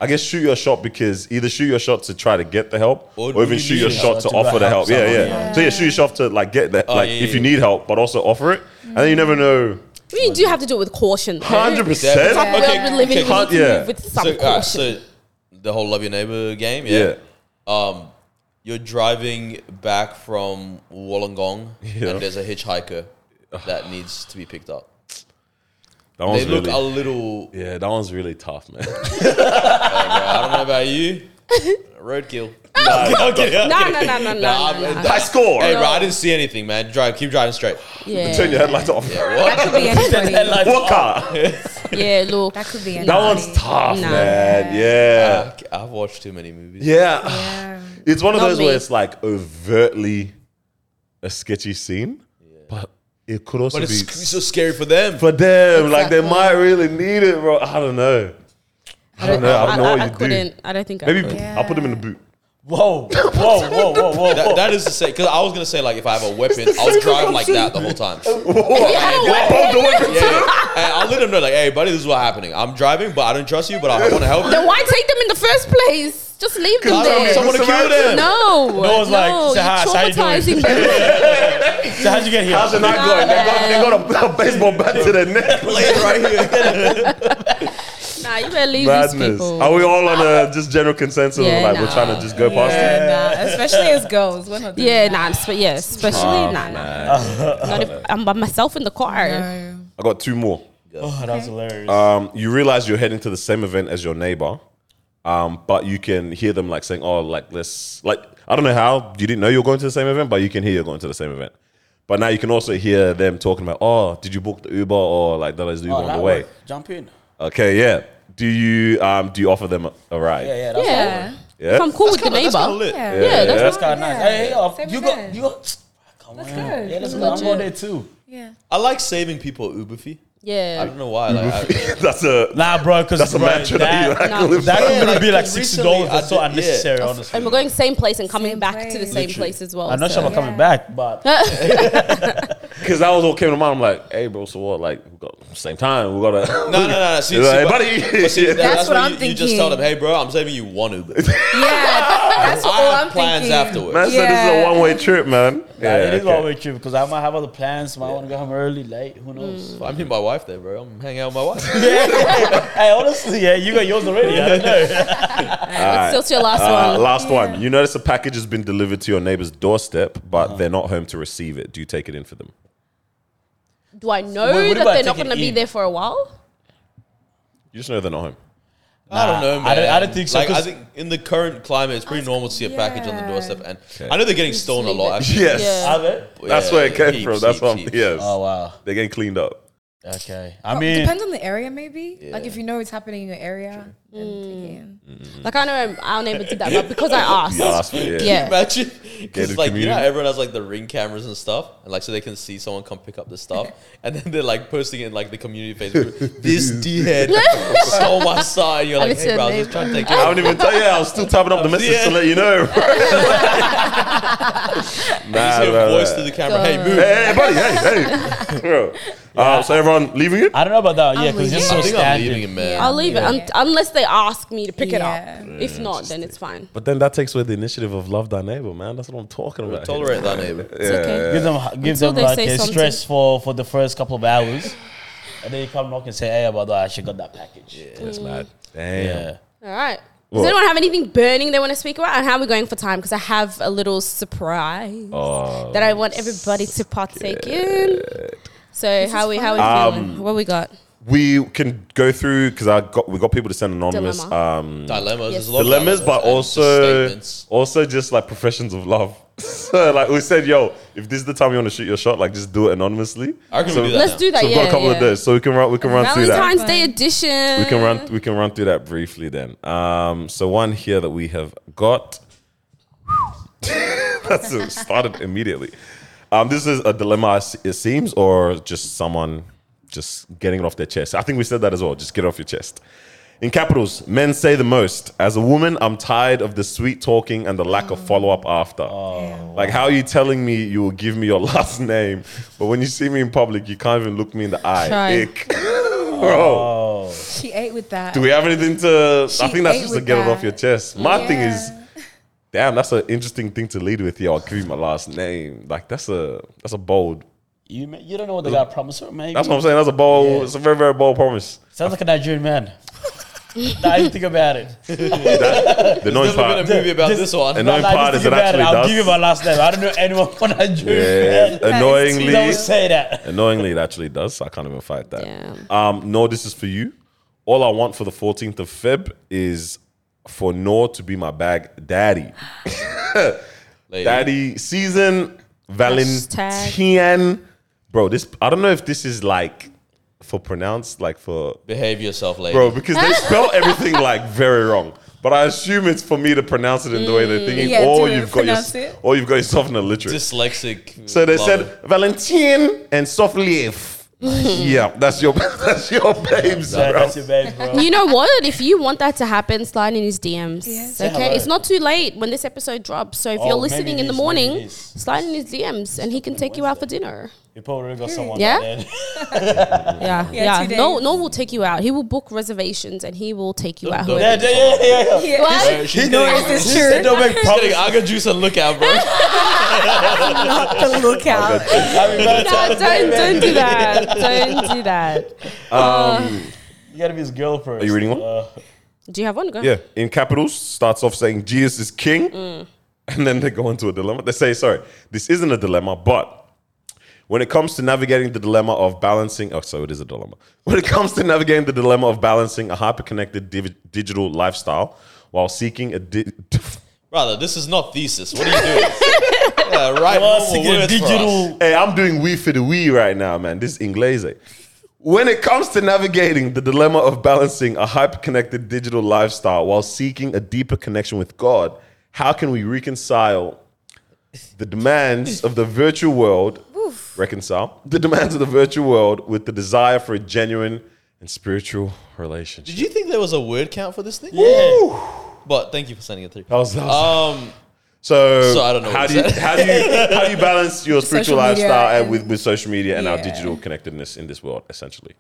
[SPEAKER 4] I guess shoot your shot because either shoot your shot to try to get the help,
[SPEAKER 1] Or
[SPEAKER 4] or,
[SPEAKER 1] do
[SPEAKER 4] even
[SPEAKER 1] you
[SPEAKER 4] shoot
[SPEAKER 1] need
[SPEAKER 4] your
[SPEAKER 1] it?
[SPEAKER 4] shot to,
[SPEAKER 5] To
[SPEAKER 4] offer the help.
[SPEAKER 5] help
[SPEAKER 4] Yeah,
[SPEAKER 5] someone,
[SPEAKER 4] yeah,
[SPEAKER 5] yeah.
[SPEAKER 4] So yeah, shoot your shot to like get that.
[SPEAKER 1] Oh,
[SPEAKER 4] like
[SPEAKER 1] yeah,
[SPEAKER 4] if
[SPEAKER 1] yeah,
[SPEAKER 4] you
[SPEAKER 1] yeah. Mm-hmm.
[SPEAKER 4] need help, but also offer it, and then you never know.
[SPEAKER 2] We do have to do it with caution. though.
[SPEAKER 4] Hundred
[SPEAKER 1] Definitely.
[SPEAKER 2] Some
[SPEAKER 1] Yeah.
[SPEAKER 4] percent.
[SPEAKER 2] world
[SPEAKER 1] Okay,
[SPEAKER 2] we're living in,
[SPEAKER 1] okay.
[SPEAKER 2] we need to
[SPEAKER 4] Yeah.
[SPEAKER 2] move with some
[SPEAKER 1] so, all right,
[SPEAKER 2] caution.
[SPEAKER 1] so the whole love your neighbor game,
[SPEAKER 4] Yeah.
[SPEAKER 1] yeah. Um, you're driving back from Wollongong,
[SPEAKER 4] Yeah.
[SPEAKER 1] and there's a hitchhiker that needs to be picked up.
[SPEAKER 4] That
[SPEAKER 1] They
[SPEAKER 4] one's
[SPEAKER 1] look a
[SPEAKER 4] really.
[SPEAKER 1] little.
[SPEAKER 4] Yeah, that one's really tough, man.
[SPEAKER 1] I don't know about you. Roadkill. No, I'm kidding, I'm
[SPEAKER 2] no,
[SPEAKER 1] kidding.
[SPEAKER 2] no, no, no,
[SPEAKER 1] Nah,
[SPEAKER 2] no, no,
[SPEAKER 1] I'm-
[SPEAKER 2] no.
[SPEAKER 4] High score.
[SPEAKER 1] Hey, bro, I didn't see anything, man. Drive, keep driving straight.
[SPEAKER 2] yeah.
[SPEAKER 4] Turn your headlights off.
[SPEAKER 1] Yeah, what?
[SPEAKER 7] Could be anybody.
[SPEAKER 5] Headlights
[SPEAKER 4] What
[SPEAKER 5] off.
[SPEAKER 4] car?
[SPEAKER 2] yeah, look.
[SPEAKER 7] That could be
[SPEAKER 4] That
[SPEAKER 7] anybody.
[SPEAKER 4] one's tough,
[SPEAKER 2] Nah.
[SPEAKER 4] man. Yeah.
[SPEAKER 1] I- I've watched too many movies.
[SPEAKER 4] Yeah. It's one of
[SPEAKER 2] Not
[SPEAKER 4] those
[SPEAKER 2] me.
[SPEAKER 4] where it's like overtly a sketchy scene, but it could also
[SPEAKER 1] But it's
[SPEAKER 4] be
[SPEAKER 1] sc- so scary for them.
[SPEAKER 4] for them. Like they
[SPEAKER 7] Exactly.
[SPEAKER 4] might really need it, bro. I don't know. I don't know. I don't know what
[SPEAKER 2] I
[SPEAKER 4] you do.
[SPEAKER 2] couldn't. I don't think I
[SPEAKER 4] Maybe
[SPEAKER 2] could.
[SPEAKER 4] I'll put them in the boot.
[SPEAKER 5] Whoa, whoa, whoa, whoa, whoa, whoa.
[SPEAKER 1] That, that is to say, because I was gonna say like if I have a weapon, I'll drive like that the whole time.
[SPEAKER 4] Hold the weapon.
[SPEAKER 1] Yeah, And I'll let them know like, hey, buddy, this is what's happening. I'm driving, but I don't trust you, but I want to help
[SPEAKER 2] Then
[SPEAKER 1] you.
[SPEAKER 2] why take them in the first place? Just leave them
[SPEAKER 1] I don't want
[SPEAKER 2] there.
[SPEAKER 1] someone to kill them.
[SPEAKER 2] No,
[SPEAKER 5] No one's like,
[SPEAKER 2] no, you're
[SPEAKER 5] "Sahas, how you doing?"
[SPEAKER 2] traumatizing them.
[SPEAKER 5] So how'd you get here?
[SPEAKER 4] How's it not going? They got, they got a, a baseball bat to the neck.
[SPEAKER 1] Play it right here.
[SPEAKER 2] nah, you better leave these
[SPEAKER 4] Madness.
[SPEAKER 2] people.
[SPEAKER 4] Are we all on a just general consensus?
[SPEAKER 2] Yeah,
[SPEAKER 4] like we're
[SPEAKER 2] nah.
[SPEAKER 4] trying to just go past it.
[SPEAKER 7] Yeah, nah, especially as girls. We're not doing
[SPEAKER 2] yeah, nah, sp- yeah, especially nah, nah. Not if I'm by myself in the car.
[SPEAKER 4] I got two more.
[SPEAKER 5] Oh, that's hilarious.
[SPEAKER 4] um, you realize you're heading to the same event as your neighbor, um, but you can hear them like saying, "Oh, like this, like I don't know how you didn't know you're going to the same event, but you can hear you're going to the same event." But now you can also hear them talking about, "Oh, did you book the Uber or like that is the Uber
[SPEAKER 5] Oh,
[SPEAKER 4] on
[SPEAKER 5] that
[SPEAKER 4] the way?"
[SPEAKER 5] worked. Jump in.
[SPEAKER 4] Okay, yeah. Do you um do you offer them a, a ride?
[SPEAKER 5] Yeah, yeah, that's
[SPEAKER 2] Yeah.
[SPEAKER 4] Yeah?
[SPEAKER 2] If I'm cool with the
[SPEAKER 1] That's kinda
[SPEAKER 2] neighbor.
[SPEAKER 1] lit.
[SPEAKER 7] Yeah.
[SPEAKER 2] Yeah, that's
[SPEAKER 4] that's
[SPEAKER 2] nice.
[SPEAKER 5] kind of nice. Hey, hey, oh,
[SPEAKER 7] Same
[SPEAKER 5] you
[SPEAKER 7] with
[SPEAKER 5] go,
[SPEAKER 7] them.
[SPEAKER 5] you go. Come on.
[SPEAKER 7] good.
[SPEAKER 5] Yeah, let's
[SPEAKER 7] That's
[SPEAKER 5] go. I'm
[SPEAKER 7] legit.
[SPEAKER 5] on there too.
[SPEAKER 7] Yeah.
[SPEAKER 1] I like saving people Uber fee. I
[SPEAKER 2] Yeah.
[SPEAKER 1] don't know why. Like, I,
[SPEAKER 4] that's a
[SPEAKER 5] Nah, bro, because
[SPEAKER 4] that's a mantra that you
[SPEAKER 5] that,
[SPEAKER 4] like
[SPEAKER 2] No.
[SPEAKER 4] live
[SPEAKER 5] that
[SPEAKER 4] by.
[SPEAKER 5] could
[SPEAKER 1] like,
[SPEAKER 5] be like
[SPEAKER 1] recently
[SPEAKER 5] sixty dollars.
[SPEAKER 1] I
[SPEAKER 5] That's so
[SPEAKER 1] did- yeah.
[SPEAKER 5] unnecessary, honestly.
[SPEAKER 2] And we're going same place and coming
[SPEAKER 7] Same
[SPEAKER 2] back to the
[SPEAKER 7] place.
[SPEAKER 2] same
[SPEAKER 1] Literally.
[SPEAKER 2] place as well.
[SPEAKER 5] I'm not
[SPEAKER 2] so.
[SPEAKER 5] sure I'm coming back, but
[SPEAKER 4] Because that was what came to mind. I'm like, hey, bro, so what? Like, we got same time. We got to.
[SPEAKER 1] No, no, no, no. See,
[SPEAKER 4] Like,
[SPEAKER 1] see, but-
[SPEAKER 4] buddy.
[SPEAKER 1] but see, that-
[SPEAKER 7] That's what
[SPEAKER 1] when
[SPEAKER 7] I'm
[SPEAKER 1] you, You just
[SPEAKER 7] thinking.
[SPEAKER 1] tell them, hey, bro, I'm saving you one Uber.
[SPEAKER 7] Yeah, that's
[SPEAKER 1] I
[SPEAKER 7] all
[SPEAKER 1] have
[SPEAKER 7] I'm
[SPEAKER 1] plans
[SPEAKER 7] thinking.
[SPEAKER 1] afterwards.
[SPEAKER 4] Man said this is a
[SPEAKER 7] Yeah.
[SPEAKER 4] one way trip, man.
[SPEAKER 5] yeah, it is
[SPEAKER 4] okay.
[SPEAKER 5] always true because I might have other plans. Might want to go home early, late. Who
[SPEAKER 7] Mm.
[SPEAKER 5] knows?
[SPEAKER 1] I'm hitting my wife there, bro. I'm hanging out with my wife.
[SPEAKER 5] hey, honestly, yeah, you got yours already. I don't know.
[SPEAKER 2] Alright, Let's still to your last
[SPEAKER 4] Uh,
[SPEAKER 2] one.
[SPEAKER 4] last one. You notice a package has been delivered to your neighbor's doorstep, but they're not home to receive it. Do you take it in for them?
[SPEAKER 2] Do I know
[SPEAKER 5] Wait, what
[SPEAKER 2] that
[SPEAKER 5] about
[SPEAKER 2] they're not
[SPEAKER 5] taking
[SPEAKER 2] going to be
[SPEAKER 5] in?
[SPEAKER 2] there for a while?
[SPEAKER 4] You just know they're not home.
[SPEAKER 1] I don't know, man.
[SPEAKER 5] I don't- I don't think so,
[SPEAKER 1] Like, I
[SPEAKER 5] 'cause-
[SPEAKER 1] think in the current climate, it's pretty normal to see a package on the
[SPEAKER 7] yeah.
[SPEAKER 1] doorstep, and I know they're getting stolen a lot. Actually,
[SPEAKER 4] Yes.
[SPEAKER 2] Yeah.
[SPEAKER 5] Have it?
[SPEAKER 1] But
[SPEAKER 4] That's
[SPEAKER 1] yeah,
[SPEAKER 4] where it came
[SPEAKER 1] heaps,
[SPEAKER 4] from. That's
[SPEAKER 1] heaps,
[SPEAKER 4] what I'm,
[SPEAKER 1] heaps.
[SPEAKER 4] yes.
[SPEAKER 5] Oh wow.
[SPEAKER 4] They're getting cleaned up.
[SPEAKER 5] Okay. I
[SPEAKER 7] Well,
[SPEAKER 5] mean,
[SPEAKER 7] depends on the area, maybe. Like if you know it's happening in your area, then
[SPEAKER 2] Mm.
[SPEAKER 7] take it in.
[SPEAKER 2] Like I know our neighbor did that, but because I asked.
[SPEAKER 4] You asked for it, yeah.
[SPEAKER 2] Yeah.
[SPEAKER 1] Imagine, because
[SPEAKER 4] Gated
[SPEAKER 1] like you know, how
[SPEAKER 4] community.
[SPEAKER 1] everyone has like the ring cameras and stuff, and like so they can see someone come pick up the stuff, and then they're like posting it in like the community Facebook. group, This d head stole my side. And you're like,
[SPEAKER 2] it's
[SPEAKER 1] hey,
[SPEAKER 2] your
[SPEAKER 1] bro, I was just
[SPEAKER 2] neighbor."
[SPEAKER 1] trying to take
[SPEAKER 4] I
[SPEAKER 1] care. of
[SPEAKER 4] don't even tell you. I was still typing up the message
[SPEAKER 1] Yeah.
[SPEAKER 4] to let you know. nah,
[SPEAKER 1] you." Just hear a
[SPEAKER 4] nah,
[SPEAKER 1] voice
[SPEAKER 4] nah.
[SPEAKER 1] through the camera. Hey, move.
[SPEAKER 4] Hey, hey, buddy. Hey, hey. Bro. Uh, so everyone leaving it?
[SPEAKER 5] I don't know about that. Yeah,
[SPEAKER 7] Oh,
[SPEAKER 5] because it's
[SPEAKER 1] I
[SPEAKER 5] so
[SPEAKER 1] think I'm leaving
[SPEAKER 5] standard.
[SPEAKER 1] him, man.
[SPEAKER 2] I'll leave it un- unless they ask me to pick
[SPEAKER 7] Yeah.
[SPEAKER 2] it up.
[SPEAKER 4] Mm,
[SPEAKER 2] If not, then it's fine.
[SPEAKER 4] But then that takes away the initiative of love thy neighbor, man. That's what I'm talking about. here.
[SPEAKER 1] Tolerate that neighbor.
[SPEAKER 2] It's okay.
[SPEAKER 5] Give them, give
[SPEAKER 2] Until
[SPEAKER 5] them
[SPEAKER 2] they
[SPEAKER 5] like
[SPEAKER 2] say
[SPEAKER 5] a
[SPEAKER 2] something.
[SPEAKER 5] stress for for the first couple of hours, and then you come knock and say, "Hey, about that, I actually got that package." Yeah.
[SPEAKER 4] That's mad. Damn.
[SPEAKER 2] All right.
[SPEAKER 4] What?
[SPEAKER 2] Does anyone have anything burning they want to speak about? And how are we going for time? Because I have a little surprise
[SPEAKER 4] Oh,
[SPEAKER 2] that I want everybody to partake in. So how we how we
[SPEAKER 4] Um,
[SPEAKER 2] feeling? What we got?
[SPEAKER 4] we can go through because I got we got people to send anonymous
[SPEAKER 2] Dilemma.
[SPEAKER 4] um,
[SPEAKER 1] Dilemmas. There's a lot of
[SPEAKER 4] dilemmas, but
[SPEAKER 1] and just
[SPEAKER 4] also
[SPEAKER 1] statements.
[SPEAKER 4] also just like professions of love. so like we said, yo, if this is the time you want to shoot your shot, like just do it anonymously.
[SPEAKER 1] I reckon we do that
[SPEAKER 2] Let's
[SPEAKER 1] now.
[SPEAKER 2] do that.
[SPEAKER 4] So we've
[SPEAKER 2] yeah,
[SPEAKER 4] got a couple
[SPEAKER 2] yeah.
[SPEAKER 4] of those, so we can run we can run through that.
[SPEAKER 2] Valentine's Day edition.
[SPEAKER 4] We can run we can run through that briefly then. Um, so one here that we have got. That's it, started immediately. Um, this is a dilemma, it seems, or just someone just getting it off their chest. I think we said that as well. Just get it off your chest. In capitals, men say the most. As a woman, I'm tired of the sweet talking and the lack of follow up after. Like, how are you telling me you will give me your last name, but when you see me in public, you can't even look me in the eye?
[SPEAKER 2] Try.
[SPEAKER 4] Ick. Bro.
[SPEAKER 7] She ate with that.
[SPEAKER 4] Do we have anything to? I
[SPEAKER 7] She
[SPEAKER 4] think that's
[SPEAKER 7] ate
[SPEAKER 4] just to
[SPEAKER 7] with
[SPEAKER 4] get it off
[SPEAKER 7] that.
[SPEAKER 4] your chest. My thing
[SPEAKER 7] Yeah.
[SPEAKER 4] is, damn, that's an interesting thing to lead with. Yo, I'll give you my last name. Like that's a that's a bold.
[SPEAKER 5] You ma- you don't know what the guy promised her, man.
[SPEAKER 4] That's what I'm saying. That's a bold. It's a very very bold promise.
[SPEAKER 5] Sounds like a Nigerian man. now you think about it.
[SPEAKER 4] The annoying
[SPEAKER 1] There's never
[SPEAKER 4] part.
[SPEAKER 1] been a movie about this,
[SPEAKER 5] this-
[SPEAKER 1] one.
[SPEAKER 4] annoying
[SPEAKER 5] Now you
[SPEAKER 4] part
[SPEAKER 5] think
[SPEAKER 4] is it
[SPEAKER 5] about
[SPEAKER 4] actually
[SPEAKER 5] I'll
[SPEAKER 4] does.
[SPEAKER 5] give you my last name. I don't know anyone from Nigeria.
[SPEAKER 4] Yeah,
[SPEAKER 5] man. Don't
[SPEAKER 4] annoyingly,
[SPEAKER 5] say that.
[SPEAKER 4] annoyingly, it actually does. I can't even fight that.
[SPEAKER 2] Damn.
[SPEAKER 4] Um, no, this is for you. All I want for the 14th of Feb is for Nor to be my bag, daddy.
[SPEAKER 1] Lady.
[SPEAKER 4] Daddy season Valentine. Bro, this I don't know if this is like for pronounced like for
[SPEAKER 1] Behave yourself, lady.
[SPEAKER 4] bro because they spell everything like very wrong. But I assume it's for me to pronounce it in the way they're thinking,
[SPEAKER 7] Mm, Yeah,
[SPEAKER 4] or
[SPEAKER 7] to
[SPEAKER 4] you've got
[SPEAKER 7] pronounce
[SPEAKER 4] your,
[SPEAKER 7] it.
[SPEAKER 4] or you've got yourself an illiterate.
[SPEAKER 1] Dyslexic.
[SPEAKER 4] so they
[SPEAKER 1] lover.
[SPEAKER 4] said Valentine and Soflev. yeah, that's your that's your babes,
[SPEAKER 5] Yeah,
[SPEAKER 4] bro.
[SPEAKER 5] that's your babe, bro.
[SPEAKER 2] You know what? If you want that to happen, slide in his DMs.
[SPEAKER 7] Yes. Say
[SPEAKER 2] Okay,
[SPEAKER 5] hello.
[SPEAKER 2] it's not too late when this episode drops. So if
[SPEAKER 5] Oh,
[SPEAKER 2] you're
[SPEAKER 5] maybe
[SPEAKER 2] listening in
[SPEAKER 5] it
[SPEAKER 2] the
[SPEAKER 5] is,
[SPEAKER 2] morning,
[SPEAKER 5] maybe it is.
[SPEAKER 2] slide in his DMs and he can take you out for dinner.
[SPEAKER 5] You probably got someone.
[SPEAKER 2] Yeah?
[SPEAKER 5] like that.
[SPEAKER 2] Yeah,
[SPEAKER 7] Yeah,
[SPEAKER 2] yeah.
[SPEAKER 7] two
[SPEAKER 2] No,
[SPEAKER 7] days.
[SPEAKER 2] no will take you out. He will book reservations and he will take you out.
[SPEAKER 1] don't-
[SPEAKER 5] yeah,
[SPEAKER 2] Whoever.
[SPEAKER 5] yeah, yeah, yeah, yeah.
[SPEAKER 7] Yeah.
[SPEAKER 2] What?
[SPEAKER 1] Uh, She's
[SPEAKER 3] No,
[SPEAKER 1] getting,
[SPEAKER 3] is
[SPEAKER 5] She
[SPEAKER 3] this
[SPEAKER 5] said
[SPEAKER 3] true?
[SPEAKER 5] don't make
[SPEAKER 1] she's getting
[SPEAKER 5] promises.
[SPEAKER 1] Aga juice and look out, bro.
[SPEAKER 3] The lookout.
[SPEAKER 5] I mean, by
[SPEAKER 2] No,
[SPEAKER 5] the time-
[SPEAKER 2] don't don't do that. Don't do that.
[SPEAKER 5] You gotta be his girl first.
[SPEAKER 4] Are you reading one?
[SPEAKER 5] Uh,
[SPEAKER 2] Do you have one? Go.
[SPEAKER 4] Yeah, in capitals starts off saying Jesus is king, and then they go into a dilemma. They say, sorry, this isn't a dilemma, but when it comes to navigating the dilemma of balancing, oh, so it is a dilemma. When it comes to navigating the dilemma of balancing a hyper-connected div- digital lifestyle while seeking a di-
[SPEAKER 1] Brother, this is not thesis. What are you doing? yeah, right. normal
[SPEAKER 5] plus,
[SPEAKER 4] Oh,
[SPEAKER 5] you
[SPEAKER 1] words
[SPEAKER 5] get
[SPEAKER 1] for us.
[SPEAKER 5] digital.
[SPEAKER 4] Hey, I'm doing we for the we right now, man. This is Inglese. When it comes to navigating the dilemma of balancing a hyper connected digital lifestyle while seeking a deeper connection with God, how can we reconcile the demands of the virtual world? Reconcile the demands of the virtual world with the desire for a genuine and spiritual relationship.
[SPEAKER 1] Did you think there was a word count for this thing?
[SPEAKER 5] Yeah.
[SPEAKER 1] But thank you for sending it through.
[SPEAKER 4] That was- that was-
[SPEAKER 1] Um,
[SPEAKER 4] so,
[SPEAKER 1] So I don't know
[SPEAKER 4] How
[SPEAKER 1] what
[SPEAKER 4] do, you,
[SPEAKER 1] you said.
[SPEAKER 4] how, do you, how do you balance your spiritual
[SPEAKER 7] Social media
[SPEAKER 4] lifestyle and
[SPEAKER 7] and-
[SPEAKER 4] with, with social media and our
[SPEAKER 7] Yeah.
[SPEAKER 4] digital connectedness in this world, essentially?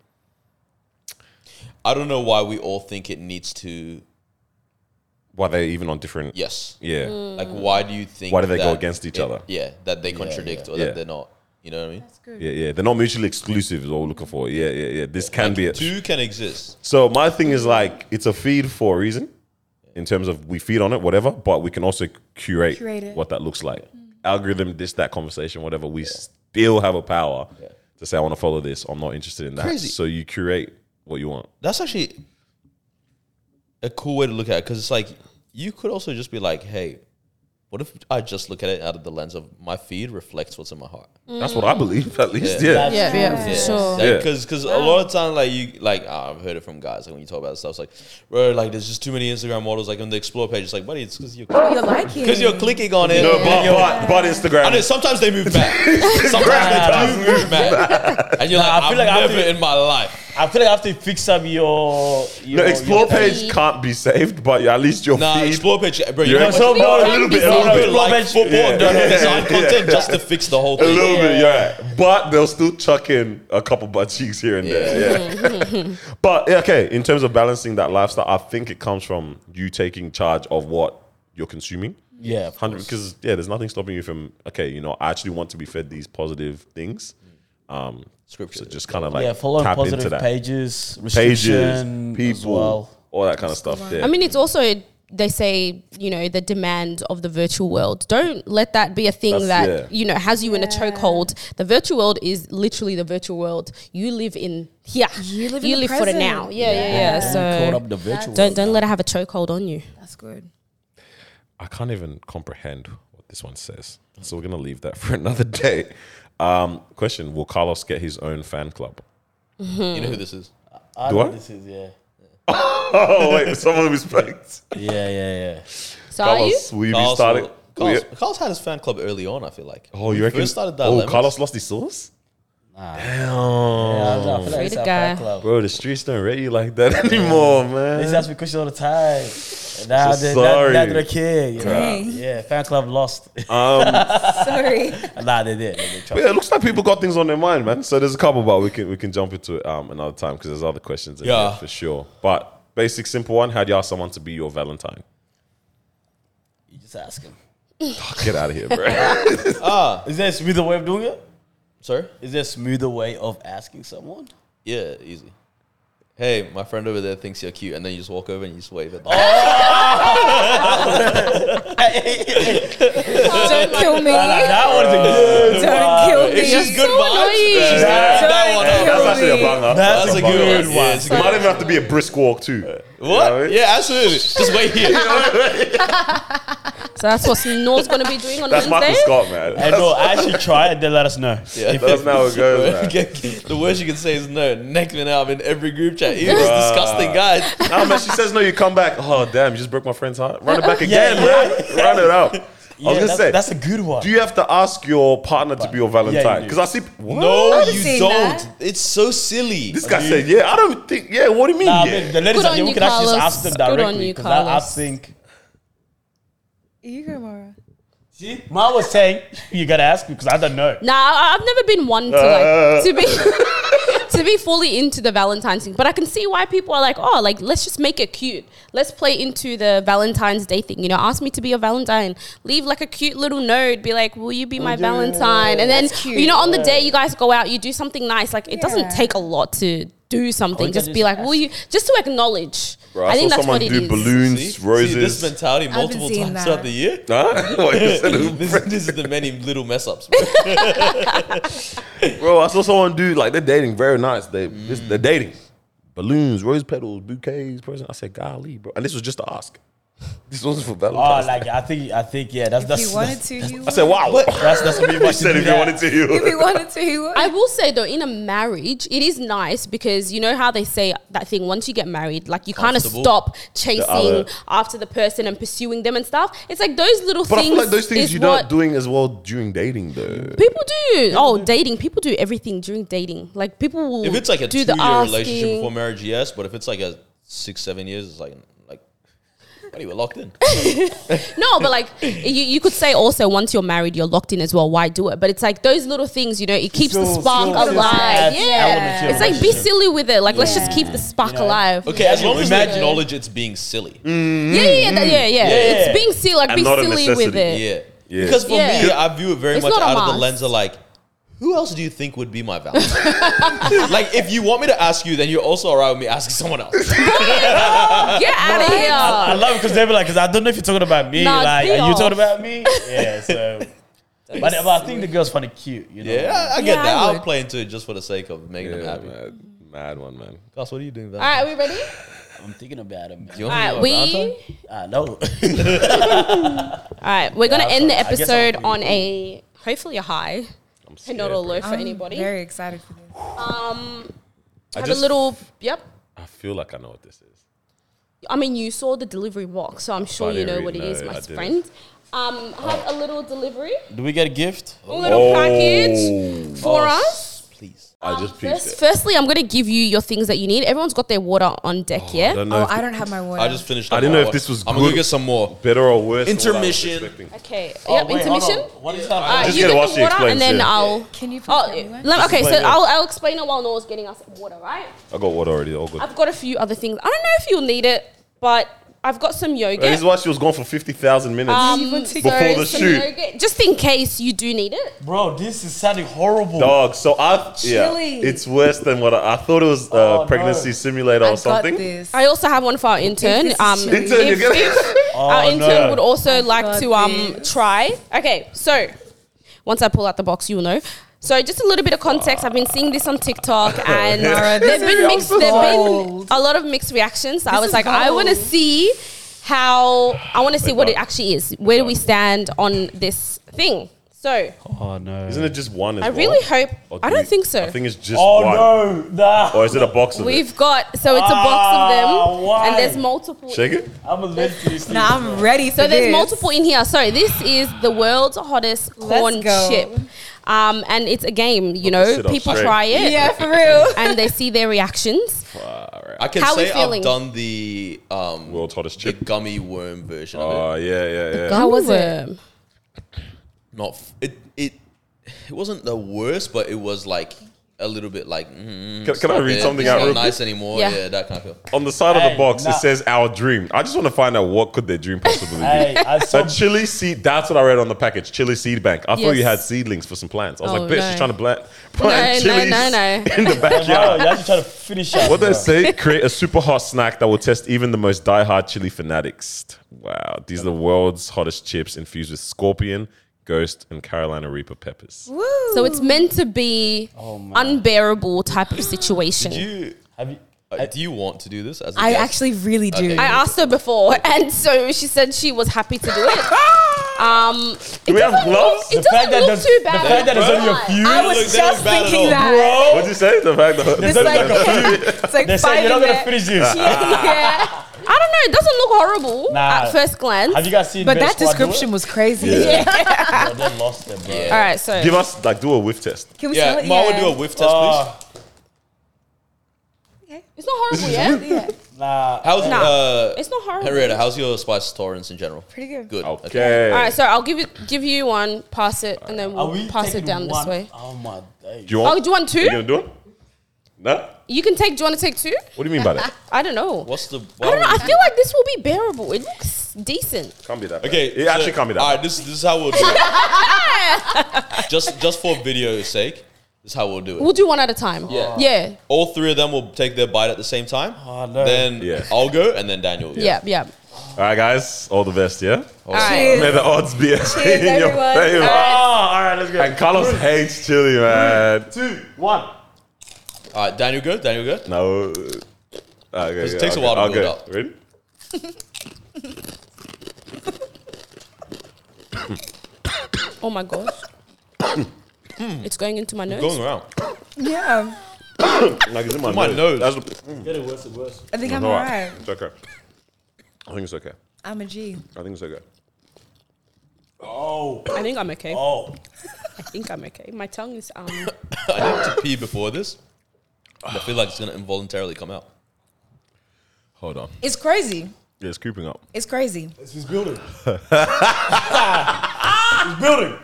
[SPEAKER 1] I don't know why we all think it needs to.
[SPEAKER 4] Why they're even on different.
[SPEAKER 1] Yes.
[SPEAKER 4] Yeah.
[SPEAKER 7] Mm.
[SPEAKER 1] Like, why do you think?
[SPEAKER 4] Why do they go
[SPEAKER 1] that
[SPEAKER 4] against each
[SPEAKER 1] it-
[SPEAKER 4] other?
[SPEAKER 1] Yeah, that they contradict or
[SPEAKER 4] Yeah.
[SPEAKER 1] that they're not. You know what I mean?
[SPEAKER 4] Yeah, yeah. They're not mutually exclusive is what we're looking for. Yeah, yeah, yeah. This can be it.
[SPEAKER 1] Two can exist.
[SPEAKER 4] So my thing is like it's a feed for a reason in terms of we feed on it, whatever, but we can also curate,
[SPEAKER 7] Curate it. Mm.
[SPEAKER 4] what that looks like. Algorithm, this, that conversation, whatever. We still have a power to say, I want to follow this. I'm not interested in that.
[SPEAKER 1] Crazy.
[SPEAKER 4] So you curate what you want.
[SPEAKER 1] That's actually a cool way to look at it because it's like you could also just be like, hey, what if I just look at it out of the lens of my feed reflects what's in my heart?
[SPEAKER 4] That's
[SPEAKER 7] Mm.
[SPEAKER 4] what I believe, at least. Yeah.
[SPEAKER 5] That's
[SPEAKER 2] Yeah, yeah, for sure.
[SPEAKER 4] Yeah.
[SPEAKER 1] Because because a lot of time like you like ah, I've heard it from guys like when you talk about stuff it's like bro like there's just too many Instagram models like on the explore page it's like buddy it's because you're
[SPEAKER 7] You're liking.
[SPEAKER 1] because you're clicking on it
[SPEAKER 4] No, but, but, but Instagram.
[SPEAKER 1] I know sometimes they move back sometimes they do move back and you're
[SPEAKER 5] Nah,
[SPEAKER 1] like
[SPEAKER 5] I
[SPEAKER 1] I
[SPEAKER 5] feel
[SPEAKER 1] feel
[SPEAKER 5] like
[SPEAKER 1] have
[SPEAKER 5] after
[SPEAKER 1] never
[SPEAKER 5] you-
[SPEAKER 1] in my life
[SPEAKER 5] I feel like after you fix up your, your
[SPEAKER 4] no, explore
[SPEAKER 5] your
[SPEAKER 4] page can't be saved, but at least your
[SPEAKER 1] nah
[SPEAKER 4] feed.
[SPEAKER 1] explore page bro you
[SPEAKER 4] Your
[SPEAKER 1] know
[SPEAKER 4] explore
[SPEAKER 1] what?
[SPEAKER 4] page, a little bit, a
[SPEAKER 1] Bro,
[SPEAKER 4] little bit.
[SPEAKER 1] like football
[SPEAKER 4] Yeah.
[SPEAKER 1] no, no, design
[SPEAKER 4] Yeah.
[SPEAKER 1] content just to fix the whole
[SPEAKER 4] A
[SPEAKER 1] thing
[SPEAKER 4] little bit, yeah. But they'll still chuck in a couple butt cheeks here and there. Yeah. but yeah, okay, in terms of balancing that lifestyle, I think it comes from you taking charge of what you're consuming.
[SPEAKER 5] Yeah, of
[SPEAKER 4] hundred because yeah, there's nothing stopping you from okay, you know, I actually want to be fed these positive things. Um,
[SPEAKER 1] Scripture.
[SPEAKER 4] so just kind of like
[SPEAKER 5] Mm. yeah, follow
[SPEAKER 4] tap into
[SPEAKER 5] positive
[SPEAKER 4] that.
[SPEAKER 5] pages,
[SPEAKER 4] pages,
[SPEAKER 5] restriction,
[SPEAKER 4] people,
[SPEAKER 5] as well.
[SPEAKER 4] all that kind of stuff. Yeah.
[SPEAKER 2] I mean, it's also they say you know the demand of the virtual world. Don't let that be a thing
[SPEAKER 4] That's-
[SPEAKER 2] that
[SPEAKER 4] yeah.
[SPEAKER 2] you know has you in a chokehold. The virtual world is literally the virtual world. You live in here.
[SPEAKER 7] You live in the
[SPEAKER 2] for the
[SPEAKER 7] present.
[SPEAKER 2] now. Yeah, yeah, yeah.
[SPEAKER 5] Caught
[SPEAKER 2] So
[SPEAKER 5] up the virtual.
[SPEAKER 2] don't don't let it have a chokehold on you.
[SPEAKER 7] That's good.
[SPEAKER 4] I can't even comprehend what this one says. So we're gonna leave that for another day. Um, question: Will Carlos get his own fan club?
[SPEAKER 1] you know who this is
[SPEAKER 5] I
[SPEAKER 4] Do
[SPEAKER 5] know
[SPEAKER 4] I?
[SPEAKER 5] This is yeah,
[SPEAKER 4] Oh wait, someone we spoke. to.
[SPEAKER 5] yeah, yeah, yeah.
[SPEAKER 2] So are you?
[SPEAKER 4] Carlos, will you be
[SPEAKER 1] Carlos,
[SPEAKER 4] starting?
[SPEAKER 1] Carlos,
[SPEAKER 4] will you-
[SPEAKER 1] Carlos had his fan club early on I feel like
[SPEAKER 4] oh, you reckon?
[SPEAKER 1] first started that
[SPEAKER 4] oh,
[SPEAKER 1] lemons.
[SPEAKER 4] Carlos lost his sauce.
[SPEAKER 5] Nah.
[SPEAKER 4] Damn,
[SPEAKER 5] Yeah, I feel like
[SPEAKER 2] Free
[SPEAKER 5] it's
[SPEAKER 2] to
[SPEAKER 5] a
[SPEAKER 2] go.
[SPEAKER 5] fan club.
[SPEAKER 4] bro, the streets don't rate you like that anymore,
[SPEAKER 5] They
[SPEAKER 4] man.
[SPEAKER 5] just ask me questions all the time. Nah,
[SPEAKER 4] So
[SPEAKER 5] they-
[SPEAKER 4] sorry.
[SPEAKER 5] That, that, they're a kid, you know?
[SPEAKER 7] Dang.
[SPEAKER 5] Yeah, fan club lost.
[SPEAKER 7] Sorry.
[SPEAKER 5] nah, they did. They did.
[SPEAKER 4] Um, But yeah, it looks like people got things on their mind, man. So there's a couple, but we can we can jump into it um, another time because there's other questions. in
[SPEAKER 1] Yeah.
[SPEAKER 4] there for sure. But basic, simple one: How do you ask someone to be your Valentine?
[SPEAKER 5] You just ask him.
[SPEAKER 4] Get out of here, bro.
[SPEAKER 5] Is there a smoother way of doing it?
[SPEAKER 1] sorry
[SPEAKER 5] Is there a smoother way of asking someone?
[SPEAKER 1] Yeah, easy. Hey, my friend over there thinks you're cute, and then you just walk over and you just wave at them.
[SPEAKER 7] Don't kill me.
[SPEAKER 5] that one's a good
[SPEAKER 7] Don't kill me.
[SPEAKER 1] It's just good vibes.
[SPEAKER 2] annoying.
[SPEAKER 1] She's had
[SPEAKER 7] Don't
[SPEAKER 1] that one up.
[SPEAKER 7] kill
[SPEAKER 4] That's actually a
[SPEAKER 7] me.
[SPEAKER 4] banger.
[SPEAKER 5] That's a
[SPEAKER 4] banger.
[SPEAKER 5] good one.
[SPEAKER 1] Yeah, it's a
[SPEAKER 4] It
[SPEAKER 1] good-
[SPEAKER 4] might even have to be a brisk walk too. You know what I
[SPEAKER 1] What?
[SPEAKER 4] mean?
[SPEAKER 1] Yeah, absolutely. Just wait here.
[SPEAKER 2] So that's what Snor's going to be doing on
[SPEAKER 4] That's Michael
[SPEAKER 2] Wednesday.
[SPEAKER 4] Scott, man.
[SPEAKER 5] I know. I actually try and then let us know.
[SPEAKER 1] Yeah.
[SPEAKER 5] If
[SPEAKER 4] That's not how it goes, man.
[SPEAKER 1] the worst you can say is no. Neck me now. I'm in every group chat. Ew, this disgusting guys.
[SPEAKER 4] Nah, man, she says no, you come back. Oh, damn, you just broke my friend's heart. Run it back
[SPEAKER 5] Yeah,
[SPEAKER 4] again,
[SPEAKER 5] yeah.
[SPEAKER 4] man. Run it out. I was
[SPEAKER 5] Yeah,
[SPEAKER 4] gonna
[SPEAKER 5] that's,
[SPEAKER 4] say,
[SPEAKER 5] that's a good one.
[SPEAKER 4] do you have to ask your partner to be your
[SPEAKER 5] Yeah, you
[SPEAKER 4] Valentine?
[SPEAKER 5] do.
[SPEAKER 4] Because I see what?
[SPEAKER 1] No,
[SPEAKER 7] I've
[SPEAKER 1] you
[SPEAKER 7] seen
[SPEAKER 1] don't.
[SPEAKER 7] that.
[SPEAKER 1] It's so silly.
[SPEAKER 4] This guy said, yeah. I don't think. Yeah, what do you mean?
[SPEAKER 5] Nah,
[SPEAKER 4] yeah.
[SPEAKER 5] man, Uh, the ladies
[SPEAKER 2] Good
[SPEAKER 5] out
[SPEAKER 2] on
[SPEAKER 5] there, we
[SPEAKER 2] you,
[SPEAKER 5] can actually just
[SPEAKER 2] Carlos.
[SPEAKER 5] ask them
[SPEAKER 2] Good on
[SPEAKER 5] directly.
[SPEAKER 2] you,
[SPEAKER 5] Because I, I
[SPEAKER 2] Carlos.
[SPEAKER 5] think.
[SPEAKER 7] You go, Mara.
[SPEAKER 5] See, Ma was saying you gotta ask me because I don't know.
[SPEAKER 2] Nah, I- I've never been one to
[SPEAKER 4] Uh.
[SPEAKER 2] like to be to be fully into the Valentine's thing, but I can see why people are like, oh, like let's just make it cute. Let's play into the Valentine's Day thing. You know, ask me to be your Valentine. Leave like a cute little note. Be like, will you be
[SPEAKER 4] Oh,
[SPEAKER 2] my Valentine? And then
[SPEAKER 7] That's cute.
[SPEAKER 2] you know, on the day you guys go out, you do something nice. Like it doesn't
[SPEAKER 7] Yeah.
[SPEAKER 2] take a lot to do something.
[SPEAKER 5] can
[SPEAKER 2] Just
[SPEAKER 5] just
[SPEAKER 2] be like,
[SPEAKER 5] ask.
[SPEAKER 2] will you? Just to acknowledge.
[SPEAKER 4] Bro, I,
[SPEAKER 2] I
[SPEAKER 4] saw
[SPEAKER 2] think that's
[SPEAKER 4] someone
[SPEAKER 2] what it
[SPEAKER 4] do
[SPEAKER 2] is.
[SPEAKER 1] See?
[SPEAKER 4] balloons,
[SPEAKER 1] See,
[SPEAKER 4] roses.
[SPEAKER 1] this mentality
[SPEAKER 7] haven't
[SPEAKER 1] multiple
[SPEAKER 7] seen
[SPEAKER 1] times
[SPEAKER 7] that.
[SPEAKER 1] throughout the year.
[SPEAKER 4] Huh? What you said,
[SPEAKER 1] this, this is the many little mess ups. bro.
[SPEAKER 4] Bro, I saw someone do like they're dating very nice. They this, they're dating balloons, rose petals, bouquets. Person, I said, golly, bro. And this was just to ask. This wasn't for
[SPEAKER 5] Oh,
[SPEAKER 4] Valentine's.
[SPEAKER 5] like I think I think yeah, that's
[SPEAKER 7] If
[SPEAKER 5] that's
[SPEAKER 7] you wanted
[SPEAKER 5] that's
[SPEAKER 7] to, you
[SPEAKER 4] I
[SPEAKER 7] would.
[SPEAKER 4] said, wow. What?
[SPEAKER 5] that's, that's what we
[SPEAKER 4] you
[SPEAKER 5] must
[SPEAKER 4] said
[SPEAKER 5] do
[SPEAKER 4] if you
[SPEAKER 5] that.
[SPEAKER 4] wanted to.
[SPEAKER 7] If you wanted to, you would.
[SPEAKER 2] I will say though, in a marriage, it is nice because you know how they say that thing. Once you get married, like you kind of
[SPEAKER 1] Comfortable.
[SPEAKER 2] stop chasing
[SPEAKER 4] other-
[SPEAKER 2] after the person and pursuing them and stuff. It's like those little
[SPEAKER 4] But I
[SPEAKER 2] things.
[SPEAKER 4] feel like those things
[SPEAKER 2] is
[SPEAKER 4] you're not
[SPEAKER 2] what
[SPEAKER 4] doing as well during dating, though.
[SPEAKER 2] People do. Oh, dating. People do everything during dating. Like people will.
[SPEAKER 1] if it's like a two
[SPEAKER 2] do the
[SPEAKER 1] year relationship
[SPEAKER 2] asking.
[SPEAKER 1] before marriage, yes. But if it's like a six, seven years, it's like like buddy, we're locked in.
[SPEAKER 2] No, but like you, you could say also once you're married, you're locked in as well. Why do it? But it's like those little things, you know, it keeps the
[SPEAKER 5] Still-
[SPEAKER 2] spark
[SPEAKER 5] still just
[SPEAKER 2] alive.
[SPEAKER 5] adds
[SPEAKER 2] Yeah,
[SPEAKER 5] element to your
[SPEAKER 2] it's like be
[SPEAKER 5] relationship.
[SPEAKER 2] silly with it. Like let's just keep the spark
[SPEAKER 5] You know?
[SPEAKER 2] alive.
[SPEAKER 1] Okay, as long as they
[SPEAKER 5] Imagine-
[SPEAKER 1] acknowledge it's being silly.
[SPEAKER 2] Yeah, yeah, yeah, that- yeah, yeah.
[SPEAKER 5] Mm, Yeah.
[SPEAKER 2] It's being silly, like
[SPEAKER 4] And
[SPEAKER 2] be
[SPEAKER 4] not a
[SPEAKER 2] silly
[SPEAKER 4] necessity.
[SPEAKER 2] with it.
[SPEAKER 1] Yeah.
[SPEAKER 4] Yeah.
[SPEAKER 1] Because for me,
[SPEAKER 2] Yeah.
[SPEAKER 1] I view it very
[SPEAKER 2] It's
[SPEAKER 1] much
[SPEAKER 2] not a
[SPEAKER 1] out of the
[SPEAKER 2] must.
[SPEAKER 1] lens of like, who else do you think would be my Valentine? like, if you want me to ask you, then you're also alright with me asking someone else.
[SPEAKER 2] Get out of here.
[SPEAKER 5] I love it because they're like, because I don't know if you're talking about me.
[SPEAKER 2] Nah,
[SPEAKER 5] like,
[SPEAKER 2] be
[SPEAKER 5] are you
[SPEAKER 2] off.
[SPEAKER 5] talking about me? Yeah. So, but, but I think the girls find it cute. You know.
[SPEAKER 1] Yeah, I, I get
[SPEAKER 2] Yeah,
[SPEAKER 1] that.
[SPEAKER 2] I
[SPEAKER 1] I will
[SPEAKER 2] would.
[SPEAKER 1] play into it just for the sake of making them happy.
[SPEAKER 4] man. Mad one, man.
[SPEAKER 1] Gus, what are you doing?
[SPEAKER 2] All right, we ready?
[SPEAKER 5] I'm thinking about it. Man.
[SPEAKER 1] You
[SPEAKER 2] All
[SPEAKER 1] want me
[SPEAKER 2] right,
[SPEAKER 1] to
[SPEAKER 2] we.
[SPEAKER 1] go Valentine?
[SPEAKER 5] I know.
[SPEAKER 2] All right, we're gonna
[SPEAKER 5] Yeah,
[SPEAKER 2] end the
[SPEAKER 5] I'll- I guess I'll
[SPEAKER 2] episode
[SPEAKER 5] be-
[SPEAKER 2] on a hopefully a high and not a low for
[SPEAKER 7] I'm
[SPEAKER 2] anybody.
[SPEAKER 7] Very excited for this.
[SPEAKER 2] um, have
[SPEAKER 4] just-
[SPEAKER 2] a little. Yep.
[SPEAKER 4] I feel like I know what this is.
[SPEAKER 2] I mean, you saw the delivery box, so I'm sure you
[SPEAKER 4] didn't
[SPEAKER 2] know
[SPEAKER 4] read-
[SPEAKER 2] what it
[SPEAKER 4] no,
[SPEAKER 2] is,
[SPEAKER 4] I
[SPEAKER 2] my
[SPEAKER 4] didn't.
[SPEAKER 2] friend. Um, have a little delivery,
[SPEAKER 5] Do we get a gift?
[SPEAKER 2] a little package for us.
[SPEAKER 1] Please.
[SPEAKER 4] Oh, I just peeped
[SPEAKER 2] First,
[SPEAKER 4] it.
[SPEAKER 2] firstly, I'm gonna give you your things that you need. Everyone's got their water on deck, yeah.
[SPEAKER 4] I don't know.
[SPEAKER 7] Oh,
[SPEAKER 4] if
[SPEAKER 7] I don't have my water.
[SPEAKER 1] I just finished.
[SPEAKER 4] I
[SPEAKER 1] up
[SPEAKER 4] didn't
[SPEAKER 1] my
[SPEAKER 4] know if
[SPEAKER 1] watch.
[SPEAKER 4] this was
[SPEAKER 1] I'm gonna
[SPEAKER 4] good.
[SPEAKER 1] go get some more.
[SPEAKER 4] better or worse. than what I was
[SPEAKER 1] Intermission.
[SPEAKER 4] expecting.
[SPEAKER 2] Okay.
[SPEAKER 5] Oh,
[SPEAKER 2] yep.
[SPEAKER 5] wait, hold on.
[SPEAKER 2] intermission.
[SPEAKER 5] What is
[SPEAKER 2] Uh,
[SPEAKER 5] that?
[SPEAKER 4] Just
[SPEAKER 2] you
[SPEAKER 4] get
[SPEAKER 2] get
[SPEAKER 4] it while
[SPEAKER 2] the
[SPEAKER 4] she
[SPEAKER 2] water,
[SPEAKER 4] explains
[SPEAKER 2] and then
[SPEAKER 4] it.
[SPEAKER 2] I'll.
[SPEAKER 7] Can you please
[SPEAKER 2] Oh,
[SPEAKER 7] tell me when?
[SPEAKER 2] let- okay, so
[SPEAKER 4] explain it.
[SPEAKER 2] I'll, I'll explain it while Noah's getting us water, right?
[SPEAKER 4] I got water already. All good.
[SPEAKER 2] I've got a few other things. I don't know if you'll need it, but I've got some yogurt.
[SPEAKER 4] This is why she was gone for 50,000 minutes.
[SPEAKER 7] Um,
[SPEAKER 2] Um, so
[SPEAKER 4] Before the
[SPEAKER 2] some
[SPEAKER 4] shoot.
[SPEAKER 2] yogurt, just in case you do need it.
[SPEAKER 5] Bro, this is sounding horrible.
[SPEAKER 4] Dog, so I yeah,
[SPEAKER 7] Chili.
[SPEAKER 4] it's worse than what I, I thought it was
[SPEAKER 5] Oh,
[SPEAKER 4] uh,
[SPEAKER 5] no.
[SPEAKER 4] pregnancy simulator
[SPEAKER 7] I
[SPEAKER 4] or
[SPEAKER 7] got
[SPEAKER 4] something.
[SPEAKER 7] this.
[SPEAKER 2] I also have one for our intern.
[SPEAKER 7] this is
[SPEAKER 2] Um,
[SPEAKER 7] chili.
[SPEAKER 4] Intern, you're
[SPEAKER 2] if,
[SPEAKER 4] gonna-
[SPEAKER 2] if our
[SPEAKER 5] Oh,
[SPEAKER 2] intern
[SPEAKER 5] no.
[SPEAKER 2] would also like
[SPEAKER 7] got
[SPEAKER 2] to um
[SPEAKER 7] this.
[SPEAKER 2] try. Okay, so once I pull out the box, you'll know. So just a little bit of context. I've been seeing this on TikTok, and
[SPEAKER 7] Mara,
[SPEAKER 2] there've
[SPEAKER 7] this
[SPEAKER 2] been
[SPEAKER 7] is
[SPEAKER 2] mixed. There've been
[SPEAKER 7] gold.
[SPEAKER 2] a lot of mixed reactions. So I
[SPEAKER 7] This
[SPEAKER 2] was
[SPEAKER 7] is
[SPEAKER 2] like, I want to
[SPEAKER 7] gold.
[SPEAKER 2] see how. I want to see what it
[SPEAKER 4] God.
[SPEAKER 2] actually is. Where do we stand on this thing? So
[SPEAKER 5] Oh no.
[SPEAKER 4] Isn't it just one as
[SPEAKER 2] I
[SPEAKER 4] well?
[SPEAKER 2] really hope.
[SPEAKER 4] Or
[SPEAKER 2] I
[SPEAKER 4] Oh, do
[SPEAKER 2] don't
[SPEAKER 4] you-
[SPEAKER 2] think so.
[SPEAKER 4] I think it's just
[SPEAKER 5] Oh
[SPEAKER 4] one,
[SPEAKER 5] no. Nah.
[SPEAKER 4] Or is it a box of it?
[SPEAKER 2] We've got so it's a box
[SPEAKER 5] Ah,
[SPEAKER 2] of them,
[SPEAKER 5] why?
[SPEAKER 2] and there's multiple.
[SPEAKER 4] Shake it?
[SPEAKER 5] I'm allergic to this thing.
[SPEAKER 3] Now I'm ready for
[SPEAKER 2] So there's
[SPEAKER 3] this.
[SPEAKER 2] multiple in here. So this is the world's hottest corn
[SPEAKER 3] go.
[SPEAKER 2] chip. Um, and it's a game, you
[SPEAKER 4] Fucking
[SPEAKER 2] know,
[SPEAKER 4] sit up
[SPEAKER 2] people
[SPEAKER 4] straight.
[SPEAKER 2] try it
[SPEAKER 3] Yeah, for real.
[SPEAKER 2] and they see their reactions.
[SPEAKER 1] I can
[SPEAKER 2] How we
[SPEAKER 1] say
[SPEAKER 2] feeling?
[SPEAKER 1] I've done the um
[SPEAKER 4] World's hottest
[SPEAKER 1] the
[SPEAKER 4] chip.
[SPEAKER 1] gummy worm version of it.
[SPEAKER 4] Oh, yeah, yeah, yeah.
[SPEAKER 2] How
[SPEAKER 7] was it?
[SPEAKER 1] Not f- it it it wasn't the worst, but it was like a little bit like mm,
[SPEAKER 4] Can, can I
[SPEAKER 1] stop
[SPEAKER 4] read
[SPEAKER 1] it.
[SPEAKER 4] something
[SPEAKER 1] It's
[SPEAKER 4] out
[SPEAKER 1] not
[SPEAKER 4] real quick?
[SPEAKER 1] nice anymore.
[SPEAKER 2] Yeah.
[SPEAKER 1] Yeah. that kind of feel.
[SPEAKER 4] On the side of
[SPEAKER 5] Hey,
[SPEAKER 4] the box,
[SPEAKER 5] nah.
[SPEAKER 4] it says our dream. I just want to find out what could their dream possibly be.
[SPEAKER 5] Hey, I saw
[SPEAKER 4] A chili seed. That's what I read on the package. Chili seed bank. I thought you
[SPEAKER 2] Yes.
[SPEAKER 4] had seedlings for some plants. I was
[SPEAKER 2] Oh,
[SPEAKER 4] like, bitch,
[SPEAKER 2] no.
[SPEAKER 4] she's trying to plant, plant
[SPEAKER 2] No, no,
[SPEAKER 4] chilies
[SPEAKER 2] no, no.
[SPEAKER 4] in the
[SPEAKER 5] Bro,
[SPEAKER 4] backyard.
[SPEAKER 5] you actually trying to finish up.
[SPEAKER 4] What
[SPEAKER 5] bro.
[SPEAKER 4] they say? Create a super hot snack that will test even the most die-hard chili fanatics. Wow, these are the world's hottest chips infused with scorpion, ghost, and Carolina Reaper peppers.
[SPEAKER 2] So it's meant to be unbearable type of situation.
[SPEAKER 1] You,
[SPEAKER 5] Have Oh, you,
[SPEAKER 1] uh, do you want to do this? As a
[SPEAKER 3] I
[SPEAKER 1] guest?
[SPEAKER 3] actually really do.
[SPEAKER 2] I asked her before and so she said she was happy to do it. Um,
[SPEAKER 4] Do we have gloves?
[SPEAKER 2] it
[SPEAKER 5] The fact
[SPEAKER 2] doesn't
[SPEAKER 5] that
[SPEAKER 2] look
[SPEAKER 5] there's-
[SPEAKER 2] too bad.
[SPEAKER 5] The fact that there's only a few.
[SPEAKER 3] I
[SPEAKER 1] look,
[SPEAKER 3] was
[SPEAKER 1] that
[SPEAKER 3] just
[SPEAKER 1] was bad at
[SPEAKER 3] thinking
[SPEAKER 1] all.
[SPEAKER 3] that.
[SPEAKER 4] What'd you say? The fact that
[SPEAKER 5] There's
[SPEAKER 3] It's
[SPEAKER 5] only
[SPEAKER 3] like,
[SPEAKER 5] like a few.
[SPEAKER 3] it's like
[SPEAKER 5] They
[SPEAKER 3] five
[SPEAKER 5] said you're
[SPEAKER 3] in
[SPEAKER 5] not gonna
[SPEAKER 3] there.
[SPEAKER 5] finish this.
[SPEAKER 3] yeah.
[SPEAKER 2] I don't know. It doesn't look horrible
[SPEAKER 5] Nah.
[SPEAKER 2] at first glance.
[SPEAKER 5] Have you guys seen?
[SPEAKER 3] But
[SPEAKER 5] Bear
[SPEAKER 3] that
[SPEAKER 5] Squad do it?
[SPEAKER 3] description was crazy.
[SPEAKER 5] Bro, they lost it, bro.
[SPEAKER 2] All right, so
[SPEAKER 4] Give us like do a whiff test.
[SPEAKER 3] Can we
[SPEAKER 1] Yeah,
[SPEAKER 3] smell it?
[SPEAKER 1] Ma would
[SPEAKER 3] Yeah.
[SPEAKER 1] do a whiff test, please.
[SPEAKER 5] Oh,
[SPEAKER 2] it's not horrible, yeah.
[SPEAKER 7] Yeah,
[SPEAKER 5] nah.
[SPEAKER 1] How's
[SPEAKER 2] Nah.
[SPEAKER 1] uh,
[SPEAKER 2] It's not horrible.
[SPEAKER 1] Henrietta? How's your spice tolerance in general?
[SPEAKER 7] pretty good.
[SPEAKER 1] Good.
[SPEAKER 4] Okay.
[SPEAKER 2] All right, so I'll give it, give you one, pass it, and then
[SPEAKER 5] Are
[SPEAKER 2] we'll
[SPEAKER 5] we
[SPEAKER 2] pass it
[SPEAKER 5] taking
[SPEAKER 2] down this
[SPEAKER 5] one?
[SPEAKER 2] way.
[SPEAKER 5] Oh my days.
[SPEAKER 4] Do you want?
[SPEAKER 2] Oh, do you want
[SPEAKER 4] You gonna
[SPEAKER 2] two?
[SPEAKER 4] do it? No.
[SPEAKER 2] You can take. Do you want to take two?
[SPEAKER 4] What do you mean by that?
[SPEAKER 2] I don't know.
[SPEAKER 1] What's the?
[SPEAKER 2] I don't know. I feel like this will be bearable. It looks decent.
[SPEAKER 4] Can't be that. bad.
[SPEAKER 1] Okay,
[SPEAKER 4] It actually can't be that.
[SPEAKER 1] All
[SPEAKER 4] bad.
[SPEAKER 1] right, this this is how we'll do it. just just for video's sake, this is how we'll do it.
[SPEAKER 2] We'll do one at a time.
[SPEAKER 1] Yeah.
[SPEAKER 2] Yeah. Yeah.
[SPEAKER 1] All three of them will take their bite at the same time.
[SPEAKER 5] Oh, no.
[SPEAKER 1] Then
[SPEAKER 4] Yeah.
[SPEAKER 1] I'll go, and then Daniel. will go.
[SPEAKER 2] Yeah.
[SPEAKER 4] All right, guys. All the best. Yeah.
[SPEAKER 2] All right.
[SPEAKER 3] Cheers.
[SPEAKER 4] May the odds be in your
[SPEAKER 3] everyone.
[SPEAKER 4] favor.
[SPEAKER 5] Oh, all right, let's go.
[SPEAKER 4] And Carlos hates chili, man.
[SPEAKER 5] Two, one.
[SPEAKER 1] All right, Daniel, go. Daniel, go.
[SPEAKER 4] No. Okay, okay,
[SPEAKER 1] it takes a
[SPEAKER 4] okay,
[SPEAKER 1] while to
[SPEAKER 4] okay.
[SPEAKER 1] build up.
[SPEAKER 4] Ready?
[SPEAKER 2] Oh my gosh. it's going into my nose.
[SPEAKER 1] Going around.
[SPEAKER 3] Yeah.
[SPEAKER 4] Like it's in my,
[SPEAKER 1] my nose.
[SPEAKER 4] That's mm,
[SPEAKER 5] Get it worse and worse.
[SPEAKER 7] I think
[SPEAKER 4] it's
[SPEAKER 7] I'm
[SPEAKER 4] all right.
[SPEAKER 7] alright.
[SPEAKER 4] It's okay. I think it's okay.
[SPEAKER 7] I'm a G.
[SPEAKER 4] I think it's okay.
[SPEAKER 5] Oh,
[SPEAKER 2] I think I'm okay.
[SPEAKER 5] oh.
[SPEAKER 2] I think I'm okay. My tongue is um.
[SPEAKER 1] I need to pee before this. And I feel like it's gonna involuntarily come out.
[SPEAKER 4] Hold on.
[SPEAKER 7] It's crazy.
[SPEAKER 4] Yeah, it's creeping up.
[SPEAKER 7] It's crazy.
[SPEAKER 5] It's his building. It's building.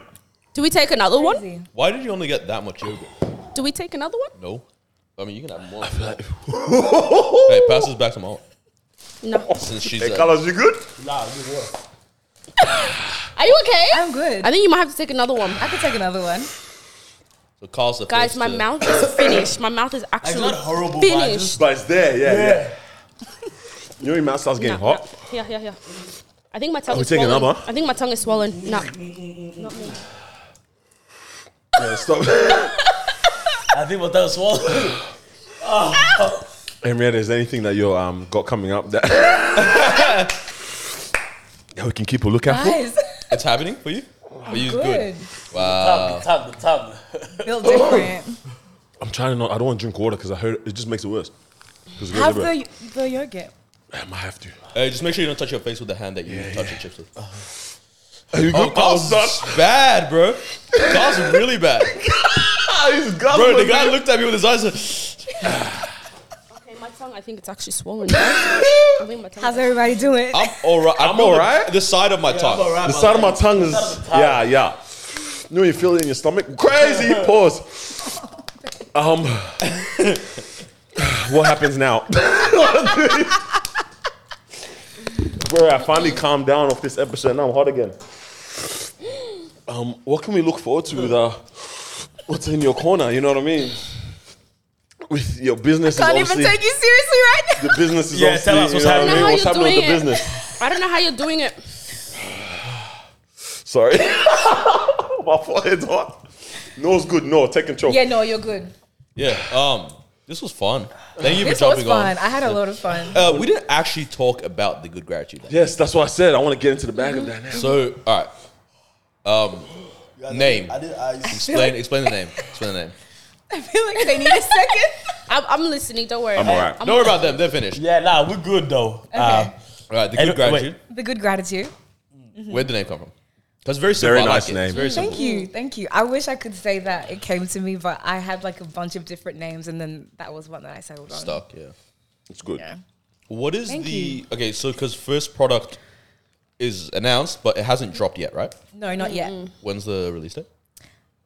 [SPEAKER 2] Do we take another one?
[SPEAKER 7] Crazy.
[SPEAKER 1] Why did you only get that much yogurt?
[SPEAKER 2] Do we take another one?
[SPEAKER 1] No. I mean, you can have more. hey, pass this back to Mom.
[SPEAKER 2] No.
[SPEAKER 1] Since she's
[SPEAKER 4] Hey,
[SPEAKER 1] uh,
[SPEAKER 4] Carlos, you good?
[SPEAKER 5] Nah, it's good work.
[SPEAKER 2] Are you okay?
[SPEAKER 7] I'm good.
[SPEAKER 2] I think you might have to take another one.
[SPEAKER 7] I could take another one.
[SPEAKER 1] so Carl's the
[SPEAKER 2] Guys,
[SPEAKER 1] first
[SPEAKER 2] my
[SPEAKER 1] to-
[SPEAKER 2] mouth is finished. My mouth is actually
[SPEAKER 5] not horrible, but I
[SPEAKER 2] finished.
[SPEAKER 5] just-
[SPEAKER 4] But it's there. Yeah, yeah.
[SPEAKER 5] Yeah.
[SPEAKER 4] You know your mouth starts getting
[SPEAKER 2] No,
[SPEAKER 4] hot.
[SPEAKER 2] no. Yeah, yeah, yeah. I think my tongue
[SPEAKER 4] we
[SPEAKER 2] is
[SPEAKER 4] taking
[SPEAKER 2] swollen.
[SPEAKER 4] another?
[SPEAKER 2] I think my tongue is swollen. No.
[SPEAKER 4] Yeah, stop.
[SPEAKER 5] I think what that was one.
[SPEAKER 4] Henrietta, is there anything that you um got coming up that Yeah, we can keep a lookout for?
[SPEAKER 7] Guys,
[SPEAKER 1] It's happening for you. Are you good?
[SPEAKER 7] Oh, good.
[SPEAKER 5] Top,
[SPEAKER 4] Uh,
[SPEAKER 5] top, the top.
[SPEAKER 7] Feel different.
[SPEAKER 4] I'm trying to not. I don't want to drink water because I heard it just makes it worse. 'Cause it goes
[SPEAKER 7] Have
[SPEAKER 4] everywhere.
[SPEAKER 7] the, the yogurt.
[SPEAKER 4] I might have to.
[SPEAKER 1] Hey, just make sure you don't touch your face with the hand that you touch your chips with. Oh,
[SPEAKER 4] Are you good?
[SPEAKER 1] Carl's bad, bro. Carl's really bad,
[SPEAKER 4] He's got
[SPEAKER 1] bro. The guy looked at me with his eyes. Like,
[SPEAKER 2] Okay, my tongue, I think it's actually swollen. I think my tongue
[SPEAKER 3] How's everybody doing?
[SPEAKER 1] I'm all right. I'm
[SPEAKER 4] all right?
[SPEAKER 1] The side of my tongue.
[SPEAKER 4] The side of my tongue is yeah, yeah. You know when you feel it in your stomach. Crazy pause. Um, what happens now? Bro, I finally calmed down off this episode. Now I'm hot again. Um, what can we look forward to with uh, what's in your corner? You know what I mean? With your business is
[SPEAKER 3] Can't even
[SPEAKER 4] obviously
[SPEAKER 3] take you seriously right now.
[SPEAKER 4] the business is
[SPEAKER 5] Yeah,
[SPEAKER 4] obviously
[SPEAKER 5] tell us what's
[SPEAKER 4] you know what I
[SPEAKER 5] happening.
[SPEAKER 4] mean?
[SPEAKER 2] Now
[SPEAKER 4] What's
[SPEAKER 2] you're
[SPEAKER 4] happening with the
[SPEAKER 2] doing it.
[SPEAKER 4] business?
[SPEAKER 2] I don't know how you're doing it.
[SPEAKER 4] Sorry. My forehead's hot. No's good. No, take control.
[SPEAKER 7] Yeah, no, you're good.
[SPEAKER 1] Yeah. Um. This was fun. Thank you
[SPEAKER 7] This
[SPEAKER 1] for
[SPEAKER 7] was
[SPEAKER 1] jumping
[SPEAKER 7] fun.
[SPEAKER 1] on.
[SPEAKER 7] I had a lot of fun.
[SPEAKER 1] Uh, we didn't actually talk about the good gratitude.
[SPEAKER 4] Yes, that's what I said. I want to get into the bag of
[SPEAKER 7] Mm-hmm.
[SPEAKER 4] that now.
[SPEAKER 1] So, all right. Um, name.
[SPEAKER 5] I did, I,
[SPEAKER 1] Explain. Explain the name. Explain the name.
[SPEAKER 7] I feel like they need a second.
[SPEAKER 2] I'm, I'm listening. Don't worry.
[SPEAKER 4] I'm all right.
[SPEAKER 1] Don't worry about them. They're finished.
[SPEAKER 5] yeah, nah, we're good though. Uh,
[SPEAKER 1] All right. The
[SPEAKER 5] And-
[SPEAKER 1] good gratitude.
[SPEAKER 7] The good gratitude.
[SPEAKER 1] Where'd the name come from? Because very simple.
[SPEAKER 4] Very
[SPEAKER 1] I like
[SPEAKER 4] nice
[SPEAKER 1] it.
[SPEAKER 4] name.
[SPEAKER 1] It's very simple.
[SPEAKER 7] Thank you, thank you. I wish I could say that it came to me, but I had like a bunch of different names, and then that was one that I settled on.
[SPEAKER 1] Stuck. Yeah.
[SPEAKER 4] It's good.
[SPEAKER 7] Yeah.
[SPEAKER 1] What is
[SPEAKER 7] Thank
[SPEAKER 1] the
[SPEAKER 7] you.
[SPEAKER 1] okay? So because first product is announced, but it hasn't dropped yet, right?
[SPEAKER 7] No, not yet.
[SPEAKER 1] When's the release date?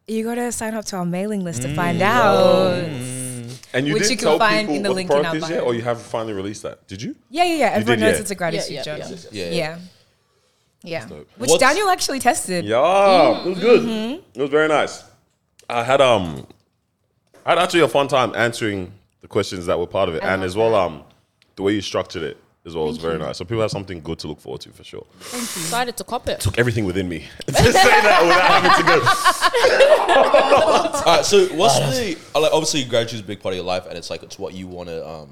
[SPEAKER 7] You gotta sign up to our mailing list to find
[SPEAKER 1] Mm.
[SPEAKER 7] out.
[SPEAKER 4] And you
[SPEAKER 7] Which
[SPEAKER 4] did
[SPEAKER 7] you can
[SPEAKER 4] tell
[SPEAKER 7] find
[SPEAKER 4] people
[SPEAKER 7] in the
[SPEAKER 4] what
[SPEAKER 7] link
[SPEAKER 4] the
[SPEAKER 7] in
[SPEAKER 4] product
[SPEAKER 7] our
[SPEAKER 4] is yet,
[SPEAKER 7] bio.
[SPEAKER 4] or you haven't finally released that? Did you?
[SPEAKER 7] Yeah, yeah, yeah. Everyone
[SPEAKER 4] did,
[SPEAKER 7] knows
[SPEAKER 4] yeah.
[SPEAKER 7] it's a gratitude
[SPEAKER 2] Yeah, yeah,
[SPEAKER 7] journal.
[SPEAKER 1] yeah.
[SPEAKER 7] Yeah,
[SPEAKER 1] Yeah, yeah.
[SPEAKER 7] Yeah. Which
[SPEAKER 1] What's-
[SPEAKER 7] Daniel actually tested.
[SPEAKER 4] Yeah,
[SPEAKER 7] Mm-hmm.
[SPEAKER 4] it was good. It was very nice. I had um, I had actually a fun time answering the questions that were part of it, and as well um, the way you structured it as well was very nice. So people have something good to look forward to for sure.
[SPEAKER 2] Decided to cop it.
[SPEAKER 4] Took everything within me to say that without having to go.
[SPEAKER 7] Oh.
[SPEAKER 1] All right. So what's the uh, like? Obviously, gratitude is a big part of your life, and it's like it's what you want to um,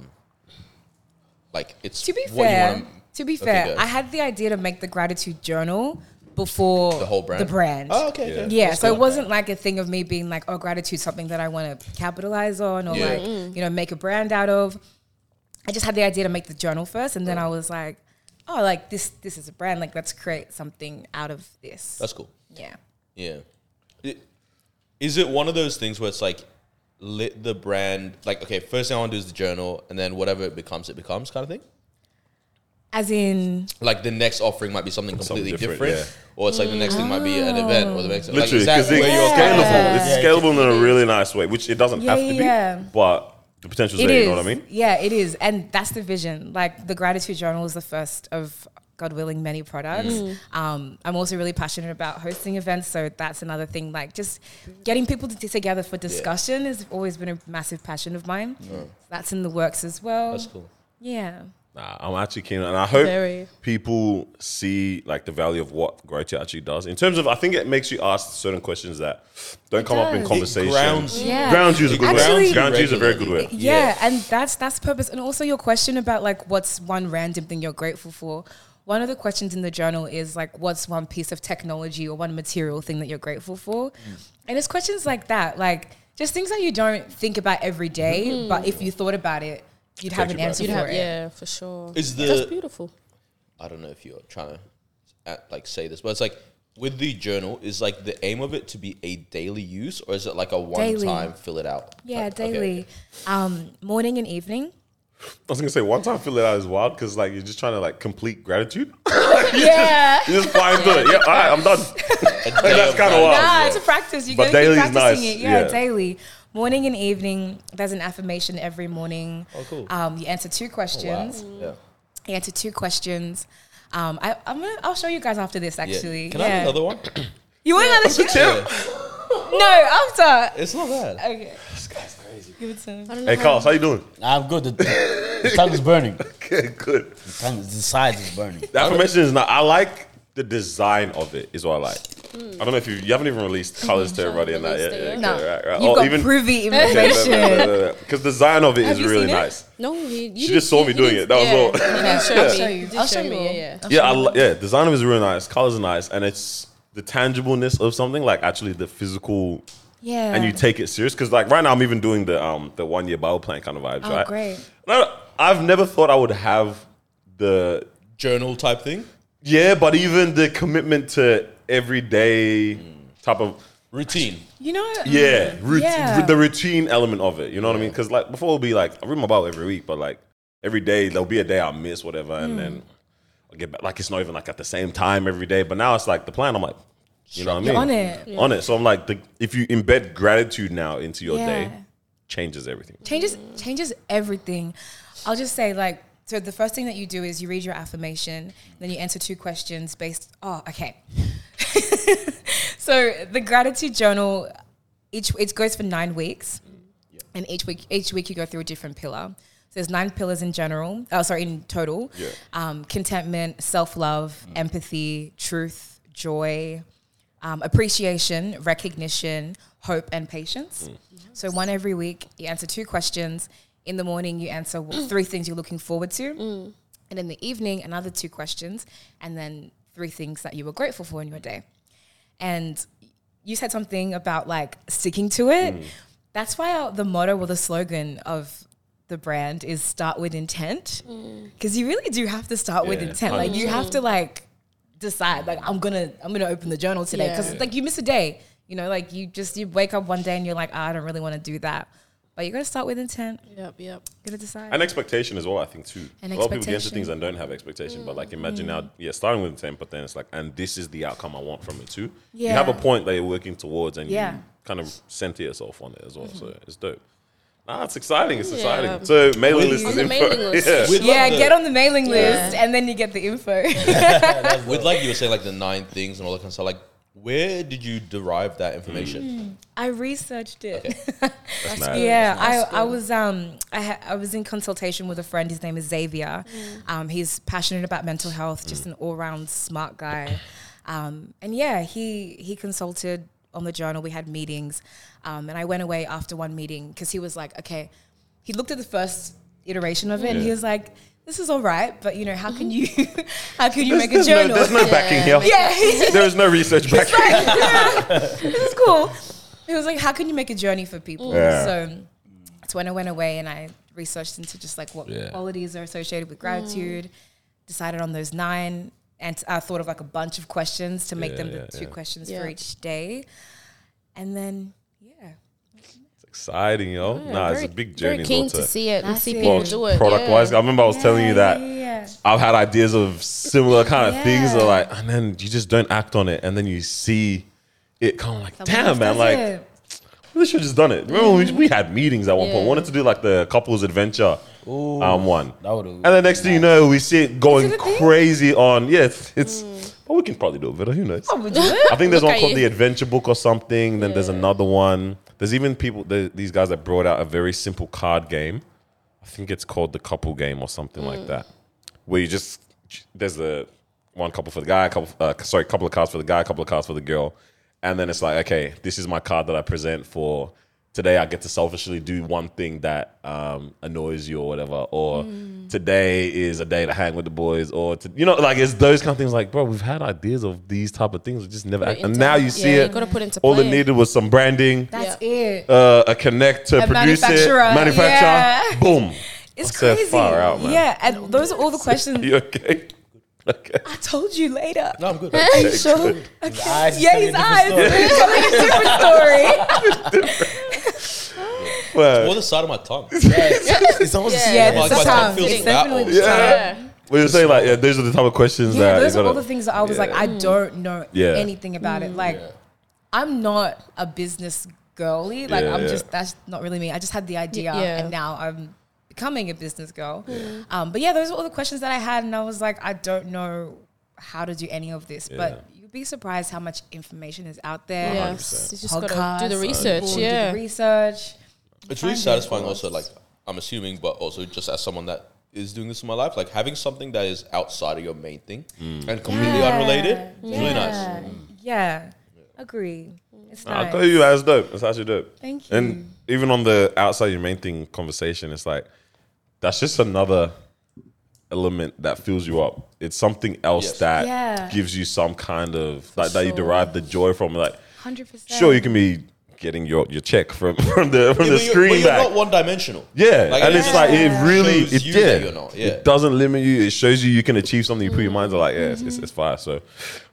[SPEAKER 1] like it's
[SPEAKER 7] To be
[SPEAKER 1] what you
[SPEAKER 7] fair,
[SPEAKER 1] wanna-
[SPEAKER 7] to be
[SPEAKER 1] Okay,
[SPEAKER 7] fair,
[SPEAKER 1] go.
[SPEAKER 7] I had the idea to make the gratitude journal before
[SPEAKER 1] The whole brand?
[SPEAKER 7] The brand.
[SPEAKER 1] Oh, okay. okay.
[SPEAKER 7] Yeah,
[SPEAKER 1] That's
[SPEAKER 7] so
[SPEAKER 1] cool.
[SPEAKER 7] it wasn't like a thing of me being like, oh, gratitude's something that I want to capitalize on or
[SPEAKER 1] Yeah.
[SPEAKER 7] like, you know, make a brand out of. I just had the idea to make the journal first, and then I was like, oh, like this, this is a brand. Like, let's create something out of this.
[SPEAKER 1] That's cool.
[SPEAKER 7] yeah.
[SPEAKER 1] Yeah. It- Is it one of those things where it's like, lit the brand, like, okay, first thing I want to do is the journal, and then whatever it becomes, it becomes kind of thing?
[SPEAKER 7] As in,
[SPEAKER 1] Like, the next offering might be something completely
[SPEAKER 4] different,
[SPEAKER 1] different, or it's like the next thing might be an event, or the next like,
[SPEAKER 4] Literally,
[SPEAKER 1] is that
[SPEAKER 4] because it's
[SPEAKER 1] where you're
[SPEAKER 4] scalable.
[SPEAKER 1] kind of-
[SPEAKER 4] It's scalable in a really nice way, which it doesn't
[SPEAKER 7] Yeah,
[SPEAKER 4] have to be,
[SPEAKER 7] yeah.
[SPEAKER 4] but the potential's
[SPEAKER 7] It is,
[SPEAKER 4] there. You know what I mean?
[SPEAKER 7] Yeah, it is. And that's the vision. Like the gratitude journal is the first of God willing many products. Um, I'm also really passionate about hosting events, so that's another thing. Like just getting people to together for discussion has always been a massive passion of mine. That's in the works as well.
[SPEAKER 1] That's cool.
[SPEAKER 7] Yeah.
[SPEAKER 4] Nah, I'm actually keen, and I hope
[SPEAKER 2] Very.
[SPEAKER 4] people see like the value of what gratitude actually does in terms of. I think it makes you ask certain questions that don't come up in
[SPEAKER 7] does. It
[SPEAKER 4] conversation.
[SPEAKER 1] grounds you.
[SPEAKER 7] Yeah.
[SPEAKER 4] Ground you is a good
[SPEAKER 7] Actually-
[SPEAKER 4] word. Ground you is a very good word.
[SPEAKER 7] yeah, and that's that's purpose and also your question about like what's one random thing you're grateful for one of the questions in the journal is like what's one piece of technology or one material thing that you're grateful for and it's questions like that like just things that you don't think about every day but if you thought about it you'd have
[SPEAKER 4] you
[SPEAKER 7] an
[SPEAKER 4] back.
[SPEAKER 7] answer
[SPEAKER 2] You'd
[SPEAKER 7] for
[SPEAKER 2] have,
[SPEAKER 7] it
[SPEAKER 2] yeah, for sure.
[SPEAKER 1] Is
[SPEAKER 2] That's
[SPEAKER 1] the-
[SPEAKER 2] beautiful.
[SPEAKER 1] I don't know if you're trying to at, like say this, but it's like with the journal, is like the aim of it to be a daily use, or is it like a one
[SPEAKER 7] Daily.
[SPEAKER 1] time fill it out?
[SPEAKER 7] yeah
[SPEAKER 1] Like, okay,
[SPEAKER 7] daily um morning and evening
[SPEAKER 4] I was gonna say one time fill it out is wild because like you're just trying to like complete gratitude.
[SPEAKER 2] Yeah.
[SPEAKER 4] you just flying through it. Yeah, all right, I'm done.
[SPEAKER 1] A day
[SPEAKER 4] that's kinda
[SPEAKER 1] gratitude.
[SPEAKER 4] wild.
[SPEAKER 7] Ah,
[SPEAKER 4] Yeah.
[SPEAKER 7] it's a practice. You
[SPEAKER 4] But
[SPEAKER 7] gotta keep
[SPEAKER 4] daily's
[SPEAKER 7] practicing
[SPEAKER 4] nice,
[SPEAKER 7] it. Yeah,
[SPEAKER 4] yeah.
[SPEAKER 7] daily. Morning and evening. There's an affirmation every morning. Oh,
[SPEAKER 1] cool.
[SPEAKER 7] Um, you answer two questions.
[SPEAKER 1] Yeah.
[SPEAKER 7] You answer two questions. Um, I, I'm gonna, I'll show you guys after this.
[SPEAKER 1] Yeah.
[SPEAKER 7] Actually,
[SPEAKER 1] Can I have another one?
[SPEAKER 7] You want another shoe?
[SPEAKER 4] Chill.
[SPEAKER 7] No, after.
[SPEAKER 1] It's not bad.
[SPEAKER 7] Okay. This guy's crazy. Give it to him.
[SPEAKER 4] Hey, Carlos, how you doing?
[SPEAKER 5] I'm good. The, the tongue is burning. The,
[SPEAKER 4] Okay, good.
[SPEAKER 5] tongue, the sides is burning.
[SPEAKER 4] The affirmation is not. I like the design of it. Is what I like. I don't know if you you haven't even
[SPEAKER 7] Mm.
[SPEAKER 4] released colors to everybody in that
[SPEAKER 2] released
[SPEAKER 4] yet.
[SPEAKER 2] it
[SPEAKER 4] Yeah,
[SPEAKER 2] yet.
[SPEAKER 4] okay,
[SPEAKER 7] No,
[SPEAKER 4] right, right.
[SPEAKER 7] you've
[SPEAKER 4] Or
[SPEAKER 7] got
[SPEAKER 4] even
[SPEAKER 7] privy
[SPEAKER 4] because
[SPEAKER 7] information.
[SPEAKER 4] the design of it
[SPEAKER 7] Have
[SPEAKER 4] is
[SPEAKER 7] you
[SPEAKER 4] really
[SPEAKER 7] seen it?
[SPEAKER 4] nice.
[SPEAKER 2] No, he, you
[SPEAKER 4] She
[SPEAKER 2] did-
[SPEAKER 4] just saw
[SPEAKER 2] you-
[SPEAKER 4] me
[SPEAKER 2] you
[SPEAKER 4] doing
[SPEAKER 2] did-
[SPEAKER 4] it. That was
[SPEAKER 2] yeah.
[SPEAKER 4] all.
[SPEAKER 2] You did show
[SPEAKER 7] I'll show
[SPEAKER 2] me.
[SPEAKER 7] you.
[SPEAKER 2] did
[SPEAKER 7] I'll show
[SPEAKER 2] me,
[SPEAKER 7] you all.
[SPEAKER 2] Yeah, yeah.
[SPEAKER 4] Yeah, I li- yeah. Design of it is really nice. Colors are nice, and it's the tangibleness of something like actually the physical
[SPEAKER 7] Yeah.
[SPEAKER 4] and you take it serious because like right now I'm even doing the um the one year Bible plan kind of vibes.
[SPEAKER 7] Oh,
[SPEAKER 4] right?
[SPEAKER 7] great.
[SPEAKER 4] No, I've never thought I would have the
[SPEAKER 1] Journal type thing.
[SPEAKER 4] yeah, but even the commitment to everyday type of
[SPEAKER 1] Routine.
[SPEAKER 7] You know.
[SPEAKER 4] yeah, rout-
[SPEAKER 7] Yeah.
[SPEAKER 4] with the routine element of it. You know what I mean? Because like before, it'll be like I read my Bible every week, but like every day there'll be a day I miss whatever,
[SPEAKER 7] Hmm.
[SPEAKER 4] and then I get back. Like it's not even like at the same time every day. But now it's like the plan. I'm like, you know what I mean?
[SPEAKER 7] You're on it.
[SPEAKER 4] on it. So I'm like, the, if you embed gratitude now into your
[SPEAKER 7] Yeah.
[SPEAKER 4] day, changes everything.
[SPEAKER 7] changes changes everything. I'll just say like so the first thing that you do is you read your affirmation, then you answer two questions based oh, okay. so the gratitude journal each it goes for 9 weeks. And each week each week you go through a different pillar. So there's nine pillars in general. Oh, sorry, in total.
[SPEAKER 4] Yeah.
[SPEAKER 7] Um, contentment, self-love, empathy, truth, joy, um, appreciation, recognition, hope, and patience. So one every week, you answer two questions. In the morning, you answer wh- three things you're looking forward to, and in the evening, another two questions, and then three things that you were grateful for in your day. And you said something about like sticking to it. That's why our, the motto or the slogan of the brand is "Start with intent," because you really do have to start with
[SPEAKER 4] Yeah,
[SPEAKER 7] intent. Like you have to like decide like i'm gonna i'm gonna open the journal today
[SPEAKER 2] Yeah.
[SPEAKER 7] because like you miss a day you know like you just you wake up one day and you're like "Ah, i don't really want to do that but you gotta start with intent you
[SPEAKER 2] Yep, yep.
[SPEAKER 7] gotta decide
[SPEAKER 4] And expectation as well, I think too.
[SPEAKER 7] And
[SPEAKER 4] a lot of people get into
[SPEAKER 7] expectation.
[SPEAKER 4] things and don't have expectation, but like
[SPEAKER 2] Mm.
[SPEAKER 4] imagine now, yeah, starting with intent, but then it's like, and this is the outcome I want from it too. You have a
[SPEAKER 7] Yeah.
[SPEAKER 4] point that you're working towards, and
[SPEAKER 7] Yeah.
[SPEAKER 4] you kind of center yourself on it as well. So it's dope. Ah, it's exciting. It's
[SPEAKER 2] Mm-hmm. Yeah.
[SPEAKER 4] exciting. So mailing list
[SPEAKER 2] On
[SPEAKER 4] is
[SPEAKER 2] the
[SPEAKER 4] info.
[SPEAKER 2] mailing list.
[SPEAKER 4] Yeah.
[SPEAKER 1] With
[SPEAKER 7] yeah
[SPEAKER 1] like the-
[SPEAKER 7] get on the mailing list
[SPEAKER 2] Yeah.
[SPEAKER 7] and then you get the info
[SPEAKER 1] With like you were saying, like the nine things and all that kind of stuff. Like, where did you derive that
[SPEAKER 4] Mm.
[SPEAKER 1] information?
[SPEAKER 7] i researched it
[SPEAKER 4] That's mad.
[SPEAKER 7] Yeah, I, I was um I ha- I was in consultation with a friend. His name is Xavier. Um, he's passionate about mental health. Just an all round smart guy. Um, and yeah, he he consulted on the journal. We had meetings, um, and I went away after one meeting because he was like, okay, he looked at the first iteration of it and he was like, this is all right, but you know, how can you, how can you make a
[SPEAKER 4] there's, no,
[SPEAKER 7] journal?
[SPEAKER 4] there's no backing here.
[SPEAKER 7] yeah,
[SPEAKER 4] There is no research backing.
[SPEAKER 7] this is cool. It was like, how can you make a journey for people?
[SPEAKER 4] Yeah.
[SPEAKER 7] So it's when I went away and I researched into just like what qualities are associated
[SPEAKER 2] Mm.
[SPEAKER 7] with gratitude, decided on those nine, and I thought of like a bunch of questions to make
[SPEAKER 4] Yeah,
[SPEAKER 7] them the
[SPEAKER 4] yeah,
[SPEAKER 7] two questions for
[SPEAKER 2] Yeah.
[SPEAKER 7] each day. And then, yeah.
[SPEAKER 4] It's exciting, yo. nah,
[SPEAKER 2] Very-
[SPEAKER 4] it's a big journey.
[SPEAKER 2] Very keen
[SPEAKER 4] daughter.
[SPEAKER 2] to see it and see
[SPEAKER 7] Massive.
[SPEAKER 2] people
[SPEAKER 4] Well,
[SPEAKER 2] do it.
[SPEAKER 4] product
[SPEAKER 2] yeah.
[SPEAKER 4] wise. I remember I was telling you that
[SPEAKER 7] Yeah, yeah,
[SPEAKER 4] I've had ideas of similar kind of things,
[SPEAKER 7] Yeah.
[SPEAKER 4] that like, and then you just don't act on it, and then you see it kind of like, damn, man, like we should have just done it. Remember, we, we had meetings at one point.
[SPEAKER 2] Yeah.
[SPEAKER 4] We wanted to do like the couples adventure um, one,
[SPEAKER 5] that would've
[SPEAKER 4] and the next thing you know, we see it going
[SPEAKER 7] it a thing?
[SPEAKER 4] crazy on. Yeah, it's, it's but we can probably do it better. Who knows? I think there's
[SPEAKER 2] Look
[SPEAKER 4] one
[SPEAKER 2] at
[SPEAKER 4] called
[SPEAKER 2] you.
[SPEAKER 4] the Adventure Book or something. Then there's another one. There's even people. The, these guys that brought out a very simple card game. I think it's called the Couple Game or something like that, where you just there's a one couple for the guy, a couple uh, sorry, couple of cards for the guy, a couple of cards for the girl, and then it's like okay, this is my card that I present for today. I get to selfishly do one thing that um, annoys you or whatever, or today is a day to hang with the boys, or to, you know, like it's those kind of things. Like, bro, we've had ideas of these type of things, we just never, act, and
[SPEAKER 2] into-
[SPEAKER 4] now you see
[SPEAKER 2] yeah,
[SPEAKER 4] it.
[SPEAKER 2] you gotta put into
[SPEAKER 4] All it
[SPEAKER 2] play.
[SPEAKER 4] needed was some branding
[SPEAKER 7] That's
[SPEAKER 2] Yeah.
[SPEAKER 7] it.
[SPEAKER 4] uh, a connect to
[SPEAKER 7] A
[SPEAKER 4] produce it,
[SPEAKER 7] manufacturer,
[SPEAKER 4] manufacturer,
[SPEAKER 7] yeah.
[SPEAKER 4] boom.
[SPEAKER 7] It's
[SPEAKER 4] I said,
[SPEAKER 7] crazy.
[SPEAKER 4] Far out, man.
[SPEAKER 7] Yeah, and those are all the
[SPEAKER 4] Are
[SPEAKER 7] questions
[SPEAKER 4] you okay? Okay.
[SPEAKER 7] I told you later.
[SPEAKER 5] I'm good.
[SPEAKER 7] Are you sure?
[SPEAKER 5] His eyes is
[SPEAKER 7] Yeah,
[SPEAKER 5] telling
[SPEAKER 7] his
[SPEAKER 5] a different story.
[SPEAKER 7] eyes. It's telling a different story.
[SPEAKER 1] All
[SPEAKER 4] Well,
[SPEAKER 1] the side of my tongue.
[SPEAKER 5] It's almost the same.
[SPEAKER 7] Yeah,
[SPEAKER 1] Oh my
[SPEAKER 7] this is
[SPEAKER 1] God,
[SPEAKER 7] how
[SPEAKER 1] I feel
[SPEAKER 7] it's
[SPEAKER 1] so bad.
[SPEAKER 7] definitely
[SPEAKER 4] yeah.
[SPEAKER 2] Yeah.
[SPEAKER 4] We were saying like, yeah, those are the type of questions
[SPEAKER 7] Yeah,
[SPEAKER 4] that
[SPEAKER 7] those
[SPEAKER 4] you
[SPEAKER 7] are all
[SPEAKER 4] gotta-
[SPEAKER 7] the things that I was like, I don't know
[SPEAKER 4] Yeah.
[SPEAKER 7] anything about it. Like, I'm not a business girly. Like,
[SPEAKER 4] Yeah,
[SPEAKER 7] I'm
[SPEAKER 4] yeah.
[SPEAKER 7] just that's not really me. I just had the idea,
[SPEAKER 2] yeah.
[SPEAKER 7] and now I'm becoming a business girl. Um, but yeah, those are all the questions that I had, and I was like, I don't know how to do any of this. But you'd be surprised how much information is out there.
[SPEAKER 2] Yes, you just gotta
[SPEAKER 7] Podcasts,
[SPEAKER 2] do the
[SPEAKER 7] people,
[SPEAKER 2] research.
[SPEAKER 7] do the
[SPEAKER 2] Yeah,
[SPEAKER 7] research.
[SPEAKER 1] It's really
[SPEAKER 7] Finding
[SPEAKER 1] satisfying,
[SPEAKER 7] thoughts.
[SPEAKER 1] also, like, I'm assuming, but also just as someone that is doing this in my life, like having something that is outside of your main thing
[SPEAKER 4] Mm.
[SPEAKER 1] and completely
[SPEAKER 7] Yeah.
[SPEAKER 1] unrelated, it's really
[SPEAKER 7] Yeah.
[SPEAKER 1] nice.
[SPEAKER 7] Yeah, agree.
[SPEAKER 2] Mm.
[SPEAKER 7] It's
[SPEAKER 4] Nah, I
[SPEAKER 7] nice.
[SPEAKER 4] tell you, that's dope. That's actually dope.
[SPEAKER 7] Thank you.
[SPEAKER 4] And even on the outside your main thing conversation, it's like that's just another element that fills you up. It's something else
[SPEAKER 1] Yes.
[SPEAKER 4] that
[SPEAKER 7] Yeah.
[SPEAKER 4] gives you some kind of like that you derive the joy from. Like,
[SPEAKER 7] Hundred percent.
[SPEAKER 4] sure, you can be getting your, your check from from the from
[SPEAKER 1] Yeah, but
[SPEAKER 4] the
[SPEAKER 1] you're, but
[SPEAKER 4] screen
[SPEAKER 1] you're
[SPEAKER 4] back.
[SPEAKER 1] not one dimensional.
[SPEAKER 4] Yeah, and it's
[SPEAKER 1] just
[SPEAKER 4] like it really
[SPEAKER 1] shows
[SPEAKER 4] it
[SPEAKER 1] you
[SPEAKER 4] yeah,
[SPEAKER 1] that you're not, yeah.
[SPEAKER 4] it doesn't limit you. It shows you you can achieve something you put your mind to. Like yeah, it's, it's, it's fire. So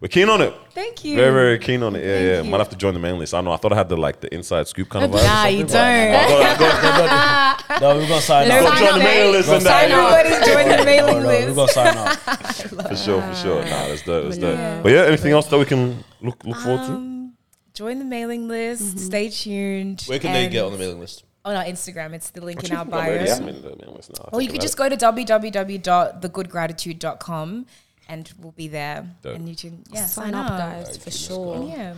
[SPEAKER 4] we're keen on it.
[SPEAKER 7] Thank you.
[SPEAKER 4] Very very keen on it. Yeah yeah.
[SPEAKER 7] Thank you.
[SPEAKER 4] Might have to join the main list. I know. I thought I had the like the inside scoop kind of vibe. or
[SPEAKER 7] Nah, you
[SPEAKER 4] something,
[SPEAKER 7] don't.
[SPEAKER 4] but I thought I got-
[SPEAKER 5] No, we're gonna sign
[SPEAKER 4] I
[SPEAKER 5] up.
[SPEAKER 4] got join the
[SPEAKER 7] Sign up, eh?
[SPEAKER 4] mailing list and
[SPEAKER 5] Sign
[SPEAKER 4] that.
[SPEAKER 5] up.
[SPEAKER 7] Everybody's doing the
[SPEAKER 5] No,
[SPEAKER 7] mailing
[SPEAKER 5] no, we're
[SPEAKER 7] list.
[SPEAKER 5] gonna sign up.
[SPEAKER 4] For sure, for sure. Nah, that's dope. That's dope. But yeah, anything else that we can look look forward
[SPEAKER 7] Um,
[SPEAKER 4] to?
[SPEAKER 7] Join the mailing list. Stay tuned.
[SPEAKER 1] Where can they
[SPEAKER 7] and
[SPEAKER 1] get on the mailing list?
[SPEAKER 7] On our Instagram, it's the link in our
[SPEAKER 4] I'm already-
[SPEAKER 7] bio.
[SPEAKER 4] I'm in the mailing list now. I
[SPEAKER 7] Or you
[SPEAKER 4] think
[SPEAKER 7] could
[SPEAKER 4] about
[SPEAKER 7] just
[SPEAKER 4] it.
[SPEAKER 7] go to www.thegoodgratitude.com and we'll be there.
[SPEAKER 4] Dope.
[SPEAKER 7] And you can yeah,
[SPEAKER 2] sign up, guys, for sure.
[SPEAKER 7] Yeah,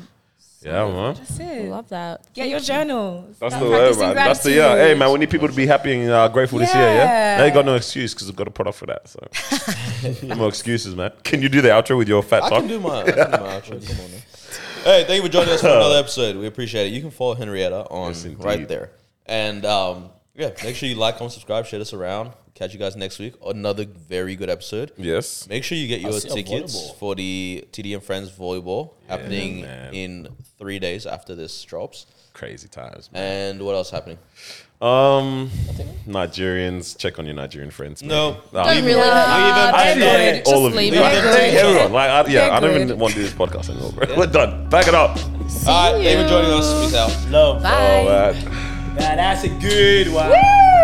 [SPEAKER 4] Yeah, man.
[SPEAKER 7] that's it.
[SPEAKER 2] Love that.
[SPEAKER 7] Get your journals.
[SPEAKER 4] That's
[SPEAKER 7] Start
[SPEAKER 4] the way,
[SPEAKER 7] practicing
[SPEAKER 4] man. That's the yeah.
[SPEAKER 7] gratitude.
[SPEAKER 4] Hey, man, we need people to be happy and uh, grateful this year. Yeah,
[SPEAKER 7] Yeah.
[SPEAKER 4] they got no excuse because I've got a product for that. So no more excuses, man. Can you do the outro with your fat
[SPEAKER 1] I
[SPEAKER 4] talk?
[SPEAKER 1] can do my, I can do my outro. Come on, now. Hey, thank you for joining us for another episode. We appreciate it. You can follow Henrietta on
[SPEAKER 4] Yes, indeed.
[SPEAKER 1] right there, and um, yeah, make sure you like, comment, subscribe, share this around. Catch you guys next week. Another very good episode.
[SPEAKER 4] yes.
[SPEAKER 1] Make sure you get your
[SPEAKER 5] see a
[SPEAKER 1] tickets
[SPEAKER 5] volleyball.
[SPEAKER 1] for the TDM Friends volleyball happening
[SPEAKER 4] man.
[SPEAKER 1] in three days after this drops.
[SPEAKER 4] Crazy times, man.
[SPEAKER 1] And what else happening?
[SPEAKER 4] Um, Nigerians, check on your Nigerian friends. man.
[SPEAKER 1] No,
[SPEAKER 4] Nah,
[SPEAKER 2] Don't
[SPEAKER 4] leave
[SPEAKER 2] really.
[SPEAKER 4] it.
[SPEAKER 2] Nah,
[SPEAKER 4] I
[SPEAKER 2] they're
[SPEAKER 4] actually hate
[SPEAKER 2] good.
[SPEAKER 4] all
[SPEAKER 2] Just
[SPEAKER 4] of you.
[SPEAKER 2] leave
[SPEAKER 4] I
[SPEAKER 2] it.
[SPEAKER 4] hate everyone. Like, I, yeah, I don't
[SPEAKER 7] good.
[SPEAKER 4] even want to do this podcast anymore, bro. We're done. Back it up. Oh,
[SPEAKER 1] All right, thank you for joining us. Peace out.
[SPEAKER 4] All
[SPEAKER 5] Love.
[SPEAKER 4] right.
[SPEAKER 5] Nah, that's a good one.
[SPEAKER 7] Woo!